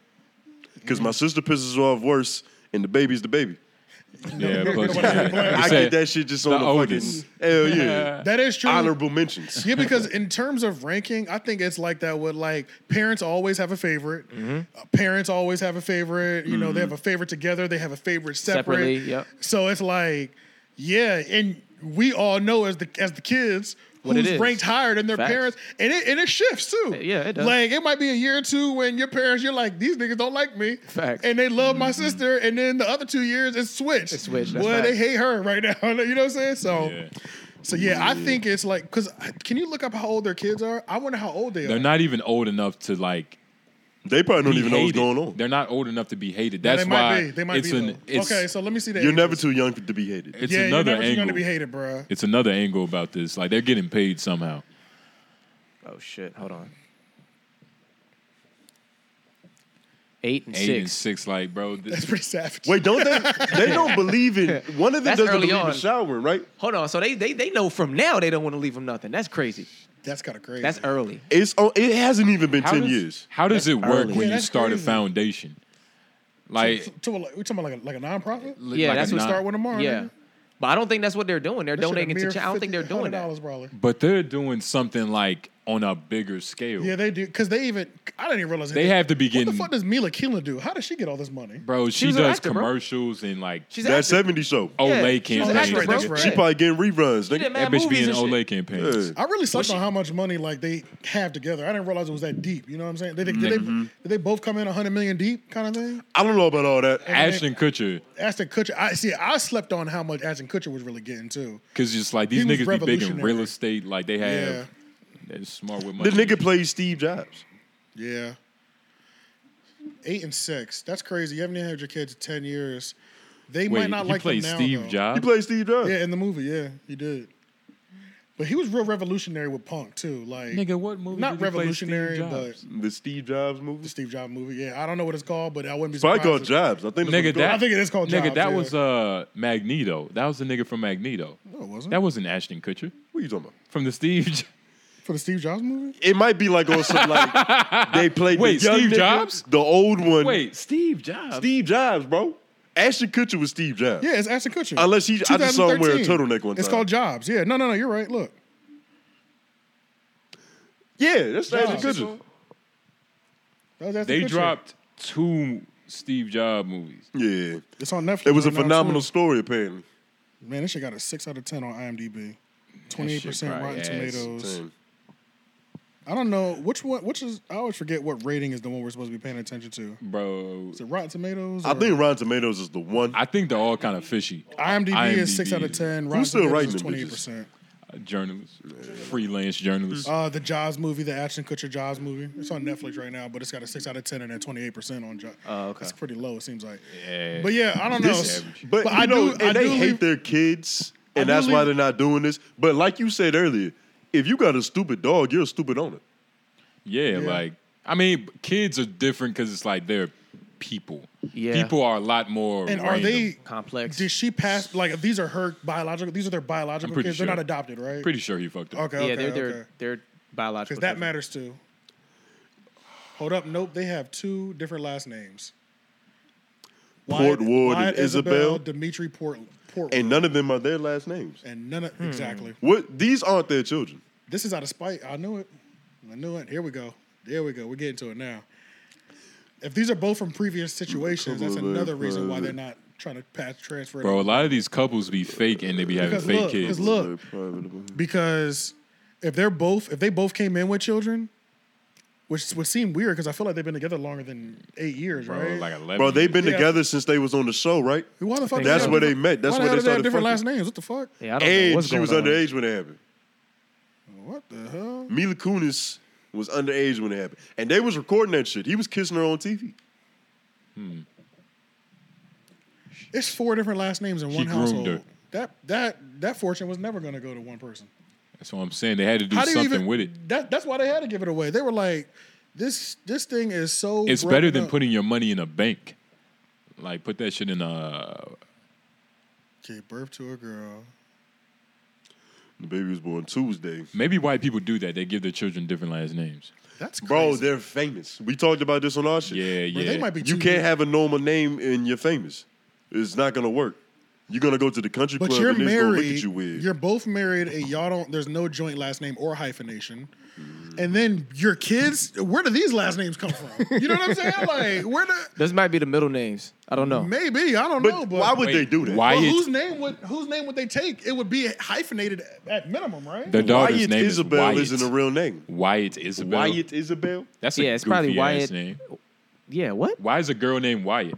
Speaker 2: because
Speaker 1: Mm-hmm.
Speaker 2: my sister pisses her off worse, and the baby's the baby.
Speaker 3: Yeah, plus, yeah.
Speaker 2: I
Speaker 3: It's
Speaker 2: get
Speaker 3: a-
Speaker 2: that shit just
Speaker 3: the
Speaker 2: on the,
Speaker 3: oldest.
Speaker 2: fucking hell yeah.
Speaker 3: *laughs*
Speaker 1: that is true.
Speaker 2: Honorable mentions.
Speaker 1: Yeah, because in terms of ranking, I think it's like that with like parents always have a favorite.
Speaker 4: Mm-hmm.
Speaker 1: Uh, parents always have a favorite. You know, they have a favorite together, they have a favorite separate.
Speaker 4: Separately, yep.
Speaker 1: So it's like, yeah, and we all know as the as the kids
Speaker 4: What it
Speaker 1: who's
Speaker 4: is.
Speaker 1: ranked higher than their
Speaker 4: Facts. Uh,
Speaker 1: parents. And it and it shifts too.
Speaker 4: Yeah, it does.
Speaker 1: Like it might be a year or two when your parents, you're like, these niggas don't like me.
Speaker 4: Facts. Mm-hmm.
Speaker 1: And they love my sister. And then the other two years it's switched.
Speaker 4: It's switched, that's
Speaker 1: Well, they
Speaker 4: facts.
Speaker 1: hate her right *laughs* now. you know what I'm saying? So
Speaker 3: Yeah.
Speaker 1: so yeah, I think it's like because can you look up how old their kids are? I wonder how old they are.
Speaker 3: They're not even old enough to like.
Speaker 2: They probably don't
Speaker 3: be
Speaker 2: even know what's
Speaker 3: hated.
Speaker 2: going on.
Speaker 3: They're not old enough to be hated.
Speaker 1: They
Speaker 3: That's
Speaker 1: might
Speaker 3: why
Speaker 1: be. They might
Speaker 3: it's
Speaker 1: be.
Speaker 3: an.
Speaker 1: though.
Speaker 3: It's,
Speaker 1: okay, so let me see that.
Speaker 2: You're never too young to be hated.
Speaker 3: It's
Speaker 1: yeah,
Speaker 3: another
Speaker 1: you're never too young to
Speaker 3: angle.
Speaker 1: be hated, bro.
Speaker 3: It's another angle about this. Like they're getting paid somehow.
Speaker 4: Oh shit! Hold on. Eight and
Speaker 3: Eight and
Speaker 4: six.
Speaker 3: six, like bro. th-
Speaker 1: That's pretty savage.
Speaker 2: Wait, don't they?
Speaker 3: *laughs*
Speaker 2: They don't believe in one of them
Speaker 4: That's
Speaker 2: doesn't
Speaker 4: early
Speaker 2: believe
Speaker 4: on.
Speaker 2: in showering, right?
Speaker 4: Hold on. So they, they they know from now they don't want to leave him nothing. That's crazy.
Speaker 1: that's kind of crazy.
Speaker 4: That's early.
Speaker 2: It's oh, it hasn't even been
Speaker 3: how
Speaker 2: ten
Speaker 3: does,
Speaker 2: years.
Speaker 3: How does it work
Speaker 4: early.
Speaker 3: when
Speaker 1: Yeah,
Speaker 3: you
Speaker 1: that's
Speaker 3: start
Speaker 1: crazy.
Speaker 3: a foundation? Like,
Speaker 1: To- to- like- we talking about like a, like a nonprofit.
Speaker 3: li-
Speaker 4: Yeah,
Speaker 3: like a
Speaker 4: that's what
Speaker 3: non-
Speaker 1: Start one tomorrow.
Speaker 4: Yeah.
Speaker 1: nigga.
Speaker 4: But I don't think that's what they're doing. They're
Speaker 1: That shit a
Speaker 4: donating to.
Speaker 1: mere
Speaker 4: Ch- I don't think they're
Speaker 1: 50
Speaker 4: doing that.
Speaker 1: $100 probably.
Speaker 3: But they're doing something like on a bigger scale.
Speaker 1: Yeah, they do because they even. I didn't even realize
Speaker 3: They have to be
Speaker 1: What
Speaker 3: getting-
Speaker 1: the fuck does Mila Keelan do? How does she get all this money?
Speaker 3: Bro, she,
Speaker 4: was an
Speaker 3: does
Speaker 4: actor, bro.
Speaker 3: commercials and like
Speaker 4: She's
Speaker 2: That
Speaker 4: active.
Speaker 2: seventy show.
Speaker 3: Olay
Speaker 4: she's an
Speaker 3: campaigns.
Speaker 1: actor, bro.
Speaker 3: nigga. That
Speaker 1: That's
Speaker 2: She
Speaker 1: right.
Speaker 2: probably getting reruns. Nigga.
Speaker 4: did
Speaker 3: bitch
Speaker 4: mad
Speaker 3: be
Speaker 4: movies
Speaker 3: in
Speaker 4: and shit.
Speaker 3: Olay campaigns.
Speaker 2: Yeah.
Speaker 1: I really sucked on how much money like they have together. I didn't realize it was that deep. You know what I'm saying? Did they, did,
Speaker 4: Mm-hmm.
Speaker 1: they, did they both come in 100 million deep kind of thing?
Speaker 2: I don't know about all that.
Speaker 3: Ashton Kutcher,
Speaker 1: Ashton Kutcher. I see. I slept on how much Ashton Kutcher was really getting too.
Speaker 3: because just like these
Speaker 1: He was
Speaker 3: niggas be big in
Speaker 1: revolutionary.
Speaker 3: real estate, like they have,
Speaker 1: Yeah.
Speaker 3: they're smart with money.
Speaker 2: This nigga plays Steve Jobs.
Speaker 1: Yeah. Eight and six. That's crazy. You haven't even had your kids in ten years. They
Speaker 3: Wait,
Speaker 1: might not
Speaker 3: he
Speaker 1: like
Speaker 3: plays
Speaker 1: them now,
Speaker 3: Steve
Speaker 1: though.
Speaker 2: He
Speaker 3: Jobs.
Speaker 2: plays Steve Jobs.
Speaker 1: Yeah, in the movie. Yeah, he did. But he was real revolutionary with punk too. Like
Speaker 3: nigga, what movie?
Speaker 1: not
Speaker 3: did he play
Speaker 1: revolutionary,
Speaker 3: Steve
Speaker 1: but
Speaker 3: Jobs?
Speaker 2: The Steve Jobs movie.
Speaker 1: the Steve Jobs movie. Yeah, I don't know what it's called, but I wouldn't be
Speaker 2: Probably
Speaker 1: surprised.
Speaker 2: called
Speaker 1: if-
Speaker 2: Jobs. I think that's what
Speaker 3: nigga,
Speaker 2: it's
Speaker 3: that
Speaker 1: I think it is called
Speaker 3: nigga,
Speaker 1: Jobs,
Speaker 3: that
Speaker 1: yeah.
Speaker 3: was uh Magneto. That was the nigga from Magneto.
Speaker 1: No, Oh, it wasn't.
Speaker 3: That wasn't Ashton Kutcher
Speaker 2: called. What are you talking about?
Speaker 3: from the Steve. Jo-
Speaker 1: *laughs* For the Steve Jobs movie.
Speaker 2: It might be like on some
Speaker 3: *laughs*
Speaker 2: like they played. the
Speaker 3: Wait,
Speaker 2: young
Speaker 3: Steve
Speaker 2: nigga,
Speaker 3: Jobs?
Speaker 2: the old one.
Speaker 3: Wait, Steve Jobs.
Speaker 2: Steve Jobs, bro. Ashton Kutcher was Steve Jobs.
Speaker 1: Yeah, it's Ashton Kutcher.
Speaker 2: Unless he, I just saw him wear a
Speaker 1: 2013.
Speaker 2: turtleneck one time.
Speaker 1: It's called Jobs. Yeah. No, no, no. You're right. Look.
Speaker 2: Yeah, that's Stranger
Speaker 1: Jobs.
Speaker 2: Gooders.
Speaker 1: That- that's the
Speaker 3: They
Speaker 1: picture.
Speaker 3: dropped two Steve Jobs movies.
Speaker 2: Yeah.
Speaker 1: It's on Netflix.
Speaker 2: It was a
Speaker 1: right now,
Speaker 2: phenomenal
Speaker 1: too.
Speaker 2: story, apparently.
Speaker 1: Man, this shit got a six out of ten on IMDb. Twenty eight percent
Speaker 3: probably
Speaker 1: Rotten
Speaker 3: ass.
Speaker 1: Tomatoes.
Speaker 2: Dang.
Speaker 1: I don't know which one. Which is I always forget what rating is the one we're supposed to be paying attention to.
Speaker 3: Bro,
Speaker 1: Is it Rotten Tomatoes?
Speaker 2: I
Speaker 1: or-
Speaker 2: think Rotten Tomatoes is the one.
Speaker 3: I think they're all kind of fishy.
Speaker 1: IMDb, is six out of
Speaker 3: IMDb.
Speaker 1: ten. Rotten
Speaker 2: Who's still
Speaker 1: Tomatoes is
Speaker 2: writing them
Speaker 1: twenty
Speaker 2: bitches?
Speaker 1: eight percent.
Speaker 3: Journalists, freelance journalists.
Speaker 1: Uh, the Jaws movie, the Ashton Kutcher Jaws movie. It's on Netflix right now, but it's got a six out of ten and then twenty eight percent on Jaws.
Speaker 4: Oh, okay.
Speaker 1: It's pretty low. It seems like.
Speaker 3: Yeah.
Speaker 1: But yeah, I don't know.
Speaker 2: This,
Speaker 3: average.
Speaker 2: but
Speaker 1: But
Speaker 2: you
Speaker 1: I
Speaker 2: know,
Speaker 1: do-
Speaker 2: and
Speaker 1: I
Speaker 2: they
Speaker 1: do
Speaker 2: hate
Speaker 1: leave-
Speaker 2: their kids,
Speaker 1: I
Speaker 2: and
Speaker 1: do
Speaker 2: that's why
Speaker 1: leave-
Speaker 2: they're not doing this. But like you said earlier, if you got a stupid dog, you're a stupid owner.
Speaker 3: Yeah, like I mean, kids are different because it's like they're people.
Speaker 4: Yeah.
Speaker 3: people are a lot more.
Speaker 1: And are
Speaker 3: random.
Speaker 1: they?
Speaker 4: Complex.
Speaker 1: Did she pass? Like these are her biological. These are their biological
Speaker 3: I'm pretty
Speaker 1: kids.
Speaker 3: sure.
Speaker 1: They're not adopted, right?
Speaker 3: Pretty sure he fucked up.
Speaker 1: Okay.
Speaker 4: yeah,
Speaker 1: okay,
Speaker 4: they're they're
Speaker 1: okay.
Speaker 4: they're
Speaker 1: Because
Speaker 4: biological.
Speaker 1: that
Speaker 4: different.
Speaker 1: matters too. Hold up. Nope. They have two different last names.
Speaker 2: Portwood and Isabel.
Speaker 1: Dimitri Port, Portwood.
Speaker 2: And
Speaker 1: And,
Speaker 2: none of them are their last names.
Speaker 1: none
Speaker 4: Hmm.
Speaker 1: of, exactly.
Speaker 2: What these aren't their children.
Speaker 1: This is out of spite. I knew it. I knew it. Here we go. There we go. We're getting to it now. If these are both from previous situations, that's
Speaker 2: Come on,
Speaker 1: another
Speaker 2: man.
Speaker 1: reason why they're not trying to pass transfer. it
Speaker 3: Bro, a lot of these couples be fake and they be having
Speaker 1: Because
Speaker 3: fake
Speaker 1: look,
Speaker 3: kids.
Speaker 1: because Look. because if they're both if they both came in with children, which would seem weird because I feel like they've been together longer than eight years,
Speaker 3: bro,
Speaker 1: right?
Speaker 3: like eleven.
Speaker 2: Bro, they've been
Speaker 1: Yeah.
Speaker 2: together since they was on the show, right?
Speaker 1: why the fuck?
Speaker 2: That's
Speaker 1: they
Speaker 2: where
Speaker 1: have
Speaker 2: they met. That's
Speaker 1: why the
Speaker 2: where
Speaker 1: hell
Speaker 2: they
Speaker 1: do have
Speaker 2: started
Speaker 1: different last
Speaker 2: fucking.
Speaker 1: names. What the fuck?
Speaker 4: Yeah, I don't know
Speaker 2: And
Speaker 4: what's
Speaker 2: she
Speaker 4: going
Speaker 2: was
Speaker 4: on.
Speaker 2: underage when it happened.
Speaker 1: What the hell?
Speaker 2: Mila Kunis was underage when it happened, and they was recording that shit. He was kissing her on TV.
Speaker 1: It's four different last names in one
Speaker 3: groomed
Speaker 1: household.
Speaker 3: her.
Speaker 1: That that that fortune was never going to go to one person.
Speaker 3: That's what I'm saying. They had to do
Speaker 1: How do you
Speaker 3: something
Speaker 1: even?
Speaker 3: with it.
Speaker 1: That that's why they had to give it away. They were like, this this thing is so.
Speaker 3: It's better
Speaker 1: broken
Speaker 3: than
Speaker 1: up.
Speaker 3: putting your money in a bank. Like put that shit in uh, a
Speaker 1: Gave birth to a girl.
Speaker 2: The baby was born Tuesday.
Speaker 3: maybe white people do that. They give their children different last names.
Speaker 1: That's crazy.
Speaker 2: Bro, they're famous. We talked about this on our shit.
Speaker 3: Yeah,
Speaker 1: Bro,
Speaker 3: yeah.
Speaker 1: They might be
Speaker 2: You
Speaker 1: two
Speaker 2: can't have a normal name and you're famous. It's not gonna work. You're gonna go to the country
Speaker 1: But
Speaker 2: club
Speaker 1: you're
Speaker 2: and they're gonna look
Speaker 1: married.
Speaker 2: at
Speaker 1: You
Speaker 2: you weird.
Speaker 1: are both married, and y'all don't. There's no joint last name or hyphenation.
Speaker 2: Mm.
Speaker 1: And then your kids. Where do these last names come from? You know what I'm
Speaker 2: *laughs*
Speaker 1: saying? Like where the
Speaker 4: This might be the middle names. I don't know.
Speaker 1: maybe I don't
Speaker 2: but,
Speaker 1: know. But
Speaker 2: why would
Speaker 3: Wait,
Speaker 2: they do that?
Speaker 3: why-
Speaker 1: Well,
Speaker 3: Wyatt-
Speaker 1: whose name would whose name would they take? It would be hyphenated at minimum, right?
Speaker 3: Their daughter's
Speaker 2: Wyatt
Speaker 3: name
Speaker 2: Isabel
Speaker 3: is
Speaker 2: isn't a
Speaker 3: Wyatt.
Speaker 2: real name.
Speaker 3: Wyatt Isabel.
Speaker 2: Wyatt Isabel?
Speaker 3: That's a
Speaker 4: Yeah, it's probably
Speaker 3: goofy ass
Speaker 4: Wyatt-
Speaker 3: name.
Speaker 4: Yeah, what?
Speaker 3: Why is a girl named Wyatt?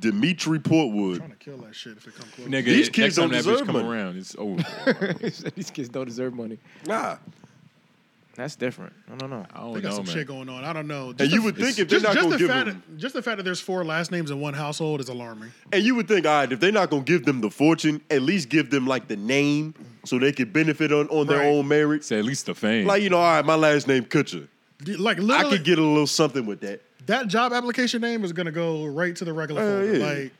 Speaker 2: Dimitri Portwood.
Speaker 1: trying to kill that shit if it come close.
Speaker 3: Nigga,
Speaker 2: These
Speaker 3: next
Speaker 2: kids
Speaker 3: time
Speaker 2: don't
Speaker 3: that bitch
Speaker 2: deserve
Speaker 3: come
Speaker 2: money.
Speaker 3: around, it's
Speaker 1: *laughs*
Speaker 3: over.
Speaker 4: These kids don't deserve money.
Speaker 2: Nah.
Speaker 4: That's different. I don't know.
Speaker 3: I don't
Speaker 1: They got
Speaker 3: know,
Speaker 1: some
Speaker 3: man.
Speaker 1: shit going on. I don't know.
Speaker 2: And
Speaker 1: Just
Speaker 2: you
Speaker 1: the-
Speaker 2: would think if they're
Speaker 1: just,
Speaker 2: not
Speaker 1: just
Speaker 2: gonna
Speaker 1: the
Speaker 2: give
Speaker 1: fact
Speaker 2: them
Speaker 1: that, just the fact that there's four last names in one household is alarming.
Speaker 2: and you would think, all right, if they're not gonna give them the fortune, at least give them like the name so they could benefit on, on their
Speaker 1: Right.
Speaker 2: own merit.
Speaker 3: Say at least the fame.
Speaker 2: Like, you know, all right, my last name Kutcher.
Speaker 1: Like
Speaker 2: I
Speaker 1: literally,
Speaker 2: could get a little something with that.
Speaker 1: that job application name is gonna go right to the regular
Speaker 2: Uh,
Speaker 1: folder.
Speaker 2: yeah.
Speaker 1: Like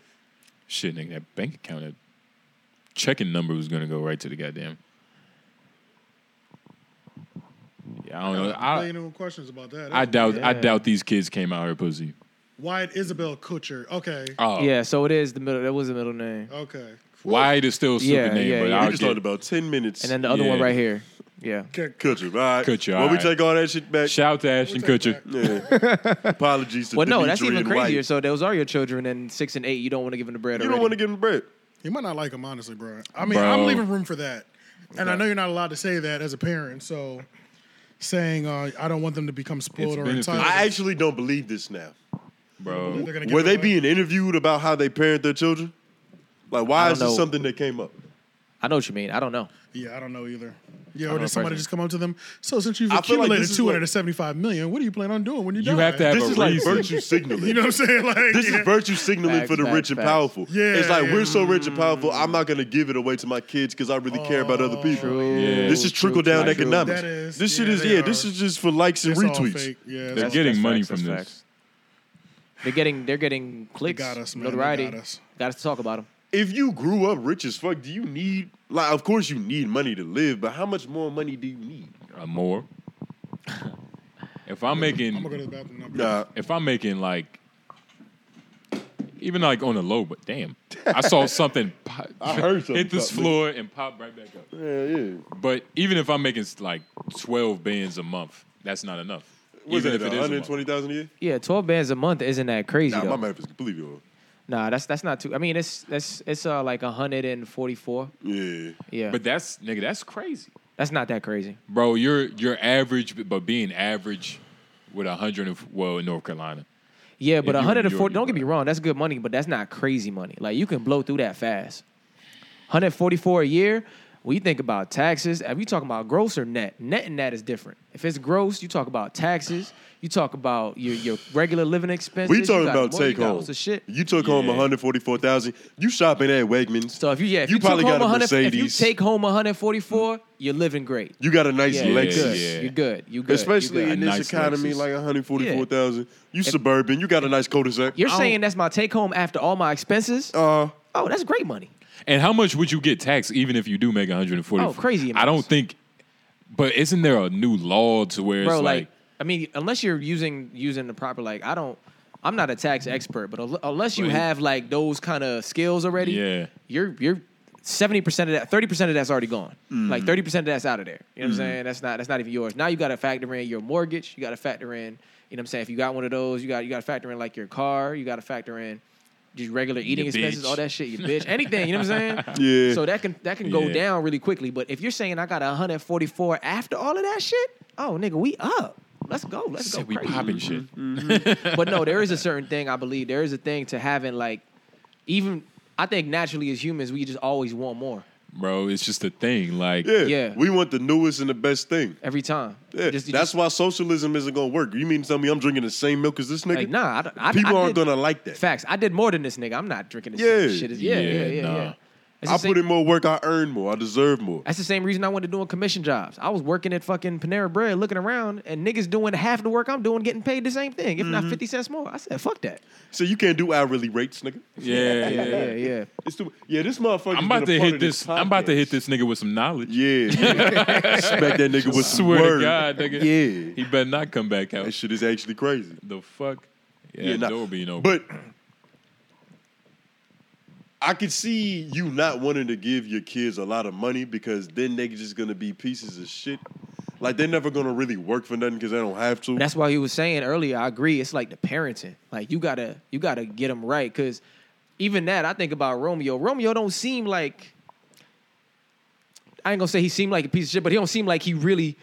Speaker 3: Shit, nigga, that bank account, that checking number was gonna go right to the goddamn. Yeah, I don't know.
Speaker 1: I,
Speaker 3: I,
Speaker 1: million and one questions about that.
Speaker 3: I doubt. I
Speaker 4: Yeah.
Speaker 3: doubt these kids came out her pussy.
Speaker 1: Wyatt Isabel Kutcher. Okay,
Speaker 3: Oh,
Speaker 4: Yeah, so it is the middle. That was the middle name,
Speaker 1: okay.
Speaker 3: Wyatt is still a super
Speaker 4: Yeah,
Speaker 3: name,
Speaker 4: yeah,
Speaker 3: but
Speaker 4: yeah.
Speaker 2: We
Speaker 3: I'll
Speaker 2: just
Speaker 3: get,
Speaker 2: talked about 10 minutes.
Speaker 4: and then the other one
Speaker 3: Yeah.
Speaker 4: right here. Yeah,
Speaker 1: Okay.
Speaker 2: Kutcher, all right.
Speaker 3: Kutcher,
Speaker 2: When
Speaker 3: all
Speaker 2: we
Speaker 3: right.
Speaker 2: take all that shit back,
Speaker 3: shout out to Ashton
Speaker 1: We'll take
Speaker 3: Kutcher.
Speaker 1: that.
Speaker 4: *laughs*
Speaker 2: Yeah. Apologies to
Speaker 4: Well, no,
Speaker 2: Dimitri
Speaker 4: that's even
Speaker 2: and
Speaker 4: crazier.
Speaker 2: White.
Speaker 4: So those are your children, and six and eight, you don't want to give them the bread.
Speaker 2: you don't
Speaker 4: already.
Speaker 2: want to give him bread.
Speaker 1: You might not like him, honestly, bro. I mean,
Speaker 3: Bro.
Speaker 1: I'm leaving room for that, and I know you're not allowed to say that as a parent. So, saying uh, I don't want them to become spoiled
Speaker 3: It's
Speaker 1: or
Speaker 3: benefit-
Speaker 1: entitled.
Speaker 2: I actually don't believe this now.
Speaker 3: bro.
Speaker 1: They're gonna give
Speaker 2: Were
Speaker 1: it
Speaker 2: they
Speaker 1: away.
Speaker 2: being interviewed about how they parent their children? Like, why
Speaker 4: I
Speaker 2: is
Speaker 4: don't
Speaker 2: this
Speaker 4: know.
Speaker 2: something that came up?
Speaker 4: I know what you mean. I don't know.
Speaker 1: Yeah, I don't know either. Yeah,
Speaker 4: don't
Speaker 1: or
Speaker 4: know
Speaker 1: did somebody
Speaker 4: personally.
Speaker 1: just come up to them? So since you've
Speaker 2: I feel like
Speaker 1: accumulated
Speaker 2: this is
Speaker 1: two
Speaker 2: what-
Speaker 1: hundred and seventy-five million, what do you plan on doing when you die?
Speaker 3: You have to have
Speaker 2: This
Speaker 3: a
Speaker 2: is like
Speaker 3: reason.
Speaker 2: virtue
Speaker 3: *laughs*
Speaker 2: signaling. *laughs*
Speaker 1: *laughs* You know what I'm saying? Like,
Speaker 2: this
Speaker 1: yeah.
Speaker 2: is virtue signaling
Speaker 4: Facts,
Speaker 2: for the
Speaker 4: facts,
Speaker 2: rich and
Speaker 4: facts.
Speaker 2: powerful.
Speaker 1: Yeah,
Speaker 2: it's like
Speaker 1: yeah. Oh,
Speaker 2: we're so rich and powerful. I'm not gonna give it away to my kids because I really care about other people.
Speaker 3: Yeah.
Speaker 2: This is trickle down
Speaker 4: true.
Speaker 2: economics.
Speaker 1: That is-
Speaker 2: this shit
Speaker 1: yeah,
Speaker 2: is
Speaker 1: they
Speaker 2: yeah.
Speaker 1: are.
Speaker 2: This is just for likes and
Speaker 1: It's all
Speaker 2: retweets.
Speaker 1: fake. Yeah, it's
Speaker 3: They're
Speaker 1: all-
Speaker 3: getting
Speaker 4: that's
Speaker 3: money
Speaker 4: facts,
Speaker 3: from
Speaker 4: that's
Speaker 3: this.
Speaker 4: facts. They're getting they're getting clicks,
Speaker 1: got us, man. They
Speaker 4: notoriety.
Speaker 1: got us.
Speaker 4: Got to talk about them.
Speaker 2: if you grew up rich as fuck, do you need like of course you need money to live, but how much more money do you need?
Speaker 3: Uh, more. *laughs* if I'm
Speaker 1: I'm gonna go
Speaker 3: making,
Speaker 1: to the bathroom. now.
Speaker 2: Nah.
Speaker 3: if I'm making like, even like on a low, but damn, I
Speaker 2: *laughs*
Speaker 3: saw something pop,
Speaker 2: I heard something
Speaker 3: *laughs* hit this
Speaker 2: pop, nigga.
Speaker 3: floor and pop right back up.
Speaker 2: Yeah, yeah.
Speaker 3: But even if I'm making like twelve bands a month. That's not enough.
Speaker 2: Was
Speaker 3: Even
Speaker 2: that
Speaker 3: if it is a month.
Speaker 2: 120,000 a year?
Speaker 4: Yeah, twelve bands a month isn't that crazy
Speaker 2: Nah,
Speaker 4: though.
Speaker 2: my math is completely wrong.
Speaker 4: Nah, that's that's not too. I mean, it's that's it's uh like hundred and forty four.
Speaker 2: Yeah.
Speaker 4: Yeah,
Speaker 3: But that's nigga, that's crazy.
Speaker 4: that's not that crazy.
Speaker 3: Bro, you're you're average, but being average with a hundred and well in North Carolina.
Speaker 4: Yeah, but
Speaker 3: you-
Speaker 4: hundred and
Speaker 3: you're-
Speaker 4: forty. Don't get me wrong, that's good money, but that's not crazy money. Like you can blow through that fast. Hundred forty four a year. When you think about taxes, are you talking about gross or net? Net and that is different. If it's gross, you talk about taxes. You talk about your your regular living expenses.
Speaker 2: We
Speaker 4: you
Speaker 2: talking
Speaker 4: got
Speaker 2: about
Speaker 4: mortgage,
Speaker 2: take
Speaker 4: you got all
Speaker 2: home.
Speaker 4: sorts of shit.
Speaker 2: You took home
Speaker 3: Yeah.
Speaker 2: 144,000. You shopping at Wegmans.
Speaker 4: So if you yeah, if
Speaker 2: you,
Speaker 4: you,
Speaker 2: probably
Speaker 4: took
Speaker 2: got
Speaker 4: home
Speaker 2: a
Speaker 4: 100
Speaker 2: Mercedes.
Speaker 4: If you take home one hundred forty four, you're living great.
Speaker 2: You got a nice
Speaker 4: Yeah,
Speaker 3: you're
Speaker 4: you're
Speaker 2: Lexus.
Speaker 4: good.
Speaker 3: yeah.
Speaker 4: You're good. You good. You
Speaker 2: Especially
Speaker 4: good.
Speaker 2: in
Speaker 3: A
Speaker 2: this
Speaker 3: nice
Speaker 2: economy,
Speaker 3: Lexus.
Speaker 2: like 144,000. You suburban. You got a nice cul-de-sac.
Speaker 4: You're
Speaker 3: I
Speaker 4: saying
Speaker 3: don't-
Speaker 4: that's my take home after all my expenses?
Speaker 2: uh,
Speaker 4: oh, that's great money.
Speaker 3: And how much would you get taxed even if you do make 140?
Speaker 4: Oh, crazy
Speaker 3: I don't
Speaker 4: amounts.
Speaker 3: think but isn't there a new law to where
Speaker 4: Bro,
Speaker 3: it's
Speaker 4: like,
Speaker 3: like,
Speaker 4: I mean, unless you're using using the proper like I don't I'm not a tax expert, but al- unless you
Speaker 3: Right.
Speaker 4: have like those kind of skills already,
Speaker 3: Yeah.
Speaker 4: you're you're 70% of that 30% of that's already gone.
Speaker 3: Mm.
Speaker 4: Like 30% of that's out of there. You know what I'm saying? That's not that's not even yours. Now you got to factor in your mortgage, you got to factor in, you know what I'm saying? If you got one of those, you got you got to factor in like your car, you got to factor in just regular eating
Speaker 3: Your
Speaker 4: expenses,
Speaker 3: bitch.
Speaker 4: all that shit, you bitch, anything, you know
Speaker 3: *laughs*
Speaker 4: what I'm saying?
Speaker 2: Yeah.
Speaker 4: So that can that can go
Speaker 3: Yeah.
Speaker 4: down really quickly. But if you're saying I got 144 after all of that shit, oh nigga, we up. Let's go. Let's go.
Speaker 3: Shit, we
Speaker 4: crazy.
Speaker 3: popping shit.
Speaker 4: But no, there is a certain thing I believe. There is a thing to having like, even I think naturally as humans we just always want more
Speaker 3: Bro, it's just a thing. Like
Speaker 2: yeah.
Speaker 4: Yeah.
Speaker 2: We want the newest and the best thing.
Speaker 4: every time.
Speaker 2: Yeah.
Speaker 4: Just-
Speaker 2: That's
Speaker 4: just-
Speaker 2: why socialism isn't going to work. You mean to tell me I'm drinking the same milk as this nigga?
Speaker 4: like nah. I, don't- I,
Speaker 2: People
Speaker 4: I
Speaker 2: aren't
Speaker 4: did-
Speaker 2: going to like that.
Speaker 4: Facts. I did more than this nigga. I'm not drinking this yeah.
Speaker 2: Yeah.
Speaker 4: shit. Is, yeah, yeah,
Speaker 3: Yeah,
Speaker 4: yeah, yeah.
Speaker 3: nah.
Speaker 4: It's the
Speaker 2: I
Speaker 4: same-
Speaker 2: put in more work. I earn more. I deserve more.
Speaker 4: That's the same reason I went to doing commission jobs. I was working at fucking Panera Bread, looking around, and niggas doing half the work I'm doing, getting paid the same thing, if not
Speaker 2: Mm-hmm.
Speaker 4: fifty cents more. I said, "Fuck that."
Speaker 2: So you can't do hourly rates, nigga.
Speaker 3: yeah, yeah, yeah.
Speaker 4: yeah.
Speaker 2: It's too. Yeah, this motherfucker.
Speaker 3: I'm about to hit this. I'm about to hit this nigga with some knowledge.
Speaker 2: Yeah,
Speaker 3: *laughs*
Speaker 2: yeah. smack that nigga with some
Speaker 3: Swear
Speaker 2: word.
Speaker 3: to God, nigga.
Speaker 2: Yeah.
Speaker 3: He better not come back
Speaker 2: That
Speaker 3: out.
Speaker 2: shit is actually crazy.
Speaker 3: The fuck? Yeah,
Speaker 2: Yeah, nah.
Speaker 3: door being open.
Speaker 2: But I could see you not wanting to give your kids a lot of money because then they just gonna be pieces of shit. Like they're never gonna really work for nothing because they don't have to.
Speaker 4: That's why he was saying earlier. I agree. It's like the parenting. Like you gotta, you gotta get them right. Cause even that, I think about Romeo. Romeo don't seem like. I ain't gonna say he seemed like a piece of shit, but he don't seem like he really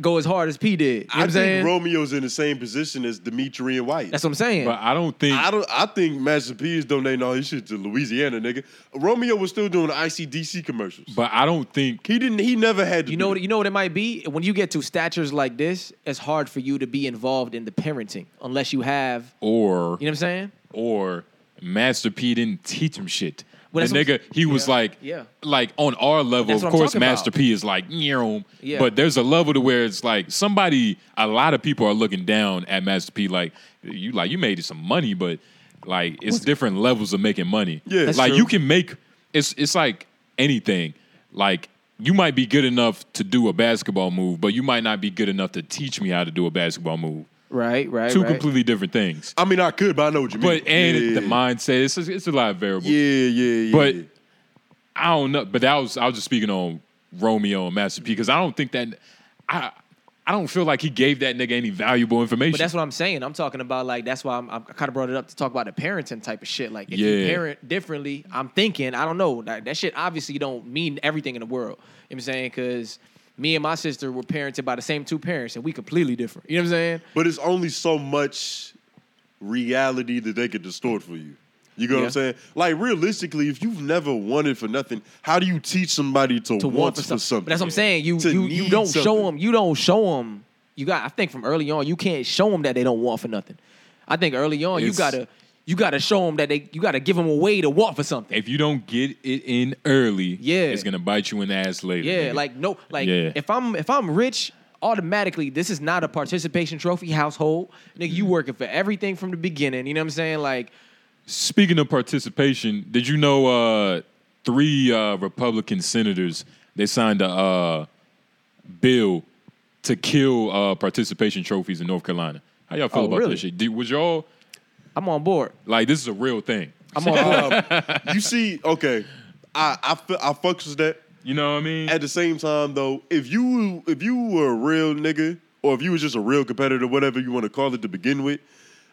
Speaker 4: go as hard as P did. You know what
Speaker 2: I
Speaker 4: I'm
Speaker 2: think
Speaker 4: saying?
Speaker 2: Romeo's in the same position as Dimitri and White.
Speaker 4: That's what I'm saying.
Speaker 3: But I don't think
Speaker 2: I don't. I think Master P is donating all his shit to Louisiana, nigga. Romeo was still doing ICDC commercials.
Speaker 3: but I don't think
Speaker 2: He didn't. He never had. To
Speaker 4: You
Speaker 2: do
Speaker 4: know
Speaker 2: it.
Speaker 4: what you know what it might be? When you get to statures like this, it's hard for you to be involved in the parenting unless you have
Speaker 3: or
Speaker 4: you know what I'm saying?
Speaker 3: or Master P didn't teach him shit.
Speaker 4: Well,
Speaker 3: the
Speaker 4: that's what
Speaker 3: nigga,
Speaker 4: I'm-
Speaker 3: he was
Speaker 4: yeah,
Speaker 3: like,
Speaker 4: yeah.
Speaker 3: like on our level,
Speaker 4: That's
Speaker 3: of
Speaker 4: what I'm
Speaker 3: course,
Speaker 4: talking
Speaker 3: Master
Speaker 4: about.
Speaker 3: P is like, Nyeom.
Speaker 4: Yeah.
Speaker 3: but there's a level to where it's like somebody, a lot of people are looking down at Master P, like you, like you made some money, but like it's different levels of making money.
Speaker 2: Yeah, That's
Speaker 3: like
Speaker 2: true.
Speaker 3: you can make it's it's like anything, like. You might be good enough to do a basketball move, but you might not be good enough to teach me how to do a basketball move.
Speaker 4: Right, right.
Speaker 3: Two
Speaker 4: right.
Speaker 3: completely different things.
Speaker 2: I mean, I could, but I know what you mean. *laughs*
Speaker 3: But and
Speaker 2: yeah.
Speaker 3: the mindset, it's it's a lot of variables.
Speaker 2: Yeah, yeah, yeah.
Speaker 3: But I don't know. But that was I was just speaking on Romeo and Master P because I don't think that I I don't feel like he gave that nigga any valuable information.
Speaker 4: But that's what I'm saying. I'm talking about like that's why I'm, I'm kind of brought it up to talk about the parenting type of shit. Like if you
Speaker 3: Yeah.
Speaker 4: parent differently, I'm thinking I don't know that, that shit obviously don't mean everything in the world. You know what I'm saying? Because me and my sister were parented by the same two parents and we completely different. You know what I'm saying?
Speaker 2: But it's only so much reality that they could distort for you. You know what
Speaker 4: Yeah.
Speaker 2: I'm saying? Like realistically, if you've never wanted for nothing, how do you teach somebody to,
Speaker 4: to
Speaker 2: want,
Speaker 4: want
Speaker 2: for,
Speaker 4: some-
Speaker 2: something?
Speaker 4: But that's what I'm saying. You
Speaker 2: To
Speaker 4: you, you
Speaker 2: need
Speaker 4: don't show
Speaker 2: something.
Speaker 4: them. You don't show them. You got. I think from early on, you can't show them that they don't want for nothing. I think early on, you
Speaker 3: It's-
Speaker 4: gotta you gotta show them that they you gotta give them a way to want for something.
Speaker 3: if you don't get it in early,
Speaker 4: Yeah.
Speaker 3: it's gonna bite you in the ass later.
Speaker 4: Yeah,
Speaker 3: nigga.
Speaker 4: like no, like
Speaker 3: Yeah.
Speaker 4: if I'm if I'm rich. Automatically, this is not a participation trophy household. Nigga, you working for everything from the beginning. You know what I'm saying? Like,
Speaker 3: Speaking of participation, did you know uh, three uh, Republican senators they signed a uh, bill to kill uh, participation trophies in North Carolina? How y'all feel
Speaker 4: Oh,
Speaker 3: about
Speaker 4: really?
Speaker 3: that shit? Did, was y'all
Speaker 4: I'm on board.
Speaker 3: like this is a real thing?
Speaker 2: *laughs*
Speaker 4: I'm on uh, board.
Speaker 2: Um, you see, okay, I I, fu- I fucks with that.
Speaker 3: You know what I mean?
Speaker 2: At the same time, though, if you if you were a real nigga, or if you was just a real competitor, whatever you want to call it to begin with,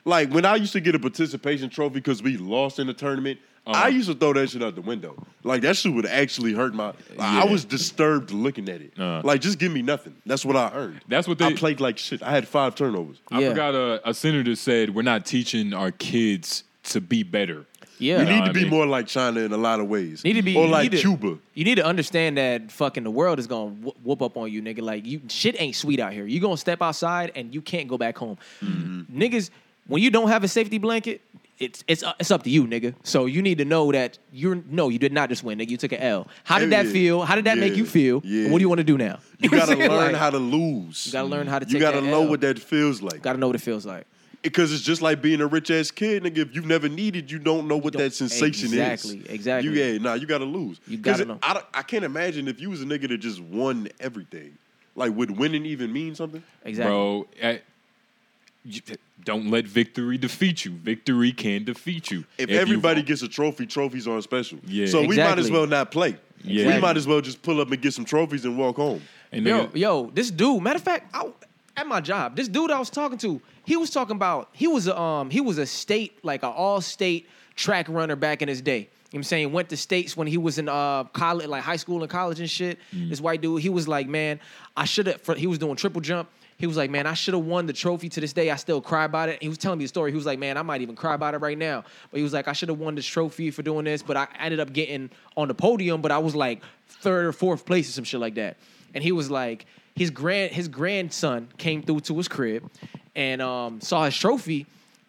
Speaker 2: like when I used to get a participation trophy because we lost in the tournament,
Speaker 4: Uh-huh.
Speaker 2: I used to throw that shit out the window. Like that shit would actually hurt my. Like, I
Speaker 3: Yeah.
Speaker 2: was disturbed looking at it.
Speaker 4: Uh-huh.
Speaker 3: Uh.
Speaker 2: Like just give me nothing. That's what I earned.
Speaker 3: That's what
Speaker 2: I
Speaker 3: they-
Speaker 2: played like shit. I had five turnovers.
Speaker 3: I
Speaker 4: Yeah.
Speaker 3: forgot uh, a, a senator said we're not teaching our kids to be better.
Speaker 4: Yeah.
Speaker 2: We
Speaker 3: know
Speaker 2: need
Speaker 3: what
Speaker 2: to
Speaker 3: I
Speaker 2: be
Speaker 3: mean?
Speaker 2: more like China in a lot of ways.
Speaker 4: Need to be
Speaker 2: or
Speaker 4: you
Speaker 2: like
Speaker 4: need to- *laughs*
Speaker 2: Cuba.
Speaker 4: You need to understand that fucking the world is gonna whoop, whoop up on you, nigga. Like you, shit ain't sweet out here. You gonna step outside and you can't go back home,
Speaker 2: Mm-hmm.
Speaker 4: niggas. When you don't have a safety blanket, it's it's uh, it's up to you, nigga. So you need to know that you're no, you did not just win, nigga. You took an L. How did
Speaker 2: Hell
Speaker 4: that
Speaker 2: yeah.
Speaker 4: feel? How did that make
Speaker 2: Yeah.
Speaker 4: you feel?
Speaker 2: Yeah.
Speaker 4: What do you want to do now?
Speaker 2: You gotta
Speaker 4: know what I'm
Speaker 2: learn
Speaker 4: saying? *laughs* Like,
Speaker 2: how to lose.
Speaker 4: You gotta learn how to. Take
Speaker 2: You gotta
Speaker 4: that
Speaker 2: know
Speaker 4: L.
Speaker 2: what that feels like.
Speaker 4: Gotta know what it feels like.
Speaker 2: Because it's just like being a rich ass kid, nigga. If you've never needed, you don't know what
Speaker 4: don't-
Speaker 2: that sensation is.
Speaker 4: Exactly, exactly.
Speaker 2: You, yeah, nah, you gotta lose.
Speaker 4: You
Speaker 2: 'Cause
Speaker 4: gotta
Speaker 2: it-
Speaker 4: know.
Speaker 2: I, don't- I can't imagine if you was a nigga that just won everything. Like, would winning even mean something?
Speaker 4: Exactly.
Speaker 3: Bro, I- you- don't let victory defeat you. Victory can defeat you.
Speaker 2: If,
Speaker 3: you-
Speaker 2: everybody gets a trophy, trophies aren't special.
Speaker 3: Yeah.
Speaker 2: So we might
Speaker 4: Exactly.
Speaker 2: as well not play.
Speaker 3: Yeah.
Speaker 2: We might as well just pull up and get some trophies and walk home.
Speaker 3: and
Speaker 4: Yo,
Speaker 3: nigga-
Speaker 4: yo, this dude. Matter of fact, I, at my job, this dude I was talking to, he was talking about he was a um he was a state like a all state track runner back in his day. You know what I'm saying went to states when he was in uh college, like high school and college and shit. This white dude, he was like, man, I should have. He was doing triple jump. He was like, man, I should have won the trophy. To this day, I still cry about it. He was telling me the story. He was like, man, I might even cry about it right now. But he was like, I should have won this trophy for doing this, but I ended up getting on the podium. But I was like third or fourth place or some shit like that and he was like his grand his grandson came through to his crib and um, saw his trophy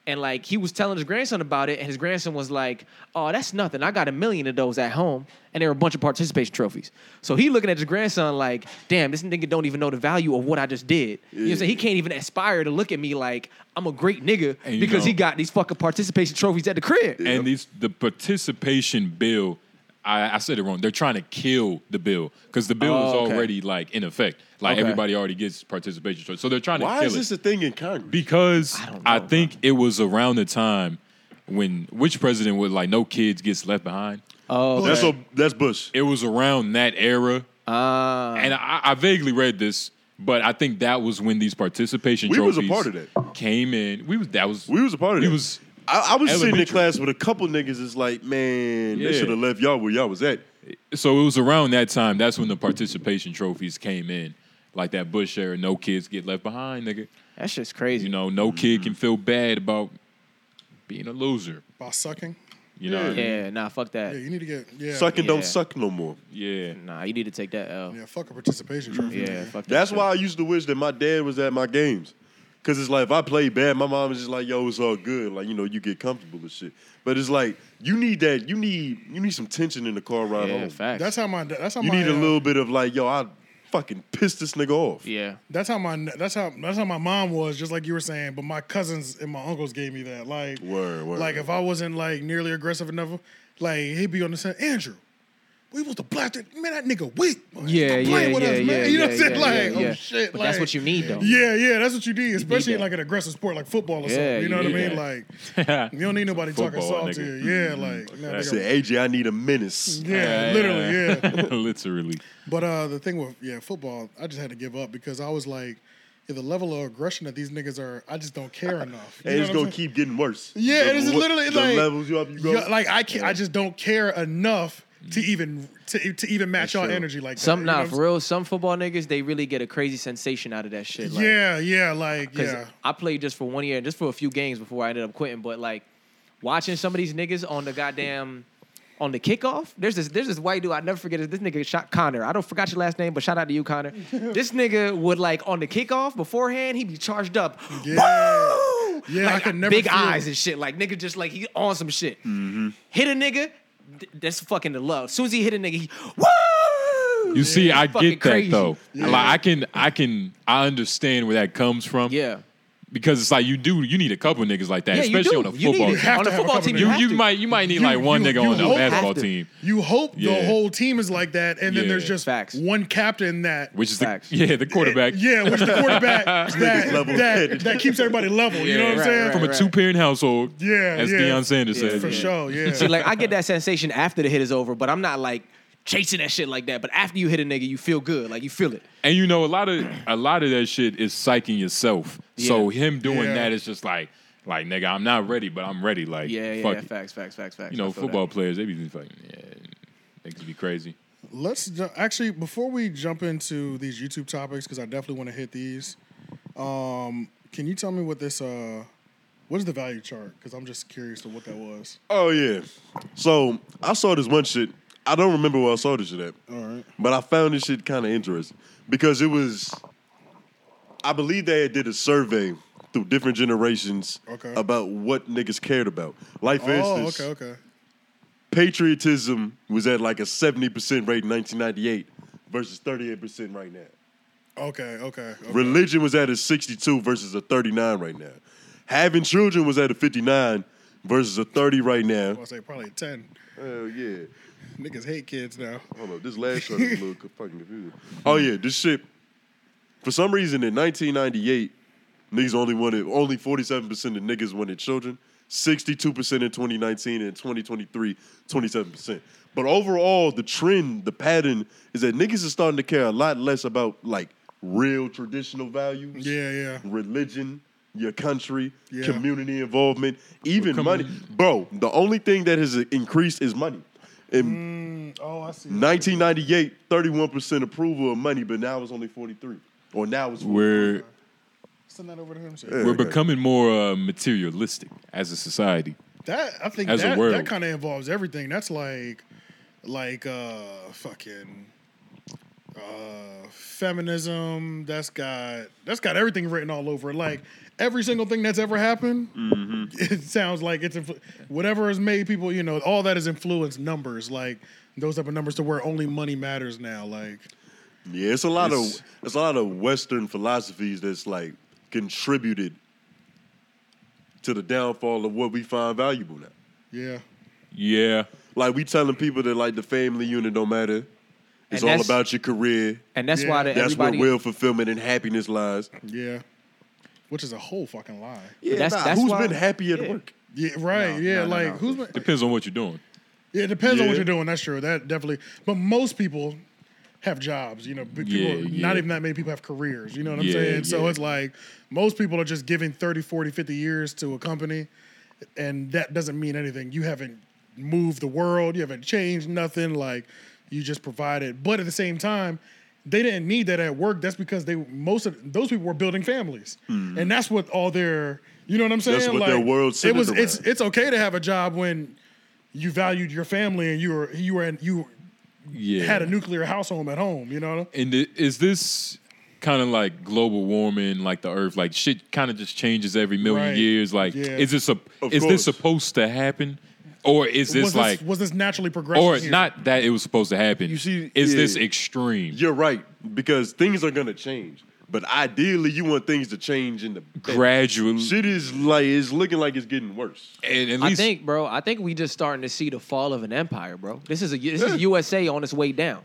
Speaker 4: and like he was telling his grandson about it and his grandson was like oh that's nothing i got a million of those at home and there were a bunch of participation trophies so he looking at his grandson like damn this nigga don't even know the value of what i just did you know what i'm saying he can't even aspire to look at me like i'm a great nigga
Speaker 3: And you
Speaker 4: because he
Speaker 3: know-
Speaker 4: got these fucking participation trophies at the crib
Speaker 3: and these the participation bill. I, I said it wrong. They're trying to kill the bill because the bill is
Speaker 4: Oh, okay.
Speaker 3: already like in effect. Like
Speaker 4: Okay.
Speaker 3: everybody already gets participation, trophy. so they're trying to
Speaker 2: Why
Speaker 3: kill
Speaker 2: is
Speaker 3: it.
Speaker 2: this a thing in Congress?
Speaker 3: because I,
Speaker 4: don't know,
Speaker 3: think it was around the time when which president was like no kids gets left behind.
Speaker 4: oh
Speaker 2: That's a that's Bush.
Speaker 3: It was around that era,
Speaker 4: Ah.
Speaker 3: and I, I vaguely read this, but I think that was when these participation
Speaker 2: We was
Speaker 3: trophies
Speaker 2: a part of that.
Speaker 3: came in. We was that was
Speaker 2: We was a part of
Speaker 3: we
Speaker 2: it.
Speaker 3: was
Speaker 2: I, I was sitting in
Speaker 3: elementary.
Speaker 2: class with a couple niggas. It's like, man, they
Speaker 3: Yeah.
Speaker 2: should have left y'all where y'all was at.
Speaker 3: so it was around that time. That's when the participation trophies came in, like that Bush era. No kids get left behind, nigga.
Speaker 4: that shit's crazy
Speaker 3: You know, no
Speaker 4: Mm-hmm.
Speaker 3: kid can feel bad about being a loser.
Speaker 1: By sucking.
Speaker 3: You know, what I mean?
Speaker 4: yeah nah fuck that
Speaker 1: Yeah, you need to get yeah.
Speaker 2: Sucking
Speaker 4: Yeah.
Speaker 2: don't suck no more.
Speaker 3: yeah.
Speaker 4: nah you need to take that l
Speaker 1: Yeah, fuck a participation trophy.
Speaker 4: yeah,
Speaker 1: man.
Speaker 4: fuck that
Speaker 2: That's
Speaker 4: shit.
Speaker 2: why I used to wish that my dad was at my games. Cause it's like if I play bad, my mom is just like, yo, it's all good. Like, you know, you get comfortable and shit. But it's like you need that, you need you need some tension in the car ride
Speaker 4: yeah,
Speaker 2: home.
Speaker 4: facts.
Speaker 1: That's how my that's how
Speaker 2: You
Speaker 1: my,
Speaker 2: need a
Speaker 1: uh,
Speaker 2: little bit of like, yo, I fucking pissed this nigga off.
Speaker 4: yeah.
Speaker 1: That's how my that's how that's how my mom was, just like you were saying. But my cousins and my uncles gave me that. Like,
Speaker 2: Word, word.
Speaker 1: like if I wasn't like nearly aggressive enough, like he'd be on the set, Andrew. We was to blast it, man. That nigga weak. man.
Speaker 4: Yeah,
Speaker 1: Stop
Speaker 4: yeah,
Speaker 1: playing with
Speaker 4: yeah,
Speaker 1: us,
Speaker 4: yeah,
Speaker 1: man. You know what
Speaker 4: yeah,
Speaker 1: I'm
Speaker 4: yeah,
Speaker 1: saying? Like,
Speaker 4: yeah, yeah.
Speaker 1: oh shit.
Speaker 4: But
Speaker 1: like,
Speaker 4: that's what you need, though.
Speaker 1: Yeah, yeah, that's what you need, especially in
Speaker 4: that.
Speaker 1: like an aggressive sport like football or
Speaker 4: Yeah,
Speaker 1: something. You
Speaker 4: you
Speaker 1: know what I
Speaker 4: need
Speaker 1: mean?
Speaker 3: *laughs*
Speaker 1: Like, you don't need nobody talking
Speaker 3: Football,
Speaker 1: soft to you.
Speaker 3: nigga.
Speaker 1: Yeah, like, nah,
Speaker 2: I
Speaker 1: nigga.
Speaker 2: said, AJ, I need a menace.
Speaker 1: yeah, literally, yeah.
Speaker 3: *laughs* literally.
Speaker 1: But uh, the thing with yeah football, I just had to give up because I was like, yeah, the level of aggression that these niggas are, I just don't care enough. You
Speaker 2: And
Speaker 1: know
Speaker 2: it's
Speaker 1: what I'm
Speaker 2: gonna
Speaker 1: saying?
Speaker 2: keep getting worse.
Speaker 1: Yeah,
Speaker 2: The
Speaker 1: this is
Speaker 2: wo-
Speaker 1: literally
Speaker 2: the
Speaker 1: like
Speaker 2: levels you up you go.
Speaker 1: yeah, like I can't, I just don't care enough to even to, to even match y'all energy like that.
Speaker 4: Some
Speaker 1: you know
Speaker 4: nah,
Speaker 1: what I'm
Speaker 4: for real. Some football niggas they really get a crazy sensation out of that shit.
Speaker 1: saying?
Speaker 4: Like,
Speaker 1: yeah, yeah, like
Speaker 4: Because
Speaker 1: yeah.
Speaker 4: I played just for one year, just for a few games before I ended up quitting. But like watching some of these niggas on the goddamn on the kickoff, there's this there's this white dude I never forget. it. This nigga shot Connor. I don't forgot your last name, but shout out to you, Connor.
Speaker 1: *laughs*
Speaker 4: this nigga would like on the kickoff beforehand, he'd be charged up.
Speaker 1: Yeah.
Speaker 4: Woo!
Speaker 1: Yeah,
Speaker 4: like,
Speaker 1: I could never
Speaker 4: big
Speaker 1: feel-
Speaker 4: eyes and shit. Like nigga, just like he on some shit.
Speaker 3: Mm-hmm.
Speaker 4: Hit a nigga, th- that's fucking the love. As soon as he hit a nigga, he woo.
Speaker 3: You see, I
Speaker 4: Fucking
Speaker 3: get that
Speaker 4: crazy.
Speaker 3: though. Like I can, I can, I understand where that comes from.
Speaker 4: Yeah.
Speaker 3: because it's like you do, you need a couple niggas like that,
Speaker 4: Yeah, you
Speaker 3: especially
Speaker 4: do.
Speaker 3: on a
Speaker 4: You need
Speaker 3: football.
Speaker 4: it.
Speaker 1: You have
Speaker 4: on
Speaker 1: to
Speaker 4: a
Speaker 1: have a
Speaker 4: football
Speaker 1: couple
Speaker 4: team,
Speaker 1: niggas.
Speaker 4: you,
Speaker 3: You,
Speaker 4: have
Speaker 3: you
Speaker 4: to.
Speaker 3: might, you might need
Speaker 1: You-
Speaker 3: like one
Speaker 1: you-
Speaker 3: nigga
Speaker 1: you
Speaker 3: on the
Speaker 1: hope-
Speaker 3: basketball
Speaker 4: have to.
Speaker 3: team,
Speaker 1: You hope the
Speaker 3: Yeah.
Speaker 1: whole team is like that, and then
Speaker 3: Yeah.
Speaker 1: there's just
Speaker 4: Facts.
Speaker 1: one captain that
Speaker 3: which is
Speaker 4: Facts.
Speaker 3: the *laughs* yeah the quarterback.
Speaker 1: yeah, which is the quarterback that,
Speaker 2: level
Speaker 1: that
Speaker 2: headed.
Speaker 1: that keeps everybody level. you know what I'm
Speaker 4: right,
Speaker 1: saying?
Speaker 4: right,
Speaker 3: from a
Speaker 4: right.
Speaker 3: two parent household.
Speaker 1: Yeah,
Speaker 3: as
Speaker 1: yeah.
Speaker 3: Deion Sanders
Speaker 4: Yeah,
Speaker 3: said.
Speaker 1: For
Speaker 4: yeah.
Speaker 1: sure, yeah.
Speaker 4: See, like I get that sensation after the hit is over, but I'm not like chasing that shit like that. But after you hit a nigga, you feel good. Like you feel it.
Speaker 3: And you know, a lot of a lot of that shit is psyching yourself. So him doing
Speaker 1: Yeah.
Speaker 3: that is just like, like nigga, I'm not ready, but I'm ready. Like,
Speaker 4: Yeah, yeah,
Speaker 3: fuck
Speaker 4: yeah.
Speaker 3: it.
Speaker 4: Facts, facts, facts, facts.
Speaker 3: You know,
Speaker 4: I feel
Speaker 3: football
Speaker 4: that.
Speaker 3: players, they be fucking, yeah, niggas be crazy.
Speaker 1: Let's ju- actually before we jump into these YouTube topics because I definitely want to hit these. Um, can you tell me what this? Uh, what is the value chart? Because I'm just curious to what that was.
Speaker 2: Oh yeah. So I saw this one shit. I don't remember where I saw this shit at.
Speaker 1: All right.
Speaker 2: But I found this shit kind of interesting because it was, I believe they had did a survey through different generations
Speaker 1: Okay.
Speaker 2: about what niggas cared about. Like for
Speaker 1: Oh,
Speaker 2: instance,
Speaker 1: okay, okay.
Speaker 2: patriotism was at like a seventy percent rate in 1998 versus 38 percent right now.
Speaker 1: Okay, okay. okay.
Speaker 2: Religion was at a 62 versus a 39 right now. Having children was at a 59 versus a 30 right now.
Speaker 1: I'll say probably 10.
Speaker 2: Hell yeah.
Speaker 1: Niggas hate kids now.
Speaker 2: Hold up, this last shot is
Speaker 1: *laughs*
Speaker 2: a little fucking confusing. Oh yeah, this shit. For some reason, in 1998, niggas only wanted only 47 percent of niggas wanted children. 62 percent in 2019 and 2023, 27 percent. But overall, the trend, the pattern is that niggas is starting to care a lot less about like real traditional values,
Speaker 1: Yeah, yeah.
Speaker 2: religion. Your country,
Speaker 1: Yeah.
Speaker 2: community involvement, even
Speaker 3: Come-
Speaker 2: money. Bro, the only thing that has increased is money. And
Speaker 1: Oh, I see.
Speaker 2: 1998, 31% approval of money, but now it's only 43. Or now it's
Speaker 3: We're
Speaker 1: Send that over to him. sir.
Speaker 3: we're becoming more uh, materialistic as a society.
Speaker 1: That I think
Speaker 3: As a
Speaker 1: that,
Speaker 3: world.
Speaker 1: that kind of involves everything. That's like, like uh, fucking, uh, feminism. That's got that's got everything written all over it. Like every single thing that's ever happened.
Speaker 4: Mm-hmm.
Speaker 1: *laughs* It sounds like it's influ- whatever has made people. You know, all that is influenced numbers. Like those type of numbers to where only money matters now. Like
Speaker 2: Yeah, it's a lot
Speaker 3: It's-
Speaker 2: of it's a lot of Western philosophies that's like contributed to the downfall of what we find valuable now.
Speaker 1: yeah.
Speaker 3: Yeah,
Speaker 2: Like we telling people that like the family unit don't matter. It's
Speaker 4: And
Speaker 2: all
Speaker 4: that's-
Speaker 2: about your career.
Speaker 4: And that's
Speaker 1: Yeah.
Speaker 4: why that
Speaker 2: That's where
Speaker 4: everybody.
Speaker 2: real fulfillment and happiness lies.
Speaker 1: Yeah. Which is a whole fucking lie.
Speaker 2: Yeah,
Speaker 4: that's-
Speaker 2: nah,
Speaker 4: that's
Speaker 2: who's
Speaker 4: why-
Speaker 2: been happy at
Speaker 4: yeah.
Speaker 2: work?
Speaker 1: Yeah, right. yeah,
Speaker 4: no, no,
Speaker 1: like
Speaker 4: no.
Speaker 1: who's been,
Speaker 3: depends on what you're doing.
Speaker 1: yeah, it depends on what
Speaker 2: Yeah.
Speaker 1: you're doing. That's true. That definitely. But most people have jobs, you know, but people,
Speaker 3: Yeah, yeah.
Speaker 1: not even that many people have careers, you know what I'm
Speaker 3: Yeah,
Speaker 1: saying? So
Speaker 3: yeah.
Speaker 1: it's like most people are just giving 30, 40, 50 years to a company and that doesn't mean anything. You haven't moved the world, you haven't changed nothing like you just provided. But at the same time, they didn't need that at work. That's because they most of those people were building families.
Speaker 3: Mm-hmm.
Speaker 1: And that's what all their you know what I'm saying?
Speaker 2: That's what
Speaker 1: like
Speaker 2: their world
Speaker 1: it
Speaker 2: centered
Speaker 1: was it's
Speaker 2: around.
Speaker 1: it's okay to have a job when you valued your family and you were you were in, you
Speaker 3: Yeah,
Speaker 1: had a nuclear house home at home. You know,
Speaker 3: And i- is this kind of like global warming, like the Earth, like shit kind of just changes every million
Speaker 1: Right.
Speaker 3: years? Like,
Speaker 1: Yeah.
Speaker 3: is this a,
Speaker 2: Of
Speaker 3: is
Speaker 2: course.
Speaker 3: this supposed to happen, or is this
Speaker 1: was
Speaker 3: like,
Speaker 1: this, was this naturally progressing?
Speaker 3: or
Speaker 1: here?
Speaker 3: not that it was supposed to happen?
Speaker 2: You see,
Speaker 3: is
Speaker 2: yeah.
Speaker 3: this extreme?
Speaker 2: You're right because things are gonna change. But ideally, you want things to change in the
Speaker 3: Gradually,
Speaker 2: Shit is like it's looking like it's getting worse.
Speaker 3: and at
Speaker 4: I
Speaker 3: least
Speaker 4: think, bro. I think we just starting to see the fall of an empire, bro. This is a this is USA on its way down.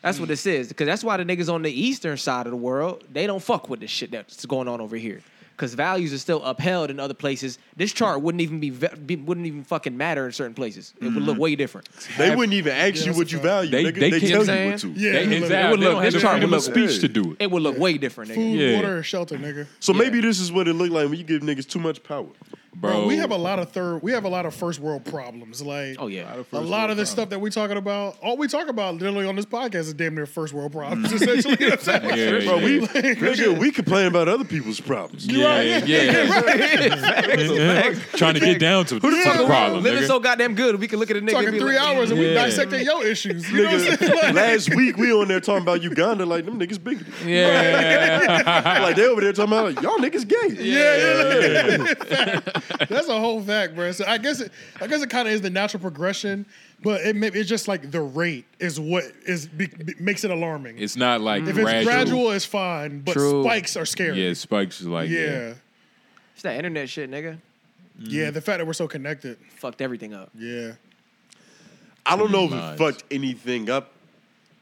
Speaker 4: That's what this is, because that's why the niggas on the eastern side of the world they don't fuck with this shit that's going on over here, because values are still upheld in other places. This chart wouldn't even be, ve- be wouldn't even fucking matter in certain places. It would look way different.
Speaker 2: They wouldn't even ask you
Speaker 1: that's
Speaker 2: what you
Speaker 1: a fact.
Speaker 2: value.
Speaker 3: They-
Speaker 2: nigga.
Speaker 3: they
Speaker 2: They,
Speaker 3: can't-
Speaker 2: tell
Speaker 4: saying?
Speaker 2: you what to.
Speaker 1: Yeah,
Speaker 3: they,
Speaker 1: it would look-
Speaker 3: exactly.
Speaker 4: it would
Speaker 3: They don't
Speaker 4: look- it
Speaker 3: have the
Speaker 4: would look-
Speaker 3: freedom
Speaker 2: it would
Speaker 3: of speech to
Speaker 2: look-
Speaker 3: do it.
Speaker 4: It would look way different, nigga.
Speaker 1: food,
Speaker 3: Yeah.
Speaker 1: water, and shelter, nigga.
Speaker 2: So maybe this is what it looked like when you give niggas too much power.
Speaker 1: Bro,
Speaker 3: bro.
Speaker 1: we have a lot of third, we have a lot of first world problems. Like,
Speaker 4: Oh yeah,
Speaker 1: A lot of this stuff that we talking about, all we talk about literally on this podcast is damn near first world problems. Essentially, *laughs* you know what I'm saying?
Speaker 3: Yeah,
Speaker 2: Bro,
Speaker 3: yeah.
Speaker 2: we
Speaker 1: *laughs*
Speaker 2: nigga, we complain about other people's problems.
Speaker 3: yeah, yeah, trying to get down to the
Speaker 4: Fucking
Speaker 3: problem,
Speaker 4: living
Speaker 3: nigga.
Speaker 4: so goddamn good, we could look at a nigga. and
Speaker 1: Talking
Speaker 4: be
Speaker 1: three
Speaker 4: like,
Speaker 1: hours and we
Speaker 3: Yeah.
Speaker 1: dissecting your issues. You know what I'm saying?
Speaker 2: Nigga, last week we on there talking about Uganda like them niggas bigoted.
Speaker 3: yeah,
Speaker 2: *laughs* Like they over there talking about y'all niggas gay.
Speaker 1: Yeah, yeah, yeah. *laughs* That's a whole fact, bro. So I guess it, I guess it kind of is the natural progression, but it may, it's just like the rate is what is be, be- makes it alarming.
Speaker 3: it's not like
Speaker 1: if it's
Speaker 3: gradual.
Speaker 1: gradual, it's fine, but
Speaker 4: True.
Speaker 1: spikes are scary.
Speaker 3: Yeah, spikes is like
Speaker 1: yeah.
Speaker 3: yeah.
Speaker 1: yeah,
Speaker 4: It's that internet shit, nigga.
Speaker 1: The fact that we're so connected.
Speaker 4: Fucked everything up.
Speaker 1: Yeah,
Speaker 2: I don't know if
Speaker 3: Lies.
Speaker 2: it fucked anything up.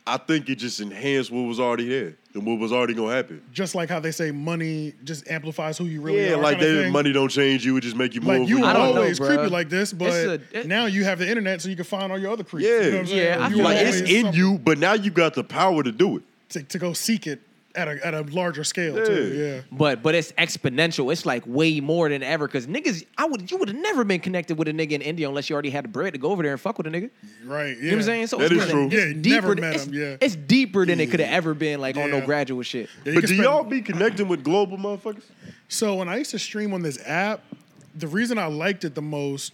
Speaker 2: I think it just enhanced what was already there. It than what was already gonna happen.
Speaker 1: Just like how they say money just amplifies who you really
Speaker 2: Yeah,
Speaker 1: are.
Speaker 2: like
Speaker 1: kinda
Speaker 2: that
Speaker 1: thing.
Speaker 2: money don't change you; it just make you more.
Speaker 1: Like you were
Speaker 4: I don't know,
Speaker 1: always
Speaker 4: bruh.
Speaker 1: creepy like this, but
Speaker 4: It's a- it-
Speaker 1: now you have the internet, so you can find all your other creeps.
Speaker 2: Yeah.
Speaker 1: you know what I'm saying?
Speaker 4: Yeah, I
Speaker 1: You
Speaker 4: feel
Speaker 1: were
Speaker 2: like it's
Speaker 1: always
Speaker 2: in
Speaker 1: some-
Speaker 2: you, but now you got the power to do it.
Speaker 1: to, to go seek it at a at a larger scale too.
Speaker 2: Yeah.
Speaker 1: Yeah,
Speaker 4: But but it's exponential. It's like way more than ever. Cause niggas, I would you would have never been connected with a nigga in India unless you already had the bread to go over there and fuck with a nigga.
Speaker 1: right. Yeah.
Speaker 4: You know what I'm saying? So
Speaker 2: That
Speaker 4: it's
Speaker 2: is
Speaker 4: kinda-
Speaker 2: true.
Speaker 4: It's
Speaker 1: Yeah,
Speaker 4: deeper
Speaker 1: never
Speaker 4: than,
Speaker 1: met
Speaker 4: it's,
Speaker 1: him, yeah.
Speaker 4: it's deeper than it could have ever been, like on no
Speaker 1: Yeah.
Speaker 4: graduate shit.
Speaker 1: Yeah, you can
Speaker 2: But do
Speaker 1: spend-
Speaker 2: y'all be connecting with global motherfuckers?
Speaker 1: So when I used to stream on this app, the reason I liked it the most,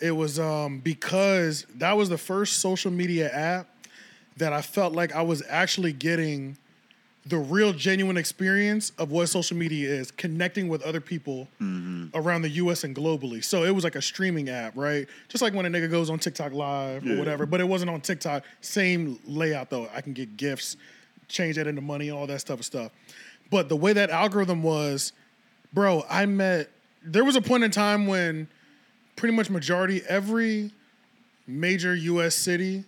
Speaker 1: it was um, because that was the first social media app that I felt like I was actually getting the real genuine experience of what social media is, connecting with other people
Speaker 2: Mm.
Speaker 1: around the US and globally. So it was like a streaming app, right? Just like when a nigga goes on TikTok live or
Speaker 2: Yeah.
Speaker 1: whatever, but it wasn't on TikTok. Same layout though. I can get gifts, change that into money, all that stuff and stuff. But the way that algorithm was, bro, I met there was a point in time when pretty much majority every major US city,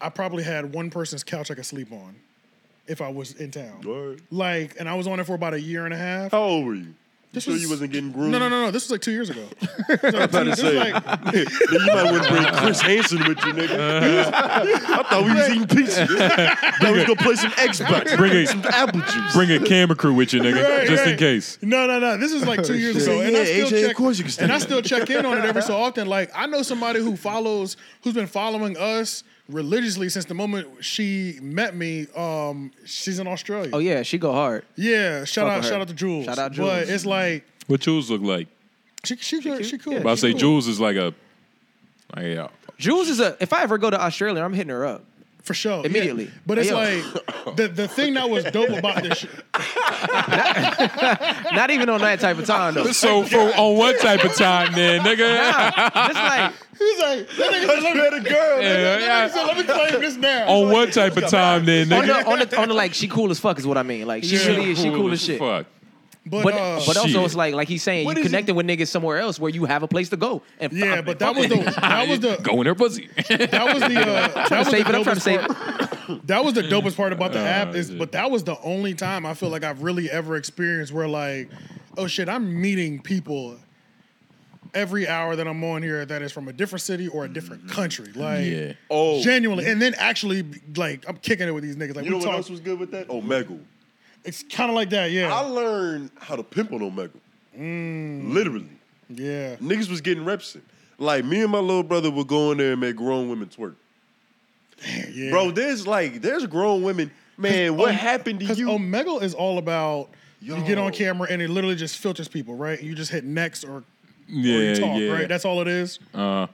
Speaker 1: I probably had one person's couch I could sleep on if I was in town.
Speaker 2: Word.
Speaker 1: Like, and I was on it for about a year and a half.
Speaker 2: How old were you? You sure
Speaker 1: was-
Speaker 2: you wasn't getting groomed?
Speaker 1: No, no, no, no. This was like two years ago. So,
Speaker 2: I'm
Speaker 1: this
Speaker 2: about to
Speaker 1: was
Speaker 2: say,
Speaker 1: like,
Speaker 2: *laughs* you might want to bring Chris Hansen with you, nigga.
Speaker 1: Uh-huh.
Speaker 2: *laughs* I thought we was eating
Speaker 1: *laughs*
Speaker 2: pizza. I was gonna play some Xbox,
Speaker 3: Bring it.
Speaker 2: some apple juice.
Speaker 3: Bring a camera crew with you, nigga,
Speaker 1: Right,
Speaker 3: just in
Speaker 1: right.
Speaker 3: case.
Speaker 1: No, no, no. This is like two years ago,
Speaker 2: Yeah,
Speaker 1: and I still
Speaker 2: AJ, of
Speaker 1: check.
Speaker 2: course you can
Speaker 1: and I
Speaker 2: stand
Speaker 1: still check in on it every so often. Like I know somebody who follows, who's been following us religiously since the moment she met me. Um, she's in Australia.
Speaker 4: Oh yeah, she go hard.
Speaker 1: yeah. Shout
Speaker 4: Fuck
Speaker 1: out,
Speaker 4: with her.
Speaker 1: shout out to Jules.
Speaker 4: Shout out
Speaker 1: But
Speaker 4: Jules.
Speaker 1: it's like
Speaker 3: What Jules look like?
Speaker 1: she, she, she, she cool.
Speaker 3: But I
Speaker 1: She
Speaker 3: say
Speaker 1: cool.
Speaker 3: Jules is like a, like a
Speaker 4: Jules is a. If I ever go to Australia, I'm hitting her up.
Speaker 1: for sure yeah.
Speaker 4: Immediately.
Speaker 1: But it's
Speaker 4: Yo.
Speaker 1: like the the thing that was dope about this. Shit, *laughs*
Speaker 4: Not even on that type of
Speaker 1: *laughs*
Speaker 4: time though.
Speaker 3: So for on what type of time then, nigga?
Speaker 4: Nah, just like
Speaker 1: he's like, that
Speaker 2: *laughs*
Speaker 1: nigga said, let me,
Speaker 2: a girl.
Speaker 3: Yeah,
Speaker 1: that
Speaker 3: yeah.
Speaker 1: nigga said, let me claim this now.
Speaker 3: On what type of time then,
Speaker 4: on
Speaker 3: nigga?
Speaker 4: the, on the on the like she cool as fuck is what I mean. Like she
Speaker 1: Yeah.
Speaker 4: really is. She cool as shit.
Speaker 3: Fuck.
Speaker 1: but
Speaker 4: But
Speaker 1: uh,
Speaker 5: Oh,
Speaker 4: but also
Speaker 3: Shit.
Speaker 4: it's like like he's saying
Speaker 2: What
Speaker 4: you
Speaker 2: is
Speaker 4: connected with niggas somewhere else where you have a place to go. And
Speaker 1: yeah,
Speaker 4: fuck-
Speaker 1: but *laughs* that was the that was the
Speaker 3: Go in there, *laughs* pussy.
Speaker 1: that was the uh, that was
Speaker 4: save
Speaker 1: the
Speaker 4: it. I'm
Speaker 1: dopest
Speaker 4: trying to save
Speaker 1: part-
Speaker 4: it.
Speaker 1: That was the dopest part about the app is,
Speaker 3: shit.
Speaker 1: but that was the only time I feel like I've really ever experienced where like, oh shit, I'm meeting people every hour that I'm on here that is from a different city or a different
Speaker 4: Mm-hmm.
Speaker 1: country, like
Speaker 3: Yeah.
Speaker 2: Oh.
Speaker 1: genuinely, and then actually like I'm kicking it with these niggas. Like
Speaker 2: You know
Speaker 1: we
Speaker 2: what
Speaker 1: talk,
Speaker 2: else was good with that? Omegle.
Speaker 1: it's kind of like that, yeah,
Speaker 2: I learned how to pimp on Omegle.
Speaker 1: Mm.
Speaker 2: Literally.
Speaker 1: yeah.
Speaker 2: Niggas was getting reps in. Like me and my little brother would go in there and make grown women twerk.
Speaker 1: yeah.
Speaker 2: Bro, there's like there's grown women. Man, what
Speaker 1: Om-
Speaker 2: happened to
Speaker 1: Because
Speaker 2: you?
Speaker 1: Omegle is all about you get
Speaker 2: Yo.
Speaker 1: on camera and it literally just filters people, right? You just hit next or or
Speaker 3: Yeah,
Speaker 1: you talk,
Speaker 3: yeah. Uh.
Speaker 1: right? That's all it is.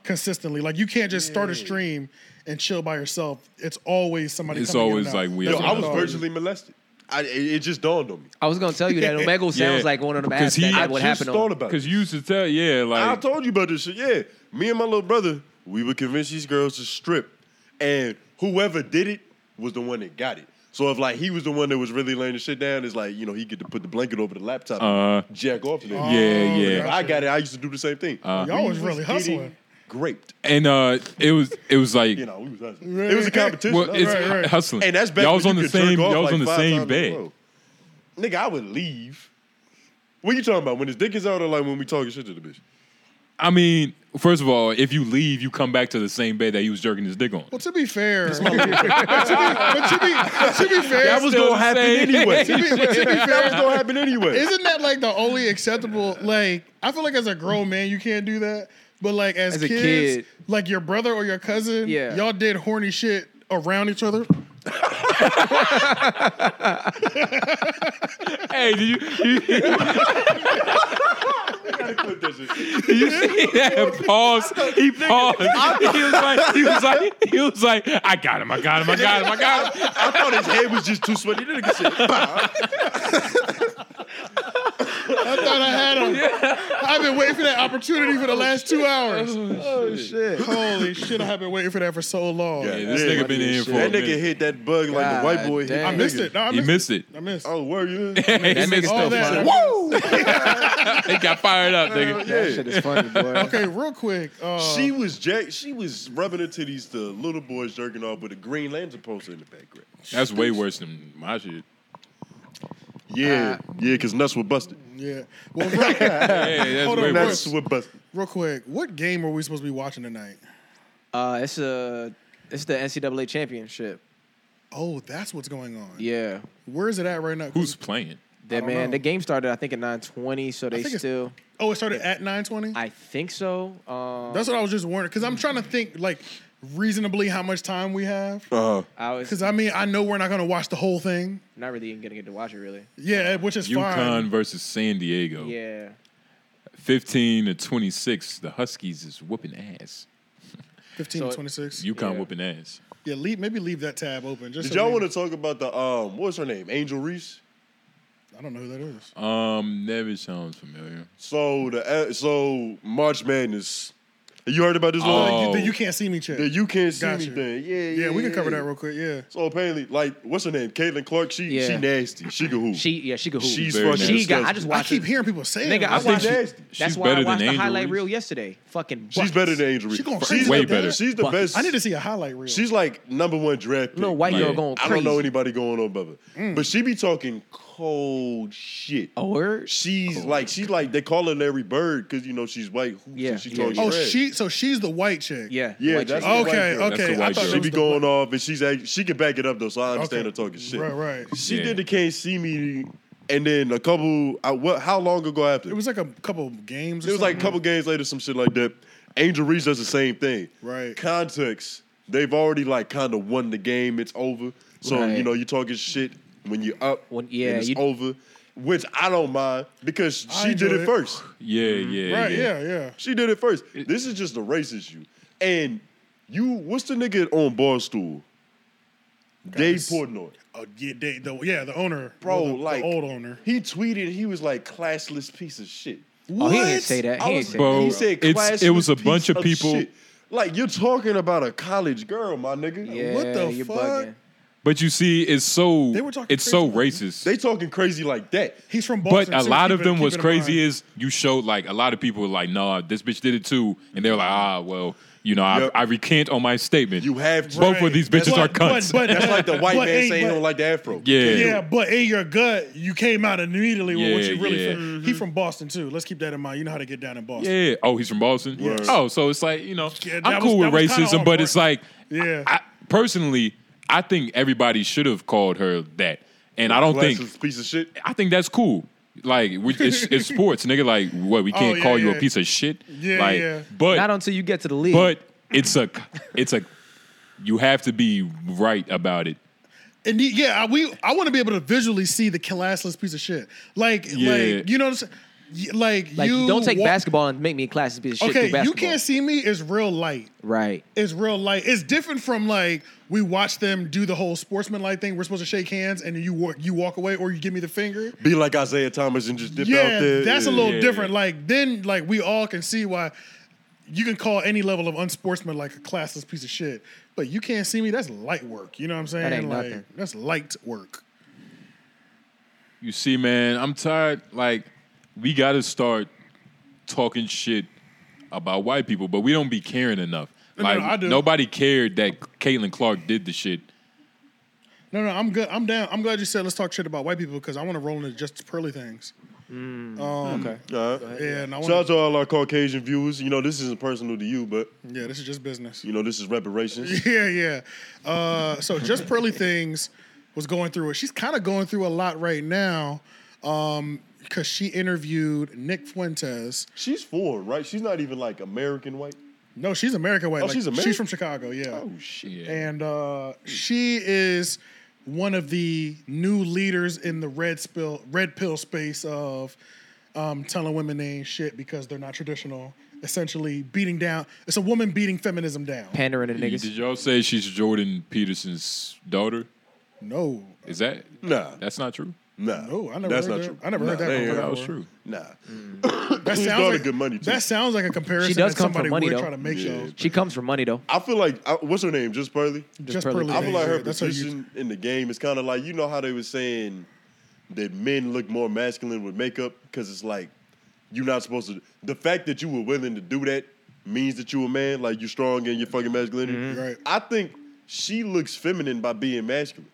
Speaker 1: Consistently, like you can't just start a stream and chill by yourself. It's always somebody.
Speaker 3: It's
Speaker 1: coming in
Speaker 3: always
Speaker 1: and out.
Speaker 3: like we-
Speaker 2: Yo, I was
Speaker 1: all.
Speaker 2: virtually molested. I, it, it just dawned on me.
Speaker 4: I was gonna tell you that
Speaker 1: *laughs*
Speaker 4: Omegle sounds
Speaker 3: Yeah.
Speaker 4: like one of them apps
Speaker 3: Because he-
Speaker 4: that,
Speaker 3: I
Speaker 4: that would
Speaker 2: just
Speaker 4: happen
Speaker 2: thought
Speaker 4: on.
Speaker 2: about it.
Speaker 3: Because you used to tell, yeah,
Speaker 2: I
Speaker 3: like
Speaker 2: told you about this shit. Yeah, me and my little brother, we would convince these girls to strip, and whoever did it was the one that got it. So if like he was the one that was really laying the shit down, it's like you know he get to put the blanket over the laptop,
Speaker 3: Uh,
Speaker 2: and jack off to them.
Speaker 3: yeah, Uh-huh.
Speaker 2: If
Speaker 3: yeah.
Speaker 2: I got it. I used to do the same thing.
Speaker 1: Y'all
Speaker 2: We
Speaker 1: was really
Speaker 2: getting
Speaker 1: hustling.
Speaker 2: graped.
Speaker 3: And uh, it was it was like
Speaker 2: You know, we was hustling. It was a competition.
Speaker 3: well,
Speaker 2: That was
Speaker 3: it's
Speaker 2: right.
Speaker 1: right.
Speaker 3: hustling.
Speaker 2: And that's back
Speaker 3: y'all
Speaker 2: when
Speaker 3: was
Speaker 2: you
Speaker 3: on the
Speaker 2: could jerk
Speaker 3: same
Speaker 2: off
Speaker 3: y'all was
Speaker 2: like
Speaker 3: on the
Speaker 2: five
Speaker 3: same
Speaker 2: times in a
Speaker 3: bed.
Speaker 2: row. Nigga, I would leave. What you talking about? When his dick is out or like when we talking shit to the bitch?
Speaker 3: I mean, first of all, if you leave, you come back to the same bed that he was jerking his dick
Speaker 2: *laughs*
Speaker 3: on.
Speaker 1: Well, to be fair, *laughs* but, to be, but to be but to be fair,
Speaker 2: That was
Speaker 3: still
Speaker 2: gonna
Speaker 3: the
Speaker 2: happen
Speaker 3: same. *laughs*
Speaker 1: *laughs*
Speaker 2: anyway.
Speaker 1: to be, but to be
Speaker 2: that was
Speaker 1: fair,
Speaker 2: gonna happen anyway.
Speaker 1: isn't that like the only acceptable? Like, I feel like as a grown man, you can't do that. But like as,
Speaker 4: As a
Speaker 1: kids,
Speaker 4: kid.
Speaker 1: like your brother or your cousin,
Speaker 4: Yeah.
Speaker 1: y'all did horny shit around each other.
Speaker 3: Hey, did you, you,
Speaker 2: Nigga,
Speaker 3: you see
Speaker 2: *laughs*
Speaker 3: that? Pause. He paused. *laughs* He was like, he was like, he was like, I got him, I got him, I got him, I
Speaker 2: *laughs*
Speaker 3: got him.
Speaker 2: I thought his head was just too sweaty. The nigga said, "Bah."
Speaker 1: I thought I had
Speaker 3: *laughs*
Speaker 1: him. I've been waiting for that opportunity for the last two hours.
Speaker 4: Oh shit!
Speaker 1: Holy shit, I have been waiting for that for so long.
Speaker 3: Yeah, this nigga been in for a
Speaker 2: That nigga
Speaker 3: minute.
Speaker 2: hit that bug like the white boy hit.
Speaker 1: I
Speaker 4: God
Speaker 1: missed
Speaker 2: nigga.
Speaker 1: it. No, I
Speaker 3: He
Speaker 1: missed,
Speaker 2: *laughs*
Speaker 3: missed it.
Speaker 1: I missed.
Speaker 2: Oh, where you?
Speaker 3: He
Speaker 4: That
Speaker 3: missed
Speaker 4: nigga's
Speaker 3: it.
Speaker 1: all
Speaker 4: still
Speaker 1: that.
Speaker 4: funny.
Speaker 1: Woo!
Speaker 2: *laughs*
Speaker 3: *laughs* He got fired up, nigga.
Speaker 5: That shit is funny, boy.
Speaker 1: *laughs* Okay, real quick. Uh,
Speaker 2: She was jack. She was rubbing her titties to little boys jerking off with a Green Lantern poster in the background. *laughs*
Speaker 3: That's way worse than my shit.
Speaker 2: Yeah, yeah, because nuts were busted.
Speaker 1: Yeah. Well, real,
Speaker 3: Yeah, that's
Speaker 1: Hold on,
Speaker 3: way
Speaker 1: that's-
Speaker 2: Nuts
Speaker 3: worse.
Speaker 2: were busted.
Speaker 1: real quick, what game are we supposed to be watching tonight?
Speaker 4: Uh, it's a it's the NCAA championship.
Speaker 1: Oh, that's what's going on.
Speaker 4: Yeah,
Speaker 1: Where is it at right now?
Speaker 3: Who's playing?
Speaker 4: that
Speaker 1: don't
Speaker 4: man.
Speaker 1: know.
Speaker 4: The game started I think at nine twenty, so they
Speaker 1: think it's-
Speaker 4: still.
Speaker 1: Oh, it started at 920?
Speaker 4: I think so. Um,
Speaker 1: That's what I was just wondering. Because I'm trying to think, like, reasonably how much time we have.
Speaker 2: Uh,
Speaker 4: I
Speaker 1: Because,
Speaker 4: was
Speaker 1: I mean, I know we're not going to watch the whole thing.
Speaker 4: not really even gonna get to watch it really.
Speaker 1: Yeah, which is
Speaker 3: UConn
Speaker 1: fine.
Speaker 3: versus San Diego.
Speaker 4: Yeah,
Speaker 3: 15 to 26. The Huskies is whooping ass.
Speaker 1: 15
Speaker 4: So
Speaker 1: to
Speaker 4: it-
Speaker 1: 26.
Speaker 3: UConn
Speaker 4: Yeah.
Speaker 3: whooping ass.
Speaker 1: yeah, leave, maybe leave that tab open. Just
Speaker 2: did
Speaker 1: so
Speaker 2: y'all
Speaker 1: we-
Speaker 2: want to talk about the um? What's her name? Angel Reese.
Speaker 1: I don't know who that is.
Speaker 3: Um, never sounds familiar.
Speaker 2: So the uh, so March Madness. You heard about this
Speaker 3: Oh.
Speaker 2: one?
Speaker 1: The you can't see me check.
Speaker 2: The you can't see
Speaker 1: Gotcha.
Speaker 2: me thing. Yeah, yeah.
Speaker 1: yeah, we can cover
Speaker 2: yeah.
Speaker 1: that real quick. Yeah.
Speaker 2: So apparently, like, what's her name? Caitlin Clark. She
Speaker 4: Yeah.
Speaker 2: she nasty. She can hoop.
Speaker 4: she yeah she could hoop.
Speaker 2: She's
Speaker 3: Very
Speaker 2: fucking.
Speaker 3: nasty.
Speaker 4: she got. I
Speaker 2: disgusting.
Speaker 4: just
Speaker 1: I
Speaker 4: watched.
Speaker 1: keep
Speaker 4: it.
Speaker 1: hearing people say
Speaker 4: Nigga,
Speaker 1: that.
Speaker 4: I
Speaker 1: I
Speaker 3: think
Speaker 4: watched.
Speaker 2: she-
Speaker 4: That's
Speaker 3: she's
Speaker 4: why I
Speaker 3: better than
Speaker 4: watched the
Speaker 3: Angel
Speaker 4: highlight
Speaker 3: Reese.
Speaker 4: reel yesterday. Fucking.
Speaker 2: She's
Speaker 4: buckets.
Speaker 2: better than Angel Reese.
Speaker 1: She gonna-
Speaker 2: she's
Speaker 1: way
Speaker 2: the
Speaker 3: better.
Speaker 2: Best, she's the
Speaker 4: Buckets.
Speaker 2: best.
Speaker 1: need to see a highlight reel.
Speaker 2: She's like number one draft pick.
Speaker 4: Little white
Speaker 3: Yeah.
Speaker 4: girl going
Speaker 2: I
Speaker 4: crazy.
Speaker 2: don't know anybody going on above her,
Speaker 1: Mm.
Speaker 2: but she be talking cold shit.
Speaker 4: A word.
Speaker 2: She's like she's like they call her Larry Bird because you know she's white. Who-
Speaker 4: Yeah,
Speaker 2: she
Speaker 4: yeah,
Speaker 2: talking
Speaker 1: oh,
Speaker 2: trash.
Speaker 1: she. So she's the white chick.
Speaker 4: Yeah.
Speaker 2: Yeah,
Speaker 4: White
Speaker 2: that's
Speaker 4: chick.
Speaker 2: the
Speaker 1: Okay.
Speaker 2: white girl.
Speaker 1: Okay.
Speaker 3: That's the
Speaker 1: I
Speaker 3: white
Speaker 1: thought
Speaker 3: girl.
Speaker 1: that
Speaker 2: She
Speaker 1: was
Speaker 2: be
Speaker 1: the
Speaker 2: going
Speaker 1: white-
Speaker 2: off, and she's act- she can back it up though, so I understand
Speaker 1: Okay.
Speaker 2: her talking shit.
Speaker 1: Right. Right.
Speaker 2: She
Speaker 3: Yeah.
Speaker 2: did the can't see me, and then a couple. I, what? How long ago after?
Speaker 1: It was like a couple of games. Or
Speaker 2: It was like a
Speaker 1: something.
Speaker 2: couple games later, some shit like that. Angel Reese does the same thing.
Speaker 1: Right.
Speaker 2: Context. They've already like kind of won the game. It's over. So
Speaker 4: Right.
Speaker 2: you know you're talking shit when you're up.
Speaker 4: When- yeah,
Speaker 2: and it's
Speaker 4: you-
Speaker 2: over. Which I don't mind because
Speaker 1: I
Speaker 2: she did
Speaker 1: enjoy
Speaker 2: it
Speaker 1: it.
Speaker 2: first.
Speaker 3: Yeah, yeah,
Speaker 1: Mm-hmm. Right.
Speaker 3: yeah.
Speaker 1: Yeah. Yeah.
Speaker 2: She did it first. This is just a race issue. And you, what's the nigga on Barstool? Dave
Speaker 1: Guys.
Speaker 2: Portnoy.
Speaker 1: Oh, yeah. They, the, yeah. The owner.
Speaker 2: Bro,
Speaker 1: well, the,
Speaker 2: like
Speaker 1: the old owner.
Speaker 2: He tweeted he was like classless piece of shit.
Speaker 4: Oh, he didn't say that.
Speaker 2: I
Speaker 4: He
Speaker 2: was-
Speaker 4: didn't say
Speaker 3: Bro,
Speaker 4: that.
Speaker 2: he said
Speaker 3: it's- it was a
Speaker 2: classless
Speaker 3: bunch
Speaker 2: piece
Speaker 3: of people-
Speaker 2: shit. Like you're talking about a college girl, my nigga.
Speaker 4: Yeah,
Speaker 1: What the
Speaker 4: you're
Speaker 1: fuck?
Speaker 4: bugging.
Speaker 3: But you see, it's so
Speaker 1: They were talking
Speaker 3: it's so
Speaker 1: crazy
Speaker 3: racist.
Speaker 2: They talking crazy like that.
Speaker 1: He's from
Speaker 3: but
Speaker 1: Boston.
Speaker 3: a
Speaker 1: too,
Speaker 3: lot
Speaker 1: keep
Speaker 3: of
Speaker 1: it-
Speaker 3: them
Speaker 1: keep
Speaker 3: was
Speaker 1: it in
Speaker 3: crazy
Speaker 1: mind.
Speaker 3: is you showed like a lot of people were like, nah, this bitch did it too. And they were like, ah, well, you know,
Speaker 2: Yep.
Speaker 3: I, I recant on my statement.
Speaker 2: You have to.
Speaker 3: Both of these
Speaker 1: That's-
Speaker 3: bitches are
Speaker 1: but- but-
Speaker 3: cunts.
Speaker 1: but-
Speaker 2: That's
Speaker 1: *laughs*
Speaker 2: like the white
Speaker 1: but
Speaker 2: man
Speaker 1: ain't-
Speaker 2: saying he
Speaker 1: but-
Speaker 2: don't like the afro.
Speaker 3: yeah.
Speaker 1: Yeah, but in your gut, you came out immediately with what
Speaker 3: Yeah,
Speaker 1: you really
Speaker 3: yeah.
Speaker 1: feel.
Speaker 2: Mm-hmm.
Speaker 1: He from Boston too. Let's keep that in mind. You know how to get down in Boston.
Speaker 3: Yeah. Oh, he's from Boston.
Speaker 2: Yes.
Speaker 3: Oh, so it's like you know,
Speaker 1: Yeah, that
Speaker 3: I'm
Speaker 1: was-
Speaker 3: cool
Speaker 1: that
Speaker 3: with
Speaker 1: was kinda
Speaker 3: racism,
Speaker 1: on
Speaker 3: but it's like,
Speaker 1: point. Yeah.
Speaker 3: I, personally, I think everybody should have called her that, and I don't think
Speaker 2: Classless piece of shit.
Speaker 3: I think that's cool. Like we,
Speaker 1: *laughs*
Speaker 3: it's, it's sports, nigga. Like what we can't
Speaker 1: yeah,
Speaker 3: call you
Speaker 1: Oh, yeah.
Speaker 3: a piece of shit.
Speaker 1: Yeah,
Speaker 3: like,
Speaker 1: yeah.
Speaker 3: But
Speaker 4: Not until you get to the league.
Speaker 3: but it's a it's a you have to be right about it.
Speaker 1: And the- yeah, I, we I want to be able to visually see the classless piece of shit. Like,
Speaker 3: Yeah.
Speaker 1: like you know, what I'm saying? Y- like,
Speaker 4: like you, don't take
Speaker 1: walk-
Speaker 4: basketball and make me a class piece of shit through
Speaker 1: Okay, you
Speaker 4: basketball.
Speaker 1: can't see me is real light.
Speaker 4: Right.
Speaker 1: It's real light. It's different from like we watch them do the whole sportsmanlike thing. We're supposed to shake hands and you walk you walk away or you give me the finger.
Speaker 2: Be like Isaiah Thomas and just dip
Speaker 1: yeah,
Speaker 2: out there.
Speaker 1: that's a
Speaker 2: Yeah.
Speaker 1: little
Speaker 3: yeah.
Speaker 1: different. Like then, like we all can see why you can call any level of unsportsmanlike a classless piece of shit. But you can't see me. That's light work. You know what I'm saying?
Speaker 4: ain't
Speaker 1: like,
Speaker 4: nothing.
Speaker 1: That's light work.
Speaker 3: You see, man, I'm tired. Like, we got to start talking shit about white people, but we don't be caring enough.
Speaker 1: No,
Speaker 3: like,
Speaker 1: no, I do.
Speaker 3: nobody cared that Caitlin Clark did the shit.
Speaker 1: No, no, I'm good. I'm down. I'm glad you said let's talk shit about white people because I want to roll into just pearly things. um, okay.
Speaker 2: Uh-huh.
Speaker 1: Yeah, and I
Speaker 2: Shout out
Speaker 1: want.
Speaker 2: to all our Caucasian viewers. You know this isn't personal to you, but
Speaker 1: Yeah, this is just business. *laughs*
Speaker 2: you know this is reparations.
Speaker 1: Yeah, yeah. Uh, so just pearly things was going through it. She's kind of going through a lot right now because she interviewed Nick Fuentes.
Speaker 2: She's foreign, right? She's not even like American white.
Speaker 1: No, she's American white.
Speaker 2: Oh,
Speaker 1: like,
Speaker 2: she's
Speaker 1: she's
Speaker 2: American?
Speaker 1: from Chicago. Yeah.
Speaker 2: Oh shit.
Speaker 3: Yeah.
Speaker 1: and uh, she is one of the new leaders in the red spill red pill space of um, telling women they ain't shit because they're not traditional. Essentially, beating down. It's a woman beating feminism down.
Speaker 4: Pandering to
Speaker 3: Did
Speaker 4: niggas.
Speaker 3: y'all say she's Jordan Peterson's daughter?
Speaker 1: No,
Speaker 3: Is that?
Speaker 1: Mm.
Speaker 2: Nah,
Speaker 3: That's not true.
Speaker 2: nah.
Speaker 1: No, Oh, I never
Speaker 2: That's
Speaker 1: heard
Speaker 2: not
Speaker 1: that.
Speaker 2: true.
Speaker 1: I never
Speaker 2: nah,
Speaker 1: heard that
Speaker 2: ain't
Speaker 1: before.
Speaker 3: That
Speaker 1: Or-
Speaker 3: was true.
Speaker 2: Nah.
Speaker 1: Mm. that
Speaker 2: She's
Speaker 1: sounds
Speaker 2: daughter
Speaker 1: like
Speaker 2: good money, too.
Speaker 1: That sounds like a comparison.
Speaker 4: She does
Speaker 1: that
Speaker 4: come
Speaker 1: somebody
Speaker 4: from money,
Speaker 1: would
Speaker 4: though.
Speaker 1: try to make
Speaker 2: Yeah.
Speaker 1: though.
Speaker 4: She comes from money though.
Speaker 2: I feel like I, what's her name? Just Pearly.
Speaker 1: Just
Speaker 4: Pearly
Speaker 1: pearly.
Speaker 2: I
Speaker 4: Things.
Speaker 2: feel like her
Speaker 1: That's how you.
Speaker 2: position in the game is kind of like you know how they were saying that men look more masculine with makeup because it's like you're not supposed to. The fact that you were willing to do that means that you're a man. Like you're strong in your fucking masculinity.
Speaker 1: Mm-hmm. Right.
Speaker 2: I think she looks feminine by being masculine.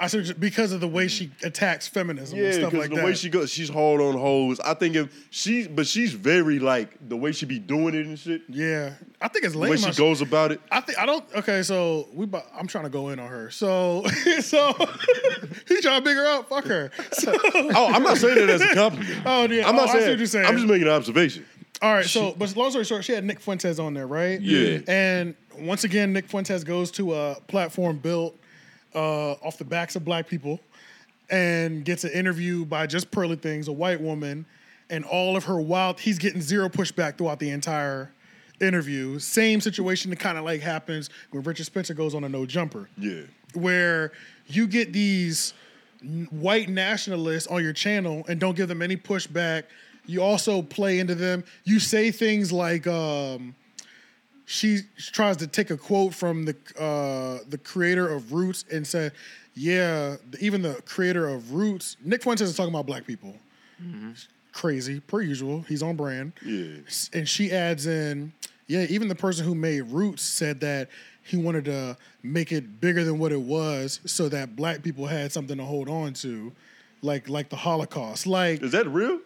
Speaker 1: I said because of the way she attacks feminism
Speaker 2: Yeah,
Speaker 1: and stuff
Speaker 2: because
Speaker 1: like
Speaker 2: the
Speaker 1: that.
Speaker 2: way she goes, she's hard on hoes. I think if she, but she's very like the way she be doing it and shit.
Speaker 1: yeah, I think it's
Speaker 2: The
Speaker 1: lame.
Speaker 2: way
Speaker 1: how
Speaker 2: she
Speaker 1: she-
Speaker 2: goes about it.
Speaker 1: I think I don't. Okay, so we. bu- I'm trying to go in on her. So, *laughs* so he trying to big her up. Fuck her. So, *laughs*
Speaker 2: Oh, I'm not saying that as a *laughs* compliment.
Speaker 1: Oh, yeah.
Speaker 2: I'm
Speaker 1: Oh, I
Speaker 2: not
Speaker 1: see
Speaker 2: saying.
Speaker 1: what you're saying.
Speaker 2: I'm just making an observation.
Speaker 1: all right. So, but long story short, she had Nick Fuentes on there, right?
Speaker 3: Yeah.
Speaker 1: And once again, Nick Fuentes goes to a platform built uh, off the backs of black people, and gets an interview by just Pearly Things, a white woman, and all of her wild. He's getting zero pushback throughout the entire interview. Same situation that kind of like happens when Richard Spencer goes on a no jumper.
Speaker 2: Yeah.
Speaker 1: where you get these n- white nationalists on your channel and don't give them any pushback. You also play into them. You say things like um, she tries to take a quote from the uh, the creator of Roots and said, "Yeah, even the creator of Roots, Nick Fuentes is talking about black people." Crazy, per usual. He's on brand.
Speaker 2: Yeah.
Speaker 1: S- and she adds in, yeah, even the person who made Roots said that he wanted to make it bigger than what it was so that black people had something to hold on to, like like the Holocaust. Like
Speaker 2: Is that real?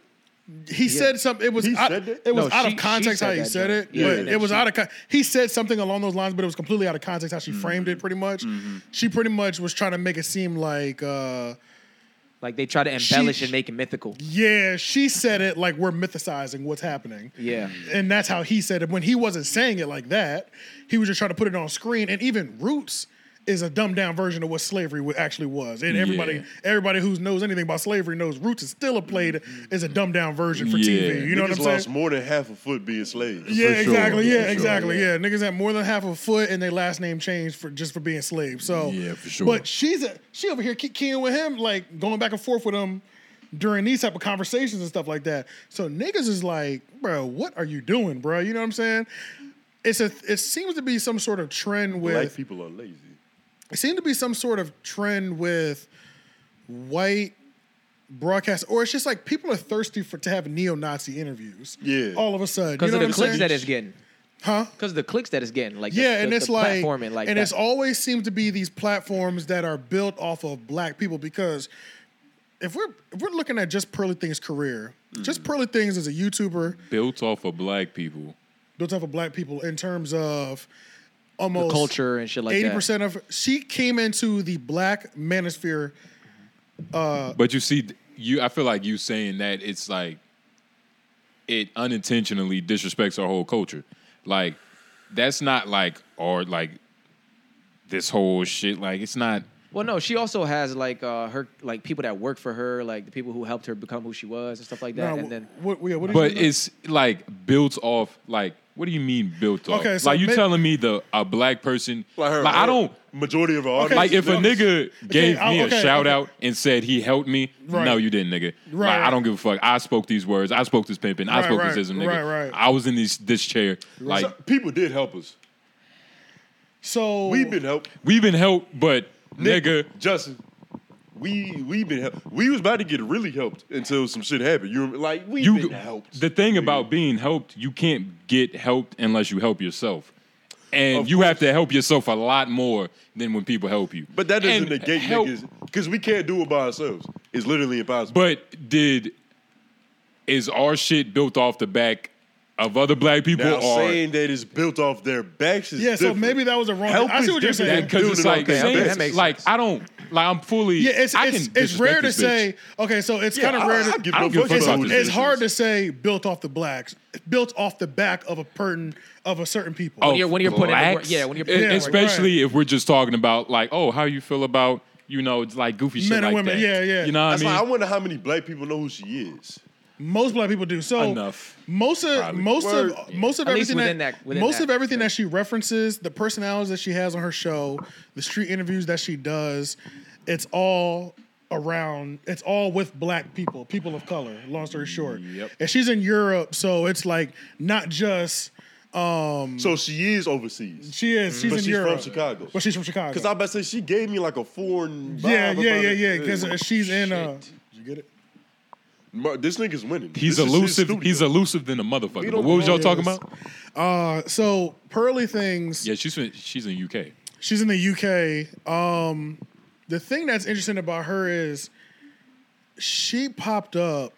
Speaker 1: he said something. It was
Speaker 2: He
Speaker 1: out,
Speaker 2: said that?
Speaker 1: it was
Speaker 4: No,
Speaker 1: out
Speaker 4: she-
Speaker 1: of
Speaker 4: she
Speaker 1: context
Speaker 4: said
Speaker 1: how he
Speaker 4: that,
Speaker 1: said
Speaker 4: though.
Speaker 1: it,
Speaker 4: Yeah.
Speaker 1: but it was out of. Con- he said something along those lines, but it was completely out of context how
Speaker 4: Mm-hmm.
Speaker 1: she framed it. Pretty much, she pretty much was trying to make it seem like. uh
Speaker 4: Like they try to embellish
Speaker 1: She-
Speaker 4: and make it mythical.
Speaker 1: yeah, she said it like we're mythicizing what's happening.
Speaker 4: Yeah.
Speaker 1: And that's how he said it. When he wasn't saying it like that, he was just trying to put it on screen. And even Roots is a dumbed down version of what slavery wa- actually was. And everybody,
Speaker 3: Yeah.
Speaker 1: everybody who knows anything about slavery knows Roots is still a played is a dumbed down version for
Speaker 3: Yeah.
Speaker 1: TV. You know
Speaker 2: Niggas
Speaker 1: what I'm saying?
Speaker 2: lost more than half a foot being slaves.
Speaker 1: Yeah,
Speaker 3: For sure.
Speaker 1: exactly. Yeah,
Speaker 3: For sure.
Speaker 1: exactly. Yeah. niggas had more than half a foot, and their last name changed for just for being slaves. So
Speaker 3: Yeah, for sure.
Speaker 1: But she's a, she over here keep keying with him, like going back and forth with him during these type of conversations and stuff like that. So niggas is like, bro, what are you doing, bro? You know what I'm saying? It's a it seems to be some sort of trend with
Speaker 2: Black people are lazy.
Speaker 1: it seemed to be some sort of trend with white broadcast or it's just like people are thirsty for to have neo-Nazi interviews.
Speaker 2: Yeah.
Speaker 1: All of a sudden.
Speaker 4: Because
Speaker 1: you know what
Speaker 4: of the
Speaker 1: I'm
Speaker 4: clicks
Speaker 1: saying?
Speaker 4: that it's getting.
Speaker 1: Huh?
Speaker 4: Because of the clicks that it's getting. Like the-
Speaker 1: yeah,
Speaker 4: the-
Speaker 1: and
Speaker 4: the
Speaker 1: it's like,
Speaker 4: platforming like
Speaker 1: and
Speaker 4: that.
Speaker 1: it's always seemed to be these platforms that are built off of black people because if we're if we're looking at just Pearly Things' career,
Speaker 4: Mm.
Speaker 1: just Pearly Things is a YouTuber
Speaker 3: Built off of black people.
Speaker 1: built off of black people in terms of almost
Speaker 4: the culture and shit like
Speaker 1: Eighty
Speaker 4: that.
Speaker 1: percent of she came into the black manosphere.
Speaker 3: But you see, you I feel like you saying that it's like it unintentionally disrespects our whole culture. Like that's not like or like this whole shit. Like it's not.
Speaker 4: Well, no, she also has like uh, her like people that work for her, like the people who helped her become who she was and stuff like that.
Speaker 1: Now,
Speaker 4: and then
Speaker 1: what, yeah, what did
Speaker 3: But
Speaker 1: you-
Speaker 3: it's like built off. Like what do you mean built off?
Speaker 1: Okay, so
Speaker 3: like you
Speaker 1: may-
Speaker 3: telling me the a black person. Like,
Speaker 2: her-
Speaker 3: I
Speaker 2: her-
Speaker 3: don't.
Speaker 2: Majority of our audience.
Speaker 3: *laughs* Like if
Speaker 1: no.
Speaker 3: a nigga gave
Speaker 1: I'll-
Speaker 3: me a
Speaker 1: okay,
Speaker 3: shout
Speaker 1: okay.
Speaker 3: out and said he helped me,
Speaker 1: Right.
Speaker 3: no, you didn't, nigga.
Speaker 1: Right,
Speaker 3: Like,
Speaker 1: right.
Speaker 3: I don't give a fuck. I spoke these words. I spoke this pimping. I
Speaker 1: Right,
Speaker 3: spoke
Speaker 1: right,
Speaker 3: this ism, nigga.
Speaker 1: right, right.
Speaker 3: I was in this this chair. Like
Speaker 2: So- people did help us.
Speaker 1: so
Speaker 2: We've been helped.
Speaker 3: we've been helped, but nigga,
Speaker 2: Justin. We we been helped. We was about to get really helped until some shit happened. You remember- like we
Speaker 3: you
Speaker 2: been helped.
Speaker 3: the thing about being helped, you can't get helped unless you help yourself. And
Speaker 2: Of
Speaker 3: you have to help yourself a lot more than when people help you.
Speaker 2: But that doesn't
Speaker 3: And
Speaker 2: negate
Speaker 3: help-
Speaker 2: niggas because we can't do it by ourselves. It's literally impossible.
Speaker 3: But did is our shit built off the back of other black people
Speaker 2: now
Speaker 3: or
Speaker 2: saying that it's built off their backs is
Speaker 1: yeah, so
Speaker 2: different.
Speaker 1: maybe that was a wrong.
Speaker 2: Help
Speaker 1: I see
Speaker 2: is
Speaker 1: what you're
Speaker 2: different
Speaker 1: saying.
Speaker 2: than
Speaker 3: because it's
Speaker 2: Building
Speaker 3: like
Speaker 2: off their
Speaker 3: saying-
Speaker 2: backs.
Speaker 4: That makes
Speaker 3: like I don't like I'm fully
Speaker 1: Yeah, it's
Speaker 3: I
Speaker 1: it's,
Speaker 3: can
Speaker 1: it's rare to
Speaker 3: disrespect this bitch.
Speaker 1: say. Okay, so it's
Speaker 2: Yeah,
Speaker 1: kind of
Speaker 2: I-
Speaker 1: rare.
Speaker 2: I,
Speaker 1: to,
Speaker 2: give
Speaker 3: I
Speaker 2: no
Speaker 3: don't give a
Speaker 2: fuck
Speaker 3: fuck
Speaker 1: it's,
Speaker 2: about
Speaker 3: about
Speaker 2: this
Speaker 1: it's
Speaker 2: business.
Speaker 1: hard to say built off the blacks, built off the back of a person of a certain people.
Speaker 3: of
Speaker 4: you're- when you're putting in the
Speaker 3: blacks,
Speaker 4: work- yeah, when you're putting
Speaker 3: e-
Speaker 1: in the work.
Speaker 3: especially if we're just talking about like, oh, how you feel about you know, it's like goofy shit
Speaker 1: Men and
Speaker 3: like
Speaker 1: women,
Speaker 3: that.
Speaker 1: yeah, yeah.
Speaker 3: You know what
Speaker 2: That's
Speaker 3: I mean?
Speaker 2: why I wonder how many black people know who she is.
Speaker 1: Most black people do. So
Speaker 3: Enough.
Speaker 1: Most of
Speaker 3: Probably.
Speaker 1: most
Speaker 2: Word.
Speaker 1: of most of
Speaker 4: At least
Speaker 1: everything
Speaker 4: within
Speaker 1: that,
Speaker 4: that- within
Speaker 1: most
Speaker 4: that
Speaker 1: of everything that she references, the personalities that she has on her show, the street interviews that she does, it's all around. It's all with black people, people of color. Long story short,
Speaker 3: Yep.
Speaker 1: and she's in Europe, so it's like not just um,
Speaker 2: So she is overseas.
Speaker 1: she is. She's in
Speaker 2: But she's
Speaker 1: Europe,
Speaker 2: from Chicago.
Speaker 1: but she's from Chicago.
Speaker 2: Because I about to say she gave me like a foreign. Vibe
Speaker 1: yeah, yeah,
Speaker 2: about
Speaker 1: yeah,
Speaker 2: it.
Speaker 1: yeah. Because she's in. Uh,
Speaker 2: Shit.
Speaker 1: you get it?
Speaker 2: Mar- this nigga's winning.
Speaker 3: He's
Speaker 2: This is his studio.
Speaker 3: elusive. He's elusive than a
Speaker 2: We
Speaker 3: motherfucker. But
Speaker 2: don't
Speaker 3: what was y'all
Speaker 2: know
Speaker 3: talking
Speaker 2: this.
Speaker 3: about?
Speaker 1: Uh, so pearly things.
Speaker 3: Yeah, she's from, she's in UK.
Speaker 1: She's in the UK. Um, the thing that's interesting about her is she popped up.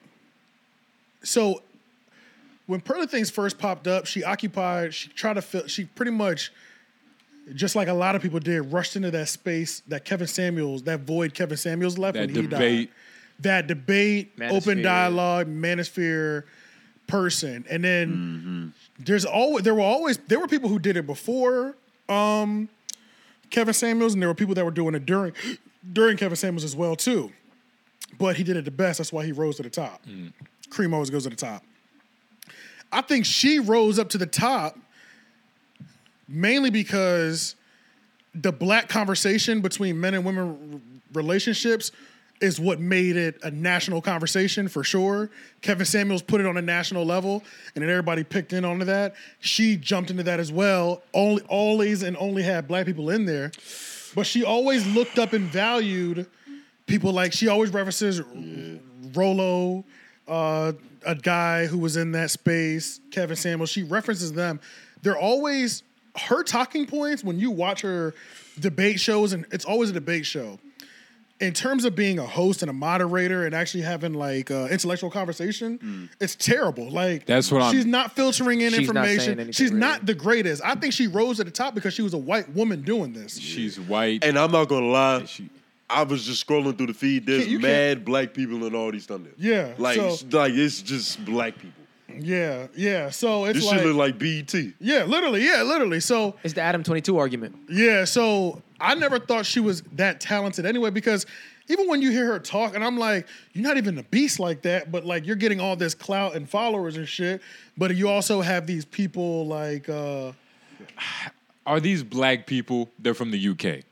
Speaker 1: So when Perla Things first popped up, she occupied, she tried to fill, she pretty much, just like a lot of people did, rushed into that space that Kevin Samuels, that void Kevin Samuels left
Speaker 3: That
Speaker 1: when he
Speaker 3: debate.
Speaker 1: died. That debate, open
Speaker 4: Manosphere.
Speaker 1: dialogue, manosphere person. And then there's always there were always there were people who did it before um Kevin Samuels and there were people that were doing it during during Kevin Samuels as well too. But he did it the best. That's why he rose to the top. Cream always goes to the top. I think she rose up to the top mainly because the black conversation between men and women r- relationships is what made it a national conversation for sure. Kevin Samuels put it on a national level, and then everybody picked in onto that. She jumped into that as well. Only always and only had black people in there, but she always looked up and valued people like she always references Rolo, uh, a guy who was in that space, Kevin Samuels. She references them. They're always her talking points when you watch her debate shows, and it's always a debate show. In terms of being a host and a moderator and actually having like uh, intellectual conversation,
Speaker 4: Mm.
Speaker 1: it's terrible. Like
Speaker 3: That's what I'm-
Speaker 1: she's not filtering in
Speaker 4: She's not saying
Speaker 1: information.
Speaker 4: anything
Speaker 1: she's not
Speaker 4: really.
Speaker 1: the greatest. I think she rose to the top because she was a white woman doing this.
Speaker 3: She's white.
Speaker 2: And I'm not gonna lie,
Speaker 3: She-
Speaker 2: I was just scrolling through the feed. There's
Speaker 1: You can't-
Speaker 2: mad black people in all these thumbnails.
Speaker 1: Yeah,
Speaker 2: like
Speaker 1: so-
Speaker 2: it's, like it's just black people.
Speaker 1: yeah, yeah. So it's
Speaker 2: This
Speaker 1: like,
Speaker 2: shit look like E BET.
Speaker 1: yeah, literally, yeah, literally. So
Speaker 4: It's the Adam 22 argument.
Speaker 1: Yeah, so I never thought she was that talented anyway, because even when you hear her talk, and I'm like, you're not even a beast like that, but like you're getting all this clout and followers and shit, but you also have these people like uh
Speaker 3: Are these black people? They're from the UK.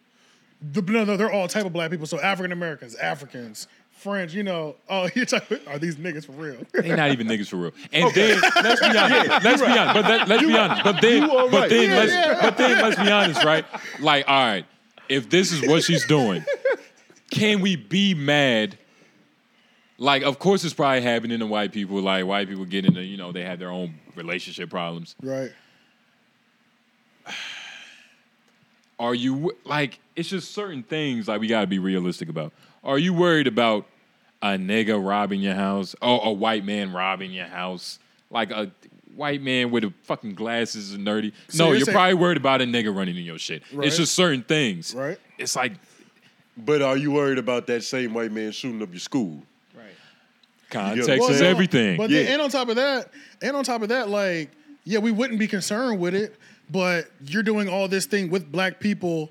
Speaker 1: the, no, no, they're all type of black people. So African Americans, Africans, French, you know, oh, *laughs* you're talking are these niggas for real? *laughs*
Speaker 3: They're not even niggas for real. And then let's be honest. let's be honest. But that, let's be honest. But then,
Speaker 2: are
Speaker 3: but
Speaker 2: right.
Speaker 3: then,
Speaker 2: Yeah,
Speaker 3: let's,
Speaker 1: yeah.
Speaker 3: but then, let's be honest, right? Like, all right, if this is what she's doing, can we be mad? Like, of course, it's probably happening to white people. Like, white people get into, you know, they have their own relationship problems.
Speaker 1: right.
Speaker 3: Are you w- like? It's just certain things like we gotta be realistic about. Are you worried about a nigga robbing your house or a white man robbing your house? Like a white man with a fucking glasses and nerdy.
Speaker 1: So
Speaker 3: no,
Speaker 1: you're
Speaker 3: you're,
Speaker 1: saying-
Speaker 3: probably worried about a nigga running in your shit.
Speaker 1: Right.
Speaker 3: It's just certain things.
Speaker 1: Right.
Speaker 3: It's like
Speaker 2: But are you worried about that same white man shooting up your school?
Speaker 3: context
Speaker 2: Well,
Speaker 3: is
Speaker 1: no,
Speaker 3: everything.
Speaker 1: But
Speaker 2: Yeah.
Speaker 1: then, and on top of that, and on top of that, like, yeah, we wouldn't be concerned with it, but you're doing all this thing with black people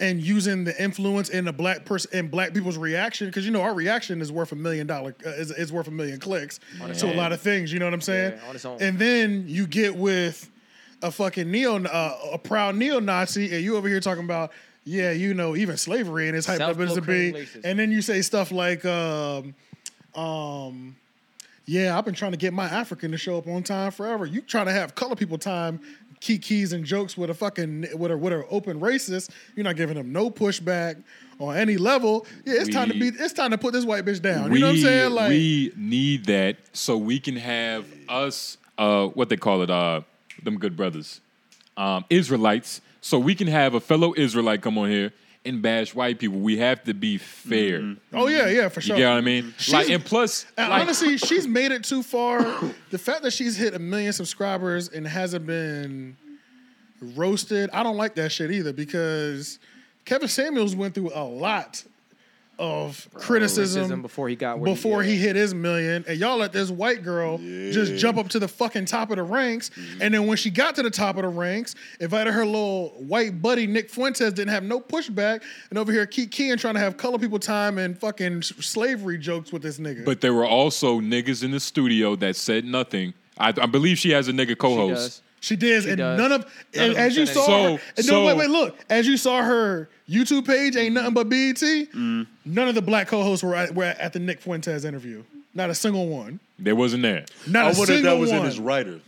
Speaker 1: and using the influence in the black person and black people's reaction because you know our reaction is worth a million dollar uh, is, is worth a million clicks to a lot of things. You know what I'm saying?
Speaker 4: Yeah, on its own.
Speaker 1: And then you get with a fucking neo uh, a proud neo Nazi and you over here talking about. Yeah, you know, even slavery and it's hyped up as a
Speaker 4: Self-proclaimed
Speaker 1: bee.
Speaker 4: racist.
Speaker 1: And then you say stuff like, um, um, yeah, I've been trying to get my African to show up on time forever. You trying to have color people time, kikis and jokes with a fucking with a with an open racist. You're not giving them no pushback on any level. Yeah, it's time to be.
Speaker 3: We-
Speaker 1: It's time to put this white bitch down.
Speaker 3: we,
Speaker 1: you know what I'm saying? Like,
Speaker 3: we need that so we can have us uh what they call it uh them good brothers um israelites so we can have a fellow israelite come on here and bash white people we have to be fair
Speaker 1: oh yeah, yeah, for
Speaker 3: you
Speaker 1: sure.
Speaker 3: get what i mean
Speaker 1: She's-
Speaker 3: like and plus
Speaker 1: And
Speaker 3: like,
Speaker 1: honestly, she's made it too
Speaker 3: *coughs*
Speaker 1: far. the fact that she's hit a million subscribers and hasn't been roasted, I don't like that shit either because Kevin Samuels went through a lot of criticism
Speaker 4: Racism before he got where
Speaker 1: before
Speaker 4: he,
Speaker 1: he hit his million, and y'all let this white girl just jump up to the fucking top of the ranks. And then when she got to the top of the ranks, invited her little white buddy Nick Fuentes, didn't have no pushback, and over here keep keying trying to have color people time and fucking s- slavery jokes with this nigga.
Speaker 3: but there were also niggas in the studio that said nothing i, I believe she has a nigga
Speaker 4: He
Speaker 3: co-host
Speaker 4: does.
Speaker 1: she did, and
Speaker 4: does.
Speaker 1: none of
Speaker 4: None of
Speaker 1: as
Speaker 4: them
Speaker 1: you
Speaker 4: said
Speaker 1: saw.
Speaker 3: anything.
Speaker 1: her, and
Speaker 3: So-
Speaker 1: no, wait, wait, look. As you saw her YouTube page, ain't nothing but BET. None of the black co-hosts were at, were at the Nick Fuentes interview. Not a single one.
Speaker 3: there wasn't there
Speaker 1: Not a
Speaker 2: I wonder if
Speaker 1: single
Speaker 2: that was
Speaker 1: one.
Speaker 2: in his writer.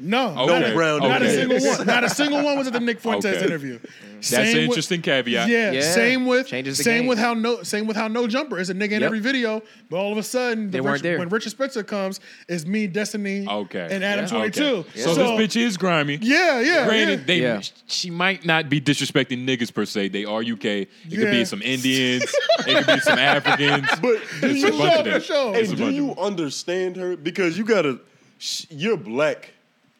Speaker 1: No,
Speaker 3: Okay.
Speaker 1: not, a,
Speaker 2: Brown
Speaker 1: not a
Speaker 2: okay.
Speaker 1: single one.
Speaker 3: *laughs*
Speaker 1: Not a single one was at the Nick Fuentes
Speaker 3: Okay.
Speaker 1: interview.
Speaker 3: That's
Speaker 1: Same
Speaker 3: an
Speaker 1: with-
Speaker 3: interesting caveat.
Speaker 1: Yeah,
Speaker 4: Yeah.
Speaker 1: same with
Speaker 4: Changes the
Speaker 1: same
Speaker 4: game.
Speaker 1: with how no same with how no jumper is a nigga in
Speaker 4: Yep.
Speaker 1: every video, but all of a sudden the
Speaker 4: They weren't there.
Speaker 1: when Richard Spencer comes, it's me, Destiny,
Speaker 3: Okay.
Speaker 1: and Adam
Speaker 3: Okay.
Speaker 1: Twenty Two.
Speaker 3: So, this bitch is grimy.
Speaker 1: yeah, yeah,
Speaker 3: Granted,
Speaker 1: yeah.
Speaker 3: they
Speaker 4: Yeah.
Speaker 3: she might not be disrespecting niggas per se. They are UK. It could
Speaker 1: Yeah.
Speaker 3: be some Indians. it could be some Africans.
Speaker 2: But do
Speaker 3: it's
Speaker 2: you,
Speaker 3: a bunch of
Speaker 1: for
Speaker 3: them.
Speaker 1: sure.
Speaker 2: hey,
Speaker 3: It's a
Speaker 2: do
Speaker 3: bunch of
Speaker 2: you
Speaker 3: them.
Speaker 2: understand her? Because you gotta, sh- you're black,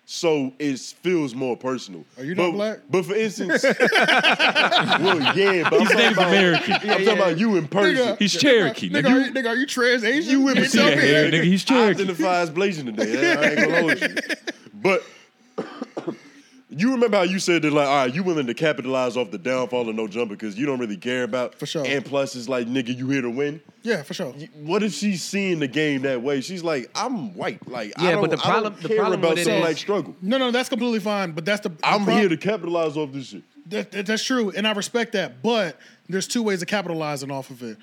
Speaker 2: so it feels more personal.
Speaker 1: Are you
Speaker 2: but,
Speaker 1: not black?
Speaker 2: But
Speaker 1: *laughs*
Speaker 2: for instance, well, yeah, but I'm talking,
Speaker 3: Native
Speaker 2: about,
Speaker 3: American.
Speaker 2: I'm talking about you in person.
Speaker 3: He's Cherokee.
Speaker 1: Nigga,
Speaker 3: Nigga,
Speaker 1: are you, nigga, are you trans Asian?
Speaker 2: You with me?
Speaker 1: Can't tell
Speaker 3: Yeah,
Speaker 1: me.
Speaker 3: yeah, nigga, he's
Speaker 2: I
Speaker 3: Cherokee.
Speaker 2: identify as Blazing today. I ain't gonna hold you. But *coughs* you remember how you said that, like, all right, you willing to capitalize off the downfall of no jumper because you don't really care about.
Speaker 1: For sure.
Speaker 2: And plus, it's like, nigga, you here to win.
Speaker 1: Yeah, for sure.
Speaker 2: What if she's seeing the game that way? She's like, I'm white. Like, I
Speaker 4: Yeah,
Speaker 2: don't,
Speaker 4: but the
Speaker 2: I don't
Speaker 4: problem- the
Speaker 2: care
Speaker 4: problem
Speaker 2: about
Speaker 4: with it
Speaker 2: some
Speaker 4: is-
Speaker 2: like struggle.
Speaker 1: No, no, that's completely fine. But that's the. the
Speaker 2: I'm
Speaker 1: prob-
Speaker 2: here to capitalize off this shit.
Speaker 1: That, that- that's true, and I respect that. But there's two ways of capitalizing off of it.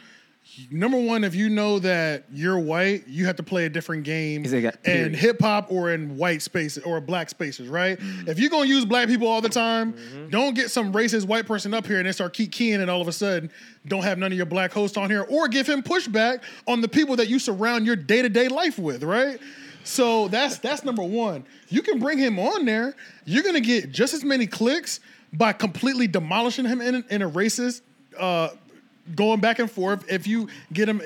Speaker 1: Number one, if you know that you're white, you have to play a different game
Speaker 4: Is it got-
Speaker 1: in
Speaker 4: period.
Speaker 1: hip hop or in white spaces or black spaces, right?
Speaker 4: Mm-hmm.
Speaker 1: If you're gonna use black people all the time, don't get some racist white person up here and they start keep keying, and all of a sudden don't have none of your black hosts on here, or give him pushback on the people that you surround your day to day life with, right? So that's that's number one. You can bring him on there. You're gonna get just as many clicks by completely demolishing him in, in a racist, uh, going back and forth. If you get him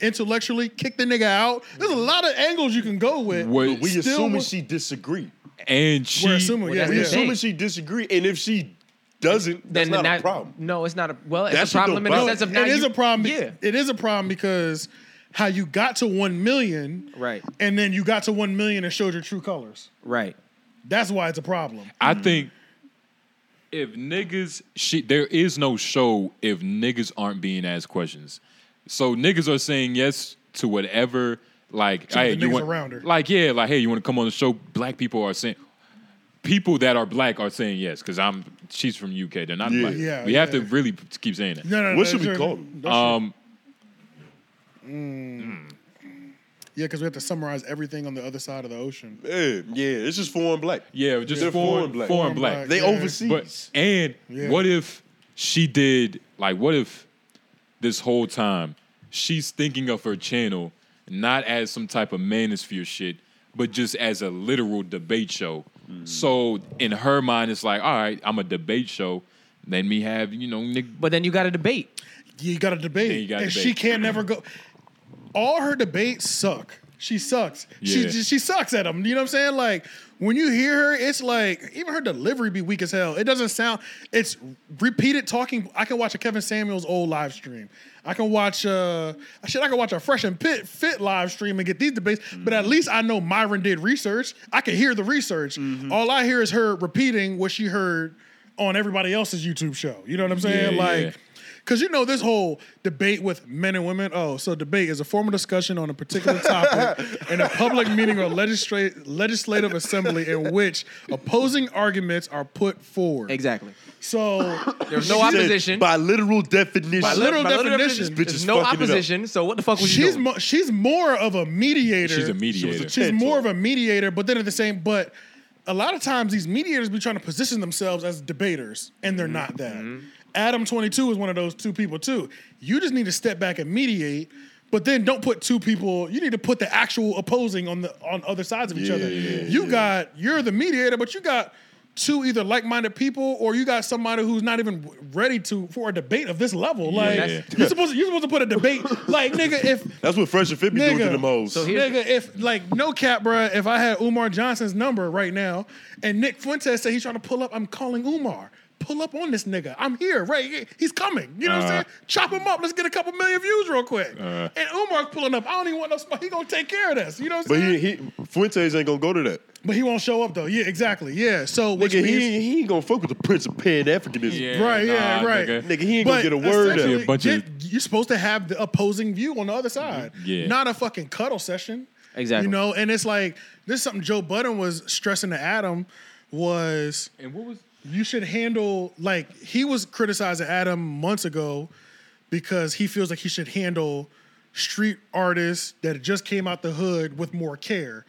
Speaker 1: intellectually, kick the nigga out. There's a lot of angles you can go with.
Speaker 3: Wait,
Speaker 2: But we
Speaker 1: Still
Speaker 2: assuming
Speaker 1: wa-
Speaker 2: she disagreed.
Speaker 3: and she
Speaker 1: We're assuming,
Speaker 4: Well,
Speaker 1: yeah,
Speaker 4: that's
Speaker 2: We
Speaker 1: yeah.
Speaker 4: the thing.
Speaker 2: assuming she disagreed. And if she doesn't, that's not a
Speaker 4: that-
Speaker 2: problem.
Speaker 4: No, it's not a well. It's
Speaker 2: That
Speaker 4: a
Speaker 2: shit
Speaker 4: problem
Speaker 2: don't
Speaker 4: in the
Speaker 2: bother
Speaker 4: sense of
Speaker 1: It
Speaker 4: now
Speaker 1: is
Speaker 4: you-
Speaker 1: a problem. be-
Speaker 4: Yeah,
Speaker 1: It is a problem because how you got to one million,
Speaker 4: Right.
Speaker 1: And then you got to one million and showed your true colors.
Speaker 4: right.
Speaker 1: That's why it's a problem.
Speaker 3: I think if niggas, she, there is no show if niggas aren't being asked questions. So niggas are saying yes to whatever. Like, hey,
Speaker 1: the
Speaker 3: you
Speaker 1: niggas
Speaker 3: want,
Speaker 1: around her.
Speaker 3: like, yeah, like, hey, you want to come on the show? Black people are saying, people that are black are saying yes because I'm. She's from UK. They're not
Speaker 2: Yeah.
Speaker 3: black.
Speaker 1: Yeah,
Speaker 3: we have to
Speaker 1: yeah.
Speaker 3: really p- keep saying that.
Speaker 1: No, no, no,
Speaker 2: What should we
Speaker 1: sure.
Speaker 2: call them?
Speaker 1: Don't you-
Speaker 3: Um,
Speaker 1: yeah, because we have to summarize everything on the other side of the ocean.
Speaker 2: Yeah, yeah, it's just foreign black.
Speaker 3: yeah, just
Speaker 2: They're
Speaker 3: foreign, foreign black.
Speaker 1: Foreign black.
Speaker 2: They
Speaker 1: Yeah.
Speaker 2: overseas.
Speaker 3: But and
Speaker 1: Yeah.
Speaker 3: what if she did like what if this whole time she's thinking of her channel not as some type of manosphere shit, but just as a literal debate show.
Speaker 1: Mm-hmm.
Speaker 3: So in her mind, it's like, all right, I'm a debate show. Let me have you know, Nick.
Speaker 4: But then you got to debate.
Speaker 1: You got to debate,
Speaker 3: Then you gotta
Speaker 1: and
Speaker 3: debate.
Speaker 1: she can't never go. All her debates suck. She sucks. She
Speaker 3: Yeah.
Speaker 1: just- she sucks at them. You know what I'm saying? Like when you hear her, it's like even her delivery be weak as hell. It doesn't sound. It's repeated talking. I can watch a Kevin Samuels old live stream. I can watch uh shit. I can watch a Fresh and Fit Fit live stream and get these debates. But at least I know Myron did research. I can hear the research.
Speaker 3: Mm-hmm.
Speaker 1: All I hear is her repeating what she heard on everybody else's YouTube show. You know what I'm saying?
Speaker 3: Yeah,
Speaker 1: like.
Speaker 3: yeah.
Speaker 1: Because you know this whole debate with men and women. Oh, so debate is a formal discussion on a particular topic
Speaker 4: *laughs*
Speaker 1: in a public meeting or legistra- legislative assembly in which opposing arguments are put forward.
Speaker 4: Exactly.
Speaker 1: So
Speaker 4: There's no
Speaker 2: She said,
Speaker 4: opposition.
Speaker 2: by literal definition.
Speaker 1: By literal definition,
Speaker 2: bitch
Speaker 4: there's
Speaker 2: is
Speaker 4: no
Speaker 2: fucking it up.
Speaker 4: opposition. So what the fuck was you
Speaker 1: she's
Speaker 4: doing?
Speaker 1: mo- she's more of a mediator.
Speaker 3: She's a mediator.
Speaker 1: She's
Speaker 2: TED
Speaker 1: more
Speaker 2: Talk.
Speaker 1: of a mediator, but then at the same, but a lot of times these mediators be trying to position themselves as debaters, and they're not that. Adam twenty two is one of those two people too. You just need to step back and mediate, but then don't put two people. You need to put the actual opposing on the on other sides of each other.
Speaker 2: Yeah,
Speaker 1: you got you're the mediator, but you got. Two either like-minded people, or you got somebody who's not even ready to for a debate of this level. Like
Speaker 3: that's-
Speaker 1: you're supposed to, you're supposed to put a
Speaker 2: *laughs*
Speaker 1: debate. Like nigga, if
Speaker 2: That's what Fresh and Fit be doing
Speaker 1: Nigga.
Speaker 2: to them hoes.
Speaker 4: So he- Here's-
Speaker 1: Nigga, if like no cap, bruh, if I had Umar Johnson's number right now and Nick Fuentes said he's trying to pull up, I'm calling Umar. Pull up on this nigga. I'm here, right? here. He's coming. You know what I'm
Speaker 2: Uh-huh.
Speaker 3: Uh.
Speaker 1: saying? Chop him up. Let's get a couple million views real quick.
Speaker 3: Uh.
Speaker 1: and Umar's pulling up. I don't even want no spot. He gonna take care of this. You know what I'm
Speaker 2: but
Speaker 1: saying?
Speaker 2: he, he Fuentes ain't gonna go to that.
Speaker 1: but he won't show up though. Yeah, exactly. Yeah. So which
Speaker 2: Nigga,
Speaker 1: means,
Speaker 2: he, he ain't gonna fuck with the Prince of Pan Africanism.
Speaker 1: Right, yeah, right.
Speaker 2: Nigga, he ain't gonna get a word
Speaker 1: essentially,
Speaker 2: out.
Speaker 3: Yeah, a bunch of-
Speaker 1: get- you're supposed to have the opposing view on the other side.
Speaker 3: Yeah.
Speaker 1: Not a fucking cuddle session.
Speaker 4: Exactly.
Speaker 1: You know, and it's like this is something Joe Budden was stressing to Adam was
Speaker 3: And what was?
Speaker 1: you should handle like he was criticizing Adam months ago because he feels like he should handle street artists that just came out the hood with more care.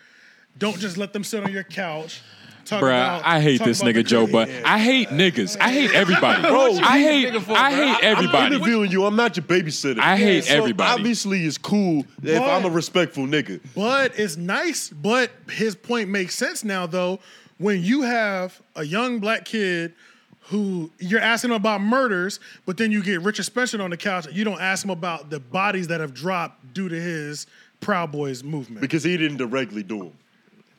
Speaker 1: Don't just let them sit on your couch. Talk
Speaker 3: Bruh,
Speaker 1: about,
Speaker 3: I hate
Speaker 1: talk
Speaker 3: this
Speaker 1: about the
Speaker 3: nigga Joe,
Speaker 1: crazy-
Speaker 3: but
Speaker 1: Yeah.
Speaker 3: I hate niggas. I hate everybody.
Speaker 2: Bro,
Speaker 3: I
Speaker 2: you
Speaker 3: hate,
Speaker 5: nigga for, bro?
Speaker 3: I
Speaker 5: I-
Speaker 3: hate
Speaker 5: I'm
Speaker 3: everybody.
Speaker 2: interviewing you. I'm not your babysitter.
Speaker 3: I hate
Speaker 2: So
Speaker 3: everybody.
Speaker 2: Obviously, it's cool if
Speaker 1: But-
Speaker 2: I'm a respectful nigga.
Speaker 1: But it's nice. But his point makes sense now, though. When you have a young black kid who you're asking him about murders, but then you get Richard Spencer on the couch, you don't ask him about the bodies that have dropped due to his Proud Boys movement.
Speaker 2: Because he didn't directly do them.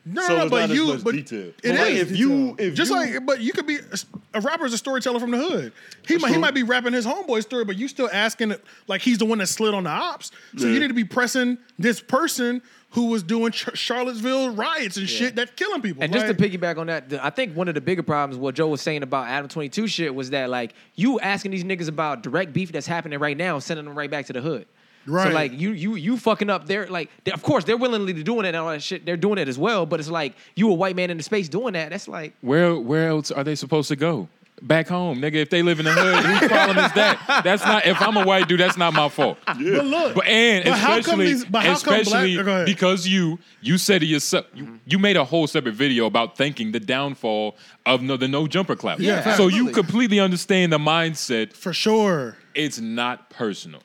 Speaker 1: no,
Speaker 2: so
Speaker 1: no,
Speaker 2: it's
Speaker 1: but
Speaker 2: not as
Speaker 1: you,
Speaker 2: much
Speaker 1: but
Speaker 2: detail.
Speaker 1: it
Speaker 2: But, like,
Speaker 1: is
Speaker 2: if you- if
Speaker 1: just
Speaker 2: you-
Speaker 1: like, but you could be a, a rapper is a storyteller from the hood. He might, he
Speaker 2: true.
Speaker 1: might be rapping his homeboy story, but you still asking like he's the one that slid on the ops. So
Speaker 2: Yeah.
Speaker 1: you need to be pressing this person who was doing Ch- Charlottesville riots and shit that's killing people.
Speaker 4: And just to
Speaker 1: like,
Speaker 4: piggyback on that, the, I think one of the bigger problems what Joe was saying about Adam 22 shit was that like you asking these niggas about direct beef that's happening right now, sending them right back to the hood.
Speaker 1: Right.
Speaker 4: So like you you you fucking up. They're like, they- of course they're willingly doing it and all that shit. They're doing it as well, but it's like you a white man in the space doing that. That's like
Speaker 3: Where where else are they supposed to go? Back home, nigga. If they live in the hood,
Speaker 1: *laughs*
Speaker 3: whose problem is that? That's not. If I'm a white dude, that's not my fault.
Speaker 1: but look,
Speaker 3: But and
Speaker 1: But how come
Speaker 3: especially,
Speaker 1: these- but how come
Speaker 3: especially
Speaker 1: black- go ahead. Mm-hmm.
Speaker 3: because you you said to yourself, you, you made a whole separate video about thanking the downfall of no, the no jumper clap.
Speaker 1: Yeah,
Speaker 3: so you
Speaker 4: absolutely.
Speaker 3: completely understand the mindset.
Speaker 1: for sure.
Speaker 3: It's not personal.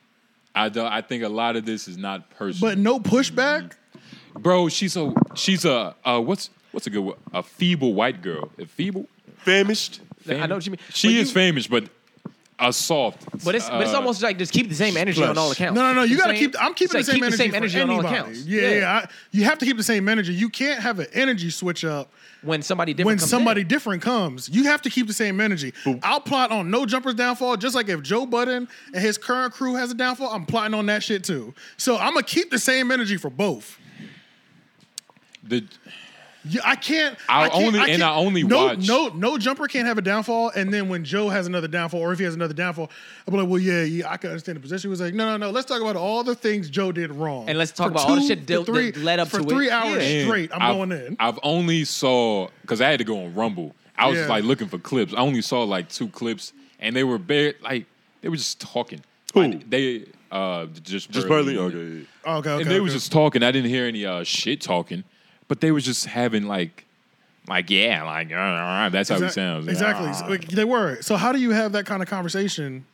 Speaker 3: I do, I think a lot of this is not personal.
Speaker 1: But no pushback.
Speaker 3: Bro, she's a she's a uh, what's what's a good word? a feeble white girl. A feeble.
Speaker 2: Famished.
Speaker 4: I know what you mean.
Speaker 3: She
Speaker 4: But
Speaker 3: is
Speaker 4: you-
Speaker 3: famous, but a soft.
Speaker 4: But it's but it's
Speaker 3: uh,
Speaker 4: almost like just keep the same energy
Speaker 2: plus.
Speaker 4: on all accounts.
Speaker 1: No, no, no. You
Speaker 4: know what
Speaker 1: got
Speaker 4: I'm
Speaker 1: to
Speaker 4: saying?
Speaker 1: keep. I'm
Speaker 4: It's
Speaker 1: keeping
Speaker 4: like,
Speaker 1: the same
Speaker 4: keep
Speaker 1: energy,
Speaker 4: the same energy
Speaker 1: for
Speaker 4: on all
Speaker 1: anybody.
Speaker 4: accounts.
Speaker 1: Yeah, yeah. I, you have to keep the same energy. You can't have an energy switch up
Speaker 4: when somebody different
Speaker 1: when
Speaker 4: comes
Speaker 1: somebody
Speaker 4: in.
Speaker 1: different comes. You have to keep the same energy. I'll plot on no jumpers downfall, just like if Joe Budden and his current crew has a downfall. I'm plotting on that shit too. So I'm gonna keep the same energy for both.
Speaker 3: the
Speaker 1: You, I can't.
Speaker 3: I
Speaker 1: can't-
Speaker 3: only- and
Speaker 1: can't-
Speaker 3: I only
Speaker 1: no,
Speaker 3: watch-
Speaker 1: No, no jumper can't have a downfall. And then when Joe has another downfall, or if he has another downfall, I'm like, well, yeah, yeah, I can understand the position. He was like, no, no, no. Let's talk about all the things Joe did wrong,
Speaker 4: And let's talk
Speaker 1: For
Speaker 4: about all the
Speaker 1: two to
Speaker 4: shit that- that
Speaker 1: three,
Speaker 4: led up
Speaker 1: for
Speaker 4: to it.
Speaker 1: three hours
Speaker 4: Yeah.
Speaker 1: straight. I'm
Speaker 3: I've-
Speaker 1: going in.
Speaker 3: I've only saw because I had to go on Rumble. I was
Speaker 1: Yeah.
Speaker 3: like looking for clips. I only saw like two clips, and they were bare like they were just talking.
Speaker 2: Who?
Speaker 3: Like, they uh just
Speaker 2: Just barely. Okay.
Speaker 1: okay, okay.
Speaker 3: and they was
Speaker 1: okay.
Speaker 3: just talking. I didn't hear any uh shit talking, but they was just having like like yeah like uh, that's how he
Speaker 1: Exact-
Speaker 3: sounds
Speaker 1: Exactly.
Speaker 3: Uh,
Speaker 1: So, like, they were. So how do you have that kind of conversation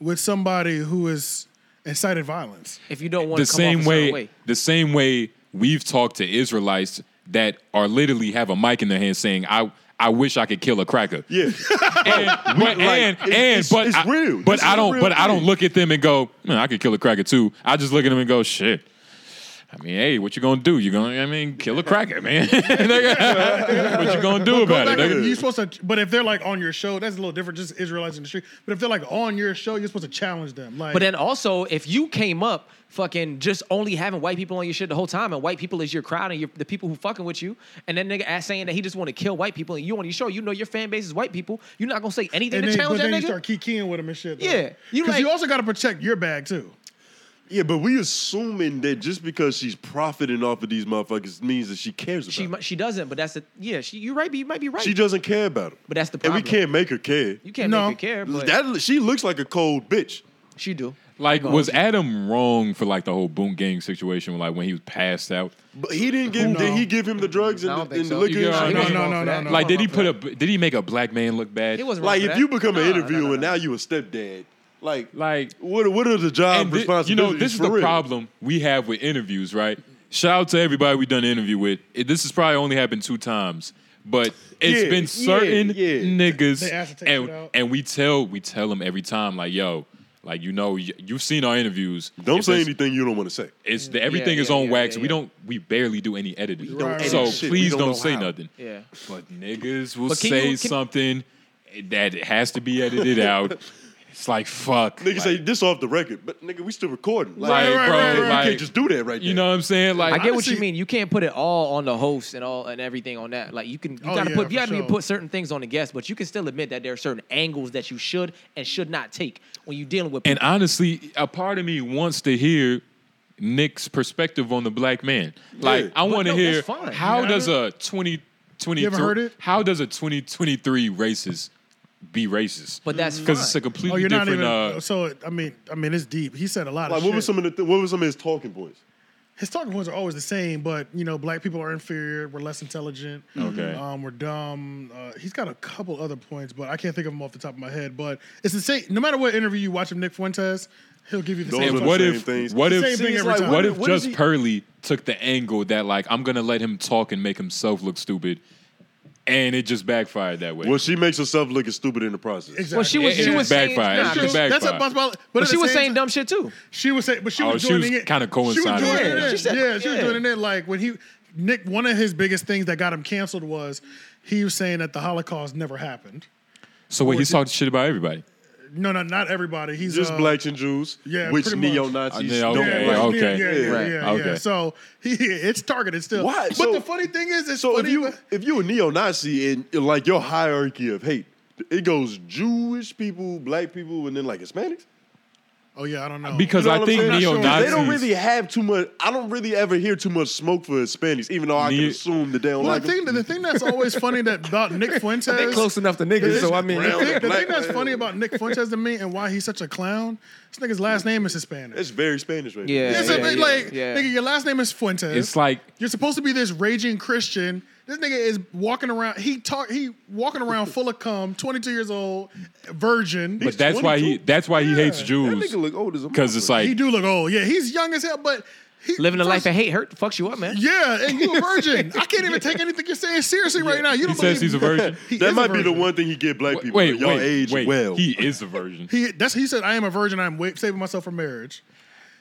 Speaker 1: with, somebody who has incited violence?
Speaker 4: if you don't want
Speaker 3: the
Speaker 4: to come off a
Speaker 3: same
Speaker 4: certain
Speaker 3: way,
Speaker 4: way.
Speaker 3: the same way we've talked to Israelites that are literally have a mic in their hand saying I. I wish I could kill a cracker.
Speaker 2: Yeah. *laughs*
Speaker 3: and but,
Speaker 2: like,
Speaker 3: and,
Speaker 2: it's-
Speaker 3: and
Speaker 2: it's-
Speaker 3: but
Speaker 2: it's
Speaker 3: I,
Speaker 2: real.
Speaker 3: But
Speaker 2: This is
Speaker 3: I
Speaker 2: a
Speaker 3: don't.
Speaker 2: real
Speaker 3: But I don't
Speaker 2: thing.
Speaker 3: look at them and go, man, I could kill a cracker too. I just look at them and go, shit. I mean, hey, what you gonna do? You gonna, I mean, kill a cracker, man. *laughs* Nigga, what you gonna do
Speaker 1: Go
Speaker 3: about
Speaker 1: back,
Speaker 3: it? nigga?
Speaker 1: you're supposed to, but if they're like on your show, that's a little different. Just Israelites in the street. But if they're like on your show, you're supposed to challenge them. Like,
Speaker 4: But then also, if you came up fucking just only having white people on your shit the whole time, and white people is your crowd and your, the people who fucking with you, and then nigga ass saying that he just want to kill white people, and you on your show, you know your fan base is white people, you're not gonna say anything
Speaker 1: and
Speaker 4: to
Speaker 1: then, but
Speaker 4: challenge
Speaker 1: then
Speaker 4: that
Speaker 1: you
Speaker 4: nigga.
Speaker 1: start kikiing with them and shit.
Speaker 4: Yeah, you
Speaker 1: because
Speaker 4: like-
Speaker 1: you also got to protect your bag too.
Speaker 2: Yeah, but we assuming that just because she's profiting off of these motherfuckers means that she cares about.
Speaker 4: she
Speaker 2: them.
Speaker 4: mi- she doesn't, but that's the yeah. She you right, but you might be right.
Speaker 2: She doesn't care about him.
Speaker 4: But that's the
Speaker 2: And we
Speaker 4: problem.
Speaker 2: can't make her care.
Speaker 4: you can't
Speaker 1: No.
Speaker 4: make her care, but
Speaker 2: That she looks like a cold bitch.
Speaker 4: she do.
Speaker 3: Like, was Adam wrong for like the whole boom gang situation? Like when he was passed out.
Speaker 2: But he didn't give. Did he give him the drugs
Speaker 4: I
Speaker 2: and,
Speaker 4: don't
Speaker 2: the,
Speaker 4: think
Speaker 2: and the
Speaker 4: so.
Speaker 2: liquor?
Speaker 3: You
Speaker 2: and shit?
Speaker 3: got- No,
Speaker 4: He
Speaker 3: no,
Speaker 4: wasn't
Speaker 1: no,
Speaker 4: wrong
Speaker 1: no,
Speaker 4: for that.
Speaker 1: no.
Speaker 3: Like,
Speaker 4: He wasn't
Speaker 3: did he
Speaker 4: wrong for
Speaker 3: put
Speaker 4: that.
Speaker 3: a? Did he make a black man look bad?
Speaker 4: He wasn't wrong
Speaker 2: Like
Speaker 4: for
Speaker 2: if
Speaker 4: that.
Speaker 2: you become an
Speaker 4: No, no,
Speaker 2: interviewer
Speaker 4: no, no.
Speaker 2: and now you a stepdad, like
Speaker 3: Like-
Speaker 2: what? What are the job
Speaker 3: And thi-
Speaker 2: responsibilities?
Speaker 3: you know, this is
Speaker 2: Um, for
Speaker 3: the
Speaker 2: real?
Speaker 3: problem we have with interviews, right? Shout out to everybody we done an interview with. It- this has probably only happened two times, but it's
Speaker 2: Yeah,
Speaker 3: been
Speaker 2: yeah,
Speaker 3: certain
Speaker 2: yeah.
Speaker 1: They
Speaker 3: niggas,
Speaker 1: ask to take it
Speaker 3: and,
Speaker 1: out.
Speaker 3: and we tell we tell them every time, like, yo, like you know, y- you've seen our interviews.
Speaker 2: Don't
Speaker 3: If
Speaker 2: say
Speaker 3: it's-
Speaker 2: anything you don't want to say.
Speaker 3: It's the, everything
Speaker 4: Yeah,
Speaker 3: is
Speaker 4: yeah,
Speaker 3: on
Speaker 4: yeah,
Speaker 3: wax.
Speaker 4: yeah,
Speaker 3: We
Speaker 4: yeah.
Speaker 3: don't. We barely do any editing.
Speaker 2: don't
Speaker 1: Right, edit
Speaker 3: so
Speaker 1: right.
Speaker 2: shit. We
Speaker 3: please
Speaker 2: don't
Speaker 3: don't,
Speaker 2: know
Speaker 3: say
Speaker 2: how.
Speaker 3: nothing.
Speaker 4: Yeah.
Speaker 3: But niggas will
Speaker 4: But can
Speaker 3: say
Speaker 4: you- can-
Speaker 3: something that has to be edited
Speaker 4: *laughs*
Speaker 3: out. It's like fuck.
Speaker 2: Nigga
Speaker 3: like,
Speaker 2: say this off the record, but nigga, we still recording. Like,
Speaker 3: Like,
Speaker 1: Right, right,
Speaker 3: bro,
Speaker 1: right, right.
Speaker 2: you
Speaker 3: like,
Speaker 2: can't just do that right
Speaker 3: you
Speaker 2: there.
Speaker 3: know what I'm saying? Like,
Speaker 4: I get what
Speaker 1: Honestly-
Speaker 4: you mean. You can't put it all on the host and all and everything on that. Like you can, you
Speaker 1: Oh,
Speaker 4: gotta
Speaker 1: yeah,
Speaker 4: put, you
Speaker 1: for
Speaker 4: gotta
Speaker 1: sure.
Speaker 4: put certain things on the guest, but you can still admit that there are certain angles that you should and should not take when you're dealing with.
Speaker 3: And honestly, a part of me wants to hear Nick's perspective on the black man. Like,
Speaker 2: Yeah.
Speaker 3: I want to
Speaker 4: no,
Speaker 3: hear
Speaker 4: that's fine.
Speaker 3: how
Speaker 1: You
Speaker 3: does
Speaker 1: know?
Speaker 3: a 2023
Speaker 1: You ever heard it?
Speaker 3: how does a 2023 racist be racist?
Speaker 4: But that's
Speaker 3: because it's a
Speaker 4: fine.
Speaker 1: Oh,
Speaker 3: completely
Speaker 1: you're not
Speaker 3: different.
Speaker 1: even.
Speaker 3: uh,
Speaker 1: so I mean, I mean, it's deep. He said a lot
Speaker 2: Like
Speaker 1: of
Speaker 2: what
Speaker 1: shit.
Speaker 2: was some of the th- what was some of his talking points?
Speaker 1: his talking points are always the same, but you know, black people are inferior, we're less intelligent,
Speaker 3: Okay.
Speaker 1: um, we're dumb. Uh, he's got a couple other points, but I can't think of them off the top of my head. But it's the same. No matter what interview you watch of Nick Fuentes, he'll give you the
Speaker 2: Those
Speaker 1: same.
Speaker 2: are
Speaker 3: And
Speaker 2: the
Speaker 1: points.
Speaker 3: what
Speaker 2: same
Speaker 3: if
Speaker 2: things.
Speaker 3: what
Speaker 1: Same
Speaker 3: if
Speaker 1: thing every time.
Speaker 3: what if
Speaker 2: What is
Speaker 3: just
Speaker 2: he-
Speaker 3: Purley took the angle that like I'm gonna let him talk and make himself look stupid, and it just backfired that way.
Speaker 2: Well, she makes herself looking stupid in the process.
Speaker 1: Exactly.
Speaker 4: Well, she was
Speaker 3: It- it
Speaker 4: she was saying,
Speaker 3: backfired.
Speaker 4: nah,
Speaker 3: It just
Speaker 4: but-
Speaker 3: backfired.
Speaker 1: That's a possibility. But,
Speaker 4: but
Speaker 1: at
Speaker 4: she
Speaker 1: the
Speaker 4: was
Speaker 1: same
Speaker 4: saying
Speaker 1: ti-
Speaker 4: dumb shit too.
Speaker 1: She was saying, but she
Speaker 3: Oh,
Speaker 1: was
Speaker 3: she
Speaker 1: doing
Speaker 3: was
Speaker 1: it.
Speaker 3: kinda coinciding
Speaker 1: She was
Speaker 3: with
Speaker 1: doing
Speaker 3: it.
Speaker 1: it.
Speaker 4: Yeah,
Speaker 1: in.
Speaker 4: she said-
Speaker 1: yeah, she was
Speaker 4: yeah.
Speaker 1: doing it. in. Like when he Nick, one of his biggest things that got him canceled was he was saying that the Holocaust never happened.
Speaker 3: so wait,
Speaker 1: or
Speaker 3: he's
Speaker 1: just-
Speaker 3: talking shit about everybody.
Speaker 1: No, no, not everybody. He's
Speaker 2: Just
Speaker 1: uh,
Speaker 2: blacks and Jews,
Speaker 1: yeah,
Speaker 2: which
Speaker 1: pretty much.
Speaker 2: neo Nazis
Speaker 3: Uh, yeah,
Speaker 2: don't
Speaker 3: okay,
Speaker 2: like.
Speaker 1: yeah,
Speaker 3: okay.
Speaker 1: yeah, yeah,
Speaker 2: Right.
Speaker 1: yeah, yeah.
Speaker 3: Okay.
Speaker 1: So *laughs* he, it's targeted still.
Speaker 2: Why?
Speaker 1: But
Speaker 2: So-
Speaker 1: the funny thing is, it's
Speaker 2: So
Speaker 1: funny.
Speaker 2: if you
Speaker 1: but-
Speaker 2: if you a neo-Nazi and like your hierarchy of hate, it goes Jewish people, black people, and then like Hispanics.
Speaker 1: oh yeah, I don't know
Speaker 3: Because
Speaker 2: You know
Speaker 3: I
Speaker 2: what I'm
Speaker 3: think
Speaker 2: saying?
Speaker 1: Not sure.
Speaker 3: neo Nazis
Speaker 2: They don't really have too much. I don't really ever hear too much smoke for Hispanics, even though I
Speaker 3: Neo-
Speaker 2: can assume that they don't
Speaker 1: Well,
Speaker 2: like
Speaker 1: the
Speaker 2: 'em.
Speaker 1: thing, the thing that's always funny that about
Speaker 2: *laughs*
Speaker 1: Nick Fuentes,
Speaker 5: They close enough to niggas, so I mean,
Speaker 3: *laughs*
Speaker 1: the thing, the
Speaker 2: Black
Speaker 1: thing that's
Speaker 2: man.
Speaker 1: funny about Nick Fuentes to me and why he's such a clown, this nigga's last name is Hispanic.
Speaker 2: It's very Spanish right
Speaker 4: Yeah.
Speaker 2: now.
Speaker 1: It's a bit like,
Speaker 4: yeah.
Speaker 1: nigga, your last name is Fuentes.
Speaker 3: It's like-
Speaker 1: you're supposed to be this raging Christian. This nigga is walking around. He talk. He walking around full of cum. 22 years old, virgin.
Speaker 3: but that's why he
Speaker 2: 22?
Speaker 3: that's why he hates
Speaker 2: That
Speaker 3: Jews
Speaker 2: nigga look old as a
Speaker 3: because it's
Speaker 2: motherfucker.
Speaker 1: he
Speaker 3: like
Speaker 1: do look old. Yeah, he's young as hell. But he,
Speaker 4: Living a life
Speaker 1: first-
Speaker 4: of hate hurt fucks you up, man.
Speaker 1: Yeah, and you a virgin. I can't even take anything you're saying seriously right now. You don't
Speaker 3: he says
Speaker 1: believe
Speaker 3: he's a virgin.
Speaker 1: *laughs* He is
Speaker 2: that
Speaker 1: a
Speaker 2: might be the
Speaker 1: virgin.
Speaker 2: one thing he get black
Speaker 3: wait,
Speaker 2: people.
Speaker 3: wait,
Speaker 2: y'all
Speaker 3: wait,
Speaker 2: age
Speaker 3: wait.
Speaker 2: well.
Speaker 3: He is a virgin.
Speaker 1: *laughs* He that's he said I am a virgin. I'm wa- saving myself from marriage.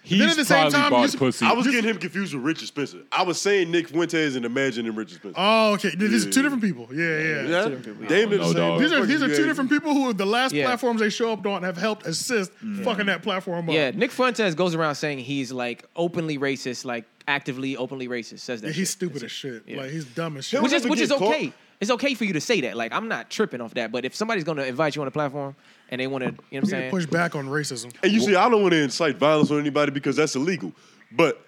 Speaker 3: He's
Speaker 1: at the same
Speaker 3: probably
Speaker 1: time,
Speaker 3: bought
Speaker 1: you-
Speaker 3: pussy.
Speaker 2: I was getting him confused with Richard Spencer. I was saying Nick Fuentes and imagining Richard Spencer.
Speaker 1: Oh, okay. These are two
Speaker 2: Yeah.
Speaker 1: different people. Yeah, yeah.
Speaker 2: Yeah? Oh, Damn it,
Speaker 3: No, dog.
Speaker 1: These are these are two
Speaker 2: Yeah.
Speaker 1: different people who the last
Speaker 4: Yeah.
Speaker 1: platforms they show up on have helped assist fucking that platform up.
Speaker 4: Yeah, Nick Fuentes goes around saying he's like openly racist, like actively openly racist. Says that
Speaker 1: Yeah,
Speaker 4: shit.
Speaker 1: he's stupid as shit.
Speaker 4: Yeah.
Speaker 1: Like he's dumb as shit.
Speaker 2: He'll
Speaker 4: which is
Speaker 2: never
Speaker 4: which
Speaker 2: get
Speaker 4: is
Speaker 2: caught.
Speaker 4: okay. It's okay for you to say that. Like I'm not tripping off that. But if somebody's gonna invite you on the platform and they want to, you know what I'm
Speaker 1: We need to
Speaker 4: saying?
Speaker 1: push back on racism.
Speaker 2: And you see, I don't want to incite violence on anybody because that's illegal. But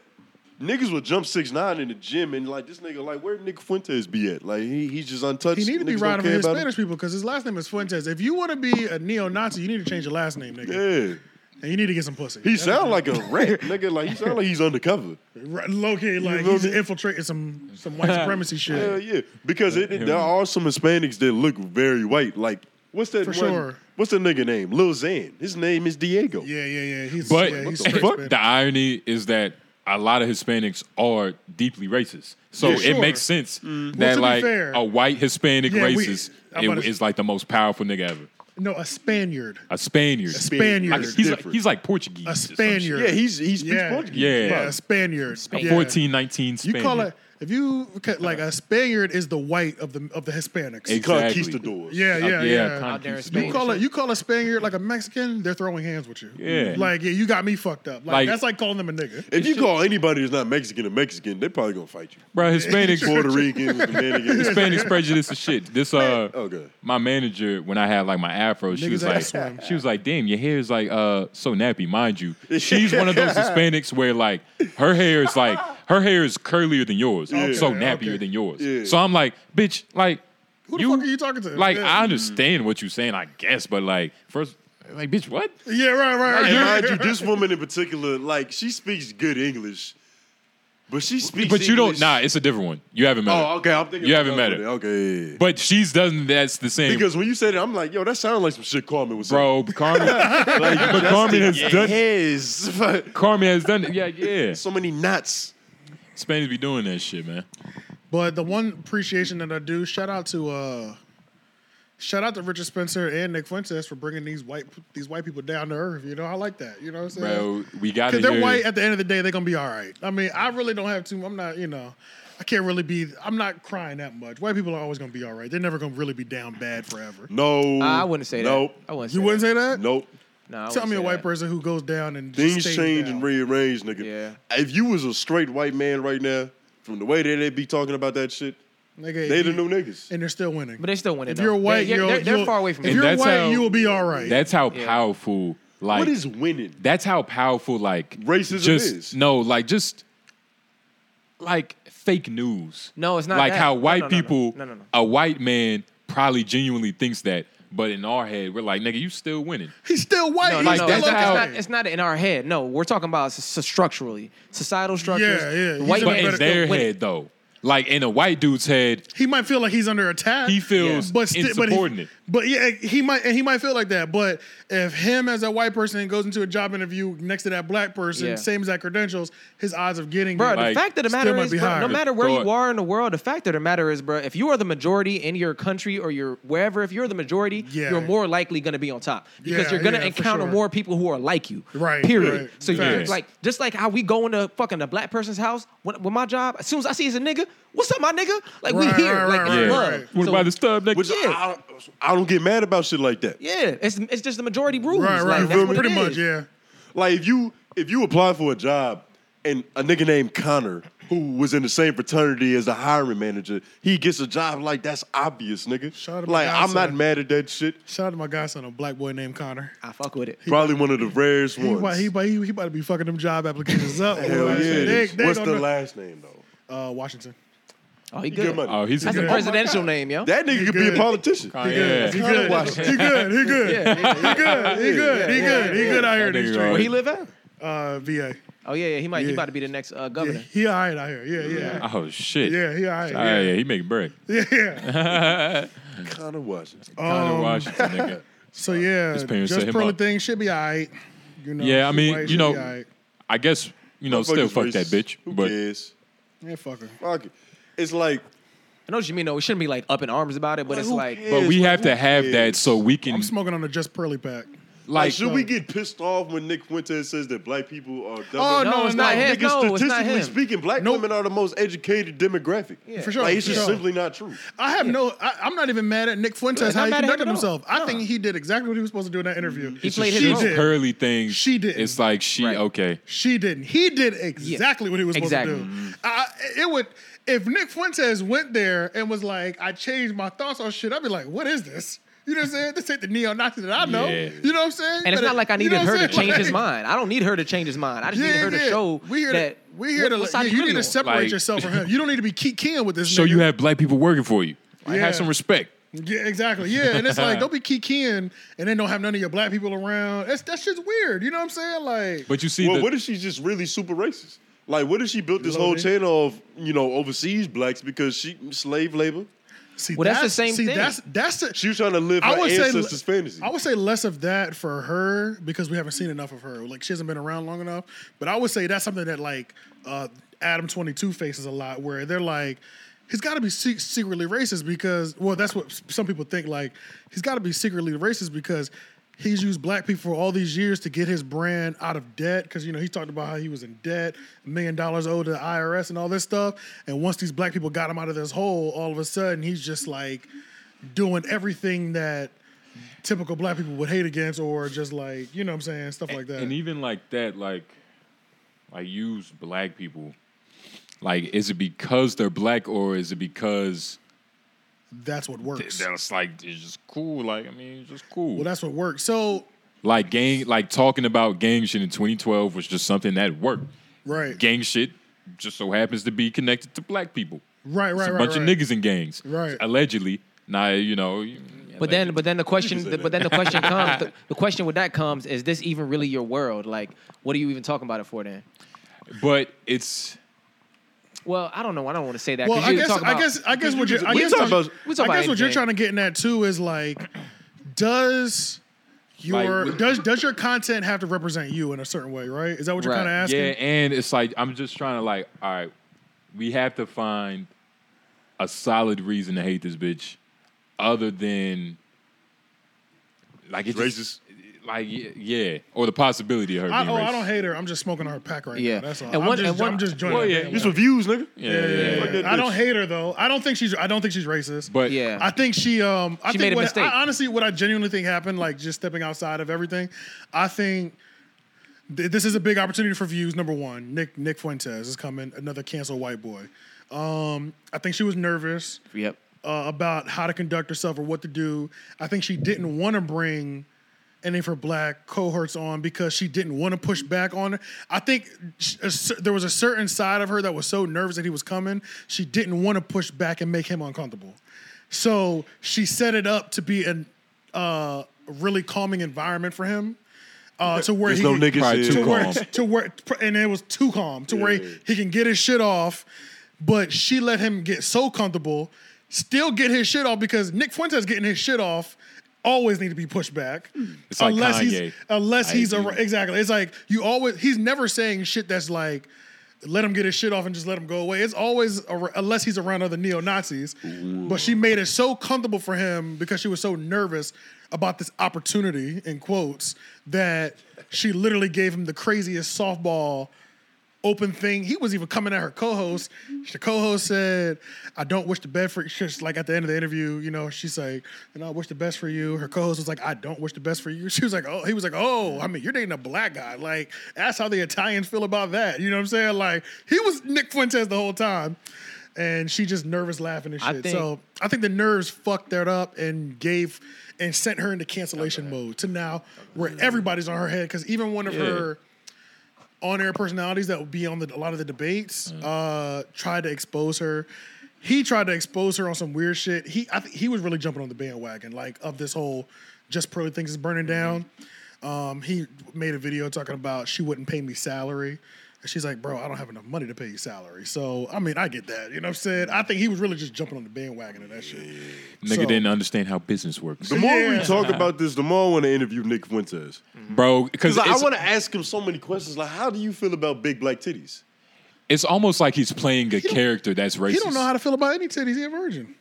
Speaker 2: niggas will jump six nine in the gym and like this nigga, like where Nick Fuentes be at? Like he, he's just untouched.
Speaker 1: He need to be
Speaker 2: Niggas don't
Speaker 1: riding for
Speaker 2: care
Speaker 1: his
Speaker 2: about
Speaker 1: Spanish people because his last name is Fuentes. If you want to be a neo-Nazi, you need to change your last name, nigga.
Speaker 2: him.
Speaker 1: And you need to get some pussy.
Speaker 2: Yeah, he sound like a
Speaker 1: *laughs*
Speaker 2: rat, nigga. Like he sound like he's undercover.
Speaker 1: Right, low-key, like
Speaker 2: know
Speaker 1: he's
Speaker 2: me?
Speaker 1: infiltrating some some
Speaker 2: *laughs*
Speaker 1: white supremacy shit.
Speaker 2: Hell yeah, because it, there are some Hispanics that look very white. Like what's that?
Speaker 1: For
Speaker 2: one-
Speaker 1: sure.
Speaker 2: What's that nigga name? Lil Xan. His name is Diego.
Speaker 1: Yeah, yeah, yeah. He's
Speaker 3: But
Speaker 1: yeah, he's
Speaker 3: the,
Speaker 1: straight Spanish.
Speaker 3: irony is that a lot of Hispanics are deeply racist. So
Speaker 1: Yeah, sure. Mm.
Speaker 3: it makes sense
Speaker 1: to
Speaker 3: that
Speaker 1: be
Speaker 3: like
Speaker 1: fair-
Speaker 3: a white Hispanic
Speaker 1: Yeah, we-
Speaker 3: racist
Speaker 1: I'm
Speaker 3: i-
Speaker 1: about to-
Speaker 3: is like the most powerful nigga ever.
Speaker 1: No, a Spaniard.
Speaker 3: A Spaniard.
Speaker 1: Spaniard.
Speaker 3: Like, he's, like,
Speaker 2: different.
Speaker 3: he's like Portuguese.
Speaker 1: A
Speaker 3: or some
Speaker 1: Spaniard.
Speaker 2: Yeah, he's he speaks
Speaker 1: Yeah.
Speaker 2: Portuguese.
Speaker 3: Yeah.
Speaker 1: Yeah, a Spaniard.
Speaker 3: shit.
Speaker 1: Yeah.
Speaker 3: 14, 19
Speaker 1: You
Speaker 3: Spaniard.
Speaker 1: call it if you like a Spaniard is the white of the of the Hispanics.
Speaker 3: Exactly.
Speaker 2: Conquistadors.
Speaker 1: Yeah,
Speaker 3: Uh,
Speaker 1: yeah, yeah.
Speaker 4: Out there in
Speaker 3: Conquistadors.
Speaker 1: You
Speaker 4: Spain.
Speaker 1: call it you call a Spaniard like a Mexican, they're throwing hands with you.
Speaker 3: Yeah.
Speaker 1: Like yeah, you got me fucked up. Like,
Speaker 3: Like-
Speaker 1: that's like calling them a nigga.
Speaker 2: If you call anybody that's not Mexican a Mexican, they probably gonna fight you.
Speaker 1: *laughs*
Speaker 3: Bro, Hispanics,
Speaker 2: Puerto Rican,
Speaker 3: *laughs*
Speaker 2: Dominican.
Speaker 3: Hispanics prejudice is shit. This uh,
Speaker 2: Okay.
Speaker 3: my manager when I had like my afro, she
Speaker 1: Oh, Niggas
Speaker 3: was
Speaker 1: ass
Speaker 3: like,
Speaker 1: swim.
Speaker 3: she was like, damn, your hair is like uh so nappy,
Speaker 1: *laughs*
Speaker 3: mind you. She's one of those Hispanics where like her hair is like her hair is curlier than yours, so
Speaker 1: Okay,
Speaker 3: nappier
Speaker 1: okay.
Speaker 3: than yours.
Speaker 2: Yeah.
Speaker 3: So I'm like, bitch, like
Speaker 1: Who the fuck are you talking to?
Speaker 3: Like
Speaker 1: Yeah.
Speaker 3: I understand what you're saying, I guess, but like first, like bitch, what?
Speaker 1: Yeah, right, right, right.
Speaker 2: And mind you, this woman in particular, like she speaks good English, but she speaks.
Speaker 3: But you don't.
Speaker 2: English-
Speaker 3: Nah, it's a different one. You haven't met. her.
Speaker 2: Oh, okay. I'm thinking
Speaker 3: You
Speaker 2: about
Speaker 3: haven't
Speaker 2: that
Speaker 3: met
Speaker 2: one.
Speaker 3: her.
Speaker 2: Okay. yeah, yeah.
Speaker 3: But she's doesn't. That's the same.
Speaker 2: Because when you said it, I'm like, yo, that sounds like some shit Carmen was
Speaker 3: bro,
Speaker 1: *laughs*
Speaker 3: Carmen,
Speaker 2: saying. Like,
Speaker 3: but Carmen has done.
Speaker 2: yes, but
Speaker 3: Carmen has done it. Yeah, yeah.
Speaker 2: so many knots.
Speaker 3: Spanish be doing that shit, man.
Speaker 1: But the one appreciation that I do, shout out to uh shout out to Richard Spencer and Nick Fuentes for bringing these white these white people down to earth, you know? I like that. You know what I'm saying?
Speaker 3: Bro, we got to
Speaker 1: Because they're
Speaker 3: hear-
Speaker 1: white. At the end of the day, they're gonna be all right. I mean, I really don't have too. I'm not, you know, I can't really be. I'm not crying that much. White people are always gonna be all right. They're never gonna really be down bad forever.
Speaker 2: No,
Speaker 4: I wouldn't say that.
Speaker 2: Nope.
Speaker 4: I wouldn't. Say
Speaker 1: You wouldn't say that?
Speaker 2: Nope.
Speaker 4: No, I wouldn't
Speaker 1: Tell me
Speaker 4: say
Speaker 1: a white
Speaker 4: that.
Speaker 1: person who goes down and just
Speaker 2: Things
Speaker 1: stays
Speaker 2: change
Speaker 1: down.
Speaker 2: and rearrange, nigga.
Speaker 4: Yeah.
Speaker 2: If you was a straight white man right now, from the way that they be talking about that shit,
Speaker 1: Nigga,
Speaker 2: they the
Speaker 1: you-
Speaker 2: new niggas.
Speaker 1: and they're still winning.
Speaker 4: But they still winning.
Speaker 1: if you're
Speaker 4: though.
Speaker 1: white,
Speaker 4: they're,
Speaker 1: you're,
Speaker 4: they're, they're
Speaker 1: you'll-
Speaker 4: far away from.
Speaker 1: If
Speaker 3: And
Speaker 4: it.
Speaker 1: you're
Speaker 3: that's
Speaker 1: white,
Speaker 3: how-
Speaker 1: you will be all right.
Speaker 3: That's how
Speaker 4: Yeah.
Speaker 3: powerful. Like
Speaker 2: what is winning?
Speaker 3: that's how powerful. Like
Speaker 2: Racism
Speaker 3: just,
Speaker 2: is.
Speaker 3: No, like just like fake news.
Speaker 4: No, it's not
Speaker 3: Like
Speaker 4: that.
Speaker 3: how
Speaker 4: No,
Speaker 3: white
Speaker 4: no, no, no.
Speaker 3: people,
Speaker 4: No, no, no.
Speaker 3: a white man probably genuinely thinks that, But in our head, we're like, nigga, you still winning.
Speaker 1: He's still white.
Speaker 4: No,
Speaker 1: He's
Speaker 4: no,
Speaker 3: Like,
Speaker 4: no,
Speaker 1: still
Speaker 4: it's,
Speaker 3: that's
Speaker 1: okay.
Speaker 4: not,
Speaker 3: how-
Speaker 4: it's, not, it's not in our head. No, we're talking about s- s- structurally, societal structures.
Speaker 1: yeah, he's
Speaker 4: White
Speaker 1: a
Speaker 3: But
Speaker 1: better-
Speaker 3: in
Speaker 4: man
Speaker 3: their
Speaker 4: winning.
Speaker 3: head though, like in a white dude's head,
Speaker 1: he might feel like he's under attack.
Speaker 3: He feels insubordinate.
Speaker 1: But, he, but yeah, he might and he might feel like that. But if him as a white person goes into a job interview next to that black person,
Speaker 4: Yeah.
Speaker 1: same exact credentials, his odds of getting
Speaker 4: Bro,
Speaker 1: it-
Speaker 3: Like,
Speaker 4: the fact of the
Speaker 1: still
Speaker 4: matter
Speaker 1: might
Speaker 4: is,
Speaker 1: be
Speaker 4: bro,
Speaker 1: higher.
Speaker 4: no matter where
Speaker 3: Thought.
Speaker 4: you are in the world, the fact of the matter is, bro, if you are the majority in your country or your wherever, if you're the majority,
Speaker 1: Yeah.
Speaker 4: you're more likely gonna be on top because
Speaker 1: Yeah,
Speaker 4: you're gonna
Speaker 1: yeah, for
Speaker 4: encounter
Speaker 1: sure.
Speaker 4: more people who are like you.
Speaker 1: Right,
Speaker 4: Period.
Speaker 1: right.
Speaker 4: So you
Speaker 1: Facts.
Speaker 4: like just like how we go into fucking the black person's house when, with my job. As soon as I see it's a nigga, what's up, my nigga? Like
Speaker 1: Right,
Speaker 4: we here,
Speaker 1: right,
Speaker 4: like
Speaker 1: right,
Speaker 4: it's
Speaker 1: right,
Speaker 4: love.
Speaker 1: right.
Speaker 3: what
Speaker 4: So-
Speaker 3: about the stub? Nigga?
Speaker 2: Which
Speaker 4: Yeah.
Speaker 2: I, I don't get mad about shit like that.
Speaker 4: Yeah, it's it's just the majority rules.
Speaker 1: right,
Speaker 4: Like,
Speaker 1: right,
Speaker 4: that's what
Speaker 1: pretty
Speaker 4: it
Speaker 1: much,
Speaker 4: is.
Speaker 1: yeah.
Speaker 2: Like if you if you apply for a job and a nigga named Connor who was in the same fraternity as the hiring manager, he gets a job like that's obvious, nigga.
Speaker 1: Shout out to my
Speaker 2: like
Speaker 1: guy,
Speaker 2: I'm not
Speaker 1: son.
Speaker 2: mad at that shit.
Speaker 1: Shout out to my guy son, a black boy named Connor.
Speaker 4: I fuck with it.
Speaker 2: Probably one of the rarest
Speaker 1: He
Speaker 2: ones.
Speaker 1: about, he, about, he, he about to be fucking them job applications up.
Speaker 2: Hell
Speaker 1: boy.
Speaker 2: yeah.
Speaker 1: They- they
Speaker 2: What's
Speaker 1: gonna
Speaker 2: the
Speaker 1: know-
Speaker 2: last name though?
Speaker 1: Uh, Washington.
Speaker 4: Oh, he
Speaker 2: You
Speaker 4: good.
Speaker 2: good money.
Speaker 3: oh, he's
Speaker 4: That's
Speaker 3: a
Speaker 4: a
Speaker 1: good.
Speaker 4: presidential name, yo.
Speaker 2: That nigga could be a
Speaker 1: good.
Speaker 2: politician.
Speaker 3: Oh, yeah.
Speaker 1: He
Speaker 3: That
Speaker 1: good.
Speaker 2: Washington.
Speaker 1: He good. He *laughs* good.
Speaker 4: *laughs* yeah, yeah, yeah.
Speaker 1: He good. He good. He good. He good out here in
Speaker 3: nigga
Speaker 1: these
Speaker 3: gonna-
Speaker 4: Where he
Speaker 1: streets.
Speaker 4: live at?
Speaker 1: Uh, VA.
Speaker 4: Oh yeah, yeah. He might he
Speaker 1: Yeah.
Speaker 4: about to be the next uh,
Speaker 1: Yeah,
Speaker 4: governor.
Speaker 1: he all right out here. Yeah, yeah.
Speaker 3: Oh shit.
Speaker 1: Yeah, he all
Speaker 3: Oh,
Speaker 1: right.
Speaker 3: yeah, he make bread.
Speaker 1: Yeah. yeah.
Speaker 2: Connor Washington.
Speaker 3: Connor Washington, nigga.
Speaker 1: So yeah,
Speaker 3: His parents set
Speaker 1: just
Speaker 3: him
Speaker 1: pearly
Speaker 3: up.
Speaker 1: thing should be all right. You know,
Speaker 3: Yeah, I
Speaker 1: she
Speaker 3: mean,
Speaker 1: white,
Speaker 3: you
Speaker 1: she
Speaker 3: know-
Speaker 1: be all right.
Speaker 3: I guess you know, still
Speaker 2: is
Speaker 3: fuck that
Speaker 2: racist.
Speaker 3: bitch.
Speaker 2: Who
Speaker 3: But
Speaker 2: cares?
Speaker 1: yeah, fuck her.
Speaker 2: Fuck it. It's like
Speaker 4: I know what you mean. though. we shouldn't be like up in arms about it, but it's
Speaker 2: who
Speaker 4: like
Speaker 2: cares?
Speaker 3: but we
Speaker 2: Like,
Speaker 3: have to
Speaker 2: who
Speaker 3: have that
Speaker 2: cares?
Speaker 3: so we can
Speaker 1: I'm smoking on a just pearly pack.
Speaker 2: Like,
Speaker 3: like
Speaker 2: should we get pissed off when Nick Fuentes says that black people are dumb?
Speaker 1: Oh,
Speaker 4: no, it's not him.
Speaker 2: Nigga,
Speaker 4: No, it's not
Speaker 2: statistically
Speaker 4: him.
Speaker 2: speaking, black women are the most educated demographic.
Speaker 1: For sure,
Speaker 2: Like, it's
Speaker 1: for
Speaker 2: just
Speaker 1: sure.
Speaker 2: simply not true.
Speaker 1: I have no. I, I'm not even mad at Nick Fuentes
Speaker 4: Not
Speaker 1: how he
Speaker 4: mad at him
Speaker 1: conducted
Speaker 4: at all.
Speaker 1: himself. I think he did exactly what he was supposed to do in that interview.
Speaker 4: He played his
Speaker 1: she
Speaker 4: role.
Speaker 1: Did.
Speaker 3: curly things.
Speaker 1: She didn't.
Speaker 3: It's like she
Speaker 4: Right.
Speaker 3: okay.
Speaker 1: She didn't. He did exactly what he was supposed
Speaker 4: Exactly. Mm-hmm.
Speaker 1: to do. I, it would if Nick Fuentes went there and was like, "I changed my thoughts on shit," I'd be like, "What is this?" You know what I'm saying? This ain't the neo Nazi that I know.
Speaker 3: Yeah.
Speaker 1: You know what I'm saying?
Speaker 4: and it's
Speaker 1: But
Speaker 4: not
Speaker 1: it-
Speaker 4: like I
Speaker 1: you know
Speaker 4: needed
Speaker 1: what
Speaker 4: her
Speaker 1: I'm
Speaker 4: to
Speaker 1: saying?
Speaker 4: change his
Speaker 1: Like-
Speaker 4: mind. I don't need her to change his mind. I just need her to show
Speaker 1: we here
Speaker 4: that
Speaker 1: to, we here to
Speaker 4: what- what's
Speaker 1: yeah,
Speaker 4: I
Speaker 1: you
Speaker 4: really
Speaker 1: need to
Speaker 4: want.
Speaker 1: separate
Speaker 3: Like-
Speaker 1: yourself from him. You don't need to be key keying with this.
Speaker 3: So
Speaker 1: nigga.
Speaker 3: you have black people working for you. Like,
Speaker 1: Yeah.
Speaker 3: Have some respect.
Speaker 1: yeah, exactly yeah, and it's like don't be key keying and then don't have none of your black people around. That's that shit's weird. You know what I'm saying? Like
Speaker 3: But you see,
Speaker 2: well,
Speaker 3: the,
Speaker 2: what if she's just really super racist? Like, what if she built this whole
Speaker 1: Loaded.
Speaker 2: chain of you know overseas blacks because she slave labor?
Speaker 1: see,
Speaker 4: Well, that's the same
Speaker 1: see,
Speaker 4: thing.
Speaker 1: That's that's the,
Speaker 2: She was trying to live her
Speaker 1: I would say
Speaker 2: ancestors' fantasy.
Speaker 1: I would say less of that for her because we haven't seen enough of her. Like she hasn't been around long enough. But I would say that's something that like uh, Adam Twenty Two faces a lot, where they're like. He's got to be se- secretly racist because, well, that's what s- some people think. Like, he's got to be secretly racist because he's used black people for all these years to get his brand out of debt. Because you know he talked about how he was in debt, a million dollars owed to the IRS and all this stuff. And once these black people got him out of this hole, all of a sudden he's just like doing everything that typical black people would hate against or just like, you know what I'm saying, stuff like that.
Speaker 3: and even like that, like like use black people. Like, is it because they're black or is it because
Speaker 1: that's what works.
Speaker 3: that's like it's just cool? Like, I mean, it's just cool.
Speaker 1: Well, that's what works. So,
Speaker 3: like gang, like talking about gang shit in 2012 was just something that worked.
Speaker 1: right.
Speaker 3: Gang shit just so happens to be connected to black people.
Speaker 1: Right, right,
Speaker 3: It's a
Speaker 1: right.
Speaker 3: bunch
Speaker 1: right.
Speaker 3: of niggas in gangs,
Speaker 1: Right.
Speaker 3: Allegedly, now you know.
Speaker 4: But then, but then the question, but then
Speaker 1: *laughs*
Speaker 4: the question comes. The, the question with that comes: Is this even really your world? Like, what are you even talking about it for then?
Speaker 3: but it's
Speaker 4: Well, I don't know. I don't want to say that.
Speaker 1: Well,
Speaker 4: 'cause
Speaker 1: I
Speaker 4: you
Speaker 1: guess,
Speaker 4: talk about,
Speaker 1: I guess, I guess what you're, I
Speaker 4: we
Speaker 1: guess,
Speaker 4: talk
Speaker 1: what-
Speaker 2: about-
Speaker 4: we talk
Speaker 1: I guess
Speaker 4: about
Speaker 1: what you're
Speaker 4: anything.
Speaker 1: trying to get in at too is like, does your
Speaker 3: Like,
Speaker 1: does does your content have to represent you in a certain way? Right? Is that what you're
Speaker 4: Right.
Speaker 1: kind of asking?
Speaker 3: yeah, and it's like I'm just trying to like, all right, we have to find a solid reason to hate this bitch, other than like it's just- Like yeah, yeah, or the possibility of her
Speaker 1: I,
Speaker 3: being
Speaker 1: oh,
Speaker 3: racist.
Speaker 1: I don't hate her. I'm just smoking her pack right
Speaker 4: Yeah.
Speaker 1: now. That's all.
Speaker 4: And
Speaker 1: I'm,
Speaker 4: one-
Speaker 1: just,
Speaker 4: and one-
Speaker 1: I'm just joining.
Speaker 3: Well,
Speaker 1: her
Speaker 3: yeah,
Speaker 1: bandwagon.
Speaker 2: It's reviews, nigga.
Speaker 3: Yeah, yeah, yeah.
Speaker 1: Yeah.
Speaker 2: Fuck that
Speaker 1: I don't
Speaker 2: bitch.
Speaker 1: hate her though. I don't think she's. I don't think she's racist.
Speaker 3: But
Speaker 4: Yeah.
Speaker 1: I think she. Um, I
Speaker 4: She
Speaker 1: think
Speaker 4: made a
Speaker 1: what,
Speaker 4: mistake.
Speaker 1: I, honestly, what I genuinely think happened, like just stepping outside of everything, I think th- this is a big opportunity for views. Number one, Nick Nick Fuentes is coming, another cancel white boy. Um, I think she was nervous
Speaker 4: Yep.
Speaker 1: uh, about how to conduct herself or what to do. I think she didn't want to bring any of her black cohorts on because she didn't want to push back on her. I think sh- a cer- there was a certain side of her that was so nervous that he was coming, she didn't want to push back and make him uncomfortable. So she set it up to be an uh, really calming environment for him. Uh, to where
Speaker 2: There's
Speaker 1: he
Speaker 2: no
Speaker 1: could-
Speaker 2: niggas
Speaker 3: Probably
Speaker 2: here.
Speaker 3: too
Speaker 1: to where,
Speaker 3: calm.
Speaker 1: to where, and it was too calm to where
Speaker 2: Yeah.
Speaker 1: he, he can get his shit off. But she let him get so comfortable, still get his shit off because Nick Fuentes getting his shit off always need to be pushed back.
Speaker 3: It's like Kanye.
Speaker 1: he's unless
Speaker 3: I
Speaker 1: he's a,
Speaker 3: agree.
Speaker 1: exactly. It's like you always he's never saying shit that's like. Let him get his shit off and just let him go away. It's always ar- unless he's around other neo Nazis. But she made it so comfortable for him because she was so nervous about this opportunity in quotes that she literally gave him the craziest softball open thing. He was even coming at her co-host. The co-host said, "I don't wish the best for." She's like at the end of the interview, you know, she's like, "And I wish the best for you." Her co-host was like, "I don't wish the best for you." *laughs* She was like, "Oh," he was like, "Oh, I mean, you're dating a black guy. Like that's how the Italians feel about that." You know what I'm saying? Like he was Nick Fuentes the whole time. And she just nervous laughing and
Speaker 4: I
Speaker 1: shit.
Speaker 4: think-
Speaker 1: so I think the nerves fucked that up and gave and sent her into cancellation mode to now where everybody's on her head. Cause even one of
Speaker 3: Yeah.
Speaker 1: her on-air personalities that would be on the, a lot of the debates
Speaker 3: Mm.
Speaker 1: uh, tried to expose her. He tried to expose her on some weird shit. He I think he was really jumping on the bandwagon, like of this whole just Pearly things is burning
Speaker 3: Mm-hmm.
Speaker 1: down. Um, he made a video talking about she wouldn't pay me salary. And she's like, bro, I don't have enough money to pay you salary. So I mean, I get that. You know what I'm saying? I think he was really just jumping on the bandwagon of that shit.
Speaker 3: Nigga
Speaker 1: So-
Speaker 3: didn't understand how business works,
Speaker 2: The more we
Speaker 1: Yeah.
Speaker 2: talk about this, the more I want to interview Nick Fuentes.
Speaker 3: bro. Because
Speaker 2: Because I want to ask him so many questions. Like, how do you feel about big black titties?
Speaker 3: it's almost like he's playing a character that's racist.
Speaker 1: He don't know how to feel about any titties. He a virgin.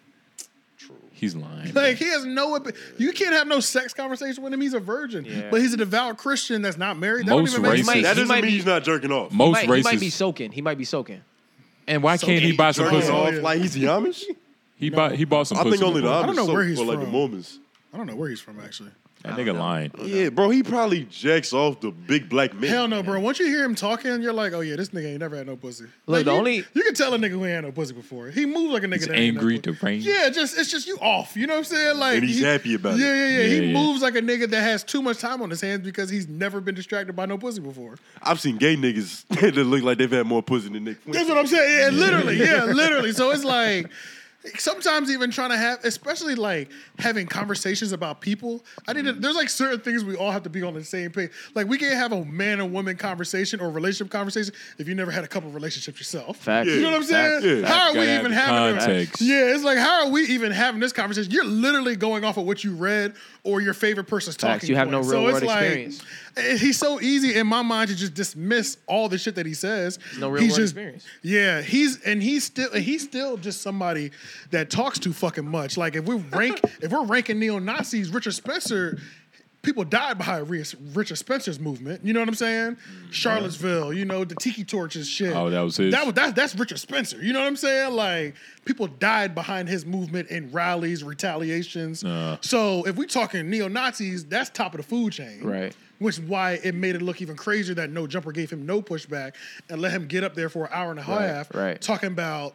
Speaker 3: he's lying.
Speaker 1: Like he has no. ab- You can't have no sex conversation with him. He's a virgin,
Speaker 4: Yeah.
Speaker 1: but he's a devout Christian that's not married. That don't
Speaker 3: Most
Speaker 1: even make
Speaker 3: racist-
Speaker 1: sense.
Speaker 4: He
Speaker 2: That doesn't
Speaker 4: might
Speaker 2: mean
Speaker 4: be-
Speaker 2: he's not jerking off.
Speaker 4: He
Speaker 3: Most
Speaker 4: might,
Speaker 3: racist.
Speaker 4: he might be soaking. He might be soaking.
Speaker 3: and why can't he buy some
Speaker 2: jerking
Speaker 3: pussy?
Speaker 1: Oh,
Speaker 2: off
Speaker 1: yeah.
Speaker 2: like he's Yamish?
Speaker 3: He bought. He bought some.
Speaker 2: I
Speaker 3: pussy
Speaker 2: think only the
Speaker 3: before.
Speaker 2: Amish.
Speaker 1: don't know
Speaker 2: so-
Speaker 1: where he's
Speaker 2: or like the
Speaker 1: from.
Speaker 2: Mormons.
Speaker 1: I don't know where he's from actually.
Speaker 3: That nigga lying.
Speaker 2: Yeah, bro, he probably jacks off the big black men.
Speaker 1: Hell no, bro. Once you hear him talking, you're like, oh yeah, this nigga ain't never had no pussy. like,
Speaker 4: the
Speaker 1: you,
Speaker 4: only-
Speaker 1: you can tell a nigga who ain't had no pussy before. He moves like a nigga.
Speaker 3: He's
Speaker 1: that ain't had
Speaker 3: angry,
Speaker 1: no pussy.
Speaker 3: deranged.
Speaker 1: Yeah, just it's just you off. You know what I'm saying? Like
Speaker 2: And he's
Speaker 1: he-
Speaker 2: happy about it.
Speaker 1: yeah, Yeah, yeah,
Speaker 3: Yeah,
Speaker 1: He
Speaker 3: yeah.
Speaker 1: moves like a nigga that has too much time on his hands because he's never been distracted by no pussy before.
Speaker 2: I've seen gay niggas *laughs* that look like they've had more pussy than Nick Fuentes.
Speaker 1: That's what I'm saying. Yeah, literally. Yeah, literally. So it's like sometimes even trying to have, especially like having conversations about people. I need to, there's like certain things we all have to be on the same page. Like we can't have a man and woman conversation or relationship conversation if you never had a couple relationships yourself.
Speaker 4: Facts.
Speaker 1: You know what I'm saying?
Speaker 2: Facts. Yeah.
Speaker 1: How are
Speaker 3: Gotta
Speaker 1: we
Speaker 3: have
Speaker 1: even
Speaker 3: the
Speaker 1: having
Speaker 3: context.
Speaker 1: this? Yeah, it's like how are we even having this conversation? You're literally going off of what you read or your favorite person's
Speaker 4: Facts.
Speaker 1: talking.
Speaker 4: You have no
Speaker 1: point.
Speaker 4: real
Speaker 1: so it's
Speaker 4: world
Speaker 1: like,
Speaker 4: experience.
Speaker 1: eh, He's so easy in my mind to just dismiss all the shit that he says.
Speaker 4: no real
Speaker 1: he's
Speaker 4: world
Speaker 1: just,
Speaker 4: experience.
Speaker 1: Yeah, he's and he's still he's still just somebody that talks too fucking much. Like if we
Speaker 4: *laughs*
Speaker 1: rank if we're ranking neo Nazis, Richard Spencer. People died behind Ri- Richard Spencer's movement. You know what I'm saying?
Speaker 4: Mm-hmm.
Speaker 1: Charlottesville, you know, the tiki torches shit.
Speaker 3: Oh, that was his.
Speaker 1: That was that's that's Richard Spencer. You know what I'm saying? Like people died behind his movement in rallies, retaliations.
Speaker 3: Uh.
Speaker 1: so if we talking neo Nazis, that's top of the food chain,
Speaker 4: Right.
Speaker 1: Which is why it made it look even crazier that No Jumper gave him no pushback and let him get up there for an hour and a half,
Speaker 4: right.
Speaker 1: Talking about,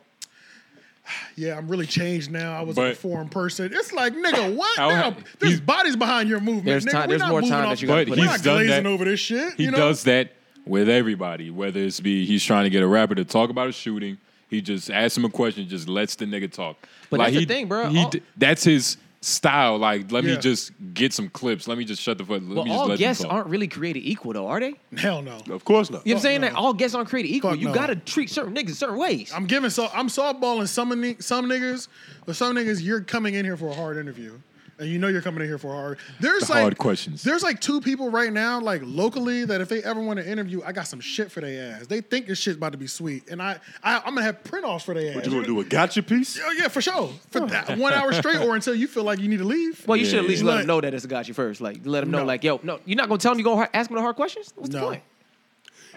Speaker 1: *sighs* yeah, I'm really changed now. I was a
Speaker 3: But-
Speaker 1: foreign person. It's like,
Speaker 4: *laughs*
Speaker 1: nigga, what?
Speaker 3: How-
Speaker 1: now? There's
Speaker 3: he's-
Speaker 1: bodies behind your movement.
Speaker 4: There's
Speaker 1: nigga.
Speaker 4: time-
Speaker 1: We're
Speaker 4: there's
Speaker 1: not
Speaker 4: more
Speaker 1: moving
Speaker 4: time
Speaker 1: off
Speaker 4: that you
Speaker 1: the-
Speaker 4: gotta
Speaker 3: But
Speaker 4: put
Speaker 1: We're
Speaker 4: in.
Speaker 3: he's
Speaker 1: not
Speaker 3: done
Speaker 1: glazing
Speaker 3: that.
Speaker 1: over this shit.
Speaker 3: He
Speaker 1: you know?
Speaker 3: does that with everybody, whether it's be he's trying to get a rapper to talk about a shooting. He just asks him a question, just lets the nigga talk.
Speaker 4: But that's
Speaker 3: he,
Speaker 4: the thing, bro.
Speaker 3: He,
Speaker 4: All-
Speaker 3: d- that's his style. Like, let me
Speaker 1: Yeah.
Speaker 3: just get some clips. Let me just shut the fuck. Let
Speaker 4: But
Speaker 3: me just
Speaker 4: all
Speaker 3: let
Speaker 4: guests
Speaker 3: them talk.
Speaker 4: aren't really created equal, though, are they?
Speaker 1: Hell no.
Speaker 2: Of course not.
Speaker 4: You know what I'm saying?
Speaker 1: no.
Speaker 4: Like, all guests aren't created equal.
Speaker 1: Fuck
Speaker 4: you
Speaker 1: no.
Speaker 4: gotta treat certain niggas certain ways.
Speaker 1: I'm giving so I'm softballing some ni- some niggas, but some niggas you're coming in here for a hard interview, and you know you're coming in here for a hard. There's
Speaker 3: The
Speaker 1: like
Speaker 3: hard questions.
Speaker 1: There's like two people right now, like locally, that if they ever want to interview, I got some shit for their ass. They think this shit's about to be sweet, and I, I I'm gonna have print offs for their ass.
Speaker 2: What you gonna do? A gotcha piece?
Speaker 1: Oh yeah, for sure. For that one hour straight, or until you feel like you need to leave.
Speaker 4: well, you should at least let
Speaker 1: Like-
Speaker 4: them know that it's got you first. Like, let them know,
Speaker 1: No.
Speaker 4: like, yo, no, you're not gonna tell them you gonna ha- ask them the hard questions. What's the
Speaker 1: No.
Speaker 4: point?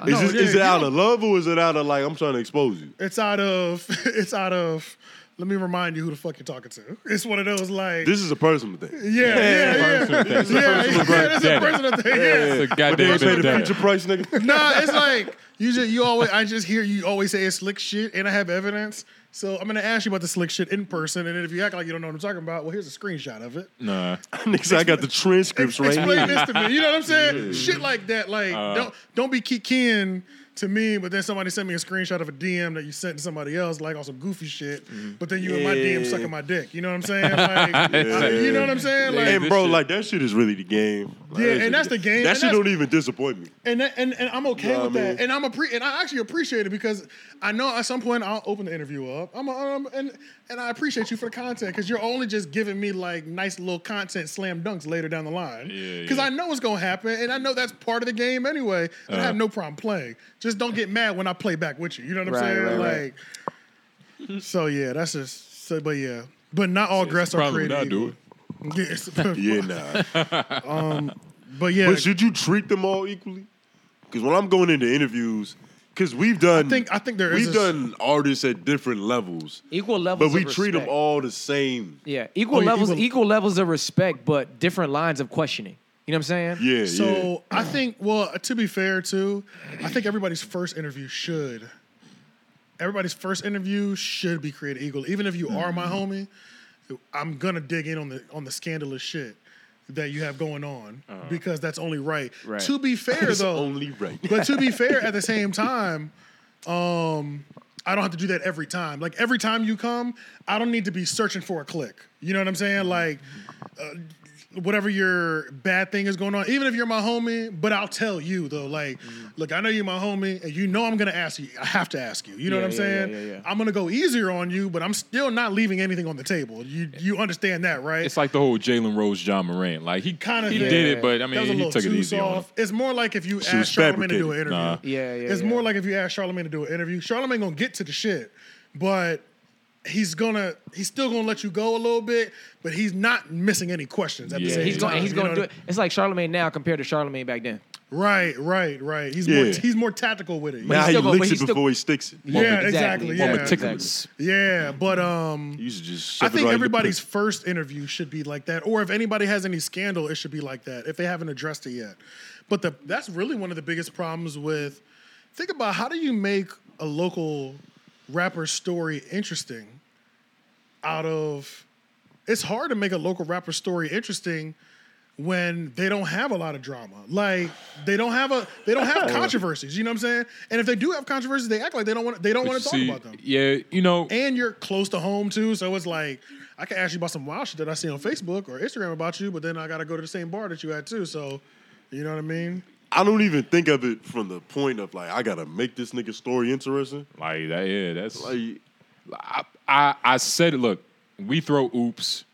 Speaker 2: Is, this,
Speaker 1: yeah,
Speaker 2: is it
Speaker 1: you
Speaker 2: out
Speaker 1: don't-
Speaker 2: of love or is it out of like I'm trying to expose you?
Speaker 1: It's out of *laughs* it's out of. Let me remind you who the fuck you're talking to. It's one of those like.
Speaker 2: This is a personal thing.
Speaker 1: yeah, yeah, yeah.
Speaker 3: Personal thing.
Speaker 1: Yeah, yeah, yeah, that's a
Speaker 3: vendetta.
Speaker 1: personal thing. yeah.
Speaker 3: It's
Speaker 2: But
Speaker 3: a
Speaker 2: they
Speaker 3: goddamn
Speaker 2: ain't pay the
Speaker 3: vendetta.
Speaker 2: future price, nigga. *laughs*
Speaker 1: Nah, it's like you just you always I just hear you always say it's slick shit and I have evidence. So I'm gonna ask you about the slick shit in person, and then if you act like you don't know what I'm talking about, well, here's a screenshot of it.
Speaker 3: Nah.
Speaker 2: Nigga said, I got the transcripts right
Speaker 1: Explain
Speaker 2: here.
Speaker 1: this to me. You know what I'm saying? Shit like that. Like don't don't be ki- keying to me, but then somebody sent me a screenshot of a DM that you sent to somebody else, like on some goofy shit. But then you in my DM
Speaker 2: Yeah.
Speaker 1: sucking my dick. You know what I'm saying? Like, I- you know what I'm saying? Like,
Speaker 2: And bro,
Speaker 3: shit-
Speaker 2: like that shit is really the game. Like,
Speaker 1: Yeah,
Speaker 2: that
Speaker 1: and
Speaker 2: shit-
Speaker 1: that's the game,
Speaker 2: That
Speaker 1: and
Speaker 2: shit
Speaker 1: that's-
Speaker 2: don't even disappoint
Speaker 1: *laughs*
Speaker 2: me.
Speaker 1: And that, and and I'm okay
Speaker 2: Nah,
Speaker 1: with
Speaker 2: man.
Speaker 1: that. And I'm appre- and I actually appreciate it because I know at some point I'll open the interview up. I'm a, um and and I appreciate you for the content because you're only just giving me like nice little content slam dunks later down the line.
Speaker 3: Yeah,
Speaker 1: Because
Speaker 3: yeah.
Speaker 1: I know what's gonna happen and I know that's part of the game anyway. And I have no problem playing. Just don't get mad when I play back with you. You know what I'm
Speaker 4: Right,
Speaker 1: saying?
Speaker 4: right, right.
Speaker 1: Like, so yeah, that's just. So, but yeah, but not all
Speaker 3: That's
Speaker 1: grass are
Speaker 3: probably
Speaker 1: created
Speaker 3: what I
Speaker 1: equal. *laughs*
Speaker 3: do.
Speaker 1: Yes.
Speaker 2: Yeah, nah.
Speaker 1: but yeah,
Speaker 2: But should you treat them all equally? Because when I'm going into interviews, because we've done,
Speaker 1: I think I think there is.
Speaker 2: we've
Speaker 1: a-
Speaker 2: done artists at different levels,
Speaker 4: Equal levels
Speaker 2: but we
Speaker 4: of
Speaker 2: treat them
Speaker 4: respect.
Speaker 2: all the same.
Speaker 4: Yeah, equal
Speaker 1: Oh, yeah,
Speaker 4: levels,
Speaker 1: equal-
Speaker 4: equal, levels of respect, but different lines of questioning. You know what I'm saying?
Speaker 2: Yeah, yeah.
Speaker 1: So I think, well, to be fair too, I think everybody's first interview should. Everybody's first interview should be created equal. Even if you are my homie, I'm gonna dig in on the on the scandalous shit that you have going on because that's only right.
Speaker 4: Right.
Speaker 1: To
Speaker 2: *laughs*
Speaker 1: be fair
Speaker 2: Uh-huh. It's
Speaker 1: though,
Speaker 2: only right.
Speaker 1: but to be
Speaker 4: *laughs*
Speaker 1: fair, at the same time, um, I don't have to do that every time. Like every time you come, I don't need to be searching for a click. You know what I'm saying? Like uh, whatever your bad thing is going on, even if you're my homie, but I'll tell you though. Like,
Speaker 4: Mm-hmm.
Speaker 1: look, I know you're my homie, and you know I'm gonna ask you. I have to ask you. You know
Speaker 4: Yeah,
Speaker 1: what I'm
Speaker 4: yeah,
Speaker 1: saying?
Speaker 4: yeah, yeah, yeah.
Speaker 1: I'm gonna go easier on you, but I'm still not leaving anything on the table. You you understand that, right?
Speaker 3: It's like the whole Jalen Rose, John Moran. Like he
Speaker 1: Kinda
Speaker 3: he
Speaker 1: thing.
Speaker 3: did it, but I
Speaker 1: That was
Speaker 3: mean he took it
Speaker 1: too
Speaker 3: easy on him.
Speaker 1: It's more like if you
Speaker 2: She was
Speaker 1: ask Charlamagne to do an
Speaker 2: fabricated.
Speaker 1: interview.
Speaker 3: Nah.
Speaker 4: Yeah, yeah.
Speaker 1: it's
Speaker 4: yeah.
Speaker 1: more like if you ask Charlemagne to do an interview. Charlemagne gonna get to the shit, but he's gonna he's still gonna let you go a little bit, but he's not missing any questions at the
Speaker 3: Yeah.
Speaker 1: same
Speaker 4: he's going.
Speaker 1: time.
Speaker 4: He's
Speaker 1: you
Speaker 4: going
Speaker 1: know
Speaker 4: to do
Speaker 1: what
Speaker 4: it. It's like Charlemagne now compared to Charlemagne back then.
Speaker 1: I mean? Right, right, right. He's more
Speaker 2: Yeah.
Speaker 1: he's more tactical with it.
Speaker 2: now
Speaker 4: he's
Speaker 2: he
Speaker 4: still gonna-
Speaker 2: licks
Speaker 4: but
Speaker 2: it
Speaker 4: he's still-
Speaker 2: before he sticks it.
Speaker 1: yeah, exactly.
Speaker 4: Exactly,
Speaker 1: Yeah,
Speaker 4: more
Speaker 3: meticulous.
Speaker 1: yeah, but um,
Speaker 2: You should just.
Speaker 1: I
Speaker 2: shove it
Speaker 1: think
Speaker 2: right in the
Speaker 1: everybody's first interview should be like that, or if anybody has any scandal, it should be like that if they haven't addressed it yet. But the that's really one of the biggest problems with. Think about how do you make a local rapper's story interesting out of it's hard to make a local rapper story interesting when they don't have a lot of drama. Like they don't have a they don't
Speaker 2: *laughs*
Speaker 1: have controversies, you know what I'm saying? And if they do have controversies, they act like they don't want they don't want to talk
Speaker 3: See,
Speaker 1: about them
Speaker 3: Yeah, you know,
Speaker 1: and you're close to home too. So it's like I can ask you about some wild shit that I see on Facebook or Instagram about you, but then I gotta go to the same bar that you at too. So you know what I mean?
Speaker 2: I don't even think of it from the point of like I gotta make this nigga story interesting.
Speaker 3: like that. Yeah, that's
Speaker 2: Like
Speaker 3: I, I I said it. Look, we throw oops,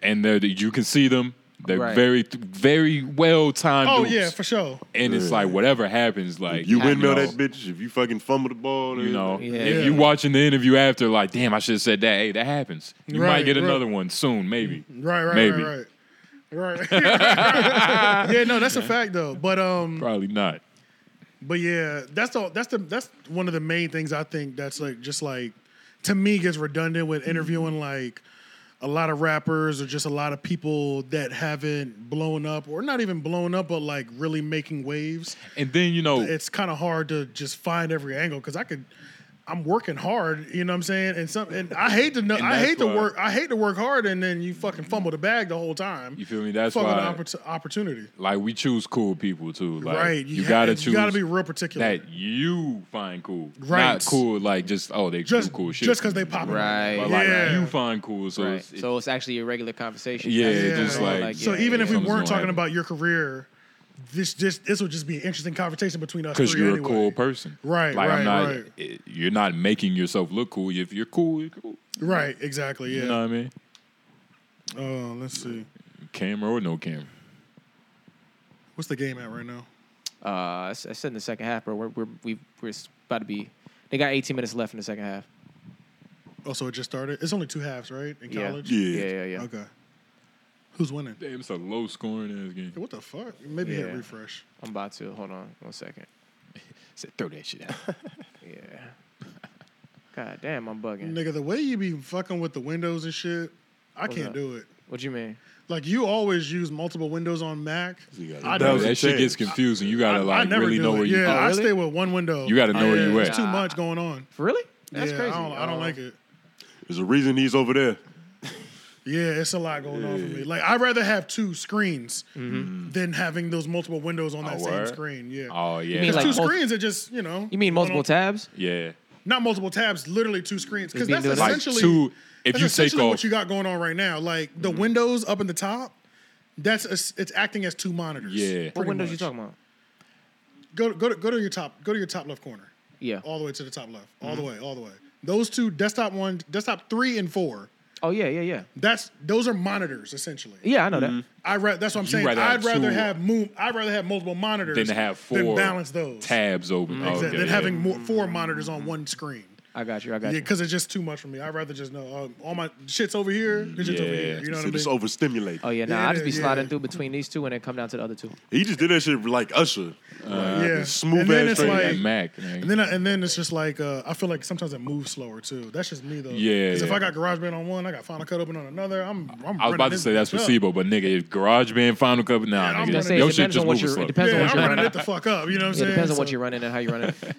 Speaker 3: and they're, you can see them. They're
Speaker 4: Right.
Speaker 3: very very well timed.
Speaker 1: Oh
Speaker 3: oops.
Speaker 1: yeah, for sure.
Speaker 3: and it's like whatever happens, like
Speaker 2: you windmill
Speaker 3: know,
Speaker 2: that bitch if you fucking fumble the ball.
Speaker 3: You know,
Speaker 4: Yeah.
Speaker 3: if you watching the interview after, like, damn, I should have said that. Hey, that happens. You
Speaker 1: Right,
Speaker 3: might get
Speaker 1: right.
Speaker 3: another one soon, maybe.
Speaker 1: Right, right,
Speaker 3: Maybe.
Speaker 1: right, right. Right. *laughs* yeah, no, that's a fact though. But um
Speaker 3: Probably not.
Speaker 1: but yeah, that's all that's the that's one of the main things I think that's like just like to me gets redundant with interviewing like a lot of rappers or just a lot of people that haven't blown up or not even blown up but like really making waves.
Speaker 3: And then you know,
Speaker 1: it's kind of hard to just find every angle because I could. I'm working hard, you know what I'm saying, and some, and I hate to know,
Speaker 3: And
Speaker 1: I
Speaker 3: that's
Speaker 1: hate to
Speaker 3: why-
Speaker 1: work, I hate to work hard, and then you fucking fumble the bag the whole time.
Speaker 3: You feel me? That's
Speaker 1: fucking
Speaker 3: why-
Speaker 1: oppor- opportunity,
Speaker 3: like we choose cool people too. Like,
Speaker 1: right?
Speaker 3: You,
Speaker 1: ha-
Speaker 3: gotta choose
Speaker 1: you gotta be real particular,
Speaker 3: that you find cool,
Speaker 1: Right.
Speaker 3: Not cool like just oh they
Speaker 1: just
Speaker 3: do cool shit,
Speaker 1: just because they popping,
Speaker 4: Right.
Speaker 3: But, like
Speaker 1: Yeah.
Speaker 3: you find cool, so
Speaker 4: Right.
Speaker 3: it's,
Speaker 4: so it's actually a regular conversation.
Speaker 3: Yeah,
Speaker 4: That's
Speaker 3: it's
Speaker 4: what
Speaker 1: just
Speaker 4: I'm saying,
Speaker 1: like- So
Speaker 4: yeah,
Speaker 1: even
Speaker 4: yeah,
Speaker 1: if we
Speaker 3: something's
Speaker 1: weren't
Speaker 3: gonna
Speaker 1: talking
Speaker 3: happen.
Speaker 1: about your career, this just this would just be an interesting conversation between us.
Speaker 3: because
Speaker 1: three
Speaker 3: you're
Speaker 1: anyway.
Speaker 3: a cool person,
Speaker 1: Right,
Speaker 3: Like
Speaker 1: right,
Speaker 3: I'm not,
Speaker 1: right.
Speaker 3: it- you're not making yourself look cool. If you're cool, you're cool.
Speaker 1: right? Exactly.
Speaker 3: You know
Speaker 1: Yeah.
Speaker 3: what I mean?
Speaker 1: uh, let's see,
Speaker 3: Camera or no camera?
Speaker 1: what's the game at right now?
Speaker 4: Uh, I s- I said in the second half, bro. We're we're we, we're s- about to be. They got 18 minutes left in the second half.
Speaker 1: Oh, so it just started. It's only two halves, right? In
Speaker 4: Yeah.
Speaker 1: college.
Speaker 2: Yeah.
Speaker 4: Yeah, yeah, yeah.
Speaker 1: Okay. Who's winning?
Speaker 3: Damn, it's a low scoring ass game.
Speaker 1: Hey, What the fuck? Maybe hit
Speaker 4: Yeah.
Speaker 1: refresh.
Speaker 4: I'm about to. Hold on, one second.
Speaker 3: *laughs* Said, Throw that shit out.
Speaker 4: *laughs* Yeah. God damn, I'm bugging.
Speaker 1: Nigga, the way you be fucking with the windows and shit, I can't
Speaker 4: up?
Speaker 1: do it.
Speaker 4: What you mean?
Speaker 1: Like you always use multiple windows on Mac.
Speaker 2: You gotta-
Speaker 1: I
Speaker 2: That
Speaker 3: Bro,
Speaker 1: never-
Speaker 2: was a
Speaker 3: that shit
Speaker 2: chance.
Speaker 3: gets confusing. You gotta
Speaker 1: I- I
Speaker 3: like
Speaker 1: never
Speaker 3: really
Speaker 1: do
Speaker 3: know
Speaker 1: it.
Speaker 3: where you.
Speaker 1: Yeah,
Speaker 3: are.
Speaker 1: I stay with one window.
Speaker 3: You gotta know
Speaker 1: Yeah,
Speaker 3: where you
Speaker 1: There's
Speaker 3: at. Oh.
Speaker 1: too much going on.
Speaker 4: Really? That's
Speaker 1: yeah,
Speaker 4: crazy.
Speaker 1: I don't, I don't
Speaker 4: Uh,
Speaker 1: like it.
Speaker 2: There's a reason he's over there.
Speaker 1: Yeah, it's a lot going on for me. Like I'd rather have two screens than having those multiple windows on that
Speaker 3: Mm-hmm. Oh,
Speaker 1: same
Speaker 3: word?
Speaker 1: screen. Yeah.
Speaker 3: Oh yeah,
Speaker 4: mean like-
Speaker 1: two
Speaker 4: mul-
Speaker 1: screens are just, you know.
Speaker 4: You mean
Speaker 1: one
Speaker 4: multiple
Speaker 1: on-
Speaker 4: tabs?
Speaker 3: yeah,
Speaker 1: Not multiple tabs, literally two screens. Because
Speaker 4: been
Speaker 1: that's
Speaker 4: doing that.
Speaker 3: like
Speaker 1: essentially
Speaker 3: two. If
Speaker 1: that's
Speaker 3: you take
Speaker 1: essentially
Speaker 3: off, Mm-hmm.
Speaker 1: what you got going on right now. Like the windows up in the top, that's a, it's acting as two monitors.
Speaker 3: Yeah.
Speaker 1: pretty
Speaker 4: What windows you
Speaker 1: much.
Speaker 4: talking about?
Speaker 1: Go go to, go to your top go to your top left corner.
Speaker 4: Yeah.
Speaker 1: All the way to the top left. All
Speaker 3: Mm-hmm.
Speaker 1: the way, all the way. Those two desktop one, desktop three and four.
Speaker 4: Oh yeah, yeah, yeah.
Speaker 1: That's those are monitors essentially.
Speaker 4: Yeah, I know that.
Speaker 3: Mm-hmm.
Speaker 1: I ra- that's what I'm saying.
Speaker 3: rather
Speaker 1: I'd
Speaker 3: have
Speaker 1: rather
Speaker 3: two-
Speaker 1: have mo- I'd rather have multiple monitors
Speaker 3: then to have four
Speaker 1: than balance those
Speaker 3: tabs open. Oh,
Speaker 1: Exactly.
Speaker 3: okay,
Speaker 1: than
Speaker 3: yeah.
Speaker 1: having more, four
Speaker 4: Mm-hmm.
Speaker 1: monitors on one screen.
Speaker 4: I got you. I got
Speaker 1: Yeah,
Speaker 4: you.
Speaker 1: because it's just too much for me. I'd rather just know uh, all my shit's over here, this shit's over
Speaker 3: Yeah.
Speaker 1: here. You know what I
Speaker 2: It's
Speaker 1: mean?
Speaker 2: overstimulated.
Speaker 4: Oh yeah, nah.
Speaker 1: Yeah,
Speaker 4: I just be
Speaker 1: yeah.
Speaker 4: sliding through between these two and then come down to the other two.
Speaker 2: He just did that shit like Usher.
Speaker 1: yeah,
Speaker 2: smooth
Speaker 1: and then
Speaker 2: ass
Speaker 1: it's
Speaker 2: straight
Speaker 1: like,
Speaker 3: That Mac. Man.
Speaker 1: and then I, and then it's just like uh, I feel like sometimes it moves slower too. That's just me though.
Speaker 3: Yeah,
Speaker 1: Because if
Speaker 3: yeah.
Speaker 1: I got GarageBand on one, I got Final Cut open on another. I'm I'm.
Speaker 3: I was about to say that's placebo, but nigga, if GarageBand Final Cut, nah,
Speaker 1: Yeah, I'm
Speaker 3: nigga,
Speaker 1: running-
Speaker 3: your
Speaker 4: It
Speaker 3: shit
Speaker 4: depends
Speaker 3: just
Speaker 4: on what
Speaker 3: moving
Speaker 4: you're-
Speaker 3: slow.
Speaker 4: it depends-
Speaker 1: Yeah,
Speaker 4: what
Speaker 1: I'm
Speaker 4: you're
Speaker 1: running
Speaker 4: running.
Speaker 1: it the fuck up. You know what I'm
Speaker 4: It
Speaker 1: saying?
Speaker 4: depends on
Speaker 1: So-
Speaker 4: what you're running and how you're running. it.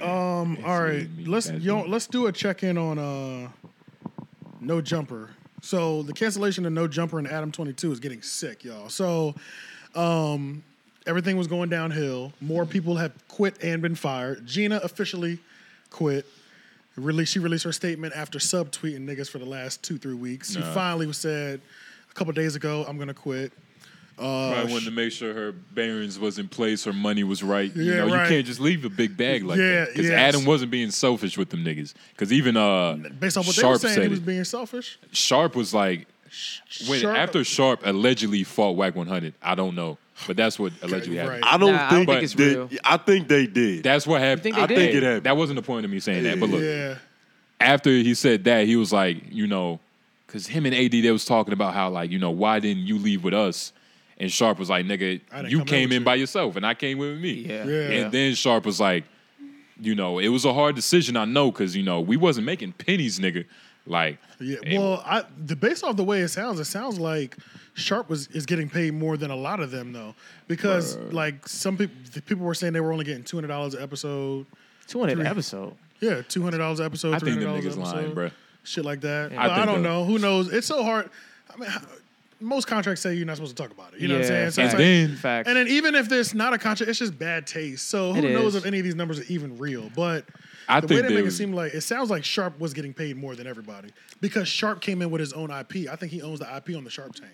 Speaker 1: All right,
Speaker 3: me,
Speaker 1: let's
Speaker 3: that's
Speaker 1: yo,
Speaker 3: me.
Speaker 1: let's do a check in on uh, no jumper. So the cancellation of no jumper and Adam Twenty Two is getting sick, y'all. So um, everything was going downhill. More people have quit and been fired. Gina officially quit. Release she released her statement after subtweeting niggas for the last two three weeks. She
Speaker 3: Nah.
Speaker 1: finally said a couple days ago, "I'm gonna quit."
Speaker 3: I wanted to make sure her bearings was in place, her money was right. you
Speaker 1: Yeah,
Speaker 3: know,
Speaker 1: right.
Speaker 3: you can't just leave a big bag like
Speaker 1: Yeah,
Speaker 3: that. Because
Speaker 1: yes.
Speaker 3: Adam wasn't being selfish with them niggas. Because even uh,
Speaker 1: Based on what they were
Speaker 3: Sharp
Speaker 1: saying,
Speaker 3: said
Speaker 1: he
Speaker 3: it.
Speaker 1: was being selfish.
Speaker 3: Sharp was like, when
Speaker 1: Sharp-
Speaker 3: after Sharp allegedly fought Whack 100, I don't know, but that's what allegedly
Speaker 1: Right.
Speaker 3: happened.
Speaker 2: I don't
Speaker 4: Nah, I
Speaker 2: think,
Speaker 4: don't think it's
Speaker 2: they,
Speaker 4: real.
Speaker 2: I think they did.
Speaker 3: That's what happened.
Speaker 4: think they I did?
Speaker 2: think it happened.
Speaker 3: That wasn't the point of me saying that. But look,
Speaker 1: yeah,
Speaker 3: after he said that, he was like, you know, because him and AD they was talking about how like, you know, why didn't you leave with us? And Sharp was like, nigga,
Speaker 1: I didn't
Speaker 3: you
Speaker 1: come in
Speaker 3: came
Speaker 1: with
Speaker 3: in
Speaker 1: you.
Speaker 3: by yourself, and I came with me.
Speaker 4: Yeah.
Speaker 1: Yeah.
Speaker 3: And then Sharp was like, you know, it was a hard decision, I know, because you know we wasn't making pennies, nigga. Like,
Speaker 1: Yeah,
Speaker 3: and-
Speaker 1: well, I the based off the way it sounds, it sounds like Sharp was is getting paid more than a lot of them though, because like some people, the people were saying they were only getting two hundred dollars an episode.
Speaker 4: Two hundred episode.
Speaker 1: Yeah, two hundred dollars an episode.
Speaker 3: I think them
Speaker 1: $300 an
Speaker 3: niggas lying,
Speaker 1: episode,
Speaker 3: bro.
Speaker 1: Shit like that.
Speaker 3: I
Speaker 1: But I,
Speaker 3: think
Speaker 1: don't
Speaker 3: the-
Speaker 1: know. Who knows? It's so hard. I mean, how, most contracts say you're not supposed to talk about it. You know what I'm saying? So
Speaker 3: And
Speaker 1: it's
Speaker 4: facts,
Speaker 1: like-
Speaker 3: then-
Speaker 4: facts.
Speaker 1: and then even if there's not a contract, it's just bad taste. So who
Speaker 4: It
Speaker 1: knows
Speaker 4: is.
Speaker 1: if any of these numbers are even real? But
Speaker 3: I
Speaker 1: the way
Speaker 3: think
Speaker 1: they
Speaker 3: they
Speaker 1: make it
Speaker 3: was-
Speaker 1: seem like it sounds like Sharp was getting paid more than everybody because Sharp came in with his own IP. I think he owns the IP on the Sharp Tank.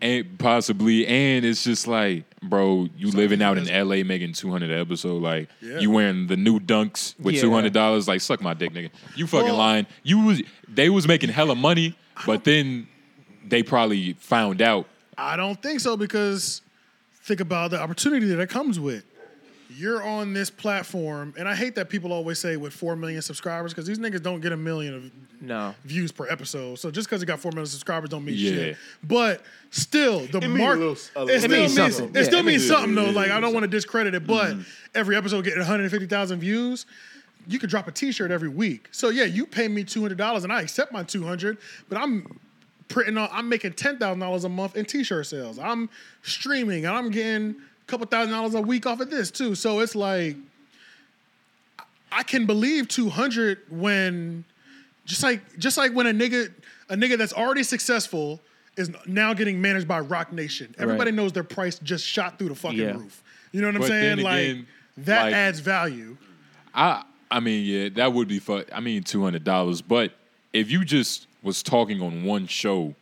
Speaker 3: and possibly, and it's just like, bro, you living out in
Speaker 1: that's-
Speaker 3: L.A. making two hundred episode, like
Speaker 1: Yeah.
Speaker 3: you wearing the new dunks with
Speaker 4: Yeah.
Speaker 3: two hundred dollars, like suck my dick, nigga. You fucking
Speaker 1: Well-
Speaker 3: lying. You was they was making hella money, but then they probably found out.
Speaker 1: I don't think so because think about the opportunity that it comes with. You're on this platform, and I hate that people always say with four million subscribers because these niggas don't get a million of
Speaker 4: No.
Speaker 1: views per episode. So just because it got four million subscribers don't mean
Speaker 3: Yeah.
Speaker 1: shit. But still, the
Speaker 2: It mean a
Speaker 1: mark
Speaker 2: little-
Speaker 1: it
Speaker 2: a
Speaker 1: still
Speaker 2: little
Speaker 1: means
Speaker 4: something.
Speaker 1: something.
Speaker 4: Yeah,
Speaker 1: It still
Speaker 4: it
Speaker 1: means
Speaker 2: means-
Speaker 1: something though.
Speaker 2: yeah,
Speaker 1: Like
Speaker 2: yeah, mm-hmm.
Speaker 1: I don't want to discredit it, but every episode getting 150,000 views. You could drop a T-shirt every week. So yeah, you pay me two hundred dollars, and I accept my two hundred. But I'm printing on. I'm making ten thousand dollars a month in T-shirt sales. I'm streaming, and I'm getting a couple thousand dollars a week off of this too. So it's like I can believe 200 when just like just like when a nigga a nigga that's already successful is now getting managed by Rock Nation. Everybody
Speaker 4: Right.
Speaker 1: knows their price just shot through the fucking
Speaker 4: Yeah.
Speaker 1: roof. You know what I'm
Speaker 3: But
Speaker 1: saying?
Speaker 3: then
Speaker 1: Like
Speaker 3: again,
Speaker 1: that
Speaker 3: like-
Speaker 1: adds value.
Speaker 3: I I mean, yeah, that would be fuck. I mean, two hundred dollars, but if you just was talking on one show,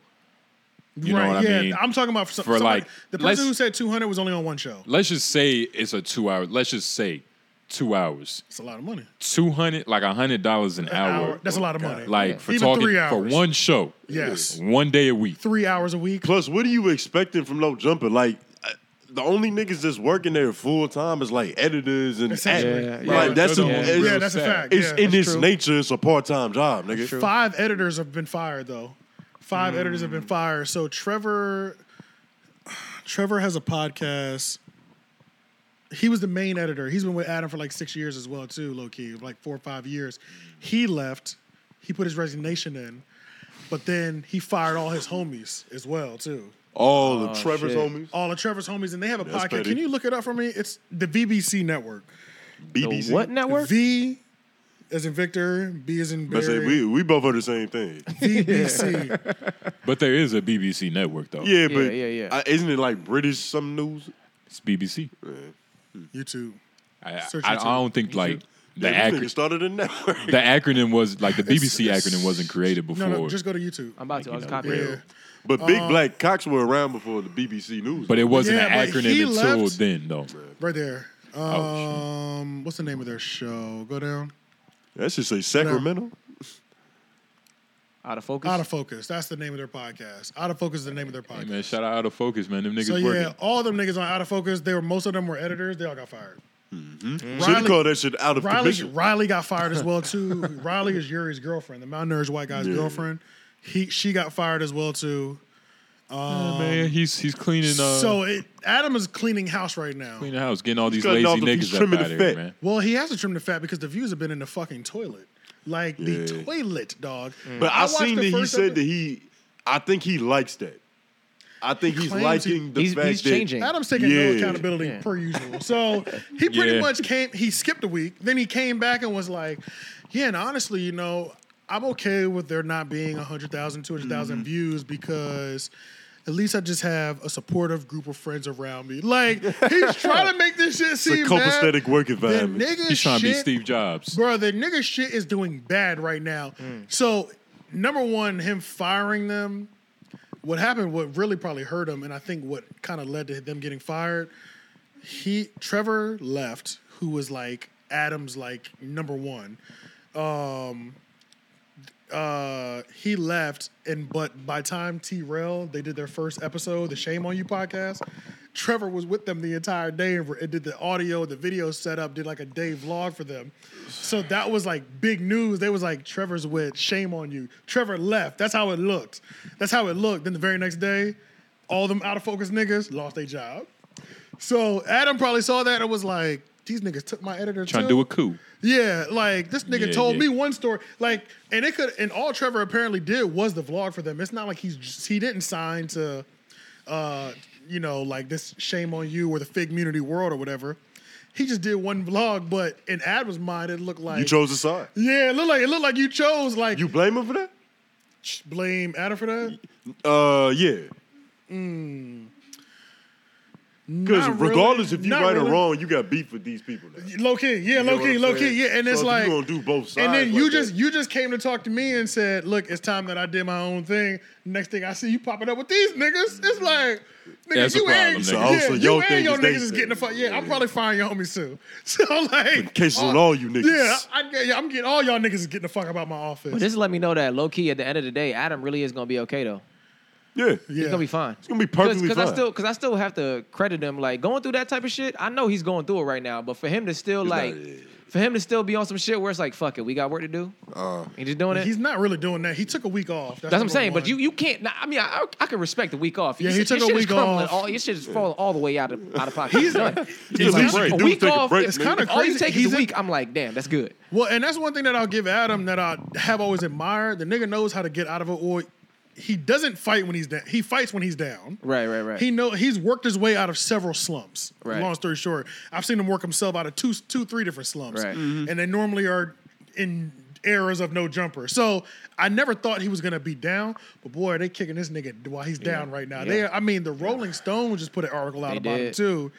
Speaker 3: you know what
Speaker 1: yeah.
Speaker 3: I mean.
Speaker 1: I'm talking about some,
Speaker 3: For,
Speaker 1: somebody-
Speaker 3: like,
Speaker 1: the person
Speaker 3: let's-
Speaker 1: who said 200 was only on one show.
Speaker 3: let's just say it's a two hour. Let's just say two hours,
Speaker 1: It's a lot of money.
Speaker 3: two hundred, like a hundred dollars an hour.
Speaker 1: Hour. That's a lot of money.
Speaker 3: like for
Speaker 1: Even
Speaker 3: talking
Speaker 1: three
Speaker 3: for
Speaker 1: hours.
Speaker 3: one show.
Speaker 1: Yes.
Speaker 3: one day a week.
Speaker 1: three hours a week.
Speaker 2: Plus, what are you expecting from No Jumper? Like, I- the only niggas that's working there full time is like editors and
Speaker 1: Essentially.
Speaker 2: actors.
Speaker 1: Yeah,
Speaker 2: like
Speaker 1: yeah.
Speaker 2: that's a,
Speaker 3: Yeah,
Speaker 2: it's,
Speaker 1: yeah, that's a
Speaker 3: sad.
Speaker 1: fact.
Speaker 2: it's
Speaker 1: yeah.
Speaker 2: in its nature. It's a part time job, nigga.
Speaker 1: Five editors have been fired though. Five editors have been fired. So Trevor *sighs* Trevor has a podcast. He was the main editor. He's been with Adam for like six years as well, too, low key, like four or five years. He left. He put his resignation in, but then he fired all his homies as well, too.
Speaker 2: All of Trevor's
Speaker 4: shit.
Speaker 2: homies,
Speaker 1: All of Trevor's homies, and they have a
Speaker 2: That's
Speaker 1: podcast.
Speaker 2: petty.
Speaker 1: Can you look it up for me? It's the BBC Network.
Speaker 2: BBC.
Speaker 4: The what network?
Speaker 1: V as in Victor, B as in
Speaker 2: I say
Speaker 1: Barry,
Speaker 2: we we both are the same thing. *laughs*
Speaker 1: BBC.
Speaker 3: But there is a BBC network though.
Speaker 2: Yeah, but
Speaker 4: yeah, yeah.
Speaker 2: I- isn't it like British some news?
Speaker 3: It's BBC.
Speaker 1: YouTube.
Speaker 3: I, I,
Speaker 1: Search
Speaker 3: I
Speaker 1: YouTube.
Speaker 3: don't think like the
Speaker 2: yeah,
Speaker 3: acronym.
Speaker 2: started a *laughs* network.
Speaker 3: the acronym was like the BBC acronym wasn't created before.
Speaker 1: No, no, just go to YouTube.
Speaker 4: I'm about to. I was
Speaker 3: know,
Speaker 4: copying.
Speaker 1: yeah.
Speaker 4: it.
Speaker 2: but
Speaker 1: Uh,
Speaker 2: Big Black Cocks were around before the BBC News.
Speaker 3: but it wasn't
Speaker 1: Yeah,
Speaker 3: an
Speaker 1: but
Speaker 3: acronym
Speaker 1: he
Speaker 3: until
Speaker 1: left-
Speaker 3: then, though.
Speaker 1: Right there.
Speaker 3: Oh,
Speaker 1: Um, what's the name of their show? Go down.
Speaker 2: that should say Sacramento.
Speaker 4: Out of focus.
Speaker 1: Out of Focus. That's the name of their podcast. Out of Focus is the name of their
Speaker 3: Hey,
Speaker 1: podcast.
Speaker 3: man, shout out out of focus, man. Them niggas
Speaker 1: so yeah,
Speaker 3: working.
Speaker 1: all them niggas on Out of Focus. They were most of them were editors. They all got fired.
Speaker 3: Mm-hmm.
Speaker 2: Should have
Speaker 1: Riley-
Speaker 2: called that shit out of
Speaker 1: Riley
Speaker 2: commission.
Speaker 1: Riley got fired as
Speaker 3: *laughs*
Speaker 1: well too. Riley is Yuri's girlfriend, the malnourished white guy's
Speaker 2: Yeah.
Speaker 1: girlfriend. He she got fired as well too.
Speaker 3: Yeah, Oh, man, he's he's cleaning uh,
Speaker 1: um, so it, Adam is cleaning house right now.
Speaker 3: cleaning the house, getting all these
Speaker 2: cutting
Speaker 3: lazy
Speaker 2: off the- he's
Speaker 3: niggas up
Speaker 2: trimming
Speaker 3: out of
Speaker 2: the
Speaker 3: here,
Speaker 2: fat.
Speaker 3: man.
Speaker 1: Well, he has to trim the fat because the views have been in the fucking toilet. Like the
Speaker 2: Yeah.
Speaker 1: toilet, dog.
Speaker 2: But I,
Speaker 1: watched
Speaker 2: seen
Speaker 1: the
Speaker 2: that he
Speaker 1: first
Speaker 2: said
Speaker 1: epi-
Speaker 2: that he. I think he likes that. I think he's
Speaker 1: claims he-
Speaker 2: liking the
Speaker 4: He's-
Speaker 2: fact
Speaker 4: he's
Speaker 2: that
Speaker 4: changing.
Speaker 1: Adam's taking no
Speaker 2: Yeah.
Speaker 1: accountability
Speaker 4: Yeah.
Speaker 1: per usual. So he pretty
Speaker 3: Yeah.
Speaker 1: much came, he skipped a week, then he came back and was like, yeah, and honestly, you know, I'm okay with there not being 100,000, 200,000
Speaker 2: Mm-hmm.
Speaker 1: views because at least I just have a supportive group of friends around me. Like, he's trying to make this shit
Speaker 2: the
Speaker 1: seem bad.
Speaker 2: copacetic work
Speaker 1: The
Speaker 2: environment.
Speaker 1: nigga
Speaker 3: He's trying to be
Speaker 1: shit-
Speaker 3: Steve Jobs.
Speaker 1: Bro, the nigga shit is doing bad right now. So, number one, him firing them. What happened, what really probably hurt him, and I think what kind of led to them getting fired, he Trevor left, who was like Adam's like number one. Um uh he left and but by time T Rail, they did their first episode, the Shame on You podcast. Trevor was with them the entire day and re- and did the audio, the video setup, did like a day vlog for them. So that was like big news. They was like, Trevor's with Shame on You. Trevor left. That's how it looked. That's how it looked. Then the very next day, all them out of focus niggas lost their job. So Adam probably saw that and was like, these niggas took my editor
Speaker 3: Trying to
Speaker 1: too.
Speaker 3: do a coup.
Speaker 1: Yeah, like this nigga
Speaker 3: Yeah,
Speaker 1: told
Speaker 3: yeah.
Speaker 1: me one story. Like, and it could, and all Trevor apparently did was the vlog for them. It's not like he's just, he didn't sign to, uh, you know, like this shame on you or the fig community world or whatever. He just did one vlog, but in Adam's mind, it looked like
Speaker 2: You chose a side.
Speaker 1: yeah, it looked like it looked like you chose like
Speaker 2: You
Speaker 1: you
Speaker 2: blame him for that?
Speaker 1: blame Adam for that.
Speaker 2: Uh, yeah. Because
Speaker 1: Mm. Not
Speaker 2: regardless
Speaker 1: really,
Speaker 2: if you
Speaker 1: not
Speaker 2: right
Speaker 1: really.
Speaker 2: or wrong, you got beef with these people. Now.
Speaker 1: Low key, yeah, low
Speaker 2: what
Speaker 1: key,
Speaker 2: I'm
Speaker 1: low key,
Speaker 2: saying?
Speaker 1: yeah, and
Speaker 2: So
Speaker 1: it's
Speaker 2: if
Speaker 1: like
Speaker 2: you gonna do both sides.
Speaker 1: And then you
Speaker 2: like
Speaker 1: just
Speaker 2: that,
Speaker 1: you just came to talk to me and said, "Look, it's time that I did my own thing." Next thing I see you popping up with these niggas, it's like, nigga,
Speaker 3: That's a
Speaker 1: you
Speaker 3: problem,
Speaker 1: and
Speaker 3: nigga. So
Speaker 1: yeah,
Speaker 2: also
Speaker 1: you
Speaker 2: your
Speaker 1: and
Speaker 2: thing
Speaker 1: your
Speaker 2: is they
Speaker 1: niggas is
Speaker 2: thing.
Speaker 1: getting the fuck. Yeah, I'm probably firing your homies soon. *laughs* So like, uh,
Speaker 2: cases on all you niggas.
Speaker 1: yeah, I, yeah, I'm getting all y'all niggas is getting the fuck about my office.
Speaker 4: But this let me know that low key at the end of the day, Adam really is gonna be okay though.
Speaker 2: yeah.
Speaker 1: yeah,
Speaker 4: He's gonna be fine. It's
Speaker 2: gonna be perfectly
Speaker 4: Cause, I
Speaker 2: fine.
Speaker 4: still, because I still have to credit him. Like going through that type of shit, I know he's going through it right now. But for him to still
Speaker 2: It's not-
Speaker 4: like, for him to still be on some shit where it's like, fuck it, we got work to do. Uh, he just doing it.
Speaker 1: He's not really doing that. He took a week off.
Speaker 4: That's what I'm
Speaker 1: number
Speaker 4: saying.
Speaker 1: one.
Speaker 4: But you, you can't. nah, I mean, I, I, I can respect the week off.
Speaker 1: Yeah,
Speaker 4: Your
Speaker 1: he
Speaker 4: shit-
Speaker 1: took
Speaker 4: your
Speaker 1: a
Speaker 4: shit is
Speaker 1: week
Speaker 4: crumbling
Speaker 1: off.
Speaker 4: All, your shit is falling all the way out of out of pocket. He's done.
Speaker 2: It's
Speaker 1: like,
Speaker 2: a break.
Speaker 4: a
Speaker 2: Dude,
Speaker 4: week
Speaker 2: take a
Speaker 4: off.
Speaker 2: break,
Speaker 4: It's
Speaker 2: nigga.
Speaker 4: kind
Speaker 1: kinda
Speaker 4: of crazy. All you
Speaker 1: crazy.
Speaker 4: take
Speaker 1: He's
Speaker 4: is
Speaker 1: in-
Speaker 4: a week. I'm like, damn, that's good.
Speaker 1: Well, and that's one thing that I'll give Adam that I have always admired. The nigga knows how to get out of it, or he doesn't fight when he's down. He fights when he's down.
Speaker 4: Right, right, right.
Speaker 1: He know he's worked his way out of several slumps.
Speaker 4: Right.
Speaker 1: Long story short, I've seen him work himself out of two, two, three different slumps,
Speaker 4: Right.
Speaker 1: and they normally are in eras of no jumper. So I never thought he was gonna be down, but boy, they kicking this nigga while he's down right now. They,
Speaker 4: Yeah.
Speaker 1: I mean, the Rolling Stones just put an article out
Speaker 4: They
Speaker 1: about him
Speaker 4: did.
Speaker 1: too.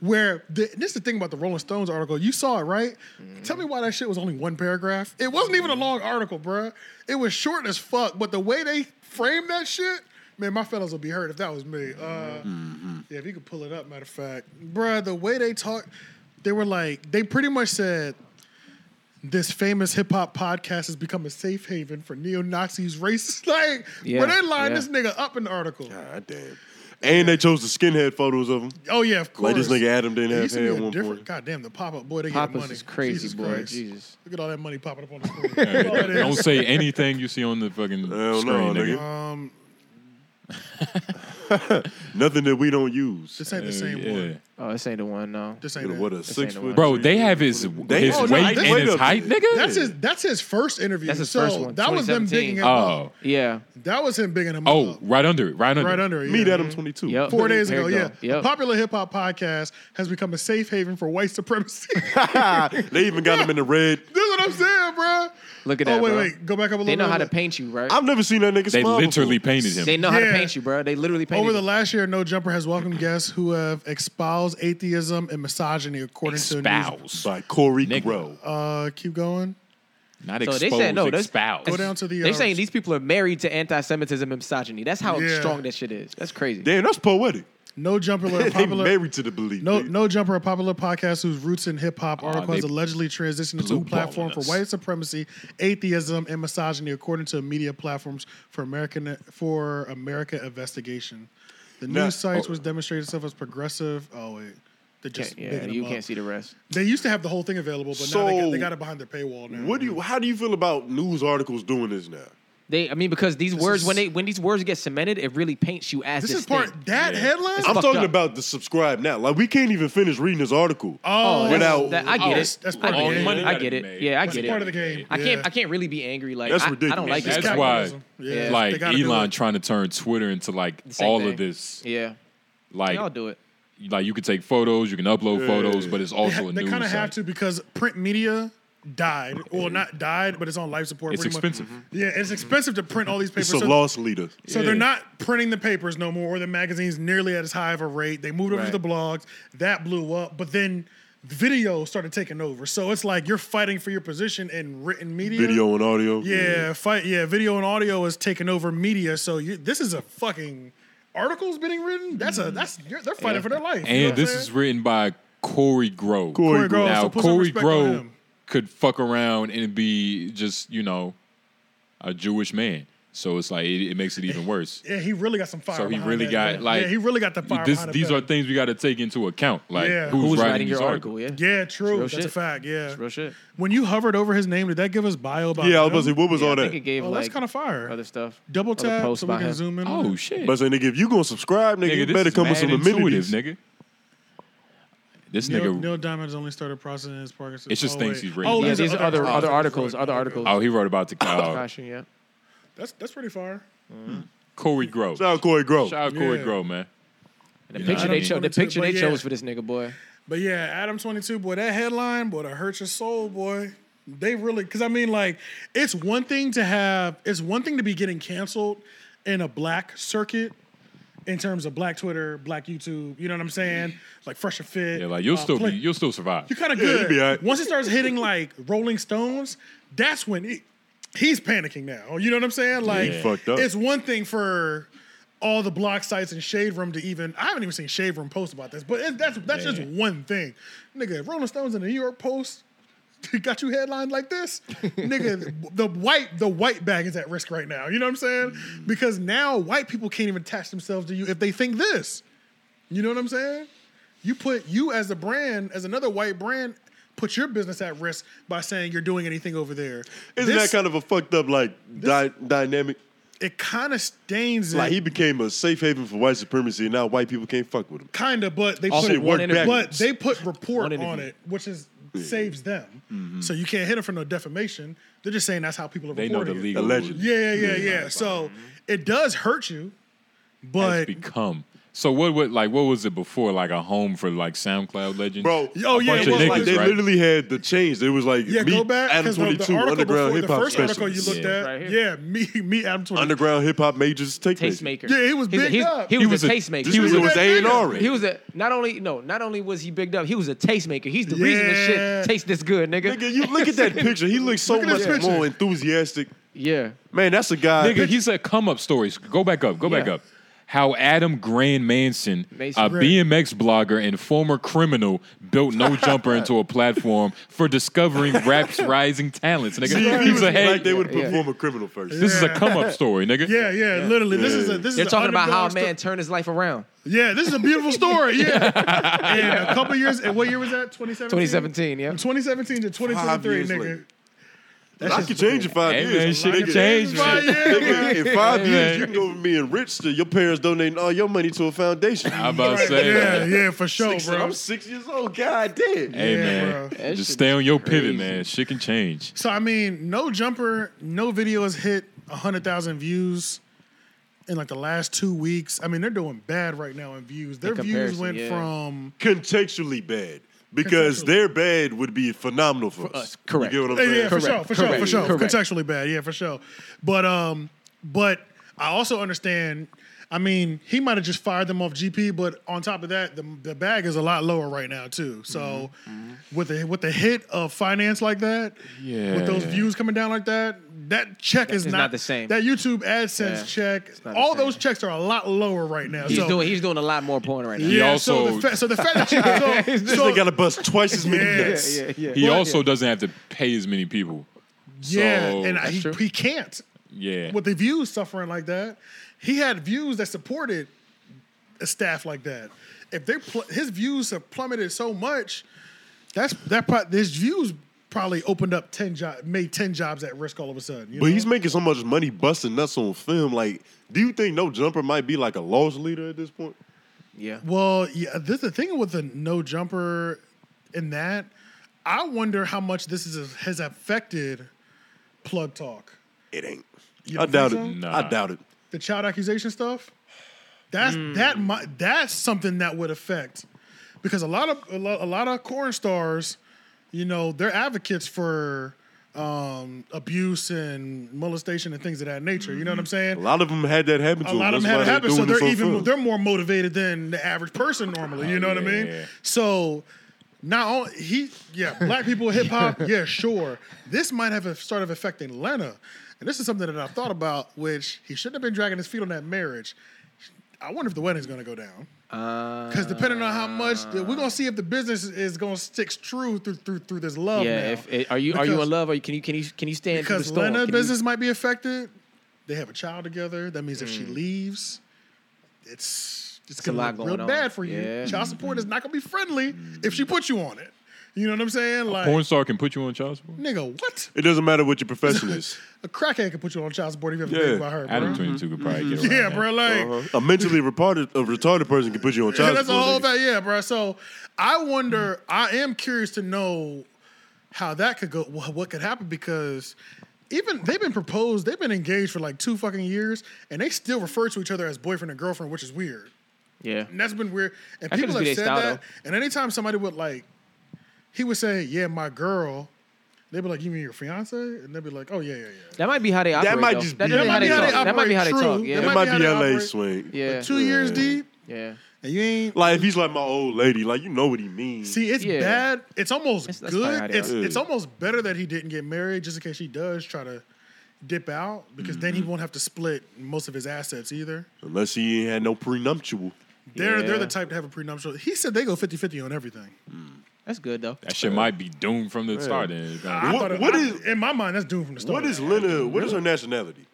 Speaker 1: Where the, this is the thing about the Rolling Stones article. You saw it, right? Tell me why that shit was only one paragraph. It wasn't even a
Speaker 4: Mm.
Speaker 1: long article, bruh. It was short as fuck. But the way they framed that shit, man, my fellas would be hurt if that was me. Uh,
Speaker 4: Mm-hmm.
Speaker 1: Yeah, if you could pull it up, matter of fact, bruh. The way they talked, they were like, they pretty much said, this famous hip hop podcast has become a safe haven for neo Nazis, racists. *laughs* Like,
Speaker 4: Yeah,
Speaker 1: where they lined
Speaker 4: yeah.
Speaker 1: this nigga up in the article.
Speaker 2: God damn. And they chose the skinhead photos of him.
Speaker 1: Oh yeah, of course.
Speaker 2: Like this nigga Adam didn't
Speaker 1: It
Speaker 2: have
Speaker 1: used to be
Speaker 2: hair
Speaker 1: a
Speaker 2: at one
Speaker 1: different-
Speaker 2: point.
Speaker 1: God damn, the pop up boy, they get
Speaker 4: Papa's
Speaker 1: money.
Speaker 4: is crazy,
Speaker 1: Jesus
Speaker 4: boy.
Speaker 1: Christ.
Speaker 4: Jesus.
Speaker 1: Look at all that money popping up on the screen. Look at all that
Speaker 3: Don't
Speaker 1: is.
Speaker 3: say anything you see on
Speaker 1: *laughs*
Speaker 3: the
Speaker 2: Hell
Speaker 3: fucking
Speaker 2: no,
Speaker 3: screen, nigga.
Speaker 2: nigga. *laughs* Nothing that we don't use.
Speaker 1: Um, This ain't the same
Speaker 3: yeah.
Speaker 1: one.
Speaker 4: Oh, this ain't the one. No.
Speaker 1: This ain't it.
Speaker 2: What a six
Speaker 4: the
Speaker 2: foot
Speaker 4: one.
Speaker 3: Bro, they have his
Speaker 2: They-
Speaker 3: his
Speaker 2: Oh, no,
Speaker 3: weight
Speaker 2: they-
Speaker 3: and
Speaker 2: wait
Speaker 3: his
Speaker 2: up.
Speaker 3: height, nigga.
Speaker 1: That's his. That's his first interview.
Speaker 4: That's his
Speaker 1: so
Speaker 4: first one,
Speaker 1: that was them
Speaker 4: 2017.
Speaker 1: digging him
Speaker 3: oh,
Speaker 1: up.
Speaker 4: Yeah.
Speaker 1: That was him bigging him
Speaker 3: oh,
Speaker 1: up.
Speaker 3: right under it, right under.
Speaker 1: Right
Speaker 3: it.
Speaker 1: under it.
Speaker 2: Meet
Speaker 1: yeah.
Speaker 2: Adam twenty two.
Speaker 4: Yep.
Speaker 1: Four days
Speaker 4: There
Speaker 1: ago,
Speaker 4: you
Speaker 1: yeah.
Speaker 4: go.
Speaker 1: The
Speaker 4: Yep.
Speaker 1: popular hip hop podcast has become a safe haven for white supremacy. *laughs*
Speaker 2: they even got him in the red.
Speaker 1: That's what I'm saying, bro.
Speaker 4: Look at
Speaker 1: oh,
Speaker 4: that,
Speaker 1: wait,
Speaker 4: bro.
Speaker 1: wait. Go back up a little
Speaker 4: They know how to
Speaker 1: bit.
Speaker 4: paint you, right?
Speaker 2: I've never seen that nigga
Speaker 3: They
Speaker 2: smile.
Speaker 3: literally
Speaker 2: before.
Speaker 3: painted him.
Speaker 4: They know how
Speaker 1: Yeah.
Speaker 4: to paint you, bro. They literally paint
Speaker 1: Over
Speaker 4: you.
Speaker 1: the last year, No Jumper has welcomed guests who have espoused atheism and misogyny, according to a news.
Speaker 3: Spouse,
Speaker 2: by Corey
Speaker 3: Nigga.
Speaker 2: Grow.
Speaker 1: Uh, keep going.
Speaker 3: not
Speaker 4: so
Speaker 3: exposed.
Speaker 4: they said no. That's,
Speaker 3: expoused.
Speaker 1: Go down to the,
Speaker 4: They're
Speaker 1: uh,
Speaker 4: saying these people are married to anti-Semitism and misogyny. That's how
Speaker 1: Yeah.
Speaker 4: strong that shit is. That's crazy.
Speaker 2: Damn, that's poetic.
Speaker 1: No Jumper, a
Speaker 2: *laughs* they
Speaker 1: popular
Speaker 2: married to the belief.
Speaker 1: No,
Speaker 2: nigga.
Speaker 1: no jumper, a popular podcast whose roots in hip
Speaker 4: Ah,
Speaker 1: hop article has
Speaker 3: they
Speaker 1: allegedly transitioned into a
Speaker 3: blue
Speaker 1: platform
Speaker 3: balling
Speaker 1: for
Speaker 3: us.
Speaker 1: white supremacy, atheism, and misogyny, according to media platforms for American for America investigation. The
Speaker 2: Nah,
Speaker 1: news sites
Speaker 2: oh.
Speaker 1: was demonstrated itself as progressive. Oh wait, they just
Speaker 4: Can't- yeah,
Speaker 1: bigging
Speaker 4: you
Speaker 1: them
Speaker 4: can't
Speaker 1: up.
Speaker 4: see the rest.
Speaker 1: They used to have the whole thing available, but now they got,
Speaker 2: So,
Speaker 1: they got it behind their paywall now.
Speaker 2: What do you? How do you feel about news articles doing this now?
Speaker 4: They, I mean, because these words, when
Speaker 1: is-
Speaker 4: they when these words get cemented, it really paints you as
Speaker 1: This
Speaker 4: this,
Speaker 1: is part
Speaker 4: thing.
Speaker 1: that headline.
Speaker 2: I'm
Speaker 4: fucked
Speaker 2: talking
Speaker 4: up.
Speaker 2: about the subscribe now. Like we can't even finish reading this article.
Speaker 1: oh,
Speaker 4: that's-
Speaker 2: without-
Speaker 4: that, I
Speaker 1: oh,
Speaker 4: get
Speaker 1: that's-
Speaker 4: it.
Speaker 1: that's part
Speaker 4: I
Speaker 1: of the
Speaker 4: get
Speaker 1: game.
Speaker 4: it.
Speaker 1: Money
Speaker 4: I
Speaker 3: gotta
Speaker 4: get
Speaker 3: be
Speaker 4: it.
Speaker 3: made.
Speaker 4: Yeah, I
Speaker 1: That's
Speaker 4: get
Speaker 1: part
Speaker 4: it.
Speaker 1: of the game.
Speaker 4: I
Speaker 1: Yeah.
Speaker 4: can't. I can't really be angry. Like
Speaker 2: That's
Speaker 4: I, I don't
Speaker 2: ridiculous.
Speaker 4: like
Speaker 1: It's
Speaker 4: this.
Speaker 3: That's
Speaker 4: stuff.
Speaker 3: why,
Speaker 1: capitalism. Yeah, they
Speaker 3: like
Speaker 1: gotta do
Speaker 3: Elon
Speaker 1: it.
Speaker 3: trying to turn Twitter into like
Speaker 4: Same
Speaker 3: all
Speaker 4: thing.
Speaker 3: of this.
Speaker 4: Yeah, they
Speaker 3: Like
Speaker 4: all do it.
Speaker 3: like you can take photos, you can upload photos, but it's
Speaker 1: They,
Speaker 3: also
Speaker 1: ha- *laughs*
Speaker 3: a
Speaker 1: they
Speaker 3: news.
Speaker 1: kind of have
Speaker 3: site.
Speaker 1: to because print media died. Well, not died, but it's on life support.
Speaker 3: It's
Speaker 1: pretty much. Mm-hmm.
Speaker 3: expensive.
Speaker 1: Yeah, it's expensive to print all these papers.
Speaker 2: It's a
Speaker 1: so,
Speaker 2: lost leader.
Speaker 1: so they're not printing the papers no more, or the magazines nearly at as high of a rate. They moved over
Speaker 2: Right.
Speaker 1: to the blogs. That blew up, but then video started taking over. So it's like you're fighting for your position in written media.
Speaker 2: Video and audio.
Speaker 1: Yeah, fight. Yeah, video and audio is taking over media. So you, this is a fucking articles being written. That's a that's you're, they're fighting for their life. you know
Speaker 3: And
Speaker 1: what
Speaker 3: this
Speaker 1: I'm
Speaker 3: is written by Corey Grove.
Speaker 1: Corey
Speaker 2: Corey
Speaker 1: Grove.
Speaker 2: Grove.
Speaker 1: so
Speaker 3: Now
Speaker 1: put some
Speaker 3: Corey
Speaker 1: respect on
Speaker 3: Grove
Speaker 1: him.
Speaker 3: could fuck around and be just you know a Jewish man. So it's like it, it makes it even worse.
Speaker 1: Yeah, he really got some fire.
Speaker 3: So he
Speaker 1: behind
Speaker 3: really
Speaker 1: that,
Speaker 3: got
Speaker 1: man.
Speaker 3: like
Speaker 1: yeah, he really got the fire.
Speaker 3: This,
Speaker 1: behind
Speaker 3: these
Speaker 1: that.
Speaker 3: are things we got to take into account. Like
Speaker 1: Yeah.
Speaker 3: who's,
Speaker 4: Who's
Speaker 3: writing,
Speaker 4: writing
Speaker 3: this
Speaker 4: your article? Yeah,
Speaker 1: yeah, true.
Speaker 4: Real
Speaker 1: That's a
Speaker 4: shit.
Speaker 1: fact. Yeah,
Speaker 4: real shit.
Speaker 1: when you hovered over his name, did that give us bio about?
Speaker 2: Yeah, I was about to say,
Speaker 1: him?
Speaker 2: what was
Speaker 4: Yeah,
Speaker 2: all
Speaker 4: I think it
Speaker 2: that?
Speaker 4: gave
Speaker 1: Oh, that's
Speaker 4: like
Speaker 1: kind of fire.
Speaker 4: other stuff.
Speaker 1: Double
Speaker 4: other
Speaker 1: tap
Speaker 4: posts
Speaker 1: so we
Speaker 4: by
Speaker 1: can
Speaker 4: him.
Speaker 1: zoom in. on
Speaker 3: Oh
Speaker 1: it.
Speaker 3: shit!
Speaker 2: But say, nigga, if you gonna subscribe, nigga,
Speaker 3: nigga,
Speaker 2: it
Speaker 3: this
Speaker 2: better
Speaker 3: is
Speaker 2: come with some
Speaker 3: mad intuitive,
Speaker 2: amenities.
Speaker 3: nigga. This
Speaker 1: Neil,
Speaker 3: nigga,
Speaker 1: Neil Diamond's only started processing his Parkinson's.
Speaker 3: It's just
Speaker 1: oh,
Speaker 3: things
Speaker 1: wait.
Speaker 3: he's written.
Speaker 1: Oh,
Speaker 3: Yeah,
Speaker 4: Yeah,
Speaker 1: these,
Speaker 4: these are other other articles. Other articles.
Speaker 3: oh, he wrote about the cow.
Speaker 4: Fashion, yeah.
Speaker 1: That's that's pretty far.
Speaker 3: Corey Grove.
Speaker 2: Shout out Corey Grove.
Speaker 3: Shout out Corey
Speaker 1: Yeah.
Speaker 3: Grove, man.
Speaker 4: The
Speaker 3: You know, I
Speaker 4: picture
Speaker 3: don't
Speaker 4: they
Speaker 3: even
Speaker 4: chose. The
Speaker 1: wanna tell-
Speaker 4: picture
Speaker 1: but
Speaker 4: they
Speaker 1: yeah.
Speaker 4: chose for this nigga boy.
Speaker 1: But yeah, Adam 22, boy, that headline, boy, that hurt your soul, boy. They really, because I mean, like, it's one thing to have, it's one thing to be getting canceled in a black circuit in terms of black Twitter, black YouTube, you know what I'm saying? Like, fresh and fit.
Speaker 3: Yeah, like you'll
Speaker 1: uh,
Speaker 3: still
Speaker 1: Play-
Speaker 3: be, you'll still survive.
Speaker 1: you're kind of
Speaker 2: Yeah,
Speaker 1: good.
Speaker 2: you be all right.
Speaker 1: Once it starts hitting like Rolling Stones, that's when he, he's panicking now. You know what I'm saying? Like,
Speaker 2: he fucked up.
Speaker 1: it's one thing for all the block sites and Shade Room to even. I haven't even seen Shade Room post about this, but it, that's that's
Speaker 3: Yeah.
Speaker 1: just one thing, nigga. Rolling Stones and the New York Post. *laughs* Got you headlined like this, nigga. The white, the white bag is at risk right now. You know what I'm saying? Because now white people can't even attach themselves to you if they think this. You know what I'm saying? You put you as a brand, as another white brand, put your business at risk by saying you're doing anything over there.
Speaker 2: Isn't that kind of a fucked up like dy- dynamic?
Speaker 1: it kind of stains
Speaker 2: Like
Speaker 1: it,
Speaker 2: he became a safe haven for white supremacy, and now white people can't fuck with him.
Speaker 1: kind of, but they
Speaker 4: Also
Speaker 1: put
Speaker 2: Shit, work
Speaker 4: one interview.
Speaker 1: but
Speaker 2: backwards.
Speaker 1: they put report
Speaker 4: One interview.
Speaker 1: on it, which is saves them.
Speaker 2: Mm-hmm.
Speaker 1: So you can't hit them for no defamation. They're just saying that's how people are
Speaker 3: They know the
Speaker 1: reporting it.
Speaker 3: legal
Speaker 2: Allegedly.
Speaker 1: Yeah, yeah, yeah, yeah. So it does hurt you,
Speaker 3: has
Speaker 1: but
Speaker 3: become. So what would like what was it before? Like a home for like SoundCloud legends,
Speaker 2: Bro,
Speaker 1: Oh,
Speaker 2: a
Speaker 1: yeah,
Speaker 2: bunch
Speaker 1: it
Speaker 2: of
Speaker 1: was
Speaker 2: niggas,
Speaker 1: like-
Speaker 2: they
Speaker 3: right?
Speaker 2: literally had the change. It was like
Speaker 1: yeah,
Speaker 2: me,
Speaker 1: go back
Speaker 2: Adam
Speaker 1: because the,
Speaker 2: Twenty
Speaker 1: the
Speaker 2: Two,
Speaker 1: article
Speaker 2: underground
Speaker 1: before
Speaker 2: hip
Speaker 1: the
Speaker 2: hop
Speaker 1: first article you
Speaker 2: specialist,
Speaker 1: looked
Speaker 4: Yeah.
Speaker 1: at,
Speaker 4: Right here.
Speaker 1: yeah, me, me, Adam Twenty.
Speaker 2: underground hip hop majors take
Speaker 4: Tastemaker.
Speaker 1: Yeah, he was
Speaker 4: He's a-
Speaker 1: bigged
Speaker 4: he's-
Speaker 1: up.
Speaker 4: He
Speaker 3: He
Speaker 4: was
Speaker 3: was
Speaker 4: a
Speaker 3: a-
Speaker 4: tastemaker.
Speaker 2: This nigga was A and R.
Speaker 4: He was a not only no, not only was he bigged up, he was a tastemaker. He's the reason this
Speaker 1: Yeah.
Speaker 4: shit tastes this good, nigga.
Speaker 2: Nigga, you look at that picture. He looks so
Speaker 1: Look at
Speaker 2: much
Speaker 1: this picture.
Speaker 2: more enthusiastic.
Speaker 4: yeah,
Speaker 2: Man, that's a guy.
Speaker 3: Nigga, he's a come up stories. Go back up. Go back
Speaker 4: Yeah.
Speaker 3: up. How Adam Grand Manson,
Speaker 4: Mason
Speaker 3: a
Speaker 4: Grant.
Speaker 3: BMX blogger and former criminal, built No Jumper into a platform
Speaker 1: *laughs*
Speaker 3: for discovering rap's rising talents. Nigga,
Speaker 2: See, if he
Speaker 3: he's
Speaker 2: was
Speaker 3: a hey.
Speaker 2: black, they would
Speaker 4: Yeah.
Speaker 2: perform a criminal first.
Speaker 3: this is a come up story, nigga.
Speaker 1: Yeah, yeah, literally. This is a this
Speaker 4: they're
Speaker 1: is
Speaker 4: talking
Speaker 1: an
Speaker 4: about how a
Speaker 1: underdog
Speaker 4: man turned his life around.
Speaker 1: sto- yeah, this is a beautiful story. Yeah,
Speaker 4: *laughs*
Speaker 1: and a couple years. And what year was that? Twenty seventeen.
Speaker 4: 2017, yeah.
Speaker 1: Twenty seventeen to twenty twenty
Speaker 2: Five
Speaker 1: three,
Speaker 2: years
Speaker 1: nigga.
Speaker 2: later. I could change in five
Speaker 3: Hey,
Speaker 2: years.
Speaker 3: man, shit
Speaker 2: Nigga,
Speaker 3: can change, man.
Speaker 2: nigga, in five
Speaker 3: Hey,
Speaker 2: years,
Speaker 3: man.
Speaker 2: you can go from being rich to your parents donating all your money to a foundation.
Speaker 3: I'm about to
Speaker 1: Right,
Speaker 3: say,
Speaker 1: yeah,
Speaker 3: man.
Speaker 1: yeah, for sure,
Speaker 2: Six-
Speaker 1: bro.
Speaker 2: I'm six years old. God damn.
Speaker 3: hey
Speaker 1: Yeah,
Speaker 3: man,
Speaker 1: bro.
Speaker 4: That
Speaker 3: just
Speaker 4: shit
Speaker 3: stay
Speaker 4: is
Speaker 3: on your pivot,
Speaker 4: crazy.
Speaker 3: man. Shit can change.
Speaker 1: So I mean, no jumper, no video has hit hundred thousand views in like the last two weeks. I mean, they're doing bad right now in views. Their views
Speaker 4: comparison,
Speaker 1: went
Speaker 4: yeah.
Speaker 1: from
Speaker 2: Contextually bad. Because
Speaker 1: Contextually.
Speaker 2: their bad would be phenomenal for, us.
Speaker 4: us, correct.
Speaker 2: You get what
Speaker 1: Yeah,
Speaker 2: I'm saying?
Speaker 1: yeah, for sure,
Speaker 4: Correct,
Speaker 1: for sure, for
Speaker 4: correct,
Speaker 1: sure.
Speaker 4: correct.
Speaker 1: Contextually bad, yeah, for sure. But um, but I also understand. I mean, he might have just fired them off GP, but on top of that, the, the bag is a lot lower right now too. So
Speaker 4: Mm-hmm.
Speaker 1: with the with the hit of finance like that,
Speaker 3: Yeah.
Speaker 1: with those views coming down like that, that check is
Speaker 4: is
Speaker 1: not,
Speaker 4: not the same.
Speaker 1: That YouTube AdSense
Speaker 4: Yeah,
Speaker 1: check,
Speaker 4: not the
Speaker 1: all
Speaker 4: same.
Speaker 1: those checks are a lot lower right now.
Speaker 4: He's
Speaker 1: so
Speaker 4: doing he's doing a lot more porn right now.
Speaker 1: yeah, so
Speaker 3: also-
Speaker 1: the, fa- so the fact
Speaker 4: *laughs*
Speaker 1: that you so,
Speaker 2: They
Speaker 1: so,
Speaker 2: got to bust twice as many
Speaker 1: Yeah,
Speaker 2: nuts.
Speaker 4: yeah, yeah.
Speaker 3: He
Speaker 1: Well,
Speaker 3: also doesn't have to pay as many people.
Speaker 1: yeah,
Speaker 3: so-
Speaker 1: and
Speaker 3: That's
Speaker 1: he,
Speaker 4: true.
Speaker 1: he can't.
Speaker 3: Yeah.
Speaker 1: *laughs* with the views suffering like that, he had views that supported a staff like that. If they pl- his views have plummeted so much, that's that pro- his views probably opened up ten job made ten jobs at risk all of a sudden. you
Speaker 2: But
Speaker 1: know?
Speaker 2: he's making so much money busting nuts on film. Like, do you think No Jumper might be like a loss leader at this point?
Speaker 4: Yeah.
Speaker 1: well, yeah. This the thing with the no jumper in that. I wonder how much this is, has affected plug talk,
Speaker 2: It ain't.
Speaker 1: You
Speaker 2: I
Speaker 1: don't
Speaker 2: doubt it.
Speaker 1: think
Speaker 3: so?
Speaker 2: I doubt it.
Speaker 1: the child accusation stuff. That's that mi- that's something that would affect because a lot of a lot, a lot of corn stars, you know, they're advocates for um, abuse and molestation and things of that nature. You know what I'm
Speaker 2: A
Speaker 1: saying?
Speaker 2: lot of them had that happen to
Speaker 1: A
Speaker 2: them.
Speaker 1: lot of them
Speaker 2: That's
Speaker 1: had it happen,
Speaker 2: why doing
Speaker 1: so
Speaker 2: this
Speaker 1: they're
Speaker 2: on
Speaker 1: even
Speaker 2: film.
Speaker 1: they're more motivated than the average person normally. You know what I
Speaker 3: yeah,
Speaker 1: mean?
Speaker 3: yeah.
Speaker 1: So not only he yeah black people hip hop yeah sure this might have started affecting Lena, and this is something that I've thought about, which he shouldn't have been dragging his feet on that marriage. I wonder if the wedding's gonna go down. Because depending on how much, we're gonna see if the business is gonna stick true through through through this love. now.
Speaker 4: Yeah. If, eh, are you are you
Speaker 1: Because-
Speaker 4: in love? Are you can you can you can you stand through the
Speaker 1: because
Speaker 4: storm?
Speaker 1: Lena
Speaker 4: Can you-
Speaker 1: business might be affected. They have a child together. That means if she leaves, it's it's,
Speaker 4: Mm. a
Speaker 1: gonna
Speaker 4: lot
Speaker 1: look
Speaker 4: going
Speaker 1: real
Speaker 4: on.
Speaker 1: bad for you.
Speaker 4: Yeah. Mm-hmm.
Speaker 1: Child support is not gonna be friendly if she puts you on it. You know what I'm saying? Like,
Speaker 3: Porn star can put you on child support.
Speaker 1: nigga, what?
Speaker 2: It doesn't matter what your profession is.
Speaker 1: A crackhead can put you on child support if you ever
Speaker 2: Yeah.
Speaker 1: think about her, bro. Mm-hmm.
Speaker 3: Adam twenty two could probably get
Speaker 1: *laughs*
Speaker 3: around
Speaker 4: *laughs*
Speaker 1: yeah,
Speaker 3: that.
Speaker 1: bro. Like,
Speaker 2: A mentally retarded, a retarded person can put you on
Speaker 1: Yeah, *laughs*
Speaker 2: child
Speaker 1: that's a whole
Speaker 2: support. nigga.
Speaker 1: thing, yeah, bro. So I wonder. I am curious to know how that could go. wh- What could happen because even they've been proposed, they've been engaged for like two fucking years, and they still refer to each other as boyfriend and girlfriend, which is weird.
Speaker 4: Yeah.
Speaker 1: And that's been weird. And
Speaker 4: That could
Speaker 1: people
Speaker 4: just
Speaker 1: have
Speaker 4: be
Speaker 1: said
Speaker 4: their style,
Speaker 1: that. And anytime somebody would like, he would say, "Yeah, my girl," they'd be like, "You mean your fiance?" And they'd be like, "Oh yeah, yeah, yeah."
Speaker 4: That might be how they operate.
Speaker 2: might
Speaker 4: though.
Speaker 2: just
Speaker 4: that
Speaker 2: be-
Speaker 4: might
Speaker 2: That might
Speaker 4: be how they
Speaker 2: be how
Speaker 4: talk.
Speaker 2: they
Speaker 4: That might be how they
Speaker 1: operate,
Speaker 4: talk.
Speaker 1: true.
Speaker 4: Yeah.
Speaker 1: That
Speaker 2: It might
Speaker 1: how
Speaker 2: be
Speaker 1: they
Speaker 2: LA
Speaker 1: operate.
Speaker 2: swing.
Speaker 4: yeah.
Speaker 1: Two years
Speaker 2: Yeah.
Speaker 1: deep,
Speaker 4: Yeah.
Speaker 1: and you ain't
Speaker 2: Like if he's like my old lady, like you know what he means.
Speaker 1: See, it's
Speaker 4: Yeah.
Speaker 1: bad. It's almost
Speaker 4: That's- that's probably
Speaker 1: good.
Speaker 4: how they
Speaker 1: It's
Speaker 2: are.
Speaker 1: it's almost better that he didn't get married, just in case he does try to dip out, because then
Speaker 2: Mm-hmm.
Speaker 1: he won't have to split most of his assets either.
Speaker 2: unless he ain't had no prenuptial.
Speaker 1: They're they're the
Speaker 4: Yeah.
Speaker 1: type to have a prenuptial. He said they go 50-50 on everything.
Speaker 4: That's good
Speaker 1: Uh,
Speaker 4: though.
Speaker 3: That shit might be doomed from the start. Then It's gonna-
Speaker 1: I
Speaker 2: What-
Speaker 1: thought it-
Speaker 2: what
Speaker 1: I-
Speaker 2: is-
Speaker 1: in my mind? That's doomed from the start.
Speaker 2: What is Lena? What is her nationality?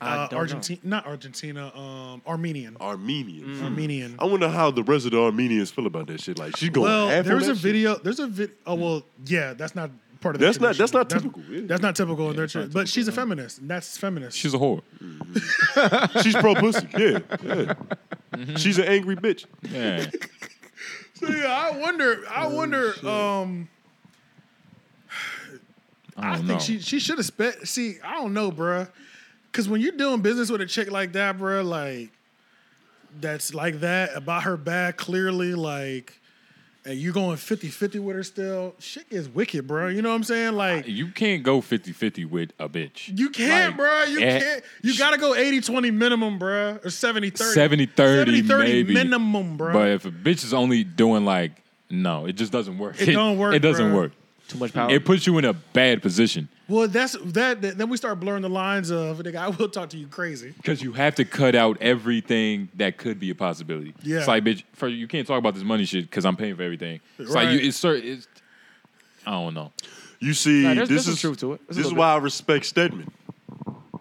Speaker 1: uh,
Speaker 4: I don't
Speaker 1: Argentina? Not Argentina. Um, Armenian.
Speaker 2: Oh, Armenian.
Speaker 1: Armenian.
Speaker 2: I wonder how the rest of the Armenians feel about that shit. Like she's going.
Speaker 1: Well,
Speaker 2: half on
Speaker 1: there's
Speaker 2: that
Speaker 1: a
Speaker 2: shit?
Speaker 1: video. There's a vid. Oh well, yeah. That's not part of. their
Speaker 2: That's not- that's
Speaker 1: tradition.
Speaker 2: not typical, yeah.
Speaker 1: That's not typical in their.
Speaker 3: it's not
Speaker 1: Tra- but
Speaker 3: typical,
Speaker 1: she's a
Speaker 3: no.
Speaker 1: feminist. and That's feminist.
Speaker 3: She's a whore.
Speaker 2: She's
Speaker 1: *laughs*
Speaker 2: pro pussy. Yeah, yeah.
Speaker 4: Mm-hmm.
Speaker 2: She's an angry bitch.
Speaker 3: Yeah.
Speaker 1: Yeah, I wonder.
Speaker 2: Oh,
Speaker 1: I wonder. Um,
Speaker 3: I
Speaker 1: I
Speaker 3: don't
Speaker 1: think
Speaker 3: know.
Speaker 1: she she should have spent. See, I don't know, bruh. Because when you're doing business with a chick like that, bruh, like that's like that about her back, clearly, like, and you're going 50 50 with her still, shit gets wicked, bruh. You know what I'm saying? Like,
Speaker 3: You can't go 50-50 with a bitch.
Speaker 1: you can't,
Speaker 3: Like,
Speaker 1: bruh. You
Speaker 3: eh,
Speaker 1: can't. You gotta go 80 20 minimum, bruh, or 70 30.
Speaker 3: 70-30 maybe.
Speaker 1: minimum, bruh.
Speaker 3: But if a bitch is only doing like, no, it just doesn't work.
Speaker 1: It don't work,
Speaker 3: It doesn't
Speaker 1: bruh.
Speaker 3: work.
Speaker 4: Too much power.
Speaker 3: It puts you in a bad position
Speaker 1: well, that's that, that. Then we start blurring the lines of, nigga, I will talk to you crazy.
Speaker 3: because you have to cut out everything that could be a possibility.
Speaker 1: Yeah.
Speaker 3: It's like, bitch, first, you can't talk about this money shit because I'm paying for everything. It's like,
Speaker 1: Right.
Speaker 3: you, it's, cer- it's, I don't know.
Speaker 2: You see,
Speaker 4: Nah,
Speaker 2: this
Speaker 4: there's- there's some
Speaker 2: is
Speaker 4: truth to it. There's a
Speaker 2: This is
Speaker 4: little
Speaker 2: why I respect Stedman.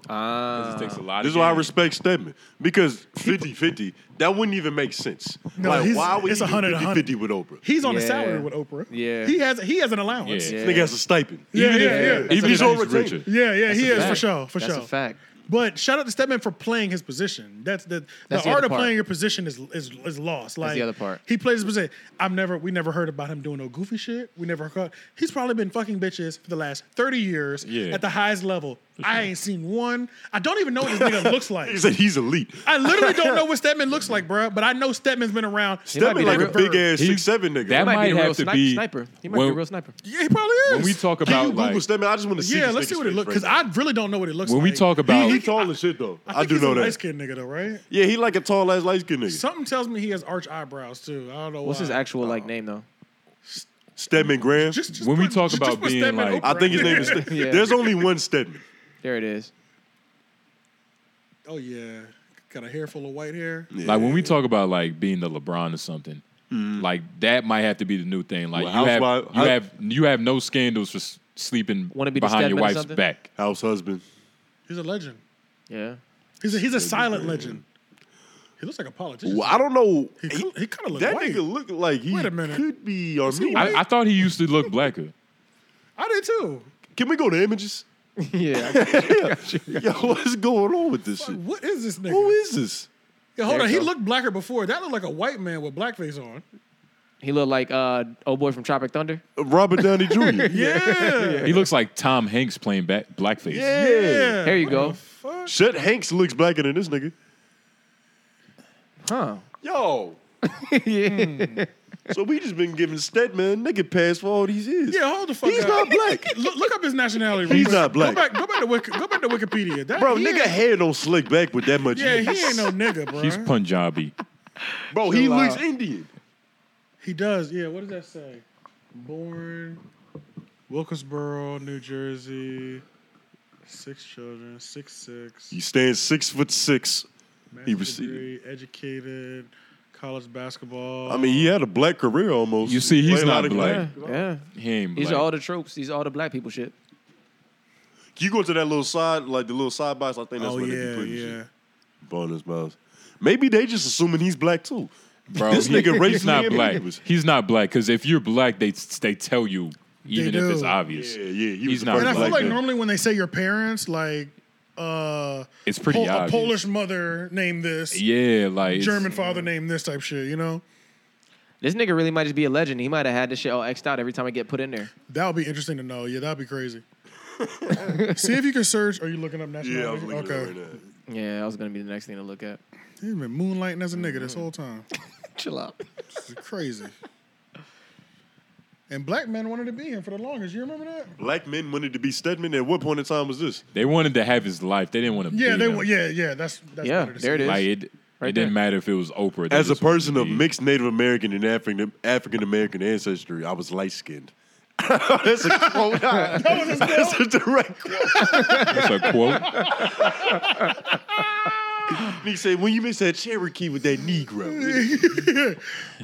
Speaker 3: It takes a lot.
Speaker 2: This
Speaker 3: of
Speaker 2: is why I
Speaker 3: game.
Speaker 2: respect Stedman because 50 50, that wouldn't even make sense.
Speaker 1: No,
Speaker 2: like,
Speaker 1: he's-
Speaker 2: why would
Speaker 1: it's
Speaker 2: he
Speaker 1: 100,
Speaker 2: 50 50 with Oprah?
Speaker 1: He's on a
Speaker 4: Yeah.
Speaker 1: salary with Oprah.
Speaker 4: Yeah.
Speaker 1: He has he has an allowance.
Speaker 3: Yeah.
Speaker 2: This nigga has a stipend.
Speaker 1: Yeah,
Speaker 2: even
Speaker 1: yeah,
Speaker 2: if,
Speaker 1: yeah.
Speaker 2: even
Speaker 1: That's
Speaker 2: if he's
Speaker 3: a-
Speaker 2: on
Speaker 3: he's
Speaker 2: rotation.
Speaker 3: richer.
Speaker 1: Yeah, yeah, he
Speaker 4: That's a
Speaker 1: is for
Speaker 4: fact.
Speaker 1: sure, for
Speaker 4: That's
Speaker 1: sure.
Speaker 4: a fact.
Speaker 1: But shout out to Stepman for playing his position. That's the
Speaker 4: That's
Speaker 1: the,
Speaker 4: the
Speaker 1: art
Speaker 4: other
Speaker 1: of
Speaker 4: part.
Speaker 1: playing your position is is is lost. Like
Speaker 4: the other part.
Speaker 1: He plays his position. I've never we never heard about him doing no goofy shit. We never heard. He's probably been fucking bitches for the last thirty years
Speaker 3: Yeah.
Speaker 1: at the highest level. I ain't seen one. I don't even know what this
Speaker 3: *laughs*
Speaker 1: nigga looks like.
Speaker 2: He said he's elite.
Speaker 1: I literally don't know what Stedman looks like, bruh. But I know Stedman's been around.
Speaker 4: might
Speaker 2: Stedman
Speaker 4: be the
Speaker 2: like a
Speaker 4: real-
Speaker 2: big ass
Speaker 3: He's-
Speaker 2: six seven nigga.
Speaker 3: that
Speaker 4: He might
Speaker 3: might
Speaker 4: be a real
Speaker 3: have to
Speaker 4: sni-
Speaker 3: be-
Speaker 4: sniper. He might be
Speaker 3: when-
Speaker 4: a real sniper.
Speaker 1: Yeah, he probably is.
Speaker 3: When we talk
Speaker 2: Can you
Speaker 3: about
Speaker 2: Google
Speaker 3: like,
Speaker 2: Stedman? I just want to see.
Speaker 1: yeah,
Speaker 2: this
Speaker 1: let's
Speaker 2: nigga's
Speaker 1: see what it
Speaker 2: face
Speaker 1: looks.
Speaker 2: right
Speaker 1: Because I really don't know what it looks
Speaker 3: when
Speaker 1: like.
Speaker 3: we talk about
Speaker 2: now. he tall as shit though. I,
Speaker 1: I, think
Speaker 2: do
Speaker 1: he's
Speaker 2: know
Speaker 1: a
Speaker 2: that.
Speaker 1: Light skinned nigga though, right?
Speaker 2: Yeah, he like a tall ass light skinned nigga.
Speaker 1: Something tells me he has arch eyebrows too. I don't know
Speaker 4: What's
Speaker 1: why.
Speaker 4: his actual like name though?
Speaker 2: Stedman Graham.
Speaker 1: Just, just
Speaker 3: When we
Speaker 1: put-
Speaker 3: talk
Speaker 1: just
Speaker 3: about
Speaker 1: put
Speaker 3: being,
Speaker 1: Stedman
Speaker 3: like-
Speaker 1: Oprah
Speaker 2: I think his
Speaker 1: in *laughs*
Speaker 2: name
Speaker 1: there.
Speaker 2: is. Stedman.
Speaker 4: Yeah.
Speaker 2: There's only one Stedman.
Speaker 4: There it is.
Speaker 1: Oh yeah, got a hair full of white hair.
Speaker 3: like when we talk about like being the LeBron or something, like that might have to be the new thing. Like
Speaker 2: Mm-hmm. Well,
Speaker 3: you have
Speaker 2: housewife-
Speaker 3: you
Speaker 2: I-
Speaker 3: have you have no scandals for s- sleeping
Speaker 4: Wanna be the
Speaker 3: behind your
Speaker 4: Stedman or
Speaker 3: wife's
Speaker 4: something?
Speaker 3: back.
Speaker 2: House husband.
Speaker 1: He's a legend.
Speaker 4: Yeah.
Speaker 1: He's a, he's a silent legend. He looks like a politician.
Speaker 2: Well, I don't know.
Speaker 1: He,
Speaker 2: He-
Speaker 1: he kind of looks
Speaker 2: that
Speaker 1: white.
Speaker 2: nigga look like he
Speaker 1: Wait a minute.
Speaker 2: could be Armenian.
Speaker 3: I, I thought he used to look blacker.
Speaker 1: I did too.
Speaker 2: Can we go to images?
Speaker 4: *laughs* yeah.
Speaker 2: *laughs* Yo, what's going on with this
Speaker 1: Like,
Speaker 2: shit?
Speaker 1: what is this nigga?
Speaker 2: Who is this?
Speaker 1: Yo, hold
Speaker 4: There
Speaker 1: on.
Speaker 4: you
Speaker 1: He
Speaker 4: go.
Speaker 1: looked blacker before. That looked like a white man with blackface on.
Speaker 4: He looked like uh old boy from Tropic Thunder.
Speaker 2: Robert Downey Jr. *laughs* yeah.
Speaker 1: Yeah.
Speaker 3: He looks like Tom Hanks playing back
Speaker 1: *laughs*
Speaker 3: blackface.
Speaker 1: yeah.
Speaker 4: There you go.
Speaker 1: Fuck.
Speaker 2: Chet Hanks looks blacker than this nigga.
Speaker 4: Huh.
Speaker 1: *laughs*
Speaker 2: Yo. So we just been giving Stedman nigga pass for all these years.
Speaker 1: Yeah, hold the fuck
Speaker 2: He's
Speaker 1: up.
Speaker 2: not black.
Speaker 1: Look, look up his nationality. real
Speaker 2: He's
Speaker 1: quick.
Speaker 2: not black.
Speaker 1: Go back, go back to Wiki, go back to Wikipedia. That, *laughs*
Speaker 2: Bro,
Speaker 1: he
Speaker 2: nigga
Speaker 1: ain't-
Speaker 2: hair don't slick back with that much.
Speaker 1: Yeah, he ain't no nigga, bro.
Speaker 3: He's Punjabi.
Speaker 2: Bro, he
Speaker 4: Chill
Speaker 2: looks
Speaker 4: out.
Speaker 2: Indian.
Speaker 1: He does. Yeah. What does that say? Born Wilkesboro, New Jersey. Six children. Six six.
Speaker 2: He stands six foot six.
Speaker 1: Master's
Speaker 2: He received.
Speaker 1: degree, educated. College basketball.
Speaker 2: I mean, he had a black career almost.
Speaker 3: You see, he's
Speaker 2: Played a lot
Speaker 3: not
Speaker 2: of-
Speaker 3: black.
Speaker 4: Yeah.
Speaker 3: He ain't
Speaker 4: These
Speaker 3: black.
Speaker 4: are all the tropes. These are all the black people shit.
Speaker 2: Can you go to that little side, like the little side box? I think that's
Speaker 1: oh
Speaker 2: where they
Speaker 1: yeah,
Speaker 2: be putting shit.
Speaker 1: yeah.
Speaker 2: Bonus miles. Maybe they just assuming he's black too.
Speaker 3: Bro,
Speaker 2: this
Speaker 3: he-
Speaker 2: nigga
Speaker 3: He's
Speaker 2: racist
Speaker 3: not
Speaker 2: and
Speaker 3: black.
Speaker 2: ambiguous.
Speaker 3: He's not black because if you're black, they they tell you even if it's
Speaker 1: do.
Speaker 3: obvious.
Speaker 2: Yeah, yeah, he was
Speaker 3: he's
Speaker 2: the
Speaker 3: not
Speaker 2: first
Speaker 1: And I
Speaker 3: black.
Speaker 1: feel like
Speaker 2: dude.
Speaker 1: normally when they say your parents, like, uh,
Speaker 3: It's pretty
Speaker 1: Pol- a
Speaker 3: obvious.
Speaker 1: Polish mother named this,
Speaker 3: yeah, like it's-
Speaker 1: German father named this type shit. You know,
Speaker 4: This nigga really might just be a legend. He might have had this shit all X'd out every time I get put in there.
Speaker 1: that would be interesting to know. Yeah, that'd be crazy. *laughs* See if you can search. Are you looking up nationality?
Speaker 2: Yeah, I was looking at
Speaker 1: okay.
Speaker 2: it right now.
Speaker 4: Yeah, that was gonna be the next thing to look at.
Speaker 1: He's been moonlighting as a nigga this whole time.
Speaker 4: Chill out.
Speaker 1: This is crazy. And black men wanted to be him for the longest. You remember that?
Speaker 2: Black men wanted to be Stedman. At what point in time was this?
Speaker 3: They wanted to have his life. They didn't want to.
Speaker 1: Yeah,
Speaker 3: be
Speaker 1: they
Speaker 3: him.
Speaker 1: were. Yeah, yeah. That's, that's
Speaker 4: Yeah,
Speaker 1: better to
Speaker 4: there it
Speaker 1: say.
Speaker 4: is.
Speaker 3: Like it,
Speaker 4: Right
Speaker 3: it didn't
Speaker 4: there.
Speaker 3: matter if it was Oprah. they
Speaker 2: As a
Speaker 3: just wanted
Speaker 2: person
Speaker 3: to
Speaker 2: of
Speaker 3: be-
Speaker 2: mixed Native American and African African American ancestry, I was light skinned. *laughs* That's a *laughs* quote. That's a direct quote.
Speaker 3: that's a quote.
Speaker 2: He said, "When you miss that Cherokee with that *laughs* Negro,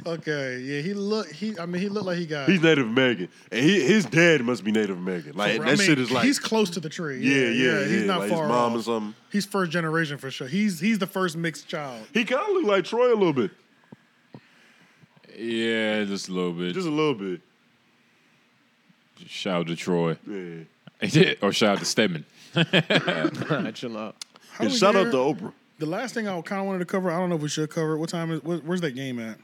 Speaker 1: Okay. Yeah, he look. He. I mean, he looked like he got.
Speaker 2: he's Native American, and he, his dad must be Native American. Like
Speaker 1: I
Speaker 2: that
Speaker 1: mean,
Speaker 2: shit is like
Speaker 1: he's close to the tree.
Speaker 2: Yeah,
Speaker 1: Yeah,
Speaker 2: yeah,
Speaker 1: yeah. he's
Speaker 2: yeah,
Speaker 1: not
Speaker 2: like his
Speaker 1: far
Speaker 2: mom uh,
Speaker 1: off.
Speaker 2: or something.
Speaker 1: He's first generation for sure. He's he's the first mixed child.
Speaker 2: he kind of look like Troy a little bit,
Speaker 3: Yeah, just a little bit.
Speaker 2: just a little bit.
Speaker 3: shout out to Troy *laughs*
Speaker 2: Yeah.
Speaker 3: or shout out to Stedman.
Speaker 4: *laughs* Chill out.
Speaker 1: Are
Speaker 2: And
Speaker 1: we
Speaker 2: shout
Speaker 1: there?
Speaker 2: out to Oprah.
Speaker 1: The last thing I kind of wanted to cover. I don't know if we should cover. it. What time is? What, where's that game at?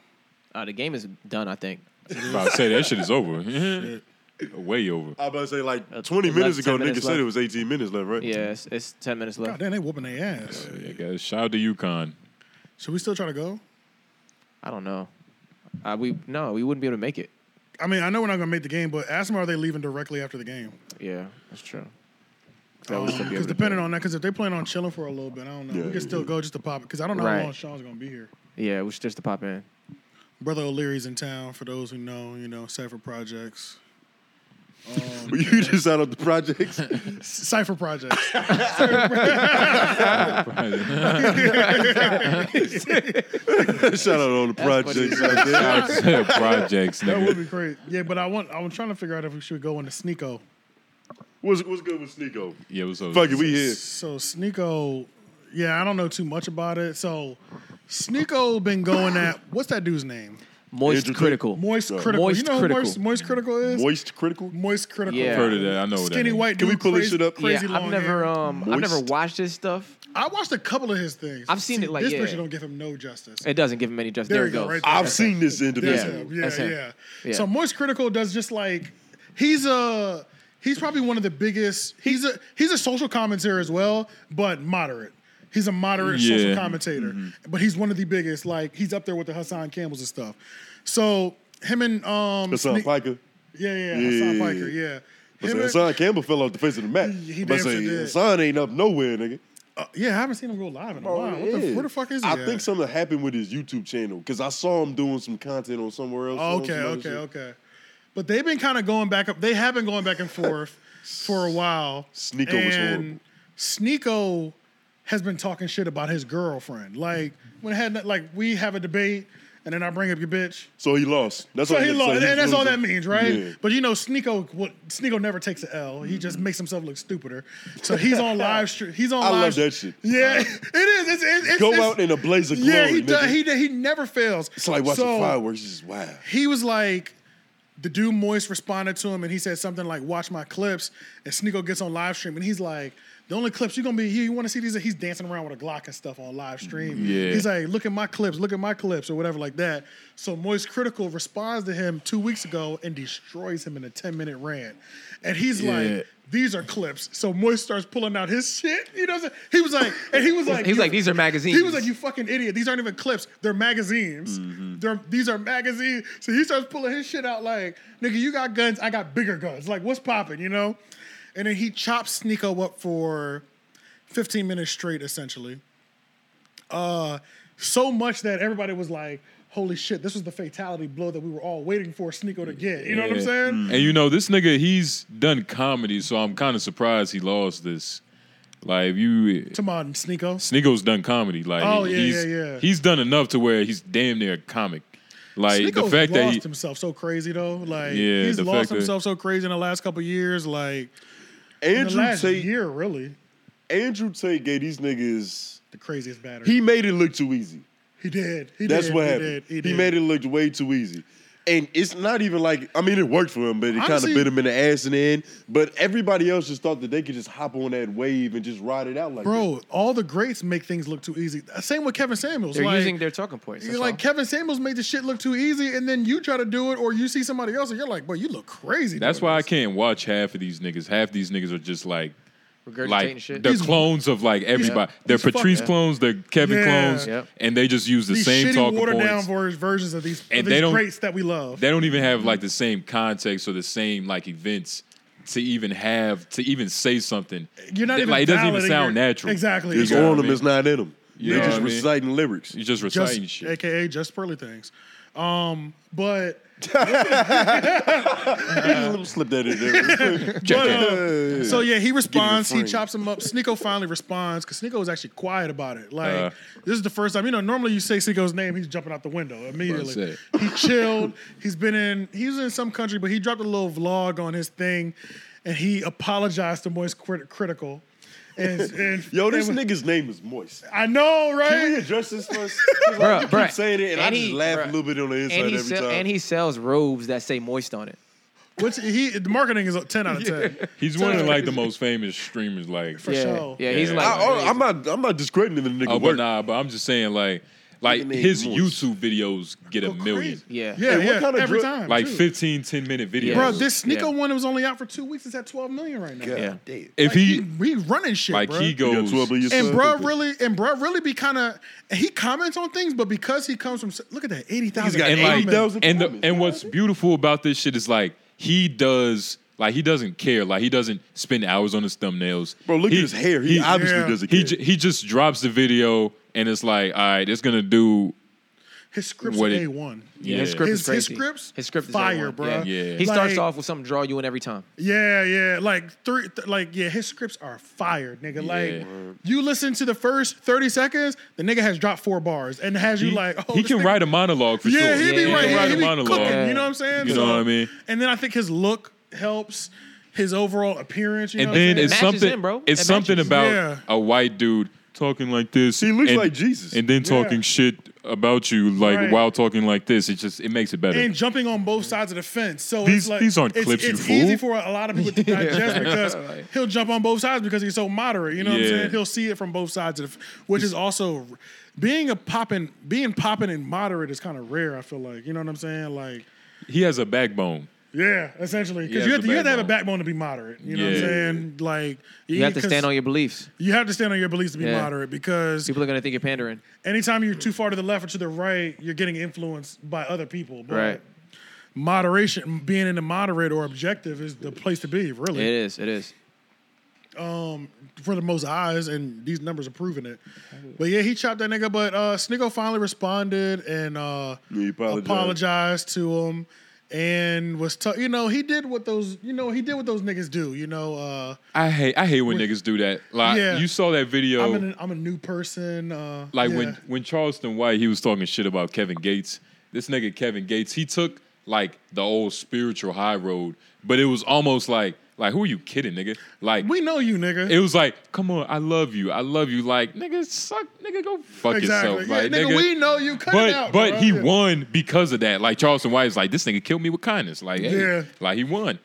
Speaker 4: Uh, the game is done, I think.
Speaker 3: About to say that shit
Speaker 1: *laughs*
Speaker 3: is over. *laughs* Way over.
Speaker 2: I was about to say like
Speaker 4: That's
Speaker 2: 20
Speaker 4: left,
Speaker 2: minutes ago,
Speaker 4: 10 minutes
Speaker 2: nigga said
Speaker 4: left.
Speaker 2: it was 18 minutes left, right?
Speaker 4: Yeah, it's, it's ten minutes
Speaker 1: God
Speaker 4: left.
Speaker 1: damn, they whooping their ass.
Speaker 3: Yeah, guys, shout out to UConn.
Speaker 1: Should we still try to go?
Speaker 4: I don't know. Uh, we no, we wouldn't be able to make it.
Speaker 1: I mean, I know we're not gonna make the game, but ask them are they leaving directly after the game?
Speaker 4: Yeah, that's true. That would still be
Speaker 1: Because
Speaker 4: able to
Speaker 1: depending
Speaker 4: do it.
Speaker 1: on that, because if they plan on chilling for a little bit, I don't know.
Speaker 2: Yeah,
Speaker 1: we can still go just to pop it. Because I don't know how
Speaker 4: Right.
Speaker 1: long Sean's gonna be here.
Speaker 4: yeah, we should just to pop in.
Speaker 1: Brother O'Leary's in town. For those who know, you know, Cipher Projects.
Speaker 2: But *laughs* you just out of the
Speaker 4: *laughs*
Speaker 2: projects.
Speaker 1: Cipher *laughs* Projects.
Speaker 2: shout out on the projects out
Speaker 4: *laughs*
Speaker 2: there.
Speaker 3: *laughs* Projects,
Speaker 1: That would
Speaker 3: nigga.
Speaker 1: be great. Yeah, but I want. I'm trying to figure out if we should go into Sneeko.
Speaker 2: What's, what's good with Sneeko?
Speaker 3: Yeah, what's up?
Speaker 2: Fuck it, we here.
Speaker 1: So Sneeko, yeah, I don't know too much about it. So Sneeko been going at what's that dude's name?
Speaker 4: Moist
Speaker 2: Andrew Tate.
Speaker 4: critical.
Speaker 1: Moist
Speaker 2: Uh,
Speaker 1: Critical. you
Speaker 4: Moist
Speaker 1: know who
Speaker 4: Critical.
Speaker 1: Moist, Moist Critical is?
Speaker 2: Moist critical?
Speaker 1: Moist Critical.
Speaker 4: Yeah.
Speaker 3: Heard of that? I know what that.
Speaker 1: Skinny
Speaker 3: is.
Speaker 1: white
Speaker 2: Oh,
Speaker 1: dude.
Speaker 2: Can we pull this
Speaker 1: crazy-
Speaker 2: shit up?
Speaker 1: Crazy
Speaker 4: yeah,
Speaker 1: long
Speaker 4: I've never
Speaker 1: hair.
Speaker 4: um I've never
Speaker 2: Moist.
Speaker 4: watched his stuff.
Speaker 1: I watched a couple of his things.
Speaker 4: I've seen it, like,
Speaker 1: this
Speaker 4: yeah.
Speaker 1: person don't give him no justice.
Speaker 4: It doesn't give him any justice.
Speaker 1: There you
Speaker 4: There, it
Speaker 1: go,
Speaker 4: goes.
Speaker 1: right there.
Speaker 2: I've seen this
Speaker 1: That's
Speaker 2: individual.
Speaker 1: him. Yeah,
Speaker 4: That's him.
Speaker 1: yeah.
Speaker 4: Yeah.
Speaker 1: So Moist Critical does just like he's a he's probably one of the biggest. He's a he's a social commentator as well, but moderate. He's a moderate social
Speaker 3: Yeah.
Speaker 1: commentator,
Speaker 2: Mm-hmm.
Speaker 1: but he's one of the biggest. Like he's up there with the Hassan Campbells and stuff. So him and um,
Speaker 2: Hassan
Speaker 1: Sneak-
Speaker 2: Piker.
Speaker 1: yeah, yeah,
Speaker 2: Yeah,
Speaker 1: Hassan
Speaker 2: yeah,
Speaker 1: Piker,
Speaker 2: yeah.
Speaker 1: yeah.
Speaker 2: But
Speaker 1: Him
Speaker 2: say,
Speaker 1: and-
Speaker 2: Hassan Campbell fell off the face of the map.
Speaker 1: He
Speaker 2: But
Speaker 1: damn
Speaker 2: say,
Speaker 1: sure did.
Speaker 2: Hassan ain't up nowhere, nigga.
Speaker 1: yeah, I haven't seen him go live in a while. What the,
Speaker 2: Yeah.
Speaker 1: where the fuck is he?
Speaker 2: I
Speaker 1: at?
Speaker 2: think something happened with his YouTube channel because I saw him doing some content on somewhere else.
Speaker 1: Oh,
Speaker 2: on
Speaker 1: okay,
Speaker 2: some other
Speaker 1: okay,
Speaker 2: shit.
Speaker 1: okay. But they've been kind of going back up. They have been going back and
Speaker 2: *laughs*
Speaker 1: forth for a while.
Speaker 2: Sneeko was
Speaker 1: and Sneeko has been talking shit about his girlfriend. Like when it had no- like we have a debate, and then I bring up your bitch.
Speaker 2: So he lost. That's
Speaker 1: So
Speaker 2: all
Speaker 1: he
Speaker 2: gotta
Speaker 1: lost,
Speaker 2: say.
Speaker 1: and
Speaker 2: He's
Speaker 1: that's all that
Speaker 2: losing.
Speaker 1: means, right?
Speaker 2: Yeah. Mm-hmm.
Speaker 1: But you know, Sneeko, what Sneeko never takes an L. He just makes himself look stupider. So he's
Speaker 2: *laughs*
Speaker 1: on live stream. He's on.
Speaker 2: I
Speaker 1: live
Speaker 2: love that shit.
Speaker 1: Yeah, *laughs* it is. It's, it's, it's,
Speaker 2: Go
Speaker 1: it's-
Speaker 2: out in a blaze of glory.
Speaker 1: Yeah, he
Speaker 2: nigga.
Speaker 1: does, he he never fails.
Speaker 2: It's like watching
Speaker 1: So-
Speaker 2: fireworks. It's just wow.
Speaker 1: he was like, the dude Moist responded to him and he said something like, watch my clips. And Sneeko gets on live stream and he's like, the only clips you're gonna be here, you wanna see these? He's dancing around with a Glock and stuff on live stream.
Speaker 3: Yeah.
Speaker 1: He's like, look at my clips, look at my clips, or whatever like that. So Moist Critical responds to him two weeks ago and destroys him in a 10 minute rant. And he's
Speaker 3: Yeah.
Speaker 1: like, these are clips. So Moist starts pulling out his shit. You know what I'm saying? He was like, and he was
Speaker 3: *laughs*
Speaker 1: like,
Speaker 4: He was
Speaker 1: "You-
Speaker 4: like, "These are magazines."
Speaker 1: He was like, you fucking idiot. These aren't even clips. They're magazines.
Speaker 3: Mm-hmm.
Speaker 1: They're these are magazines. So he starts pulling his shit out like, nigga, you got guns, I got bigger guns. Like, what's popping, you know? And then he chops Sneeko up for 15 minutes straight, essentially. Uh so much that everybody was like, holy shit, this was the fatality blow that we were all waiting for Sneeko to get. You know what I'm
Speaker 3: Yeah. Mm.
Speaker 1: saying?
Speaker 3: And you know, this nigga, he's done comedy, so I'm kind of surprised he lost this. Like, if you.
Speaker 1: Come on, Sneeko.
Speaker 3: Sneako's done comedy. Like,
Speaker 1: Oh, yeah,
Speaker 3: he's,
Speaker 1: yeah, yeah.
Speaker 3: he's done enough to where he's damn near a comic. Like,
Speaker 1: Sneako's
Speaker 3: the
Speaker 1: lost
Speaker 3: fact that he.
Speaker 1: himself so crazy though. Like
Speaker 3: Yeah,
Speaker 1: he's
Speaker 3: the
Speaker 1: lost
Speaker 3: fact that-
Speaker 1: himself so crazy in the last couple years. Like in the
Speaker 2: Andrew
Speaker 1: last
Speaker 2: Tate.
Speaker 1: year, really,
Speaker 2: Andrew Tate gave these niggas.
Speaker 1: the craziest batter. He,
Speaker 2: He made it look too easy.
Speaker 1: did. He
Speaker 2: That's
Speaker 1: did.
Speaker 2: what
Speaker 1: he
Speaker 2: happened.
Speaker 1: Did.
Speaker 2: He,
Speaker 1: He, did.
Speaker 2: made it look way too easy. And it's not even like I mean it worked for him, but it kind of
Speaker 1: Honestly-
Speaker 2: bit him in the ass in the end. But everybody else just thought that they could just hop on that wave and just ride it out like that.
Speaker 1: Bro, all the greats make things look too easy. Uh, Same with Kevin Samuels.
Speaker 4: They're
Speaker 1: like,
Speaker 4: using their talking points.
Speaker 1: you're
Speaker 4: that's
Speaker 1: like
Speaker 4: all.
Speaker 1: Kevin Samuels made the shit look too easy, and then you try to do it, or you see somebody else, and you're like, "Bro, you look crazy."
Speaker 3: That's
Speaker 1: doing
Speaker 3: why I
Speaker 1: this."
Speaker 3: can't watch half of these niggas. Half these niggas are just like
Speaker 4: regurgitating
Speaker 3: like
Speaker 4: shit.
Speaker 3: they're
Speaker 1: He's-
Speaker 3: clones of like everybody. They're
Speaker 1: he's fucked
Speaker 3: Patrice
Speaker 1: up.
Speaker 3: clones, they're Kevin
Speaker 1: Yeah.
Speaker 3: clones,
Speaker 4: Yep.
Speaker 3: and they just use the
Speaker 1: these
Speaker 3: same
Speaker 1: shitty,
Speaker 3: talking
Speaker 1: watered down
Speaker 3: points.
Speaker 1: ver- versions of these,
Speaker 3: And
Speaker 1: of
Speaker 3: they
Speaker 1: these
Speaker 3: don't-
Speaker 1: greats that we love.
Speaker 3: they don't even have like the same context or the same like events to even have to even say something.
Speaker 1: you're not
Speaker 3: That-
Speaker 1: even
Speaker 3: like it doesn't
Speaker 1: valid
Speaker 3: even
Speaker 1: in
Speaker 3: sound
Speaker 1: your-
Speaker 3: natural.
Speaker 1: Exactly.
Speaker 2: It's
Speaker 3: You know
Speaker 2: on
Speaker 3: what I
Speaker 2: them,
Speaker 3: mean?
Speaker 2: it's not in them.
Speaker 3: You
Speaker 2: They're
Speaker 3: know
Speaker 2: just
Speaker 3: what I mean?
Speaker 2: reciting lyrics.
Speaker 3: You're just
Speaker 1: just
Speaker 3: reciting shit.
Speaker 1: aka just pearly things. Um, but
Speaker 2: Let me slip
Speaker 1: *laughs*
Speaker 2: that in there.
Speaker 1: But, uh, so yeah, he responds. He
Speaker 2: frame.
Speaker 1: chops him up. Sneeko finally responds because Sneeko was actually quiet about it. Like
Speaker 3: Uh.
Speaker 1: this is the first time. You know, normally you say Sneeko's name, he's jumping out the window immediately.
Speaker 3: That's
Speaker 1: He chilled. He's been in. He was in some country, but he dropped a little vlog on his thing, and he apologized to Moist Crit- Critical. And, and
Speaker 2: *laughs* Yo, this
Speaker 1: and-
Speaker 2: nigga's name is Moist.
Speaker 1: I know,
Speaker 2: Can we
Speaker 1: right?
Speaker 2: address this
Speaker 1: *laughs*
Speaker 2: first?
Speaker 4: Bruh,
Speaker 2: I
Speaker 4: bruh.
Speaker 2: keep saying it, and, I
Speaker 4: And
Speaker 2: just
Speaker 4: he-
Speaker 2: laugh a
Speaker 4: bruh.
Speaker 2: little bit on the inside
Speaker 4: and he
Speaker 2: every
Speaker 4: sell-
Speaker 2: time.
Speaker 4: and he sells robes that say moist on it.
Speaker 1: *laughs* Which he the marketing is a ten out of ten
Speaker 3: He's one of like the most famous streamers. Like,
Speaker 1: for
Speaker 4: yeah,
Speaker 1: sure.
Speaker 4: yeah, he's
Speaker 3: Yeah.
Speaker 4: like
Speaker 2: I, oh, I'm not. I'm not discrediting the nigga
Speaker 3: oh, but
Speaker 2: work.
Speaker 3: nah. But I'm just saying like like
Speaker 2: Nigga named
Speaker 3: his
Speaker 2: Moist.
Speaker 3: YouTube videos get a million.
Speaker 4: Yeah.
Speaker 1: yeah,
Speaker 2: And what
Speaker 1: yeah.
Speaker 2: kind of
Speaker 1: every
Speaker 2: dri-
Speaker 1: time,
Speaker 3: Like
Speaker 1: too.
Speaker 3: 15, 10 minute videos.
Speaker 1: Bro,
Speaker 4: Yeah.
Speaker 1: this Sneeko
Speaker 4: Yeah.
Speaker 1: one that was only out for two weeks. It's at twelve million right now.
Speaker 4: Yeah.
Speaker 2: damn.
Speaker 3: if
Speaker 1: Like,
Speaker 3: he
Speaker 1: we running shit,
Speaker 3: like
Speaker 1: bro.
Speaker 3: he
Speaker 2: You got
Speaker 3: goes
Speaker 2: 12 of your
Speaker 1: and
Speaker 2: son?
Speaker 1: bro really and bro really be kind of he comments on things, but because he comes from look at that eighty thousand
Speaker 2: got
Speaker 3: and like
Speaker 2: 80,000
Speaker 3: and the,
Speaker 2: comments.
Speaker 3: and what's beautiful about this shit is like he does like he doesn't care like he doesn't spend hours on his thumbnails
Speaker 2: Bro, look
Speaker 3: He-
Speaker 2: at his hair. He, obviously
Speaker 1: yeah.
Speaker 2: doesn't
Speaker 3: he
Speaker 2: care.
Speaker 3: ju- he just drops the video and it's like all right it's gonna do
Speaker 1: his scripts
Speaker 3: What
Speaker 1: are a
Speaker 3: it-
Speaker 1: one.
Speaker 3: yeah,
Speaker 4: his script
Speaker 1: His-
Speaker 4: is
Speaker 1: his
Speaker 4: crazy.
Speaker 1: scripts
Speaker 4: His script is
Speaker 1: fire,
Speaker 4: A1.
Speaker 1: bruh.
Speaker 3: Yeah.
Speaker 4: He starts
Speaker 1: Like-
Speaker 4: off with something to draw you in every time.
Speaker 1: Yeah, yeah, like three, th- like yeah, his scripts are fired, nigga.
Speaker 3: Yeah.
Speaker 1: Like you listen to the first thirty seconds, the nigga has dropped four bars and has
Speaker 3: he,
Speaker 1: you like, oh,
Speaker 3: he
Speaker 1: this
Speaker 3: can
Speaker 1: nigga-
Speaker 3: write a monologue for
Speaker 1: Yeah,
Speaker 3: sure
Speaker 1: he be
Speaker 4: Yeah,
Speaker 1: right.
Speaker 4: he
Speaker 1: He,
Speaker 4: can write
Speaker 1: he
Speaker 3: a
Speaker 1: be
Speaker 3: monologue.
Speaker 1: cooking. You
Speaker 4: Yeah.
Speaker 1: know what I'm saying?
Speaker 3: You know what I mean?
Speaker 1: And then I think his look helps. his overall appearance. You know
Speaker 3: and
Speaker 1: what I'm
Speaker 3: then
Speaker 1: saying?
Speaker 3: it's
Speaker 4: Matches
Speaker 3: something.
Speaker 4: him, bro.
Speaker 3: It's
Speaker 4: It
Speaker 3: something
Speaker 4: matches.
Speaker 3: about
Speaker 1: Yeah.
Speaker 3: a white dude talking like this.
Speaker 2: He looks
Speaker 3: and-
Speaker 2: like Jesus.
Speaker 3: and then
Speaker 1: Yeah.
Speaker 3: talking shit about you like
Speaker 1: Right.
Speaker 3: while talking like this. It just it makes it better.
Speaker 1: and jumping on both sides of the fence. So
Speaker 3: These-
Speaker 1: it's like,
Speaker 3: these aren't
Speaker 1: it's,
Speaker 3: clips, you
Speaker 1: It's
Speaker 3: fool.
Speaker 1: easy for a lot of
Speaker 4: *laughs*
Speaker 1: people to digest because he'll jump on both sides because he's so moderate. You know what I'm
Speaker 3: Yeah.
Speaker 1: saying? He'll see it from both sides of, the, f- which is also being a poppin', being poppin' and moderate is kind of rare. I feel like you know what I'm saying? Like.
Speaker 3: he has a backbone.
Speaker 1: Yeah, essentially,
Speaker 3: He
Speaker 1: because
Speaker 3: has
Speaker 1: you, have
Speaker 3: a
Speaker 1: to- you have to have a backbone to be moderate. You know what I'm
Speaker 3: Yeah.
Speaker 1: saying? Like
Speaker 4: You have to stand on your beliefs.
Speaker 1: You have to stand on your beliefs to be
Speaker 4: Yeah.
Speaker 1: moderate because
Speaker 4: People are gonna think you're pandering.
Speaker 1: anytime you're too far to the left or to the right, you're getting influenced by other people. But
Speaker 4: Right.
Speaker 1: Moderation, being in the moderate or objective, is the place to be. Really,
Speaker 4: It is. It is.
Speaker 1: for the most eyes, and these numbers are proving it. But yeah, he chopped that nigga. But uh, Snicko finally responded and uh,
Speaker 2: Yeah, he apologized.
Speaker 1: apologized to him, and was t- you know he did what those you know he did what those niggas do. You know, uh,
Speaker 3: I hate I hate when niggas do that. Like
Speaker 1: Yeah.
Speaker 3: you saw that video.
Speaker 1: I'm an, I'm a new person. Uh,
Speaker 3: Like
Speaker 1: yeah.
Speaker 3: when when Charleston White, he was talking shit about Kevin Gates. This nigga Kevin Gates, he took like the old spiritual high road, but it was almost like like who are you kidding, nigga? Like
Speaker 1: we know you, nigga.
Speaker 3: it was like, come on, I love you, I love you. Like nigga, suck, nigga, go fuck
Speaker 1: exactly,
Speaker 3: yourself,
Speaker 1: Yeah,
Speaker 3: like
Speaker 1: nigga, We know you. Cut
Speaker 3: but
Speaker 1: it out,
Speaker 3: but
Speaker 1: bro.
Speaker 3: he
Speaker 1: Yeah.
Speaker 3: won because of that. Like Charleston White is like this nigga killed me with kindness. Like hey,
Speaker 1: Yeah.
Speaker 3: like he won.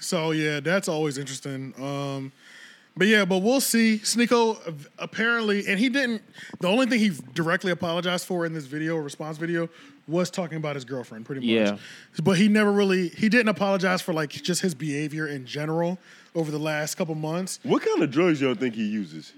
Speaker 1: So yeah, that's always interesting. Um, but yeah, but we'll see. Sneeko apparently, and he didn't. The only thing he directly apologized for in this video response video was talking about his girlfriend, pretty much.
Speaker 4: Yeah.
Speaker 1: But he never really he didn't apologize for like just his behavior in general over the last couple months.
Speaker 2: What kind of drugs y'all think he uses?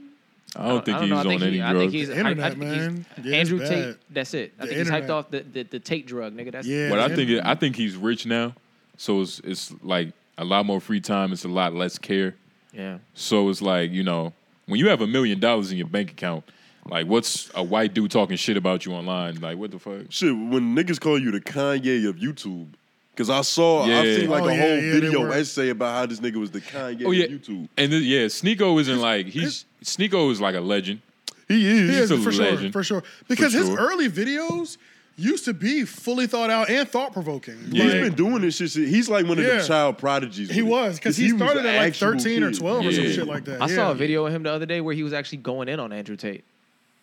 Speaker 3: I don't think
Speaker 4: I don't know. I
Speaker 3: he's
Speaker 4: think
Speaker 3: on any
Speaker 4: he- I
Speaker 3: drugs.
Speaker 4: think he's.
Speaker 1: The
Speaker 4: I- I
Speaker 1: internet,
Speaker 4: think he's-
Speaker 1: man. Yeah, it's
Speaker 4: Andrew
Speaker 1: bad.
Speaker 4: Tate. That's it. I
Speaker 1: The
Speaker 4: think he's hyped
Speaker 1: internet.
Speaker 4: off the, the the Tate drug, nigga. That's
Speaker 1: Yeah.
Speaker 3: But I
Speaker 1: man.
Speaker 3: think it, I think he's rich now, so it's it's like a lot more free time. It's a lot less care.
Speaker 4: Yeah.
Speaker 3: So it's like you know when you have a million dollars in your bank account, like what's a white dude talking shit about you online? Like what the fuck?
Speaker 2: Shit, when niggas call you the Kanye of YouTube, because I saw, I've
Speaker 3: Yeah.
Speaker 2: seen like
Speaker 1: Oh,
Speaker 2: a
Speaker 1: yeah,
Speaker 2: whole
Speaker 1: yeah, they
Speaker 2: video
Speaker 1: were.
Speaker 2: essay about how this nigga was the Kanye
Speaker 3: Oh yeah,
Speaker 2: of YouTube.
Speaker 3: and then, yeah, Sneeko isn't like he's Sneeko is like a legend.
Speaker 2: He is.
Speaker 1: He is,
Speaker 3: a
Speaker 1: for sure,
Speaker 3: legend.
Speaker 1: for sure. Because his
Speaker 3: sure.
Speaker 1: early videos used to be fully thought out and thought provoking.
Speaker 3: Yeah.
Speaker 2: He's been doing this shit. since- He's like one of
Speaker 1: Yeah.
Speaker 2: the child prodigies.
Speaker 1: He
Speaker 2: with it.
Speaker 1: was because he,
Speaker 2: was
Speaker 1: started
Speaker 2: an
Speaker 1: at like
Speaker 2: actual
Speaker 1: 13 or
Speaker 2: kid.
Speaker 1: 12 or some
Speaker 3: Yeah.
Speaker 1: shit like that.
Speaker 4: I
Speaker 1: yeah.
Speaker 4: saw a video of him the other day where he was actually going in on Andrew Tate.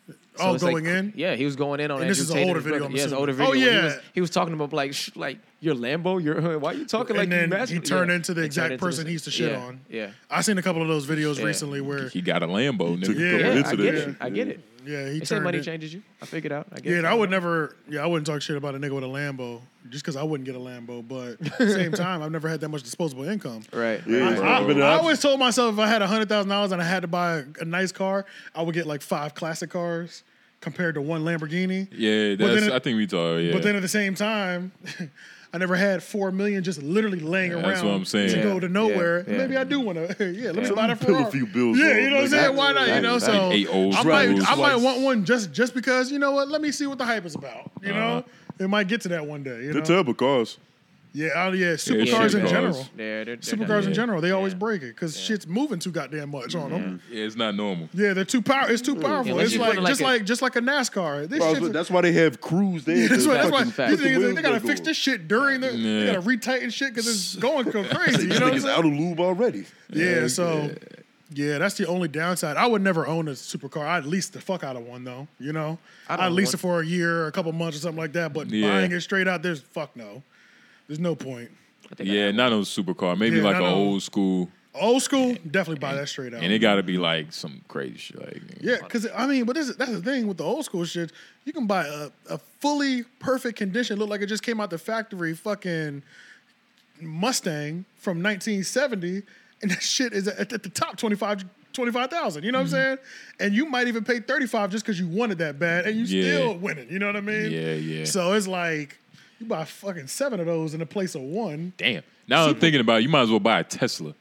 Speaker 4: So
Speaker 1: Oh,
Speaker 4: it's like-
Speaker 1: going in.
Speaker 4: Yeah, he was going in on
Speaker 1: And
Speaker 4: Andrew
Speaker 1: this is an
Speaker 4: Tate
Speaker 1: older
Speaker 4: his
Speaker 1: video,
Speaker 4: brother.
Speaker 1: I'm
Speaker 4: Yeah, it's an
Speaker 1: assuming.
Speaker 4: older
Speaker 1: Oh,
Speaker 4: video. where He was,
Speaker 1: yeah.
Speaker 4: he was talking about like, sh- like your Lambo. Your *laughs* why you talking like
Speaker 1: and
Speaker 4: you
Speaker 1: then
Speaker 4: masculine?
Speaker 1: he turned
Speaker 4: Yeah.
Speaker 1: into the
Speaker 4: He
Speaker 1: exact
Speaker 4: turned into
Speaker 1: person
Speaker 4: this-
Speaker 1: he used to shit
Speaker 4: yeah,
Speaker 1: on.
Speaker 4: Yeah,
Speaker 1: I seen a couple of those videos
Speaker 4: Yeah.
Speaker 1: recently where,
Speaker 3: He got a Lambo,
Speaker 2: Took a
Speaker 3: nigga.
Speaker 1: Yeah.
Speaker 2: couple
Speaker 4: yeah.
Speaker 2: hits
Speaker 4: I
Speaker 2: of
Speaker 4: get
Speaker 2: that
Speaker 4: it. I get it.
Speaker 1: yeah, he
Speaker 4: They say
Speaker 1: turned.
Speaker 4: money
Speaker 1: it-
Speaker 4: changes you. I figured out. I get
Speaker 1: Yeah,
Speaker 4: it.
Speaker 1: and I would never. Yeah, I wouldn't talk shit about a nigga with a Lambo just because I wouldn't get a Lambo. But at the
Speaker 4: *laughs*
Speaker 1: same time, I've never had that much disposable income.
Speaker 4: Right.
Speaker 2: Yeah,
Speaker 1: I,
Speaker 2: bro.
Speaker 1: I-
Speaker 2: But
Speaker 1: I
Speaker 2: I've-
Speaker 1: always told myself if I had hundred thousand dollars and I had to buy a, a nice car, I would get like five classic cars compared to one Lamborghini.
Speaker 3: Yeah,
Speaker 1: But
Speaker 3: that's
Speaker 1: then-
Speaker 3: I think we talk. Yeah,
Speaker 1: But then at the same time, *laughs* I never had four million just literally laying around.
Speaker 3: that's what I'm saying.
Speaker 1: To
Speaker 3: Yeah,
Speaker 1: go to nowhere,
Speaker 4: yeah, yeah.
Speaker 1: maybe I do want to. *laughs* Yeah, let me
Speaker 4: Yeah.
Speaker 1: buy that
Speaker 2: Pill a
Speaker 1: Ferrari.
Speaker 2: few bills
Speaker 1: Yeah,
Speaker 2: off,
Speaker 1: you know what I'm
Speaker 2: nigga.
Speaker 1: saying? Why not? You know,
Speaker 4: Like
Speaker 1: so
Speaker 3: eight old
Speaker 1: I might,
Speaker 3: rules.
Speaker 1: I might
Speaker 2: Like-
Speaker 1: want one just just because. You know what? Let me see what the hype is about. You know, it might get to that one day. You
Speaker 2: They're
Speaker 1: know?
Speaker 2: terrible cars.
Speaker 1: Yeah, oh, yeah.
Speaker 3: Yeah,
Speaker 1: Supercars in
Speaker 3: supercars.
Speaker 1: general.
Speaker 4: Yeah, they're, they're
Speaker 1: Supercars in
Speaker 3: Yeah.
Speaker 1: general, they always break it because shit's moving too goddamn much on them.
Speaker 3: yeah, it's not normal.
Speaker 1: Yeah, they're too power. It's too powerful.
Speaker 4: unless
Speaker 1: it's
Speaker 4: you
Speaker 1: like,
Speaker 4: put it like
Speaker 1: just
Speaker 4: a-
Speaker 1: like just like a NASCAR. This
Speaker 2: Bro,
Speaker 1: shit's
Speaker 2: that's why they have crews there.
Speaker 1: that's why. That's why
Speaker 4: fucking fact.
Speaker 1: these niggas they, gotta fix this
Speaker 2: this.
Speaker 1: shit during the. They
Speaker 3: Yeah.
Speaker 1: gotta retighten shit because it's going co- crazy.
Speaker 2: These
Speaker 1: you know what I'm
Speaker 2: niggas
Speaker 1: saying?
Speaker 2: out of lube already.
Speaker 1: Yeah. So. Yeah, that's the only downside. I would never own a supercar. I'd lease the fuck out of one though. You know,
Speaker 4: don't
Speaker 1: I'd lease
Speaker 4: want-
Speaker 1: it for a year, or a couple months, or something like that. But
Speaker 3: Yeah.
Speaker 1: buying it straight out, there's fuck no. There's no point.
Speaker 3: Yeah, not no supercar. Maybe
Speaker 1: Yeah,
Speaker 3: like
Speaker 1: not
Speaker 3: an
Speaker 1: no-
Speaker 3: old school,
Speaker 1: Old school, definitely buy that straight out.
Speaker 3: and it got to be like some crazy shit. Like
Speaker 1: Yeah, because I mean, but this is, that's the thing with the old school shit. You can buy a, a fully perfect condition, look like it just came out the factory, fucking Mustang from 1970, and that shit is at, at the top 25 25,000. You know what
Speaker 3: Mm-hmm.
Speaker 1: I'm saying? And you might even pay 35 just because you wanted that bad, and you
Speaker 3: Yeah.
Speaker 1: still winning. You know what I mean?
Speaker 3: Yeah, yeah.
Speaker 1: So it's like you buy fucking seven of those in the place of one.
Speaker 3: damn. Now I'm thinking about it, you might as well buy a Tesla.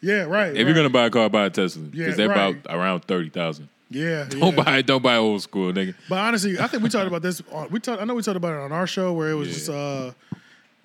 Speaker 1: Yeah, right.
Speaker 3: If you're gonna buy a car, buy a Tesla because
Speaker 1: Yeah,
Speaker 3: they're
Speaker 1: right.
Speaker 3: about around thirty thousand.
Speaker 1: yeah,
Speaker 3: *laughs* Don't
Speaker 1: yeah.
Speaker 3: buy it. Don't buy old school, nigga.
Speaker 1: But honestly, I think we talked about this. On, we talked. I know we talked about it on our show where it was just uh,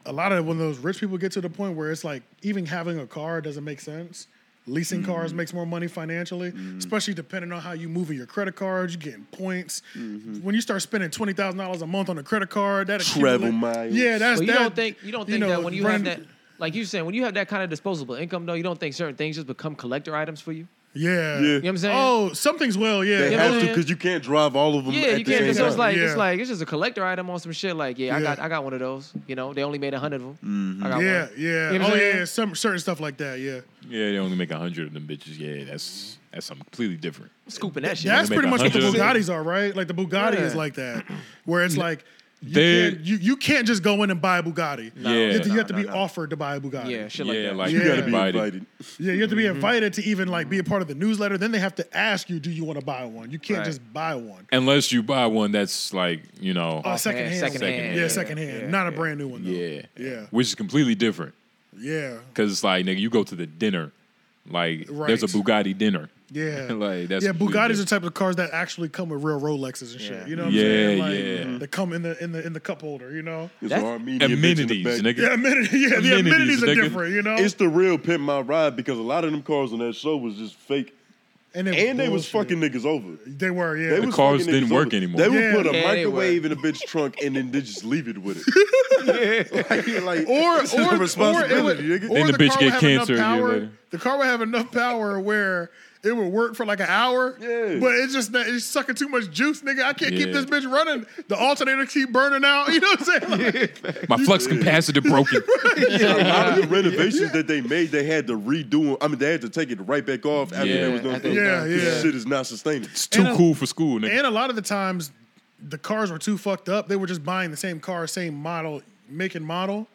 Speaker 1: a lot of when those rich people get to the point where it's like even having a car doesn't make sense. Leasing
Speaker 2: Mm-hmm.
Speaker 1: cars makes more money financially, especially depending on how you moving your credit cards. You getting points
Speaker 2: Mm-hmm.
Speaker 1: when you start spending twenty thousand dollars a month on a credit card. That
Speaker 2: Travel
Speaker 1: accumulate-
Speaker 2: miles.
Speaker 1: Yeah, that's
Speaker 4: But you
Speaker 1: that-
Speaker 4: don't think you don't think that when you
Speaker 1: running-
Speaker 4: have that like you saying, when you have that kind of disposable income, though, you don't think certain things just become collector items for
Speaker 2: Mm,
Speaker 4: you.
Speaker 1: Yeah.
Speaker 2: Yeah.
Speaker 4: You know what I'm saying?
Speaker 1: Oh, something's well, yeah.
Speaker 2: They
Speaker 4: Yeah,
Speaker 2: have
Speaker 4: man.
Speaker 2: to because you can't drive all of them.
Speaker 4: Yeah,
Speaker 2: at
Speaker 4: you
Speaker 2: the
Speaker 4: can't.
Speaker 2: Same
Speaker 4: Just, so it's
Speaker 2: time.
Speaker 4: like
Speaker 1: Yeah.
Speaker 4: it's like it's just a collector item on some shit. Like yeah, I
Speaker 1: Yeah.
Speaker 4: got I got one of those. You know, they only made a hundred of
Speaker 2: Mm-hmm.
Speaker 4: them. I got
Speaker 1: Yeah,
Speaker 4: one.
Speaker 1: yeah.
Speaker 4: You know what I'm
Speaker 1: oh
Speaker 4: saying?
Speaker 1: yeah, some certain stuff like that, yeah.
Speaker 3: Yeah, they only make hundred of them bitches. Yeah, that's that's something completely different.
Speaker 4: I'm scooping that shit.
Speaker 1: That's
Speaker 3: they
Speaker 1: pretty
Speaker 3: make
Speaker 1: much what the
Speaker 3: 100.
Speaker 1: Bugattis are, right? Like the Bugatti
Speaker 4: Yeah.
Speaker 1: is like that, where it's like you
Speaker 3: They're-
Speaker 1: can't, you, you can't just go in and buy a Bugatti.
Speaker 3: Yeah.
Speaker 1: you have to, you have to
Speaker 4: no,
Speaker 1: be
Speaker 4: no.
Speaker 1: offered to buy a Bugatti.
Speaker 4: Yeah, shit
Speaker 3: yeah,
Speaker 4: like
Speaker 3: like
Speaker 1: Yeah.
Speaker 2: you gotta be
Speaker 3: invited.
Speaker 2: invited.
Speaker 1: Yeah, you have to be invited to even like be a part of the newsletter. Then they have to ask you, do you want to buy one? You can't
Speaker 4: Right.
Speaker 1: just buy one.
Speaker 3: unless you buy one that's like you know
Speaker 1: Oh, secondhand,
Speaker 4: hand,
Speaker 1: one.
Speaker 4: secondhand,
Speaker 1: yeah,
Speaker 4: yeah,
Speaker 1: secondhand,
Speaker 4: yeah,
Speaker 1: not a brand new one. Though.
Speaker 3: yeah
Speaker 1: yeah,
Speaker 3: which is completely different
Speaker 1: yeah,
Speaker 3: because it's like nigga you go to the dinner like there's a
Speaker 1: Right.
Speaker 3: Bugatti dinner
Speaker 1: yeah.
Speaker 3: *laughs* like that's
Speaker 1: yeah,
Speaker 3: completely
Speaker 1: Bugattis are the
Speaker 3: different.
Speaker 1: type of cars that actually come with real Rolexes and shit.
Speaker 4: Yeah.
Speaker 1: You know what
Speaker 3: Yeah,
Speaker 1: I'm saying? Like,
Speaker 3: yeah.
Speaker 1: They come in the in the in the cup holder. You know.
Speaker 2: It's
Speaker 4: That's-
Speaker 2: an Armenian bitch in the
Speaker 3: amenities
Speaker 2: back.
Speaker 3: nigga
Speaker 1: Yeah, amenities. *laughs* Yeah, the
Speaker 3: Amenities,
Speaker 1: amenities are
Speaker 3: nigga.
Speaker 1: different. You know.
Speaker 2: It's the real pimp my ride because a lot of them cars on that show was just fake,
Speaker 1: and
Speaker 2: and they was
Speaker 1: bullshit.
Speaker 2: fucking niggas over.
Speaker 1: They were. Yeah.
Speaker 2: They *laughs*
Speaker 3: The
Speaker 2: was
Speaker 3: cars
Speaker 2: fucking
Speaker 3: didn't
Speaker 2: niggas
Speaker 3: work
Speaker 2: over.
Speaker 3: anymore.
Speaker 2: They would
Speaker 1: Yeah.
Speaker 2: put a
Speaker 4: Yeah, they
Speaker 2: microwave in a bitch trunk and then they just leave
Speaker 1: *laughs*
Speaker 2: it with it. *laughs* like,
Speaker 1: or
Speaker 2: this is
Speaker 1: or,
Speaker 2: a
Speaker 1: or, it would,
Speaker 2: responsibility, nigga.
Speaker 1: or
Speaker 3: Then the bitch
Speaker 1: car
Speaker 3: get
Speaker 1: would have enough
Speaker 3: cancer a year
Speaker 1: power-
Speaker 3: later.
Speaker 1: The car would have enough power where it would work for like an hour.
Speaker 2: Yeah.
Speaker 1: But it's just that it's sucking too much juice, nigga. I can't keep
Speaker 3: Yeah.
Speaker 1: this bitch running. The alternator keep burning out. *laughs* You know what I'm saying? Like,
Speaker 3: my flux
Speaker 1: *laughs*
Speaker 3: capacitor broken
Speaker 2: a lot of the renovations that they made, they had to redo. 'em. I mean, they had to take it right back off after
Speaker 3: Yeah.
Speaker 2: they was done.
Speaker 4: After it was
Speaker 1: done. Yeah, yeah.
Speaker 2: This shit is not sustainable.
Speaker 3: it's too
Speaker 1: And a-
Speaker 3: cool for school nigga
Speaker 1: and a lot of the times the cars were too fucked up. They were just buying the same car, same model, make and model.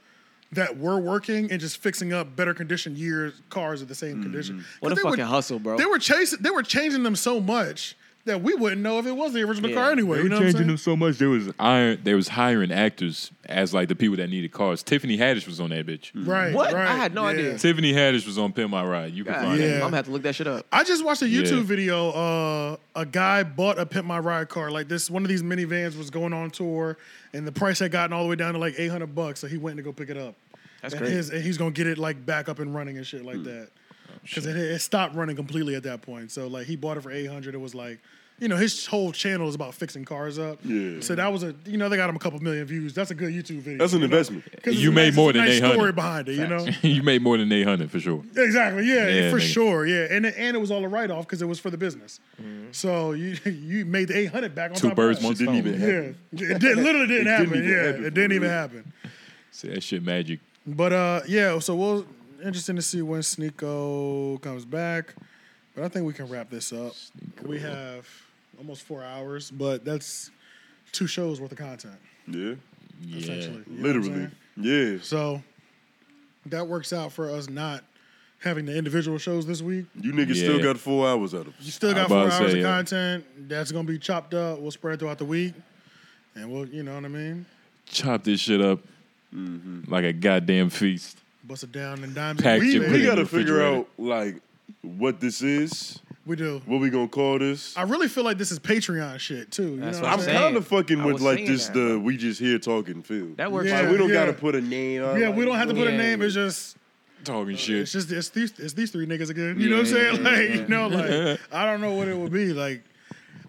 Speaker 1: That were working and just fixing up better condition years cars of the same condition.
Speaker 4: Mm-hmm. What a
Speaker 1: 'Cause they were-
Speaker 4: fucking hustle, bro.
Speaker 1: They were chasing. They were changing them so much that we wouldn't know if it was the original
Speaker 4: Yeah.
Speaker 1: car anyway. you
Speaker 3: They were
Speaker 1: know what I'm
Speaker 3: changing
Speaker 1: saying?
Speaker 3: them so much. There was iron. They was hiring actors as like the people that needed cars. Tiffany Haddish was on that bitch.
Speaker 1: Right.
Speaker 4: What? I
Speaker 1: right,
Speaker 4: had no
Speaker 1: yeah.
Speaker 4: idea.
Speaker 3: Tiffany Haddish was on Pin My Ride. You can
Speaker 4: God,
Speaker 3: find
Speaker 1: Yeah.
Speaker 4: damn,
Speaker 3: that.
Speaker 4: I'm gonna have to look that shit up.
Speaker 1: I just watched a YouTube
Speaker 3: Yeah.
Speaker 1: video. Uh, a guy bought a Pimp My Ride car. Like this, one of these minivans was going on tour, and the price had gotten all the way down to like 800 bucks. So he went to go pick it up.
Speaker 4: That's
Speaker 1: and
Speaker 4: crazy.
Speaker 1: His, and he's gonna get it like back up and running and shit
Speaker 3: Hmm.
Speaker 1: like that.
Speaker 3: Oh,
Speaker 1: Because it, it stopped running completely at that point. So like he bought it for 800. It was like. You know his whole channel is about fixing cars up.
Speaker 2: Yeah.
Speaker 1: So that was a you know they got him a couple million views. That's a good YouTube video.
Speaker 2: That's an
Speaker 1: you know?
Speaker 2: investment.
Speaker 1: 'Cause it's
Speaker 3: You
Speaker 1: a
Speaker 3: made
Speaker 1: nice-
Speaker 3: more
Speaker 1: it's a
Speaker 3: than
Speaker 1: nice
Speaker 3: 800.
Speaker 1: story behind it, you know.
Speaker 3: *laughs* you made more than eight hundred for sure.
Speaker 1: Exactly. Yeah,
Speaker 3: Yeah,
Speaker 1: for
Speaker 3: nigga.
Speaker 1: sure. Yeah, and it- and it was all a write off because it was for the business. So you *laughs* you made the eight hundred back on
Speaker 3: Two
Speaker 1: top
Speaker 3: birds,
Speaker 1: of that.
Speaker 3: one
Speaker 2: It didn't
Speaker 3: stone.
Speaker 2: even happen.
Speaker 1: Yeah, it did, literally didn't
Speaker 2: didn't
Speaker 1: happen.
Speaker 2: even
Speaker 1: yeah,
Speaker 2: happen,
Speaker 1: it didn't
Speaker 2: for
Speaker 1: even
Speaker 2: real.
Speaker 1: happen.
Speaker 3: See, that shit magic.
Speaker 1: But uh, yeah. So we'll interesting to see when Sneeko comes back. But I think we can wrap this up. We have almost four hours, but that's two shows worth of content
Speaker 2: Yeah,
Speaker 1: essentially. You know what I'm
Speaker 2: literally.
Speaker 1: saying?
Speaker 2: Yeah,
Speaker 1: So that works out for us not having the individual shows this week.
Speaker 2: you niggas
Speaker 3: Yeah.
Speaker 2: still got four hours out of
Speaker 1: You
Speaker 2: us.
Speaker 1: still got
Speaker 3: I'm
Speaker 1: four
Speaker 3: about
Speaker 1: hours
Speaker 3: to
Speaker 1: of
Speaker 3: say, yeah.
Speaker 1: content that's gonna be chopped up. We'll spread throughout the week, and we'll, you know what I mean.
Speaker 3: Chop this shit up
Speaker 1: Mm-hmm.
Speaker 3: like a goddamn feast.
Speaker 1: Bust it down and dimes.
Speaker 3: Packed
Speaker 1: and
Speaker 2: We,
Speaker 3: You
Speaker 1: weave
Speaker 3: put
Speaker 2: we
Speaker 3: it
Speaker 1: it.
Speaker 3: in
Speaker 2: gotta
Speaker 3: the
Speaker 2: figure
Speaker 3: refrigerator.
Speaker 2: out like what this is,
Speaker 1: We do.
Speaker 2: what we gonna call this.
Speaker 1: I really feel like this is Patreon shit too. You
Speaker 4: That's
Speaker 1: know
Speaker 4: what
Speaker 1: what
Speaker 2: I'm
Speaker 1: I'm
Speaker 4: saying.
Speaker 2: kind of fucking
Speaker 4: I
Speaker 2: with
Speaker 4: was
Speaker 2: like
Speaker 4: saying
Speaker 2: this
Speaker 4: that.
Speaker 2: the we just here talking feel.
Speaker 4: That works.
Speaker 1: Yeah.
Speaker 2: like we don't
Speaker 1: Yeah.
Speaker 2: gotta put a name. on
Speaker 1: Yeah,
Speaker 2: like,
Speaker 1: we don't have to put a
Speaker 4: Yeah.
Speaker 1: name. It's just,
Speaker 3: Talking
Speaker 1: it's
Speaker 3: shit.
Speaker 1: just, it's these, it's these three niggas again. You know what I'm saying? *laughs* Like, you
Speaker 3: *laughs*
Speaker 1: know, like I don't know what it would be. Like,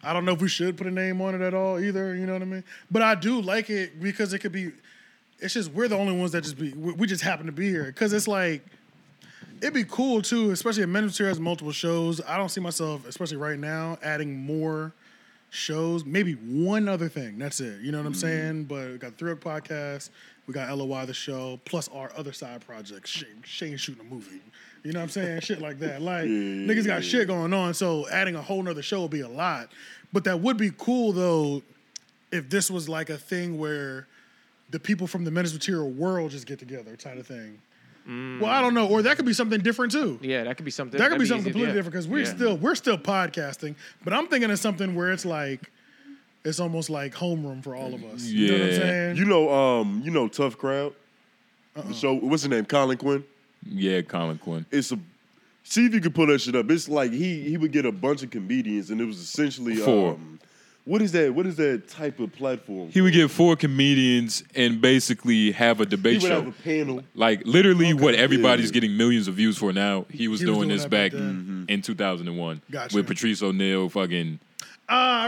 Speaker 1: I don't know if we should put a name on it at all either. You know what I mean? But I do like it because it could be. It's just we're the only ones that just be. We we just happen to be here because it's like. It'd be cool too, especially if Minister has multiple shows. I don't see myself, especially right now, adding more shows. Maybe one other thing. That's it. You know what I'm saying? But we got the Three Oak Podcast, we got LOY the show, plus our other side projects. Shane, Shane shooting a movie. You know what I'm saying? shit like that. Like niggas got shit going on. So adding a whole nother show would be a lot. But that would be cool though, if this was like a thing where the people from the men's material world just get together, kind of thing. Well, I don't know, or that could be something different too.
Speaker 4: Mm. Yeah, that could be something.
Speaker 1: That could
Speaker 4: that'd
Speaker 1: be something
Speaker 4: easy,
Speaker 1: completely
Speaker 4: yeah.
Speaker 1: different because we're
Speaker 4: Yeah.
Speaker 1: still we're still podcasting, but I'm thinking of something where it's like it's almost like homeroom for all of us. You know what I'm
Speaker 3: Yeah.
Speaker 1: saying?
Speaker 2: You know, um, you know, tough crowd. The show. What's his name? Colin Quinn.
Speaker 3: Yeah, Colin Quinn.
Speaker 2: It's a. See if you could pull that shit up. It's like he he would get a bunch of comedians, and it was essentially
Speaker 3: Four.
Speaker 2: Um, what is that? What is that type of platform?
Speaker 3: He would get four comedians and basically have a
Speaker 2: He
Speaker 3: debate
Speaker 2: would
Speaker 3: show.
Speaker 2: have a panel.
Speaker 3: Like literally, what everybody's
Speaker 2: Yeah.
Speaker 3: getting millions of views for now. He
Speaker 1: He was
Speaker 3: was, doing,
Speaker 1: doing
Speaker 3: this
Speaker 1: that
Speaker 3: back
Speaker 1: back
Speaker 3: in 2001
Speaker 1: Gotcha.
Speaker 3: with Patrice O'Neill, fucking
Speaker 1: Ah,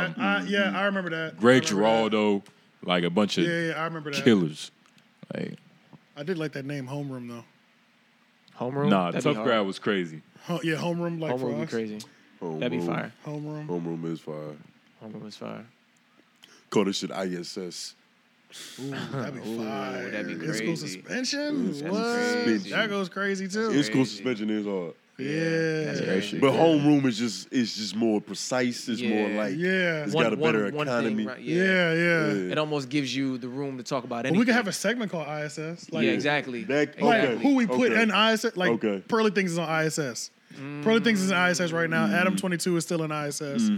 Speaker 1: I remember that. I, yeah, I remember that.
Speaker 3: Um, Greg
Speaker 1: I remember that.
Speaker 3: Giraldo, like a bunch of
Speaker 1: Yeah, yeah, I remember that.
Speaker 3: killers. Like
Speaker 1: I did like that name, Homeroom though.
Speaker 4: Homeroom?
Speaker 3: Nah,
Speaker 4: That'd be
Speaker 3: tough
Speaker 4: hard.
Speaker 3: crowd was crazy.
Speaker 1: Ho- yeah, Homeroom like
Speaker 4: Homeroom
Speaker 1: for
Speaker 4: would be
Speaker 1: us.
Speaker 4: crazy. That'd be
Speaker 2: Homeroom.
Speaker 4: fire.
Speaker 1: Homeroom.
Speaker 2: Homeroom is fire.
Speaker 4: Homeroom is fire.
Speaker 2: Call this shit ISS.
Speaker 1: Ooh, that'd be fire.
Speaker 4: that'd be
Speaker 1: In-school
Speaker 4: crazy.
Speaker 1: suspension.
Speaker 2: That's
Speaker 1: What?
Speaker 2: crazy.
Speaker 1: That goes crazy too.
Speaker 2: In school
Speaker 4: Crazy.
Speaker 2: suspension is hard.
Speaker 1: yeah.
Speaker 4: That's
Speaker 5: Yeah.
Speaker 4: crazy.
Speaker 2: But homeroom is just it's just more precise. It's more
Speaker 4: Yeah.
Speaker 2: like
Speaker 1: Yeah.
Speaker 2: it's got a better economy.
Speaker 4: right,
Speaker 1: yeah, yeah.
Speaker 2: Yeah.
Speaker 4: It almost gives you the room to talk about
Speaker 1: But
Speaker 4: anything.
Speaker 1: we could have a segment called ISS. Like,
Speaker 4: yeah, exactly.
Speaker 2: That-
Speaker 1: like
Speaker 2: Okay,
Speaker 1: who we put
Speaker 2: okay.
Speaker 1: in ISS. Like
Speaker 2: Okay.
Speaker 1: Pearly Things is on ISS. Pearly Things is in ISS right now. Adam twenty two is still in ISS.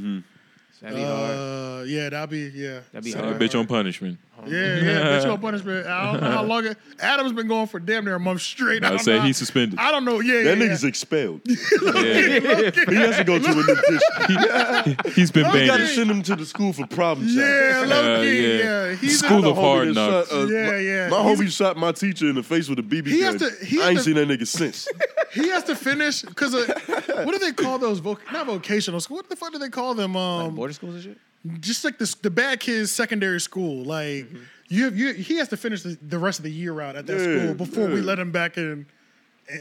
Speaker 4: That'd be hard.
Speaker 1: Uh, yeah, that'd be yeah.
Speaker 4: That'd be
Speaker 1: So-
Speaker 4: hard.
Speaker 3: Bitch on punishment.
Speaker 1: Yeah, yeah. Bitch, your punishment. I don't know how long it, Adam's been going for damn near a month straight.
Speaker 3: I
Speaker 1: don't
Speaker 3: say
Speaker 1: know.
Speaker 3: he's suspended.
Speaker 1: I don't know. Yeah,
Speaker 2: That
Speaker 1: yeah, *laughs*
Speaker 2: nigga's
Speaker 1: yeah.
Speaker 2: expelled.
Speaker 3: Yeah.
Speaker 2: He has to go to a new district.
Speaker 3: He's been
Speaker 2: We gotta
Speaker 3: banned.
Speaker 2: send him to the school for problem child.
Speaker 1: yeah, low key.
Speaker 3: Uh,
Speaker 1: yeah. he's
Speaker 3: School
Speaker 1: in-
Speaker 2: My
Speaker 3: of hard
Speaker 2: homie that
Speaker 3: knocks.
Speaker 2: shot, uh,
Speaker 1: Yeah,
Speaker 2: my-
Speaker 1: yeah.
Speaker 2: My
Speaker 1: He's-
Speaker 2: homie shot my teacher in the face with a BB
Speaker 1: He
Speaker 2: gun.
Speaker 1: has to- he
Speaker 2: I
Speaker 1: has
Speaker 2: ain't
Speaker 1: to-
Speaker 2: seen that
Speaker 1: *laughs*
Speaker 2: nigga since.
Speaker 1: he has to finish because what do they call those? Voc- not vocational school. What the fuck do they call them? Um,
Speaker 4: Border schools and shit?
Speaker 1: just like the the bad kids secondary school. Like you have you he has to finish the, the rest of the year out at that
Speaker 2: Mm-hmm. Yeah,
Speaker 1: school before we
Speaker 2: yeah.
Speaker 1: let him back in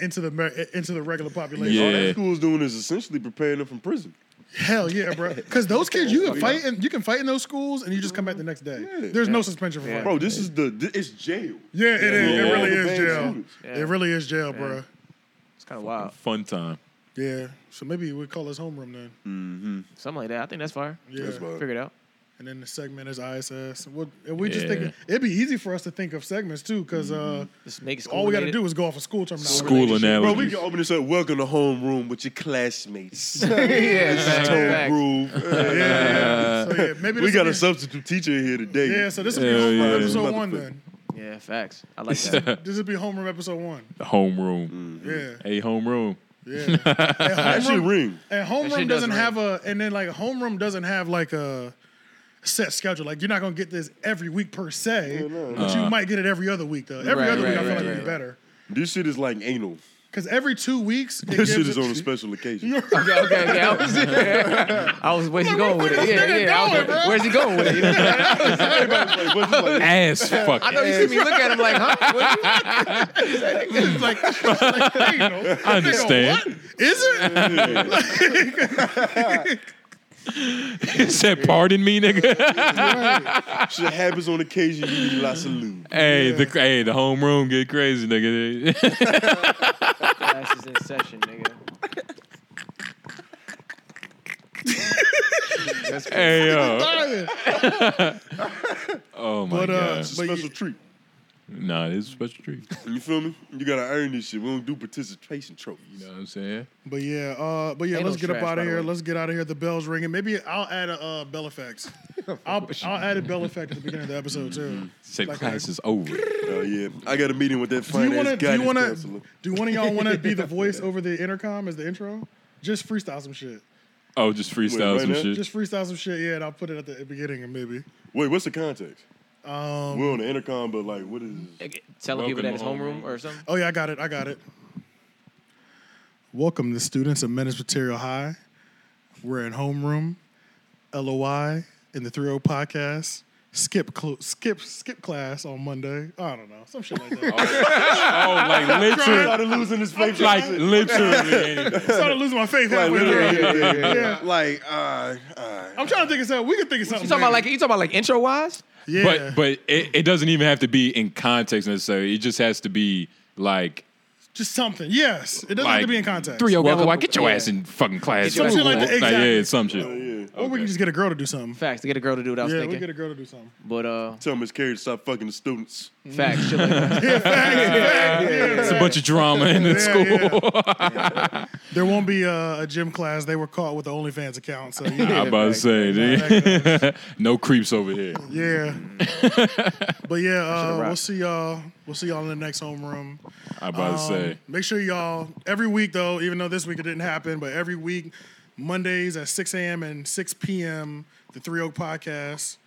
Speaker 1: into the mer- into the regular population.
Speaker 2: All
Speaker 3: Yeah.
Speaker 2: that school's doing is essentially preparing him from prison.
Speaker 1: Hell yeah, bro. Because those kids you can fight in, you can fight in those schools and you just come back the next day.
Speaker 2: Yeah.
Speaker 1: There's no suspension for
Speaker 4: Yeah.
Speaker 1: fighting.
Speaker 2: Bro, this is the th- it's jail.
Speaker 1: Yeah, it is.
Speaker 3: Yeah.
Speaker 1: It really
Speaker 2: Yeah.
Speaker 1: is jail.
Speaker 2: Yeah.
Speaker 1: It really is jail, bro.
Speaker 4: It's kind of wild.
Speaker 3: Fun time.
Speaker 1: Yeah. So maybe we call this homeroom then.
Speaker 4: Something like that. I think that's fire.
Speaker 1: Yeah.
Speaker 2: That's fine.
Speaker 4: Figure it out.
Speaker 1: And then the segment is ISS. We'll, and we just
Speaker 3: Yeah.
Speaker 1: think it'd be easy for us to think of segments too, because uh,
Speaker 2: Mm-hmm.
Speaker 4: Just make it
Speaker 1: all we got to
Speaker 4: school-related.
Speaker 1: do is go off a school terminology.
Speaker 3: School
Speaker 2: Bro, we
Speaker 3: analogy.
Speaker 2: can open this up. Welcome to homeroom with
Speaker 1: *laughs*
Speaker 2: your classmates.
Speaker 4: yeah,
Speaker 2: Tone Groove.
Speaker 1: Yeah, yeah. So
Speaker 2: *laughs*
Speaker 1: yeah, maybe
Speaker 2: we
Speaker 1: this
Speaker 2: got
Speaker 1: will
Speaker 2: a substitute teacher in here today.
Speaker 1: be, yeah. So this will be
Speaker 3: Hell
Speaker 1: homeroom
Speaker 3: yeah.
Speaker 1: episode one then.
Speaker 4: Yeah, facts. I like that.
Speaker 1: This will be homeroom episode
Speaker 2: *laughs*
Speaker 1: one.
Speaker 3: The homeroom.
Speaker 1: Yeah,
Speaker 3: Hey, homeroom.
Speaker 1: yeah. And
Speaker 2: that shit
Speaker 1: homeroom,
Speaker 2: ring.
Speaker 1: and
Speaker 4: That shit
Speaker 1: homeroom
Speaker 4: does
Speaker 1: doesn't
Speaker 4: ring.
Speaker 1: have a, and then like homeroom doesn't have like a set schedule. Like you're not gonna get this every week per se, but you might get it every other week though. Every
Speaker 4: Uh-huh. Right,
Speaker 1: other week I
Speaker 4: right,
Speaker 1: feel like
Speaker 4: right,
Speaker 1: it'd be
Speaker 4: right.
Speaker 1: better
Speaker 2: This shit is like anal.
Speaker 1: because every two weeks it
Speaker 2: This shit
Speaker 1: gives
Speaker 2: is
Speaker 1: it- *laughs*
Speaker 2: on a special occasion.
Speaker 4: okay, okay, okay. I was, *laughs* I was where's he
Speaker 1: Like, where
Speaker 4: going with
Speaker 1: the
Speaker 4: it?
Speaker 1: fuck
Speaker 4: Yeah,
Speaker 1: this nigga
Speaker 4: yeah. I was
Speaker 1: going,
Speaker 4: like,
Speaker 1: bro?
Speaker 4: where's he going with it? You know?
Speaker 2: Like, what's it like?
Speaker 3: *laughs* Ass
Speaker 4: I know
Speaker 3: fucking.
Speaker 4: you see me look at him like, huh? What you-
Speaker 1: It's like, *laughs* like, hey, you know,
Speaker 3: I understand.
Speaker 1: Nigga, what? Is
Speaker 2: *laughs*
Speaker 1: it?
Speaker 3: He said, pardon me, nigga.
Speaker 2: *laughs* Shit happens on occasion. You need lots of lube.
Speaker 3: hey, the hey, the homeroom get crazy, nigga.
Speaker 4: *laughs*
Speaker 3: *laughs*
Speaker 4: Class is in session, nigga. That's crazy.
Speaker 3: hey,
Speaker 1: *laughs*
Speaker 3: yo.
Speaker 1: Dying.
Speaker 3: Oh my
Speaker 1: But, uh,
Speaker 3: god.
Speaker 2: It's a
Speaker 1: But you-
Speaker 2: special treat.
Speaker 3: Nah, it's a special treat.
Speaker 2: You feel me? You gotta earn this shit. We don't do participation trophies.
Speaker 3: You know what I'm saying?
Speaker 1: But yeah, uh, but yeah,
Speaker 4: Ain't
Speaker 1: let's
Speaker 4: no
Speaker 1: get up
Speaker 4: trash,
Speaker 1: out
Speaker 4: by
Speaker 1: of
Speaker 4: the
Speaker 1: here.
Speaker 4: way.
Speaker 1: Let's get out of here. The bell's ringing. Maybe I'll add a uh, bell effects. I'll, I'll add a bell effect at the beginning of the episode too.
Speaker 3: Say
Speaker 1: Like,
Speaker 3: class
Speaker 1: like,
Speaker 3: is over.
Speaker 2: Oh yeah, I got a meeting with that
Speaker 1: Uh, do you want to?
Speaker 2: finance
Speaker 1: Do you
Speaker 2: guidance
Speaker 1: want to?
Speaker 2: counselor.
Speaker 1: Do one of y'all want to be the voice over the intercom as the intro? Just freestyle some shit.
Speaker 3: Oh, just freestyle
Speaker 2: Wait,
Speaker 3: some
Speaker 2: right now?
Speaker 3: shit.
Speaker 1: Just freestyle some shit. Yeah, and I'll put it at the beginning and maybe.
Speaker 2: Wait, what's the context?
Speaker 1: Um,
Speaker 2: We're on the intercom, but like, what is?
Speaker 1: *laughs*
Speaker 4: Telling
Speaker 3: Welcome
Speaker 4: people that it's
Speaker 3: to
Speaker 4: homeroom
Speaker 3: homeroom.
Speaker 4: or something.
Speaker 1: oh yeah, I got it. I got it. Welcome the students of Menace Material High. We're in homeroom, LOI, in the 30 podcast. Skip cl- skip skip class on Monday. I don't know. Some shit like that.
Speaker 3: Oh, *laughs* like literally,
Speaker 2: Started losing his faith.
Speaker 3: *laughs* like literally *laughs* anything.
Speaker 1: *laughs* started losing my faith
Speaker 2: like,
Speaker 1: halfway
Speaker 2: literally,
Speaker 1: through.
Speaker 2: yeah, yeah,
Speaker 1: Yeah.
Speaker 2: yeah, like, uh, uh,
Speaker 1: I'm trying to think of something. We can think of something.
Speaker 4: You talking about like
Speaker 1: later.
Speaker 4: you talking about like intro wise?
Speaker 1: yeah,
Speaker 3: But but it, it doesn't even have to be in context necessarily. It just has to be like
Speaker 1: just something. Yes, it doesn't have to
Speaker 3: Like,
Speaker 1: be in context.
Speaker 3: three
Speaker 4: Welcome-
Speaker 3: o'clock. Why get your
Speaker 4: yeah.
Speaker 3: ass in fucking class?
Speaker 4: Some shit like that,
Speaker 3: yeah,
Speaker 1: exactly.
Speaker 3: it's some shit.
Speaker 2: yeah.
Speaker 1: Or we can just get a girl to do something.
Speaker 4: Facts to get a girl to do what I was
Speaker 1: yeah, we
Speaker 4: thinking.
Speaker 1: get a girl to do
Speaker 2: *laughs*
Speaker 1: something.
Speaker 4: but uh,
Speaker 2: Tell Miss Carrie to stop fucking the students.
Speaker 4: facts. Shit like that.
Speaker 3: It's a bunch of drama in the school.
Speaker 4: *laughs*
Speaker 1: There won't be uh, a gym class. They were caught with the OnlyFans account. So you
Speaker 4: *laughs*
Speaker 3: I'm
Speaker 1: know,
Speaker 3: about to say, nigga. *laughs* no creeps over here.
Speaker 1: yeah. but yeah, uh,
Speaker 4: rocked.
Speaker 1: we'll see y'all. We'll see y'all in the next homeroom.
Speaker 3: I'm about to say.
Speaker 1: Make sure y'all every week though, even though this week it didn't happen, but every week Mondays at 6 a.m. and 6 p.m. the Three Oak Podcast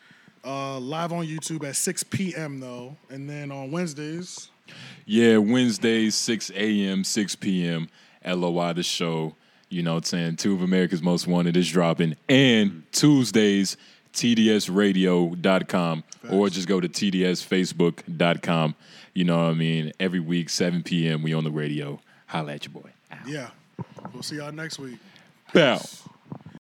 Speaker 1: uh, live on YouTube at 6 p.m. though, and then on Wednesdays.
Speaker 3: Yeah, Wednesdays, 6 a.m., 6 p.m., LOI the show. You know what I'm saying? Two of America's Most Wanted is dropping. And Tuesdays, tdsradio.com or just go to tdsfacebook.com. You know what I mean? Every week, 7 p.m., we on the radio. Holla at your boy.
Speaker 1: Yeah. We'll see y'all next week.
Speaker 3: Bow.